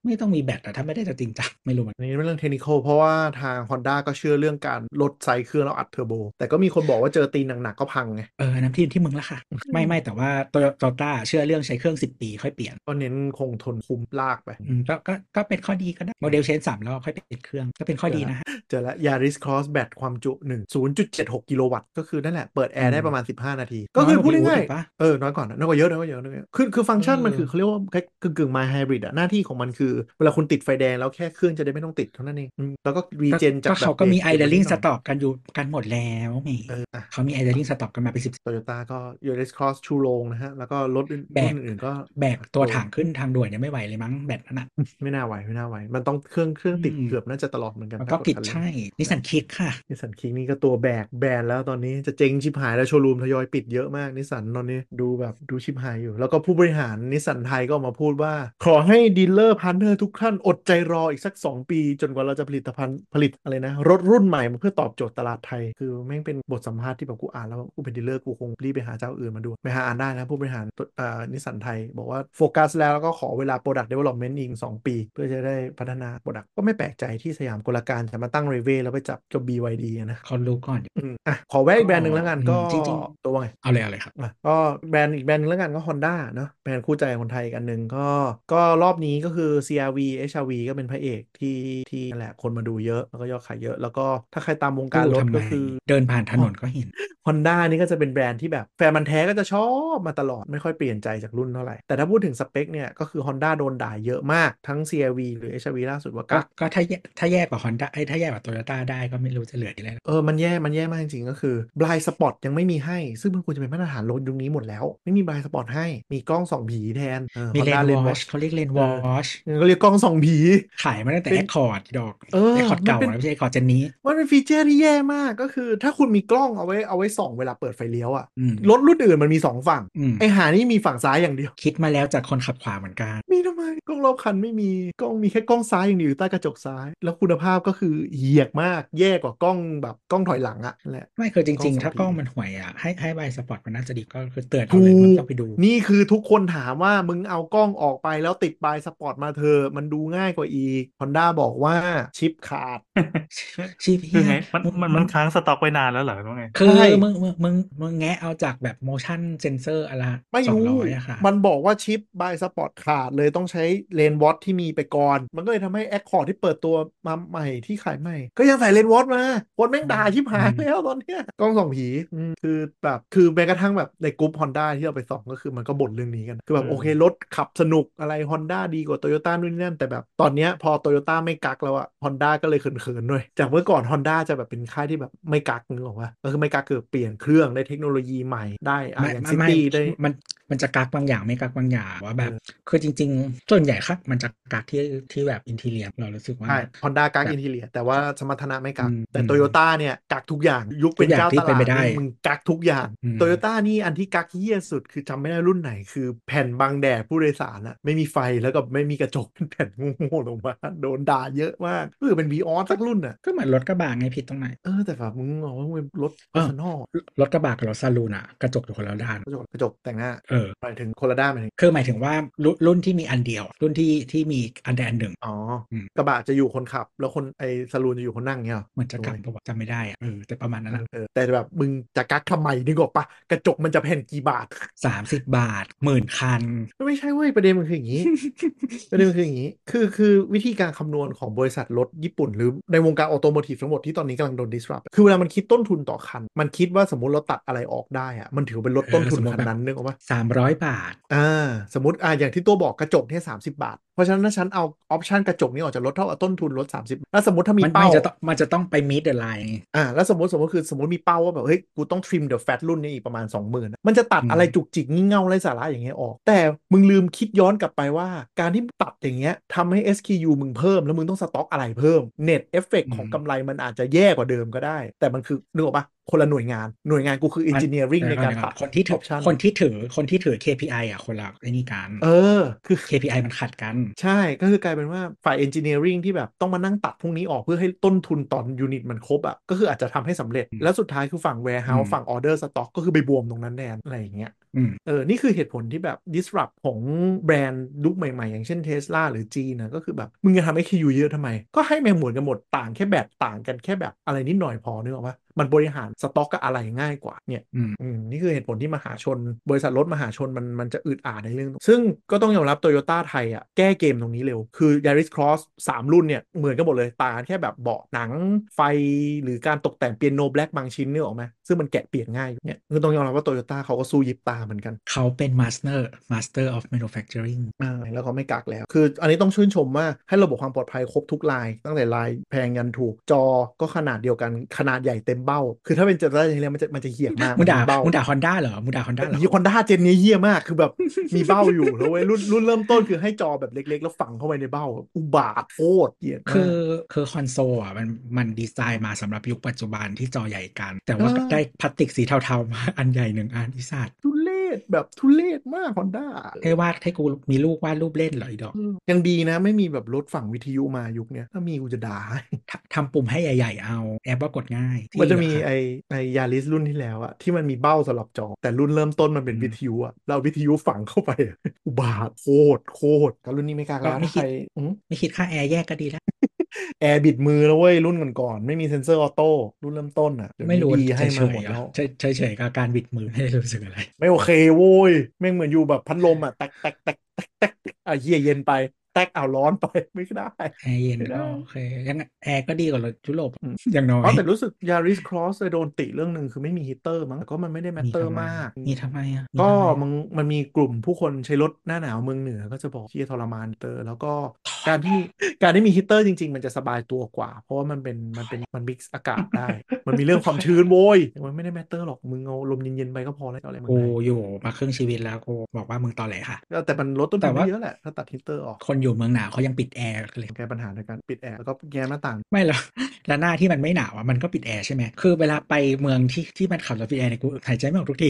[SPEAKER 2] ไม่ต้องมีแบตแต่ถ้าไม่ได้จะจริงจังไม่รู้เหมือน
[SPEAKER 3] อันนี้เป็นเรื่องเทคนิคอลเพราะว่าทาง Honda ก็เชื่อเรื่องการลดไซส์เครื่องแล้วอัดเทอร์โบ แต่ก็มีคนบอกว่าเจอตีนหนักๆก็พังไง
[SPEAKER 2] เอออันน้ำที่ที่มึงละค่ะ ไม่ไม่แต่ว่าโตโยต้าเชื่อเรื่องใช้เครื่อง 10 ปีค่อยเปลี่ยน
[SPEAKER 3] ก็เน้นคงทนคุ้มลากไป
[SPEAKER 2] อืมก็ก็ก็เป็นข้อดีก็ได้โมเดลเชนสามรอบค่อยเปลี่ยนเครื่องก็เป็นข้อดีนะฮะ
[SPEAKER 3] เจอแล้ว Yaris Cross แบตความจุ 1 0.76 กิโลวัตต์ ก็คือนั่นแหละ เปิดแอ
[SPEAKER 2] อื
[SPEAKER 3] ร์
[SPEAKER 2] ม
[SPEAKER 3] ได้ประมาณ 15 นาที ก็คือพูดง่าย
[SPEAKER 2] น้อยกว่า Vivo ถูกปะ
[SPEAKER 3] ๆเออ น้อยกว่านะน้อยกว่าเยอะน้อยกว่าเยอะน้อยกว่าเยอะคือคือฟังก์ชัน
[SPEAKER 2] เออ
[SPEAKER 3] มันคือเขาเรียกว่าคล้ายกึ่งกึ่งไมล์ไฮบริดอะหน้าที่ของมันคือ เวลาคุณติดไฟแดงแล้วแค่เครื่องจะได้ไม่ต้องติดเท่านั้นเองอืมแล้วก็รี
[SPEAKER 2] ก็
[SPEAKER 3] เจนจาก
[SPEAKER 2] ก็
[SPEAKER 3] แบบ
[SPEAKER 2] เขาก็มี
[SPEAKER 3] บร
[SPEAKER 2] ไอเดลลิง
[SPEAKER 3] นิห
[SPEAKER 2] ส
[SPEAKER 3] น่ย
[SPEAKER 2] ต็อกกันอยู่กันหมดแล้วแหม
[SPEAKER 3] เอออ่ะ
[SPEAKER 2] เขามีไอเดลลิงสต็อกกันมาเป็นสิบ
[SPEAKER 3] โตโยต้าก็ Yaris Cross ชูโรงนะฮะ แล้วก็รถอื่น
[SPEAKER 2] แบ
[SPEAKER 3] รุ่
[SPEAKER 2] ก
[SPEAKER 3] นอื่นๆก็
[SPEAKER 2] แบกตัว
[SPEAKER 3] โดน
[SPEAKER 2] ถังขึ้นทางด่วนยังไม่ไหวเลยมั้งแบตนั่นน่ะ
[SPEAKER 3] ไม่น่าไหว ไม่น่าไหว มันต้องเครื่องเครื่องติด
[SPEAKER 2] อืม
[SPEAKER 3] เกือบน่าจะตลอดเหมือนกัน
[SPEAKER 2] มันก็ผิดใช่นิสันคิกค่ะ
[SPEAKER 3] นิสันคิงนี่ก็ตัวแบกแบนแล้วตอนนี้จะเจ๊งชิบหายแล้วโชว์รูมทยอยปิดเยอะมากนิสันตอนนี้ดูแบบดูชิบหายอยู่ แล้วก็ผู้บริหารนิสันไทยก็ออกมาพูดว่า ขอให้ดีลเลอร์พาร์ทเนอร์ทุกท่านอดใจรออีกสัก 2 ปี จนกว่าเราจะผลิตภัณฑ์ผลิตอะไรนะ รถรุ่นใหม่มาเพื่อตอบโจทย์ตลาดไทย คือแม่งเป็นบทสัมภาษณ์ที่แบบกูอ่านแล้วกูเป็นดีลเลอร์กูคงรีบไปหาเจ้าอื่นมาดูไปหาอ่านได้นะผู้บริหารตัวเอ่อนิสสันไทย บอกว่าโฟกัสแล้วแล้วก็ขอเวลา Product Development อีก 2 ปี เพื่อจะได้พัฒนา Product ก็ไม่แปลกใจที่สยามกลการจะมาตั้งเรเวแล้วไปจับกับ BYD อะนะ
[SPEAKER 2] เขารู้ก่อนอยู่
[SPEAKER 3] อืมอ่ะขอแวะอีกแบรนด์หนึ่งแล้วกันก็
[SPEAKER 2] อืมจริง
[SPEAKER 3] ตัวว่าไง
[SPEAKER 2] เอาเลยเอาเลยครับ
[SPEAKER 3] อ่ะก็แบรนด์อีกแบรนด์หนึงแล้วกันก็ Honda เนอะแบรนด์คู่ใจคนไทยอีกอันหนึ่งก็ ก็รอบนี้ก็คือ CRV HRV ก็เป็นพระเอกที่ที่นั่นแหละคนมาดูเยอะ แล้วก็ยอดขายเยอะ แล้วก็ถ้าใครตามวงการรถ
[SPEAKER 2] ทำไม
[SPEAKER 3] ก็คือ
[SPEAKER 2] เดินผ่านถนนก็เห็น
[SPEAKER 3] Honda นี่ก็จะเป็นแบรนด์ที่แบบแฟนมันธุ์แท้ก็จะชอบมาตลอดไม่ค่อยเปลี่ยนใจจากรุ่นเท่าไหร่ แต่ถ้าพูดถึงสเปคเนี่ยก็คือ Honda โดนด่าเยอะมากทั้ง CRV หรือ HRV ล่าสุดว่า
[SPEAKER 2] ก็
[SPEAKER 3] กัก
[SPEAKER 2] ก็ถ้าแย่ถ้าแย่กว่าฮอนด้าถ้าแย่กว่าโตโยต้าได้ก็ไม่รู้จะเหลือที่ไรแล้ว
[SPEAKER 3] เออ มันแย่ มันแย่มากจริงๆ ก็คือ blind spot ยังไม่มีให้ ซึ่งมันควรจะเป็นมาตรฐานรถยุคนี้หมดแล้ว ไม่มี blind spot ให้ มีกล้องส่องผีแทนเออ
[SPEAKER 2] มีเล
[SPEAKER 3] Honda
[SPEAKER 2] น
[SPEAKER 3] Lane
[SPEAKER 2] วอช
[SPEAKER 3] Watch
[SPEAKER 2] เขาเรียกเลนวอช
[SPEAKER 3] เออก็เรียกกล้องส่องผี
[SPEAKER 2] ขายมาตั้งแต่
[SPEAKER 3] เป็
[SPEAKER 2] แอน คคอร์ดดอก
[SPEAKER 3] เออ
[SPEAKER 2] แอคคอร์ดเก่า
[SPEAKER 3] มันเป็น
[SPEAKER 2] นะไม่ใช่แอคคอร์ดเจนนี้
[SPEAKER 3] มันเป็นฟีเจอร์ที่แย่มาก ก็คือ ถ้าคุณมีกล้องเอาไว้เอาไว้ส่องเวลาเปิดไฟเลี้ยวอ่ะ
[SPEAKER 2] อืม
[SPEAKER 3] รถรุ่นอื่นมันมีสองฝั่ง
[SPEAKER 2] อืม
[SPEAKER 3] ไอหานี่มีฝั่งซ้ายอย่างเดียว
[SPEAKER 2] คิดมาแล้วจากคนขับขวาเหมือนกัน
[SPEAKER 3] มีทำไมกล้องรอบคันไม่มีกล้องมีแค่กล้องซ้ายอย่างเดียวอยู่ใต้กระจกซ้าย แล้วคุณภาพก็คือเหี้ยกมากแย่กว่ากล้องแบบกล้องถอยหลังอะนั่นแหละ
[SPEAKER 2] ไม่คือจริง
[SPEAKER 3] กล้องสอง
[SPEAKER 2] ๆ ถ้ากล้องมันห่วยอ่ะให้ให้ใบสปอตมันน่าจะดีก็คือเตือน
[SPEAKER 3] ถูก
[SPEAKER 2] เขาเลยมันต้องไปดู
[SPEAKER 3] นี่คือทุกคนถามว่ามึงเอากล้องออกไปแล้วติดบายสปอร์ตมาเธอะมันดูง่ายกว่าอีก Honda บอกว่าชิปขาด
[SPEAKER 2] ชีพ
[SPEAKER 4] คื
[SPEAKER 2] เฮี
[SPEAKER 4] อย ไงมันมันมันค้างสต็อกไว้นานแล้วเหรอหรือว่าไง
[SPEAKER 2] คือ
[SPEAKER 3] ใช่
[SPEAKER 2] มึงมึงมึงมึงแงะเอาจากแบบ motion sensor อะไร
[SPEAKER 3] ไม่
[SPEAKER 2] สอง
[SPEAKER 3] รู้
[SPEAKER 2] ร้อยอะค่ะ
[SPEAKER 3] มันบอกว่าชิปบายสปอร์ตขาดเลยต้องใช้เลนส์วอตที่มีไปก่อน มันก็เลยทำให้แอคคอร์ดที่เปิดตัวมาใหม่ที่ขายใหม่ ก็ยังใส่เลนส์วอตมา คนแม่งด่าชิบหาย
[SPEAKER 2] อืม
[SPEAKER 3] แล้วตอนเนี้ยกล้องส่องผีอืมคือแบบคือแม้กระทั่งแบบในกลุ่ม Honda ที่เราไปส่องก็คือมันก็บ่นเรื่องนี้กัน คือแบบ
[SPEAKER 4] อืม
[SPEAKER 3] โอเครถขับสนุกอะไร Honda ดีกว่า Toyota นู่นนี่นั่นแต่แบบตอนเนี้ยพอ Toyota ไม่กักแล้วอะ Honda ก็เลยเขินๆหน่อยจากเมื่อก่อน Honda จะแบบเป็นค่ายที่แบบไม่กักนึกออกปะก็คือไม่กักคือเปลี่ยนเครื่องได้เทคโนโลยีใหม่ได้อะ
[SPEAKER 2] ไม่
[SPEAKER 3] อย่าง
[SPEAKER 2] ไม่
[SPEAKER 3] ซิ
[SPEAKER 2] ไม่
[SPEAKER 3] ตี้ได้
[SPEAKER 2] มันมันจะกักบางอย่างไม่กักบางอย่างว่าแบบ
[SPEAKER 3] เออ
[SPEAKER 2] คือจริง ๆ ส่วนใหญ่ครับมันจะกักที่ที่แบบอินทีเลียเรารู้สึกว่า
[SPEAKER 3] ใช่ฮอนด้ากัก
[SPEAKER 2] แบบ
[SPEAKER 3] อินทีเลียแต่ว่าสมรรถนะไม่กัก
[SPEAKER 2] อืม
[SPEAKER 3] แต่โตโยต้าเนี่ย กักทุกอย่างยุคเป็น
[SPEAKER 2] ทุกอย่าง
[SPEAKER 3] เจ้า
[SPEAKER 2] ที่
[SPEAKER 3] ต
[SPEAKER 2] เป็
[SPEAKER 3] ลานด
[SPEAKER 2] ไปได้
[SPEAKER 3] นี่มึงกักทุกอย่าง
[SPEAKER 2] อืม
[SPEAKER 3] โตโยต้านี่อันที่กักเยี่ยสุดคือจำไม่ได้รุ่นไหน คือแผ่นบังแดดผู้โดยสารอะไม่มีไฟแล้วก็ไม่มีกระจกเป็นแผ่นโง่ๆลงมา โดนด่าเยอะมากเออเป็นวีออสสักรุ่นอะ
[SPEAKER 2] ก็เหมือนรถกระบะไงผิดตรงไหน
[SPEAKER 3] เออแต่แบบมึงบอกว่ามึงเป็นรถ
[SPEAKER 2] *laughs* เออ
[SPEAKER 3] สนอล
[SPEAKER 2] รถกระบะกับรถซาลูนอะกระจกอยู่คนละด้าน
[SPEAKER 3] กระจกกระจกแต่งหน้า
[SPEAKER 2] เออ
[SPEAKER 3] หมายถึงคนละด้านหมายถึง
[SPEAKER 2] คือหมายถึงว่ารุ่นรุ่นที่มีอันเดียว รุ่นที่ที่มีอันใดอันหนึ่ง
[SPEAKER 3] อ๋ออ
[SPEAKER 2] ม
[SPEAKER 3] กระบะจะอยู่คนขับ แล้วคนไอ้สลูนจะอยู่คนนั่งเงี้ยหรอ
[SPEAKER 2] เหมือนจะกลับปะวะจำไม่ได้อะเออแต่ประมาณนั้นอะ
[SPEAKER 3] เออแต่แบบมึงจะกักทำไมนึกออกปะกระจกมันจะแผ่นกี่บาท
[SPEAKER 2] สามสิบบาทหมื่นคัน
[SPEAKER 3] ไม่ใช่เว้ยประเด็นมันคือ
[SPEAKER 2] *laughs*
[SPEAKER 3] อย่างนี้ ประเด็นมันคืออย่างนี้ คือคือวิธีการคำนวณของบริษัทรถญี่ปุ่น หรือในวงการออโตโมทีฟทั้งหมดที่ตอนนี้กำลังโดน disrupt คือเวลามันคิดต้นทุนต่อคัน มันคิดว่าสมมติเราตัดอะไรออกได้อะมันถือเป็นลดต้นทุน
[SPEAKER 2] เออสมมุติ
[SPEAKER 3] คัน
[SPEAKER 2] แบบ
[SPEAKER 3] นั้นนึกออกปะ
[SPEAKER 2] สามร้อยบาท
[SPEAKER 3] อ่าสมมติอ่าอย่างที่ตัวบอกกระจกเนี่ยสาบาท เพราะฉะนั้นถ้าฉันเอาออปชันกระจกนี้ออกจากรถเท่ากับต้นทุนลด30แล้วสมมติถ้ามี
[SPEAKER 2] มัน
[SPEAKER 3] เป้า
[SPEAKER 2] ไม่จะต้องมันจะต้องไปมิดเดอร์ไลน์
[SPEAKER 3] อ่าแล้วสมมติสมมติคือสมมติมีเป้าว่าแบบเฮ้ยกูต้องทริมเดอะแฟตรุ่นนี้อีกประมาณ 20,000นะมันจะตัด
[SPEAKER 2] อืม
[SPEAKER 3] อะไรจุกจิกงี่เง่าไรสาระอย่างเงี้ยออก แต่มึงลืมคิดย้อนกลับไปว่าการที่ตัดอย่างเงี้ยทำให้ SKU มึงเพิ่ม แล้วมึงต้องสต็อกอะไรเพิ่มเน็ตเอฟเฟกของกำไรมันอาจจะแย่กว่าเดิมก็ได้ แต่มันคือนึกออกปะคนละหน่วยงานหน่วยงานกูคืออินจิเนียริงในการตัด
[SPEAKER 2] คนที่ถือ
[SPEAKER 3] option
[SPEAKER 2] คนที่ถือคนที่ถือ KPI อ่ะคนละไอ้นี่กัน
[SPEAKER 3] เออคือ
[SPEAKER 2] KPI มันขัดกัน
[SPEAKER 3] ใช่ ก็คือกลายเป็นว่าฝ่าย engineering ที่แบบต้องมานั่งตัดพวกนี้ออกเพื่อให้ต้นทุนตอนยูนิตมันครบอะ่ะ ก็คืออาจจะทำให้สำเร็จ
[SPEAKER 2] อืม
[SPEAKER 3] แล้วสุดท้ายคือฝั่ง warehouse
[SPEAKER 2] อืม
[SPEAKER 3] ฝั่ง order stock ก็คือไปบวมตรงนั้นแทนอะไรอย่างเงี้ย
[SPEAKER 2] อืม
[SPEAKER 3] เออ นี่คือเหตุผลที่แบบ disrupt ของแบรนด์ลุกใหม่ ๆ อย่างเช่น Tesla หรือ G นะก็คือแบบ มึงจะทำ XQ เยอะทำไม ก็ให้แม่งหมวนกันหมดต่างแค่แบบต่างกันแค่แบบอะไรนิดหน่อยพอนึกออกปะมันบริหารสต็อกกับอะไรง่ายกว่าเนี่ย
[SPEAKER 2] อืม
[SPEAKER 3] อืมนี่คือเหตุผลที่มหาชน บริษัทรถมหาชนมันมันจะอึดอัดในเรื่อง ซึ่งก็ต้องยอมรับโตโยต้าไทยอ่ะแก้เกมตรงนี้เร็ว คือ Yaris Cross 3 รุ่นเนี่ย เหมือนกันหมดเลยต่างกันแค่แบบเบาะหนังไฟหรือการตกแต่งเปียโนแบล็กบางชิ้นเนี่ยออกไหมซึ่งมันแกะเปลี่ยนง่ายอยู่เนี่ยคือต้องยอมรับว่าโตโยต้าเขาก็สู้ยิบตาเหมือนกัน
[SPEAKER 2] เขาเป็น Master Master of Manufacturing
[SPEAKER 3] อ่าแล้วเขาไม่กักแล้ว คืออันนี้ต้องชื่นชมว่าให้ระบบความปลอดภัยครบทุกลาย ตั้งแต่ลายแพงยันถูกจอก็ขนาดเดียวกันขนาดใหญ่เต็มเบ้า คือถ้าเป็นเจนแรกทีเรียมันจะมันจะเหี้ยมาก
[SPEAKER 2] มึงด่า
[SPEAKER 3] เบ้า
[SPEAKER 2] มึงด่าฮอนด้าเหรอมึงด่าฮอนด้าเหรอ
[SPEAKER 3] มีคอนด้าเจนนี้เฮี้ยมาก คือแบบ มีเบ้าอยู่แล้วเว้ยรุ่นรุ่นเริ่มต้นคือให้จอแบบเล็ก ๆ แล้วฝังเข้าไปในเบ้า อุบาทโคตรเหี้ยมาก
[SPEAKER 2] คือคือคอนโซลอ่ะมันมันดีไซน์มาสำหรับยุคปัจจุบันที่จอใหญ่กัน แต่ว่า
[SPEAKER 3] อ่า
[SPEAKER 2] ได้พลาสติกสีเทาๆมาอันใหญ่หนึ่งอันอีสัตว์
[SPEAKER 3] ทุเลศแบบทุเลศมากคอนด้า
[SPEAKER 2] ให้วาดให้กูมีลูกวาดรูปเล่นเหรออีดอก
[SPEAKER 3] ยังดีนะ ไม่มีแบบรถฝั่งวิทยุมายุคเนี้ยถ้ามีกูจะด่า
[SPEAKER 2] *laughs* ทำทำปุ่มให้ใหญ่ๆเอาแอปว่ากดง่าย
[SPEAKER 3] มันจะมี
[SPEAKER 2] เหรอค
[SPEAKER 3] ไอ
[SPEAKER 2] รับ
[SPEAKER 3] ไอยาริสรุ่นที่แล้วอะที่มันมีเบ้าสำหรับจอ แต่รุ่นเริ่มต้นมันเป็น
[SPEAKER 2] อืม
[SPEAKER 3] วิทยุอะเราวิทยุฝังเข้าไปอะ *laughs* อุบาทโคตรโคตรแต่รุ่นนี้ไม่กล้าแล้ว
[SPEAKER 2] ไม่
[SPEAKER 3] ถ้าใค
[SPEAKER 2] คิด
[SPEAKER 3] รอืม
[SPEAKER 2] ไม่คิดค่าแอร์แยกก็ดีแล้ว
[SPEAKER 3] แอร์บิดมือแล้วเว้ยรุ่นก่อนๆไม่มีเซ็นเซอร์ออโต้รุ่นเริ่มต้นอะเดี๋ยว
[SPEAKER 2] ไม่
[SPEAKER 3] นี้
[SPEAKER 2] รู้
[SPEAKER 3] ดี
[SPEAKER 2] เฉ
[SPEAKER 3] ให้
[SPEAKER 2] ย
[SPEAKER 3] มาหมด
[SPEAKER 2] ๆ
[SPEAKER 3] แล้ว
[SPEAKER 2] อ่ะเฉยๆเฉยๆกับการบิดมือไม่ได้รู้สึกอะไร
[SPEAKER 3] ไม่โอเคโว้ยแม่งเหมือนอยู่แบบพัดลมอ่ะแตกแตกแตกแตกแตกอ่ะเหี้ยเย็นไป แตกเอาร้อนไปไม่ได้
[SPEAKER 2] แอร์เย็น
[SPEAKER 3] ไม่ได้
[SPEAKER 2] อ๋อโอเคยังไงแอร์ก็ดีกว่ารถยุโรป
[SPEAKER 3] อืม
[SPEAKER 2] อย่างน้อ
[SPEAKER 3] อ๋อย แต่รู้สึกยาริสครอสเลยโดนติเรื่องหนึ่งคือไม่มีฮีตเตอร์มั้งแต่ก็มันไม่ได้แมต
[SPEAKER 2] มี
[SPEAKER 3] เตอ
[SPEAKER 2] ทำ
[SPEAKER 3] ร์
[SPEAKER 2] ไม
[SPEAKER 3] มาก
[SPEAKER 2] มีทำไมอ่ะมี
[SPEAKER 3] ก็
[SPEAKER 2] ทำไมอะ
[SPEAKER 3] มันมันมีกลุ่มผู้คนใช้รถหน้าหนาวเมืองเหนือก็จะบอกที่ทรมานฮีตเตอร์ แล้วก็การที่การที่มีฮีตเตอร์จริง ๆ มันจะสบายตัวกว่า เพราะว่ามันเป็นมันเป็นมันมิกซ์อากาศได้ มันมีเรื่องความชื้นโว้ยมันไม่ได้แมตเตอร์หรอกมึงเอาลมเย็นๆไปก็พอแล้วจะเอาอะไรมึง
[SPEAKER 2] กู
[SPEAKER 3] ไหน
[SPEAKER 2] อยู่มาครึ่งชีวิตแล้วกูบอกว่ามึงตอแหลค่ะ
[SPEAKER 3] แต่มันลดต้น
[SPEAKER 2] แต่
[SPEAKER 3] ทุนได้
[SPEAKER 2] ว่า
[SPEAKER 3] เยอะแหละถ้าตัดฮีตเตอร์ออก
[SPEAKER 2] คนอยู่เมืองหนาวเขายังปิดแอร์เลย
[SPEAKER 3] แก้ปัญหาในการปิดแอร์แล้วก็แย้มหน้าต่าง
[SPEAKER 2] ไม่หรอก *laughs* และหน้าที่มันไม่หนาวอ่ะมันก็ปิดแอร์ใช่ไหมคือเวลาไปเมืองที่ที่มันขับรถปิดแอร์เนี่ยกูหายใจ *laughs* ไม่ออกทุกที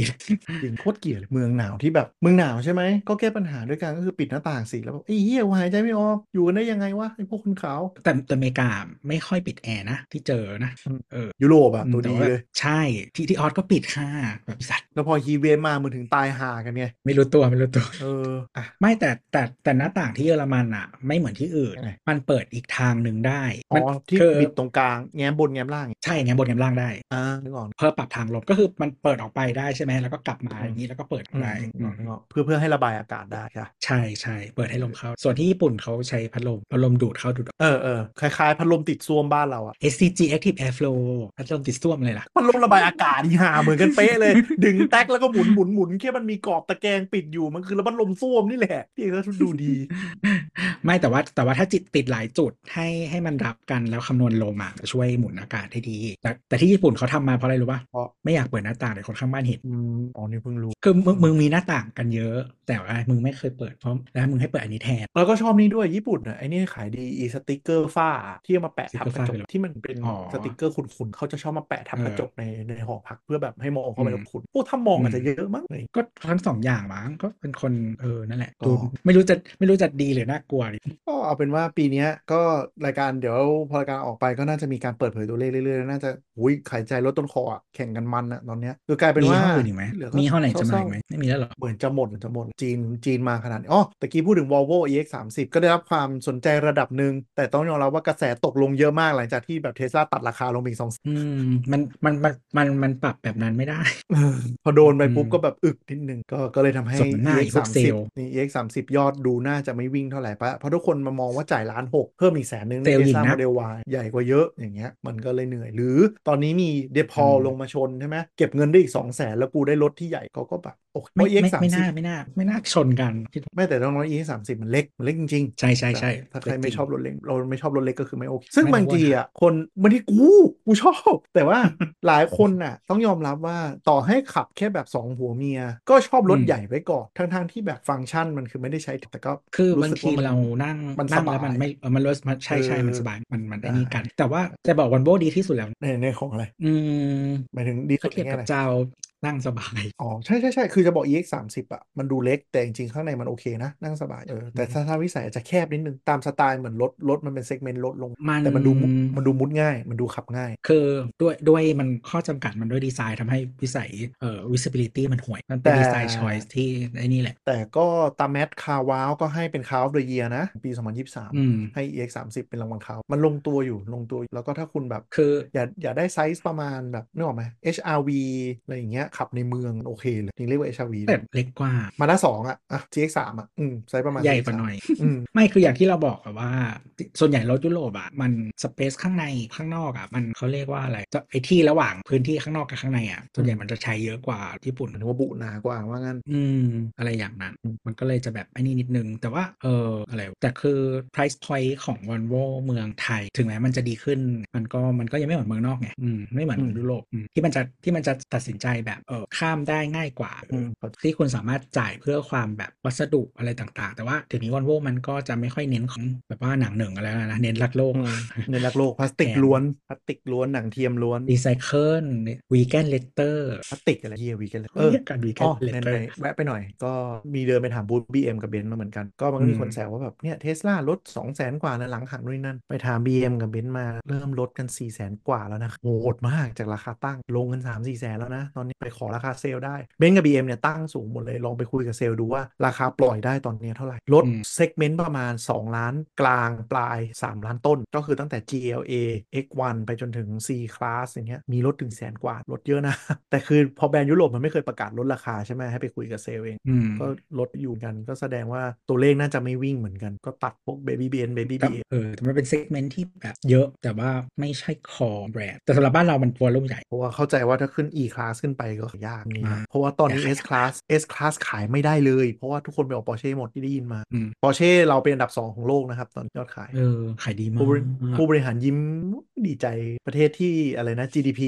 [SPEAKER 3] จริงโคตรเกลียดเลยเมืองหนาวที่แบบเมืองหนาวใช่ไหมก็แก้ปัญหาด้วยการก็คือปิดหน้าต่างสิแล้วแบบไอ้เหี้ยกูหายใจไม่ออกอยู่กันได้ยังไงวะไอ้พวกคนขาว
[SPEAKER 2] แต่แต่อเมริกาไม่ค่อยปิดแอร์นะที่เจอนะเออ
[SPEAKER 3] ยุโรปอะตัว
[SPEAKER 2] แต่
[SPEAKER 3] ดี
[SPEAKER 2] ว่า
[SPEAKER 3] เลย
[SPEAKER 2] ใช่ที่ที่ออสก็ปิดค่ะแบบสัตว์
[SPEAKER 3] แล้วพอฮีเวฟมามึงถึงตายหากันไง
[SPEAKER 2] ไม่รู้ตัวไม่รู้ตัว
[SPEAKER 3] เอออ่ะ
[SPEAKER 2] ไม่แต่แต่แต่หน้าต่างที่เยอรมันอ่ะ ไม่เหมือนที่อื่น
[SPEAKER 3] ยังไง
[SPEAKER 2] มันเปิดอีกทางหนึ่งได้
[SPEAKER 3] อ๋อ
[SPEAKER 2] มั
[SPEAKER 3] ที่
[SPEAKER 2] คือ
[SPEAKER 3] บิดตรงกลางแง้มบนแง้มล่าง
[SPEAKER 2] ใช่ไงบนแกมล่างได้
[SPEAKER 3] อ่านึกออก
[SPEAKER 2] เพื่อปรับทางลมก็คือมันเปิดออกไปได้ใช่ไหมแล้วก็กลับมาอย่างนี้แล้วก็เปิดออกได้
[SPEAKER 3] อืมอืม
[SPEAKER 2] อื
[SPEAKER 3] นึก
[SPEAKER 2] ม
[SPEAKER 3] ออกเพื่อเพื่อให้ระบายอากาศได้ใช่ปะ
[SPEAKER 2] ใช่ใช่เปิดให้ลมเข้า ส่วนที่ญี่ปุ่นเขาใช้พัดลมพัดลมดูดเข้าดูดออก
[SPEAKER 3] เออเออคล้ายๆพัดลมติดซ่วมบ้านเราอะ
[SPEAKER 2] SCG Active Air Flow พัดลมติดส้วมเลยล่ะ
[SPEAKER 3] พัดลมระบายอากาศนี่หาเหมือนกันเป๊ะเลย ดึงแท็กแล้วก็หมุนหมุนหมุนแค่มันมีกรอบตะแกรงปิดอยู่มันคือระบายลมส้วมนี่แหละพี่ก็ดูดี
[SPEAKER 2] ไม่แต่ว่าแต่ว่าถ้าจิตติดหลายจุดให้ให้มันรับกันแล้วคำนวณลมอ่ะจะช่วยหมุนอากาศได้ดี แต่แต่ที่ญี่ปุ่นเขาทำมาเพราะอะไรรู้ป่ะ
[SPEAKER 3] เพราะ
[SPEAKER 2] ไม่อยากเปิดหน้าต่างเดี๋ยวคนข้างบ้านเห็น
[SPEAKER 3] อืมอ๋อนี่เพิ่งรู้
[SPEAKER 2] คือมึงมึงมีหน้าต่างกันเยอะ แต่ว่ามึงไม่เคยเปิดเพราะแล้วมึงให้เปิดอันนี้แทน
[SPEAKER 3] แล้วก็ชอบนี่ด้วยญี่ปุ่นนะไอ้นี่ขายดีอีสติกเกอร์ฝ้าที่เอามาแปะทับกระจก
[SPEAKER 2] สติกเกอร์ฝ้า
[SPEAKER 3] ที่มันเป็น
[SPEAKER 2] อ๋อ
[SPEAKER 3] สติกเกอร์ขุ่นๆเขาจะชอบมาแปะทับกระจกในในหอพักเพื่อแบบให้มองเข้าไป
[SPEAKER 2] อืม
[SPEAKER 3] แล้วขุ่นโอ้ถ้ามอง
[SPEAKER 2] อืม
[SPEAKER 3] อาจจะเยอะมากเลย
[SPEAKER 2] ก็ทั้งสองอย่างมั้งก็เป็นคนเออนั่นแหละ
[SPEAKER 3] ก็
[SPEAKER 2] ดูไม่รู้จะไม่รู้จะดีหรือน่ากลัวดิ
[SPEAKER 3] ก็เอาเป็นว่าปีเนี้ยก็รายการเดี๋ยวพอรายการออกไปก็น่าจะมีการเปิดเผยตัวเลขเรื่อยๆแล้วน่าจะหุยขายใจลดต้นคออะแข่งกันมันอะตอนเนี้ยคือกลายเป็น
[SPEAKER 2] มี
[SPEAKER 3] ว่า
[SPEAKER 2] ห้องอื่นอีกไหม
[SPEAKER 3] เลือ
[SPEAKER 2] มีห้องไหน
[SPEAKER 3] เศ
[SPEAKER 2] จะมา
[SPEAKER 3] ร้า
[SPEAKER 2] อี
[SPEAKER 3] ๆ
[SPEAKER 2] กไหมไม่มีแล้วเหรอ
[SPEAKER 3] เหมือนจะหมดเหมือนจะหมด จีนจีนมาขนาดนี้อ๋อตะกี้พูดถึง Volvo EX30 ก็ได้รับความสนใจระดับหนึ่ง แต่ต้องยอมรับว่ากระแสตกลงเยอะมากหลังจากที่แบบเทสลาตัดราคาลงไปอีกสอง
[SPEAKER 2] อืมมันมันมันมันมันปรับแบบนั้นไม่ได้
[SPEAKER 3] *laughs* พอโดนไปปุ๊บ
[SPEAKER 2] อืม
[SPEAKER 3] ก็แบบอึกนิดนึงก็ก็เลยทำให้
[SPEAKER 2] สมน้ำหน้า
[SPEAKER 3] EX30
[SPEAKER 2] พวกเซลล์
[SPEAKER 3] นี่ EX30 ยอดดูน่าจะไม่วิ่งเท่าไหร่ปะเพราะทุกคนมามองว่าจ่ายล้านหกเพิ่มอีกแสนนึงใน
[SPEAKER 2] เซลล์
[SPEAKER 3] เท
[SPEAKER 2] หญิ
[SPEAKER 3] ส
[SPEAKER 2] ง
[SPEAKER 3] ลา
[SPEAKER 2] นะ
[SPEAKER 3] โมเดล Y ใหญ่กว่าเยอะอย่างเงี้ยมันก็เลยเหนื่อย หรือตอนนี้มีเดพอล
[SPEAKER 2] อืม
[SPEAKER 3] ลงมาชนใช่ไหมเก็บเงินได้อีกสองแสนแล้วกูได้รถที่ใหญ่เขาก็แบบโอ้ยเพ
[SPEAKER 2] ไม่
[SPEAKER 3] ราะ EX30
[SPEAKER 2] ไม่ไม่น่าไม่น่า ไม่น่าชนกันคิดว่า
[SPEAKER 3] ไม่แต่ต้องน้อย e สามสิบมันเล็ก มันเล็กจริงๆ
[SPEAKER 2] ใช่ใช่ใช่
[SPEAKER 3] ถ้าใคร
[SPEAKER 2] จ
[SPEAKER 3] ไม่
[SPEAKER 2] ง
[SPEAKER 3] ชอบรถเล็ก เราไม่ชอบรถเล็กก็คือไม่โอเค ซึ่ง
[SPEAKER 2] ไม่
[SPEAKER 3] บาง
[SPEAKER 2] ต้อง
[SPEAKER 3] ทีอ่ะ คนมันที่กู กูชอบ แต่
[SPEAKER 2] *laughs*
[SPEAKER 3] ว่า หลายคนน่ะ ต้องยอมรับว่าต่อให้ขับแค่แบบสองหัวเมีย ก็ชอบรถ
[SPEAKER 2] อืม
[SPEAKER 3] ใหญ่ไว้ก่อน ทั้งๆที่แบบฟังก์ชันมันคือไม่ได้ใช้ แต่ก็
[SPEAKER 2] คือ
[SPEAKER 3] รู้
[SPEAKER 2] บาง
[SPEAKER 3] สึก
[SPEAKER 2] ที
[SPEAKER 3] ว่มัน
[SPEAKER 2] เรานั่ง
[SPEAKER 3] มัน
[SPEAKER 2] นั่งแล้ว
[SPEAKER 3] สบาย
[SPEAKER 2] มันไม่เออมันรสมันใช่ใช่
[SPEAKER 3] เออ
[SPEAKER 2] มันสบายมันมัน
[SPEAKER 3] ได้
[SPEAKER 2] ได้นี่กัน แต่ว่าจะบอกวันโบดีที่สุดแล้ว
[SPEAKER 3] ในในของอะไร
[SPEAKER 2] อืม
[SPEAKER 3] หมายถึงดี
[SPEAKER 2] ก็
[SPEAKER 3] สุด
[SPEAKER 2] เทียบ
[SPEAKER 3] ในแง่
[SPEAKER 2] กั
[SPEAKER 3] ไห
[SPEAKER 2] บ
[SPEAKER 3] น
[SPEAKER 2] เจ้านั่งสบาย
[SPEAKER 3] อ๋อ ใช่ใช่ใช่คือจะบอก EX 3 0อ่ะ มันดูเล็กแต่จริงๆ ข้างในมันโอเคนะ นั่งสบายเออแต่
[SPEAKER 2] อืม
[SPEAKER 3] ทัศนวิสัยอาจจะแคบนิดนึง ตามสไตล์เหมือนรถรถมันเป็นเซกเมนต์ลดลง
[SPEAKER 2] มัน
[SPEAKER 3] แต่มันดูมุดมันดูมุดง่าย มันดูขับง่าย
[SPEAKER 2] คือด้วยด้วยมันข้อจำกัดมันด้วยดีไซน์ทำให้วิสัยเอ่อ visibility มันห่วย มันเป็น
[SPEAKER 3] แต่
[SPEAKER 2] ดีไซน์ choice ที่ไอ้นี่แหละ
[SPEAKER 3] แต่ก็ตามแมทคาว้าวก็ให้เป็นคาวเดอะเยียนะ ปี 2023
[SPEAKER 2] อืม
[SPEAKER 3] ให้ EX 3 0เป็นรางวัลคาวมันลงตัวอยู่ลงตัวอยู่แล้วก็ถ้าคุณแบบ
[SPEAKER 2] คือ
[SPEAKER 3] อย่าอย่าได้ไซส์ประมาณแบบนึกออกไหม HRV อะไรอย่างเงี้ยขับในเมืองโอเคเลยจริงเรียกว่า HRV
[SPEAKER 2] แต่
[SPEAKER 3] เลย
[SPEAKER 2] เล็กกว่า
[SPEAKER 3] มาด้าสองอ่ะอ่ะ GX สามอ่ะอืมไซส์ประมาณ
[SPEAKER 2] ใหญ่ก
[SPEAKER 3] GX
[SPEAKER 2] ว่าหน่อย
[SPEAKER 3] อืม
[SPEAKER 2] ไม่คืออย่างที่เราบอกอะว่า ส่วนใหญ่รถยุโรปอะมันสเปซข้างในข้างนอกอะมันเขาเรียกว่าอะไรจะไอที่ระหว่างพื้นที่ข้างนอกกับข้างในอะส่วนใหญ่มันจะใช้เยอะกว่าญี่ปุ่น
[SPEAKER 3] หรือว่าบุหนากว่าว่างั้น
[SPEAKER 2] อืม อะไรอย่างนั้น
[SPEAKER 3] อืม
[SPEAKER 2] มันก็เลยจะแบบไอ้นี่นิดนึง แต่ว่า เอออะไรวะแต่คือ price point ของ Volvo เมืองไทย ถึงแม้มันจะดีขึ้น มันก็มันก็ยังไม่เหมือนเมืองนอกไงอืมไม่เหมือน
[SPEAKER 3] อืม
[SPEAKER 2] ยุโรปอืมที่มันจะที่มันจะตัดสินใจแบบเออข้ามได้ง่ายกว่า
[SPEAKER 3] อืมเข้าใจ
[SPEAKER 2] ที่คุณสามารถจ่ายเพื่อความแบบวัสดุอะไรต่างๆ แต่ว่าเดี๋ยวนี้วอลโวมันก็จะไม่ค่อยเน้นของแบบว่าหนังเหนึ่งอะไรแล้วนะ เน้นรักโลก
[SPEAKER 3] อืมเน้นรักโลกพลาสติก
[SPEAKER 2] แอน
[SPEAKER 3] ล้วนพลาสติกล้วนหนังเทียมล้วน
[SPEAKER 2] รีไซเคิลวีแกนเลเตอร์
[SPEAKER 3] พลาสติกอะไรเฮียวีกันเลยเออ
[SPEAKER 2] เรียกกันวีแก
[SPEAKER 3] อ๋อน
[SPEAKER 2] เล
[SPEAKER 3] ใน
[SPEAKER 2] เตอ
[SPEAKER 3] ใน
[SPEAKER 2] ร์
[SPEAKER 3] แวะไปหน่อย ก็มีเดินไปถามบูธบีเอ็มกับเบนซ์มาเหมือนกัน ก็มันก็มีคนแซวว่าแบบเนี่ยเทสลาลด2 0 0แสนกว่าแล้วหลังหักนู่นนนั่น ไปถาม BM กับเบนซ์มาเริ่มลดกัน 4 0 0แสนกว่าแล้วนะโหดมากจากราคาตั้งลงกัน 3 4 0แสนแล้วนะ ตอนนี้ไปขอราคาเซลล์ได้เบนซ์กับ BM เนี่ยตั้งสูงหมดเลยลองไปคุยกับเซลล์ดูว่าราคาปล่อยได้ตอนเนี้ยเท่าไหร่ลด
[SPEAKER 2] อืม
[SPEAKER 3] เซกเมนต์ประมาณ 2 ล้านกลางปลาย 3 ล้านต้น ก็คือตั้งแต่ GLA X1 ไปจนถึง C Class อย่างเงี้ยมีลดถึงแสนกว่าลดเยอะนะ *laughs* แต่คือพอแบรนด์ยุโรปมันไม่เคยประกาศลดราคาใช่ไหมให้ไปคุยกับเซลล์เอง
[SPEAKER 2] อืม
[SPEAKER 3] ก็ลดอยู่กันก็แสดงว่าตัวเลขน่าจะไม่วิ่งเหมือนกัน ก็ตัดพวก Baby b n Baby
[SPEAKER 2] แต่
[SPEAKER 3] BM
[SPEAKER 2] เออแต่มันเป็นเซกเมนต์ที่แบบเยอะแต่ว่าไม่ใช่คอแบรนด์แต่สำหรับบ้านเรามันวอลลุ่มใหญ่
[SPEAKER 3] เพราะว่าเข้าใจว่าถ้าขึ้น E class ขึ้นไป ก็ยากนี่นะเพราะว่าตอนนี้ S Class S Class ขายไม่ได้เลย เพราะว่าทุกคนไปออกปอร์เช่หมดที่ได้ยินมา
[SPEAKER 2] อืม
[SPEAKER 3] ปอร์เช่เราเป็นอันดับ 2 ของโลกนะครับ ตอนยอดขาย
[SPEAKER 2] เออขายดีมาก
[SPEAKER 3] ผู้บริผู้บริหารยิ้มดีใจประเทศที่อะไรนะ GDP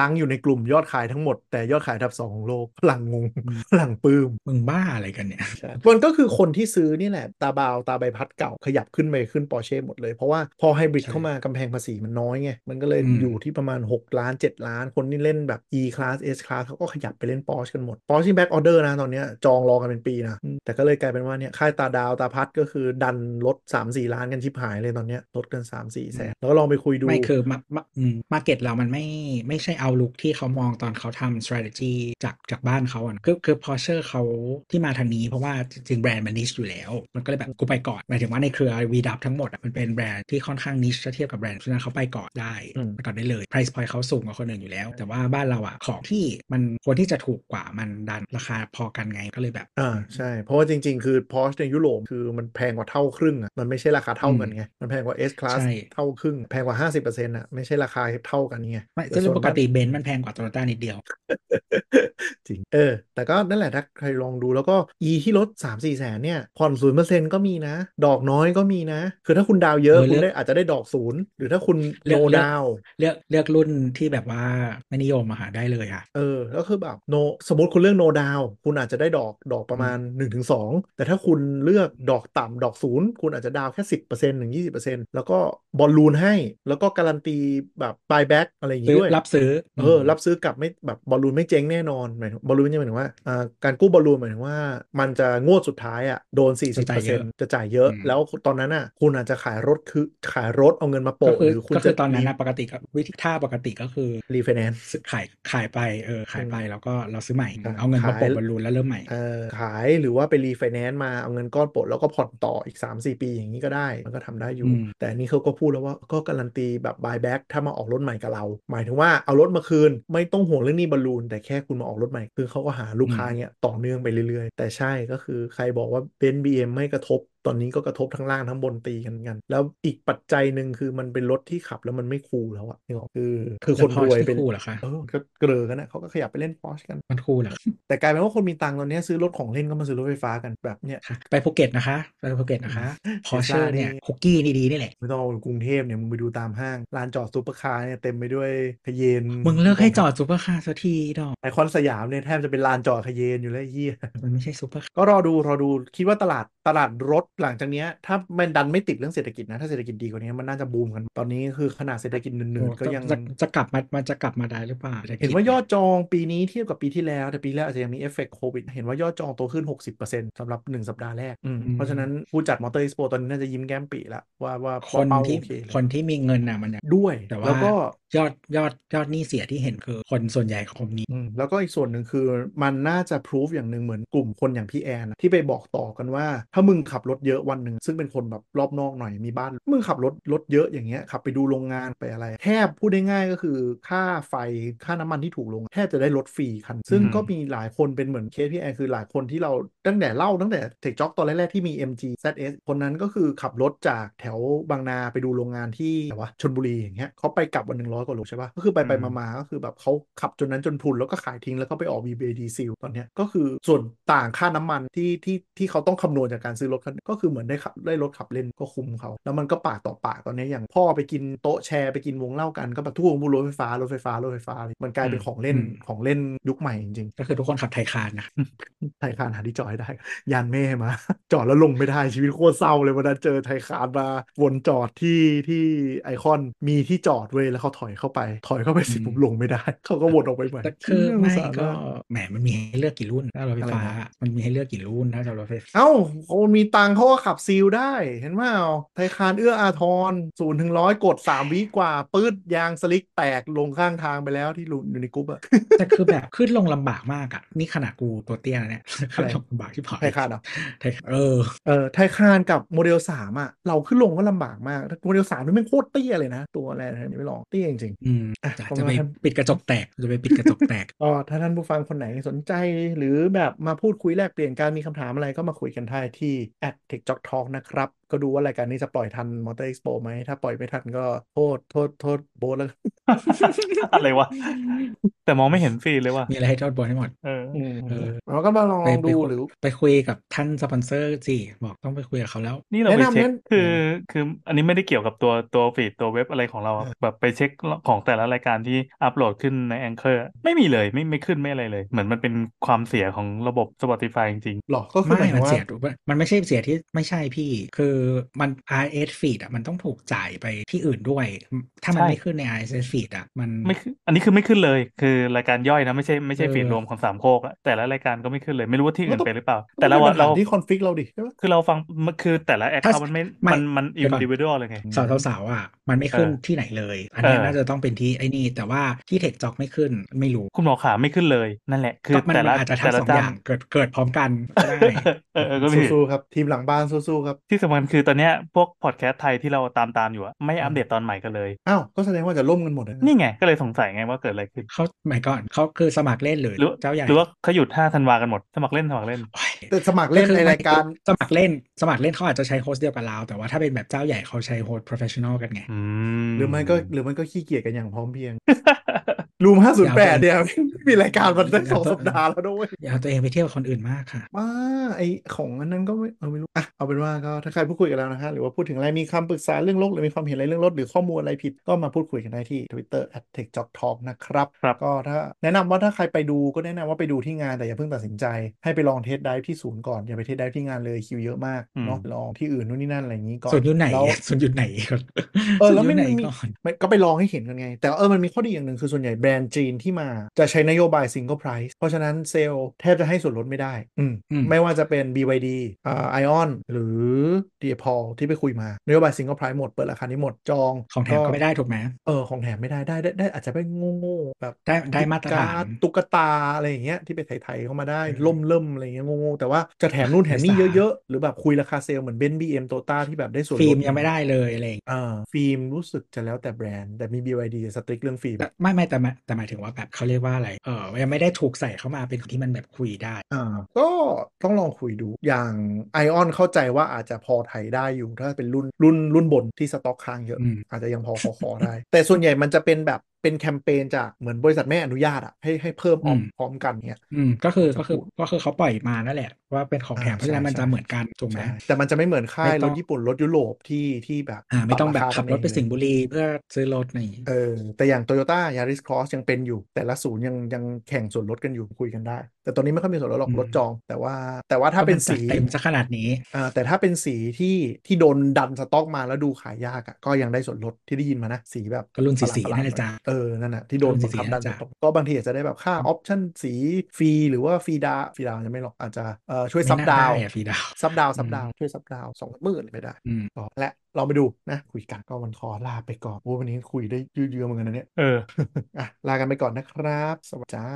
[SPEAKER 3] ลังอยู่ในกลุ่มยอดขายทั้งหมด แต่ยอดขายอันดับสองของโลก *laughs* ฝรั่งงง
[SPEAKER 2] อืม
[SPEAKER 3] ฝรั่งปลื้ม
[SPEAKER 2] มึงบ้าอะไรกันเนี่ย
[SPEAKER 3] *laughs* มันก็คือคนที่ซื้อนี่แหละ ตาบาวตาใบพัดเก่าขยับขึ้นไปขึ้นปอร์เช่หมดเลย เพราะว่าพอไฮบริด
[SPEAKER 2] ใช่
[SPEAKER 3] เข้ามากำแพงภาษีมันน้อยไง มันก็เลย
[SPEAKER 2] อืม
[SPEAKER 3] อยู่ที่ประมาณ 6 ล้าน 7 ล้าน คนที่เล่นแบบ E class S class เขาก็ขยับไปเล่นปอร์ชกันหมดปอร์ชที่แบ็กออเดอร์นะตอนเนี้ยจองรอกันเป็นปีนะอืมแต่ก็เลยกลายเป็นว่าเนี่ยค่ายตาดาวตาพัดก็คือดันลด3-4 ล้านกันชิบหายเลยตอนเนี้ยลดกัน3-4แสนแล้วก็ลองไปคุยดู
[SPEAKER 2] ไม่คือมามาอืมาเก็ตเรามันไม่ไม่ใช่เอาลุกที่เขามองตอนเขาทำ strategy จากจากบ้านเขาอ่ะนะคือคือพอเชอร์เขาที่มาทางนี้เพราะว่าจริงๆแบรนด์มันนิชอยู่แล้ว มันก็เลยแบบกูไปก่อนหมายถึงว่าในเครือวีดับทั้งหมดอะมันเป็นแบรนด์ที่ค่อนข้างนิชถ้าเทียบกับแบรนด์เพราะฉะนั้นเขาไปก่อนได้
[SPEAKER 3] อืม
[SPEAKER 2] ไปก่อนได้เลย price point เขาสูงกว่าคนอื่นอยู่แล้ว แต่ว่าบ้านเราอ่ะของที่มันควรที่จะถูกกว่ามันดันราคาพอกันไงก็เลยแบบ
[SPEAKER 3] อ่าใช่ เพราะว่าจริง ๆ คือ Porsche ในยุโรปคือมันแพงกว่าเท่าครึ่งอ่ะมันไม่ใช่ราคาเท่ากันไง มันแพงกว่า S Class
[SPEAKER 2] ใช่
[SPEAKER 3] เท่าครึ่ง แพงกว่า 50%อ่ะไม่ใช่ราคาเท่ากันไง
[SPEAKER 2] ไม่
[SPEAKER 3] แต่
[SPEAKER 2] ซึ่ง
[SPEAKER 3] ส่วน
[SPEAKER 2] ปกติเบนซ์มันแพงกว่าโตโยต้านิดเดียว
[SPEAKER 3] *laughs* จริง เออ แต่ก็นั่นแหละถ้าใครลองดูแล้วก็ E ที่ลด 3-4 แสนเนี่ย ผ่อนศูนย์เปอร์เซ็นต์ก็มีนะ ดอกน้อยก็มีนะ คือถ้าคุณดาวเยอะ
[SPEAKER 2] เออเลือก
[SPEAKER 3] คุณได้อาจจะได้ดอกศูนย์หรือถ้าคุณ
[SPEAKER 2] เลื
[SPEAKER 3] โน
[SPEAKER 2] อกเลือก
[SPEAKER 3] ดาว
[SPEAKER 2] เลือกเลือกรุ่นที่แบบว่าไม่นิยมมาหาได้เลยค่ะ
[SPEAKER 3] เออแล้วคือแบบโนสมมติคุณเลือกโนดาวคุณอาจจะได้ดอกดอกประมาณ 1-2 แต่ถ้าคุณเลือกดอกต่ำดอกศูนย์คุณอาจจะดาวน์แค่ 10%ถึง 20%แล้วก็บอลลูนให้แล้วก็การันตีแบบบายแบ็กอะไรอย่าง
[SPEAKER 2] ซื้
[SPEAKER 3] งี้
[SPEAKER 2] อ
[SPEAKER 3] ด้วย
[SPEAKER 2] รับซื้อ
[SPEAKER 3] เออ รับซื้อกลับไม่แบบบอลลูนไม่เจ๊งแน่นอนหมายถึงบอลลูนไม่เจ๊งหมายถึงว่าอ่าการกู้บอลลูนหมายถึงว่า มันจะงวดสุดท้ายอ่ะโดน
[SPEAKER 2] จะจ่ายเยอะ
[SPEAKER 3] 40%จะจ่ายเยอะ
[SPEAKER 2] อืม
[SPEAKER 3] แล้วตอนนั้นอ่ะคุณอาจจะขายรถคือขายรถเอาเงินมา
[SPEAKER 2] ก็
[SPEAKER 3] โปะ
[SPEAKER 2] คือ
[SPEAKER 3] หรือคุณ
[SPEAKER 2] ก็คื
[SPEAKER 3] จะ
[SPEAKER 2] อตอนนั้นนะปกติก็วิธีท่าปกติก็คือ
[SPEAKER 3] รีไฟแนนซ์
[SPEAKER 2] ขายขายไปเออขายไป
[SPEAKER 3] อืม
[SPEAKER 2] แล้วก็เราซื้อใหม่
[SPEAKER 3] ขาย
[SPEAKER 2] เอาเงินมา
[SPEAKER 3] ขาย
[SPEAKER 2] โปะบอลลูนแล้วเริ่มใหม่
[SPEAKER 3] เออขายหรือว่าไปรีไฟแนนซ์มาเอาเงินก้อนปลดแล้วก็ผ่อนต่ออีก 3-4 ปีอย่างนี้ก็ได้ มันก็ทำได้อยู่
[SPEAKER 2] อืม
[SPEAKER 3] แต่อันนี่เขาก็พูดแล้วว่าก็การันตีแบบบายแบ็กถ้ามาออกรถใหม่กับเรา หมายถึงว่าเอารถมาคืน ไม่ต้องห่วงเรื่องหนี้บอลลูน แต่แค่คุณมาออกรถใหม่ คือเขาก็หาลูกค้าเงี้ยต่อเนื่องไปเรื่อยๆ แต่ใช่ก็คือใครบอกว่าเบนซ์บีเอ็มไม่กระทบ ตอนนี้ก็กระทบทั้งล่างทั้งบนตีกันกัน แล้วอีกปัจจัยหนึ่งคือมันเป็นรถที่ขับแล้วมันไม่คูลแล้วอะนึกออกคือคือคนรวยเป็น
[SPEAKER 2] แล้ว Porsche ไม่ cool เหรอคะ
[SPEAKER 3] เออก็เกลอกันนะเขาก็ขยับไปเล่นพอชกัน
[SPEAKER 2] มันคูลเหรอ
[SPEAKER 3] แต่กลายเป็นว่าคนมีตังค์ตอนเนี้ยซื้อรถของเล่นก็มาซื้อรถไฟฟ้ากันแบบเนี้ย
[SPEAKER 2] คะไปภูเก็ตนะคะ ไปภูเก็ต
[SPEAKER 3] *laughs*
[SPEAKER 2] นะคะพอเชอ
[SPEAKER 3] Tesla
[SPEAKER 2] ร์เนี่ย
[SPEAKER 3] นี่
[SPEAKER 2] คุกกี้ดีๆนี่แหละ
[SPEAKER 3] ไม่ต้องเอากรุงเทพเนี่ยมึงไปดูตามห้างลานจอดซูเปอร์คาร์เนี่ยเต็มไปด้วยขยเยน
[SPEAKER 2] มึงเลิกให้จอดซูเปอร์คาร์สักทีดอก
[SPEAKER 3] ไอคอนสยามเนี่ยแทบจะเป็นลานจอดขยเยนอยู่แล้วไอ้เฮีย
[SPEAKER 2] มันไม่ใช่ซูเปอร์คาร์
[SPEAKER 3] ก็รอดูรอดูคิดว่าตลาดตลาดรถหลังจากเนี้ยถ้ามันดันไม่ติดเรื่องเศรษฐกิจนะ ถ้าเศรษฐกิจดีกว่านี้มันน่าจะบูมกัน ตอนนี้คือขนาดเศรษฐกิจหนืดๆก็ยัง
[SPEAKER 2] จะจะกลับมามันจะกลับมาได้หรือเปล่าศรษฐกิจ
[SPEAKER 3] เห็นว่ายอดจองปีนี้เทียบกับปีที่แล้ว แต่ปีแล้วอาจจะยังมีเอฟเฟกต์โควิด เห็นว่ายอดจองโตขึ้น 60%สำหรับ 1 สัปดาห์แรกอืมเพราะฉะนั้นผู้จัดมอเตอร์อีสโปตอนนี้น่าจะยิ้มแก้มปีละว่าว่า
[SPEAKER 2] คน
[SPEAKER 3] เป้า
[SPEAKER 2] ที่
[SPEAKER 3] โอเคเลย
[SPEAKER 2] คนที่มีเงินน่ะมันยัง
[SPEAKER 3] ด้วย
[SPEAKER 2] แต่ว่า
[SPEAKER 3] แล้วก็
[SPEAKER 2] ยอดยอดยอดหนี้เสียที่เห็นคือคนส่วนใหญ่ของคนนี้
[SPEAKER 3] อืมแล้วก็อีกส่วนหนึ่งคือมันน่าจะพ o ูฟอย่างหนึ่งเหมือนกลุ่มคนอย่างพี่แอนอะที่ไปบอกต่อกันว่า ถ้ามึงขับรถเยอะวันหนึ่งซึ่งเป็นคนแบบรอบนอกหน่อยมีบ้าน มึงขับรถรถเยอะอย่างเงี้ยขับไปดูโรงงานไปอะไร แทบพูดได้ง่ายก็คือค่าไฟค่าน้ำมันที่ถูกลง แทบจะได้ลดฟรีคัน ซึ่ง
[SPEAKER 2] อืม
[SPEAKER 3] ก็มีหลายคนเป็นเหมือนเคสพี่แอนคือหลายคนที่เราตั้งแต่เล่าตั้งแต่เทคจ็อกตอนแรกๆที่มี MG ZS คนนั้นก็คือขับรถจากแถวบางนาไปดูโรงงานที่ไหนวะชนบุรีอย่างเงี้ยเขาไปกลับวันหนึ่งร้อยกว่าโลใช่ปะก็คือไปไป
[SPEAKER 2] อื
[SPEAKER 3] มาม ๆ มาก็คือแบบเขาขับจนนั้นจนพุนแล้วก็ขายทิ้งแล้วก็ไปออก BBD s e a l ตอนเนี้ยก็คือส่วนต่างค่าน้ำมันที่ที่ที่เขาต้องคำนวณจากการซื้อรถคันก็คือเหมือนได้ขับได้รถขับเล่นก็คุ้มเขา แล้วมันก็ปากต่อปากตอนเนี้ยอย่างพ่อไปกินโต๊ะแชร์ไปกินวงเล่ากันก็แบบทุกวงบูรถไฟฟ้ารถไฟฟ้ารถไฟฟ้าเลยมันกลายเป็นขอ
[SPEAKER 2] อืม
[SPEAKER 3] งเล่น
[SPEAKER 2] อืม
[SPEAKER 3] ของเล่นยุคใหม่จริง
[SPEAKER 2] ก็คือทุกคนขับไทยคานนะ
[SPEAKER 3] ๆไทยคานหาที่จอดให้ได้ *laughs* ยานแม่มา *laughs* จอดแล้วลงไม่ได้ชีวิตโคตรเศร้าเลยวันนั้นเจอไทยคานมาวนจอดที่ที่ไอคอนมีที่จอดเว้ยแล้วเขาถอยเข้าไป ถอยเข้าไปเสร็จ
[SPEAKER 2] อืม
[SPEAKER 3] ปุ๊บลงไม่ได้ *laughs* เขาก็วนออกไปใหม่
[SPEAKER 2] แต่คือ
[SPEAKER 3] น่าสง
[SPEAKER 2] ไม่
[SPEAKER 3] สา
[SPEAKER 2] ก็
[SPEAKER 3] ราก
[SPEAKER 2] แหมมันมีให้เลือกกี่รุ่นถ้ารถไฟฟ้า
[SPEAKER 3] อะไรนะ
[SPEAKER 2] มันมีให้เลือกกี่รุ่นถ้ารถไฟ
[SPEAKER 3] *laughs*
[SPEAKER 2] ฟ้า
[SPEAKER 3] เอ้าคนมีตังค์เขาก็ขับซีลได้ เห็นไหมเอาไทยคานเอื้ออาทรศูนย์ถึงร้อยกดสามวิกว่า ปืดยางสลิกแตกลงข้างทางไปแล้วที่หลุดอยู่ในกรุ๊ปอะ
[SPEAKER 2] แต่คือแบบขึ้นลงลำบากมากอ่ะ นี่ขนาดกูตัวเตี้ยนะเนี่ยขึ้นลงลำบากที่ผาย
[SPEAKER 3] ไทยคานเหรอ
[SPEAKER 2] ไทยเออ
[SPEAKER 3] เออไทยคานกับโมเดลสามอะเราขึ้นลงก็ลำบากมากโมเดลสามนี่แม่งโคตรเตี้ยเลยนะ ตัวอะไรนะนี่ไม่ลองเตี้ยจริง
[SPEAKER 2] อืม
[SPEAKER 3] อ่ะ
[SPEAKER 2] จะ
[SPEAKER 3] ประ
[SPEAKER 2] จะ
[SPEAKER 3] มาณ
[SPEAKER 2] ไป
[SPEAKER 3] นั้น
[SPEAKER 2] ปิดกระจกแตกจะไปปิดกระจกแต *laughs* ก
[SPEAKER 3] ๆก็ถ้าท่านผู้ฟังคนไหนสนใจ หรือแบบมาพูดคุยแลกเปลี่ยนการมีคำถามอะไรก็มาคุยกันได้ที่ t e c h j o k Talk นะครับ ก็ดูว่ารายการนี้จะปล่อยทันมอเตอร์เอ็กซ์โปไหมถ้าปล่อยไม่ทันก็โทษโทษโทษโบสแล้วกัน
[SPEAKER 4] อะไรวะ แต่มองไม่เห็นฟีดเลยว่ะ
[SPEAKER 2] มีอะไรให้โทษบอลให้หมด
[SPEAKER 4] เออ
[SPEAKER 3] อืม
[SPEAKER 2] เออ
[SPEAKER 3] เราก็มาลองล
[SPEAKER 2] ไป
[SPEAKER 3] อง
[SPEAKER 2] ไป
[SPEAKER 3] ดู
[SPEAKER 2] คุย
[SPEAKER 3] หรือ
[SPEAKER 2] ไปคุยกับท่านสปอนเซอร์สิบอกต้องไปคุยกับเขาแล้ว
[SPEAKER 4] นี่เราไป
[SPEAKER 3] แนะนำ
[SPEAKER 4] เช็ค
[SPEAKER 3] นั้น
[SPEAKER 4] คือคืออันนี้ไม่ได้เกี่ยวกับตัวตัวฟีดตัวเว็บอะไรของเราอะแบบไปเช็คของแต่ละรายการที่อัปโหลดขึ้นใน Anchor ไม่มีเลยไม่ไม่ขึ้นไม่อะไรเลย เหมือนมันเป็นความเสียของระบบ Spotify จริง
[SPEAKER 3] หรอก็คือห
[SPEAKER 2] ไม่
[SPEAKER 3] มายถึง
[SPEAKER 2] มัน
[SPEAKER 3] ว่า
[SPEAKER 2] เสียถูกปะมันไม่ใช่เสียที่ไม่ใช่พี่ คือมัน RS feed อ่ะมันต้องถูกจ่ายไปที่อื่นด้วย ถ้ามัน
[SPEAKER 4] ใช่
[SPEAKER 2] ไม่ขึ้นใน RS feed อ่ะมัน
[SPEAKER 4] ๆ ไม่ขึ้นอันนี้คือไม่ขึ้นเลย คือรายการย่อยนะไม่ใช่ไม่ใช่
[SPEAKER 2] เออ
[SPEAKER 4] ฟีดรวมของสามโคกอะแต่ละรายการก็ไม่ขึ้นเลยไม่รู้ว่าที่อื่นเป็นหรือเปล่า
[SPEAKER 3] มัน
[SPEAKER 4] แต่เรา
[SPEAKER 3] ป็น
[SPEAKER 4] อะ
[SPEAKER 3] ปัญห
[SPEAKER 4] เรา
[SPEAKER 3] ที่คอนฟิกเราดิใช่ปะ
[SPEAKER 4] คือเราฟังมันคือแต่ละแอค
[SPEAKER 2] ถ้า
[SPEAKER 4] เคาท์มันไม่
[SPEAKER 2] ไม่
[SPEAKER 4] มันมัน
[SPEAKER 2] เดี๋
[SPEAKER 4] อิ
[SPEAKER 2] ยวน ก่อน
[SPEAKER 4] ดิวิดวลเลยไง
[SPEAKER 2] สาวสาวๆอ่ะมันไม่ขึ้น
[SPEAKER 4] เออ
[SPEAKER 2] ที่ไหนเลย อันเนี้ย
[SPEAKER 4] เออ
[SPEAKER 2] น่าจะต้องเป็นที่ไอ้นี่ แต่ว่าที่เทคจ็อกไม่ขึ้นไม่รู้
[SPEAKER 4] คุณหมอขาไม่ขึ้นเลยนั่นแหละ คือ
[SPEAKER 2] ก็มัน
[SPEAKER 4] แต่
[SPEAKER 2] มั
[SPEAKER 4] ละ
[SPEAKER 2] นอาจจะทั้
[SPEAKER 4] แต่
[SPEAKER 2] ง
[SPEAKER 4] ละ
[SPEAKER 2] สอง
[SPEAKER 4] เจ้
[SPEAKER 2] อย่างเกิดเกิดพร้อมกันก็ได้
[SPEAKER 4] *laughs* เออเออก็มี
[SPEAKER 3] สู้ๆครับ ทีมหลังบ้านสู้ๆครับ
[SPEAKER 4] ที่สำคัญคือตอนเนี้ยพวกพอดแคสต์ไทยที่เราตามตามๆอยู่อะไม่อัปเดตตอนใหม่กันเลย
[SPEAKER 3] อ้าว ก็แสดงว่าจะล่มกันหมดเลยะ
[SPEAKER 4] นี่ไงก็เลยสงสัยไงว่าเกิดอะไรขึ้น
[SPEAKER 2] เขาหมายก่อนเขาคือสมัครเล่นหรือ
[SPEAKER 4] หรือ
[SPEAKER 2] เจ้าใหญ่
[SPEAKER 4] หรือว่าเขาหยุด5ธันวากันหมด สมัครเล่นสมัครเล่น
[SPEAKER 2] โอ้ย
[SPEAKER 3] แต่สมัครเล่น
[SPEAKER 2] ก็คือ
[SPEAKER 3] ในรายการ
[SPEAKER 2] สมัครเล่นสมัครเล่นเขาอาจจะใช้โฮสต์เดียวกับเรา แต่ว่าถ้าเป็นแบบเจ้าใหญ่เขาใช้โฮสต์ professional กันไง
[SPEAKER 4] อืม
[SPEAKER 3] หรือไม่ก็หรือมันก็ขี้เกียจกันอย่างพร้อมเพรียง *laughs* รูมห้าศูนย์แปดเนี่ย *laughs* มีรายการมันตั้งสองสัปดาห์แล้ว
[SPEAKER 2] *laughs*
[SPEAKER 3] ด้วย
[SPEAKER 2] อย่าเอาตัวเองไปเที่ยวกับคนอื่นมากค่ะ
[SPEAKER 3] มาไอของอันนั้นก็ไม่เออไม่รู้อ่ะเอาเป็นว่าก็ถ้าใครพูดคุยกันแล้วนะฮะหรือว่าพูดถึงอะไรมีคำปรึกษาเรื่องโลกหรือมีความเห็นอะไรเรื่องรถหรือข้อมูลอะไรผิด ก็มาพูดคุยกันได้ที่ Twitter at techjobtalk นะครับ
[SPEAKER 4] ครับ
[SPEAKER 3] ก็ถ้าแนะนำว่าถ้าใครไปดูก็แนะนำว่าไปดูที่งานแต่อย่าเพิ่งตัดสินใจ ให้ไปลองเทสไดฟ์ที่ศูนย์ก่อนอย่าไปเทสไดฟ์ที่งานเลยคิวเยอะมากเนาะลองที่อื่นนู่นนี่นั่นอะไรอย่างนี้ก่อน
[SPEAKER 2] ส่วนยุไหน
[SPEAKER 3] แล้ว
[SPEAKER 2] ส่วนยุไหนก่อน
[SPEAKER 3] เออแล้ว
[SPEAKER 2] ส่
[SPEAKER 3] ไม่
[SPEAKER 2] นยุไหน
[SPEAKER 3] มี
[SPEAKER 2] ก่อน
[SPEAKER 3] มันก็ไปลองให้เห็นกันไง แต่เออมันมีข้อดีอย่างหนึ่งคือส่วนใหญ่แบรนด์จีนที่มาจะใช้นโยบาย Single Price เพราะฉะนั้นเซลล์แทบจะให้ส่วนลดไม่ได้ อืม
[SPEAKER 2] อืม
[SPEAKER 3] ไม่ว่าจะเป็น BYD อ่า ION หรือ d p o l ที่ไปคุยมานโยบาย Single Price หมด เปิดราคานี้หมดจอง
[SPEAKER 2] ของแถมก็ไม่ได้ถูกไหม
[SPEAKER 3] เออของแถมไม่ได้ได้ได้ได้อาจจะเป็นโง่ๆแบบ
[SPEAKER 2] ได้ได้มาตรฐา
[SPEAKER 3] การ์ด
[SPEAKER 2] น
[SPEAKER 3] ตุ๊กตาอะไรอย่างเงี้ยที่ไปไถๆเข้ามาได้
[SPEAKER 2] เออ
[SPEAKER 3] ล่มเริ่มๆอะไรอย่างเงี้ยโง่ๆแต่ว่าจะแถมนู่นแถมนี่
[SPEAKER 2] ไม่สา
[SPEAKER 3] เยอะๆหรือแบบคุยราคาเซลล์เหมือนเบนซ์บีเอ็มโตต้าที่แบบได้ส่วนลด
[SPEAKER 2] ฟิล์มยังไม่ได้เลยอะไรอย่างเงี้ย
[SPEAKER 3] อ่าฟิล์มรู้สึกจะแล้วแต่แบรนด์ แต่มี BYD จะสตริกเรื่องฟิล์ม
[SPEAKER 2] แต่ไม่ไม่แต่หมายแต่หมายถึงว่าแบบเขาเรียกว่าอะไร เออยังไม่ได้ถูกใส่เข้ามาเป็นของที่มันแบบคุยได้
[SPEAKER 3] อ่าก็ต้องลองคุยดูอย่าง ION เข้าใจว่าอาจจะพอไถได้อยู่ถ้าเป็นรุ่นรุ่นรุ่นบนที่สต็อกค้างเยอะ
[SPEAKER 2] อืม
[SPEAKER 3] อาจจะยังพอ *laughs* ขอขอได้ แต่ส่วนใหญ่มันจะเป็นแบบเป็นแคมเปญจากเหมือนบริษัทแม่อนุญาตอะให้ให้เพิ่มออมพร้อมกันเนี่ย
[SPEAKER 2] อืมก็คือ
[SPEAKER 3] จะ
[SPEAKER 2] ก็คือ
[SPEAKER 3] พูด
[SPEAKER 2] ก็คือเขาปล่อยมานั่นแหละ ว่าเป็นของแถม
[SPEAKER 3] อ่า
[SPEAKER 2] เพราะฉะนั้นมัน
[SPEAKER 3] ใช่
[SPEAKER 2] จะเหมือนกันถูกไหม
[SPEAKER 3] ใช่แต่มันจะไม่เหมือนค่าย
[SPEAKER 2] ไม่
[SPEAKER 3] ร
[SPEAKER 2] ต้อง
[SPEAKER 3] ถญี่ปุ่นรถยุโรปที่ที่แบบ
[SPEAKER 2] อ่าไม่ต้อง
[SPEAKER 3] ป
[SPEAKER 2] แบบ
[SPEAKER 3] ราคา
[SPEAKER 2] ขับรถไป
[SPEAKER 3] กันเองเลย
[SPEAKER 2] สิงห์บุรีเพื่อซื้อรถอะไรอย่างงี้
[SPEAKER 3] เออแต่อย่าง Toyota Yaris Cross ยังเป็นอยู่ แต่ละศูนย์ยังยังแข่งส่วนลดกันอยู่คุยกันได้ แต่ตอนนี้ไม่ค่อยมีส่วนลดหรอ
[SPEAKER 2] อื
[SPEAKER 3] ก
[SPEAKER 2] ม
[SPEAKER 3] รถจอง แต่ว่าแต่ว่าถ้า
[SPEAKER 2] ก็
[SPEAKER 3] เป็น
[SPEAKER 2] มัจัด
[SPEAKER 3] สี
[SPEAKER 2] เต็มซะขนาดนี้
[SPEAKER 3] อ่าแต่ถ้าเป็นสีที่ที่โดนดันสต็อกมาแล้วดูขายยากอะก็ยังได้ส่วนลดที่ได้ยินมานะ สีแบบ
[SPEAKER 2] ก็รุ่นสี
[SPEAKER 3] ประหลาดป
[SPEAKER 2] สี
[SPEAKER 3] ระหลาด
[SPEAKER 2] นั่น
[SPEAKER 3] หน่
[SPEAKER 2] แหละ
[SPEAKER 3] อย
[SPEAKER 2] จ้า
[SPEAKER 3] เออนั่นน่ะที่โดน
[SPEAKER 2] รุ่นสี
[SPEAKER 3] บังคับ
[SPEAKER 2] สี
[SPEAKER 3] ดัน
[SPEAKER 2] นะ
[SPEAKER 3] ส
[SPEAKER 2] จ๊ะ
[SPEAKER 3] ต็อกก็บางทีอาจจะได้แบบค่าออปชั่นสีฟรีหรือว่าฟรีดาฟรีดาวยังไม่หรอกอาจจะเอ่อช่วย
[SPEAKER 2] ไม่
[SPEAKER 3] ซับ
[SPEAKER 2] น่า
[SPEAKER 3] ดา
[SPEAKER 2] ได้
[SPEAKER 3] ว
[SPEAKER 2] อะฟีดาว
[SPEAKER 3] ซับดาวซับ
[SPEAKER 2] อืม
[SPEAKER 3] ดาวช่วยซับดาวสองหมื่นไม่ได้
[SPEAKER 2] อืม
[SPEAKER 3] ก็และเราไปดูนะ คุยกันก็วันขอลาไปก่อนโอ้วันนี้คุยได้ยืดเยื้อเหมือนกันนะเนี่ย
[SPEAKER 4] เออ
[SPEAKER 3] อ่ะ ลากันไปก่อนนะครับ สวัสดีจ้า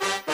[SPEAKER 1] Thank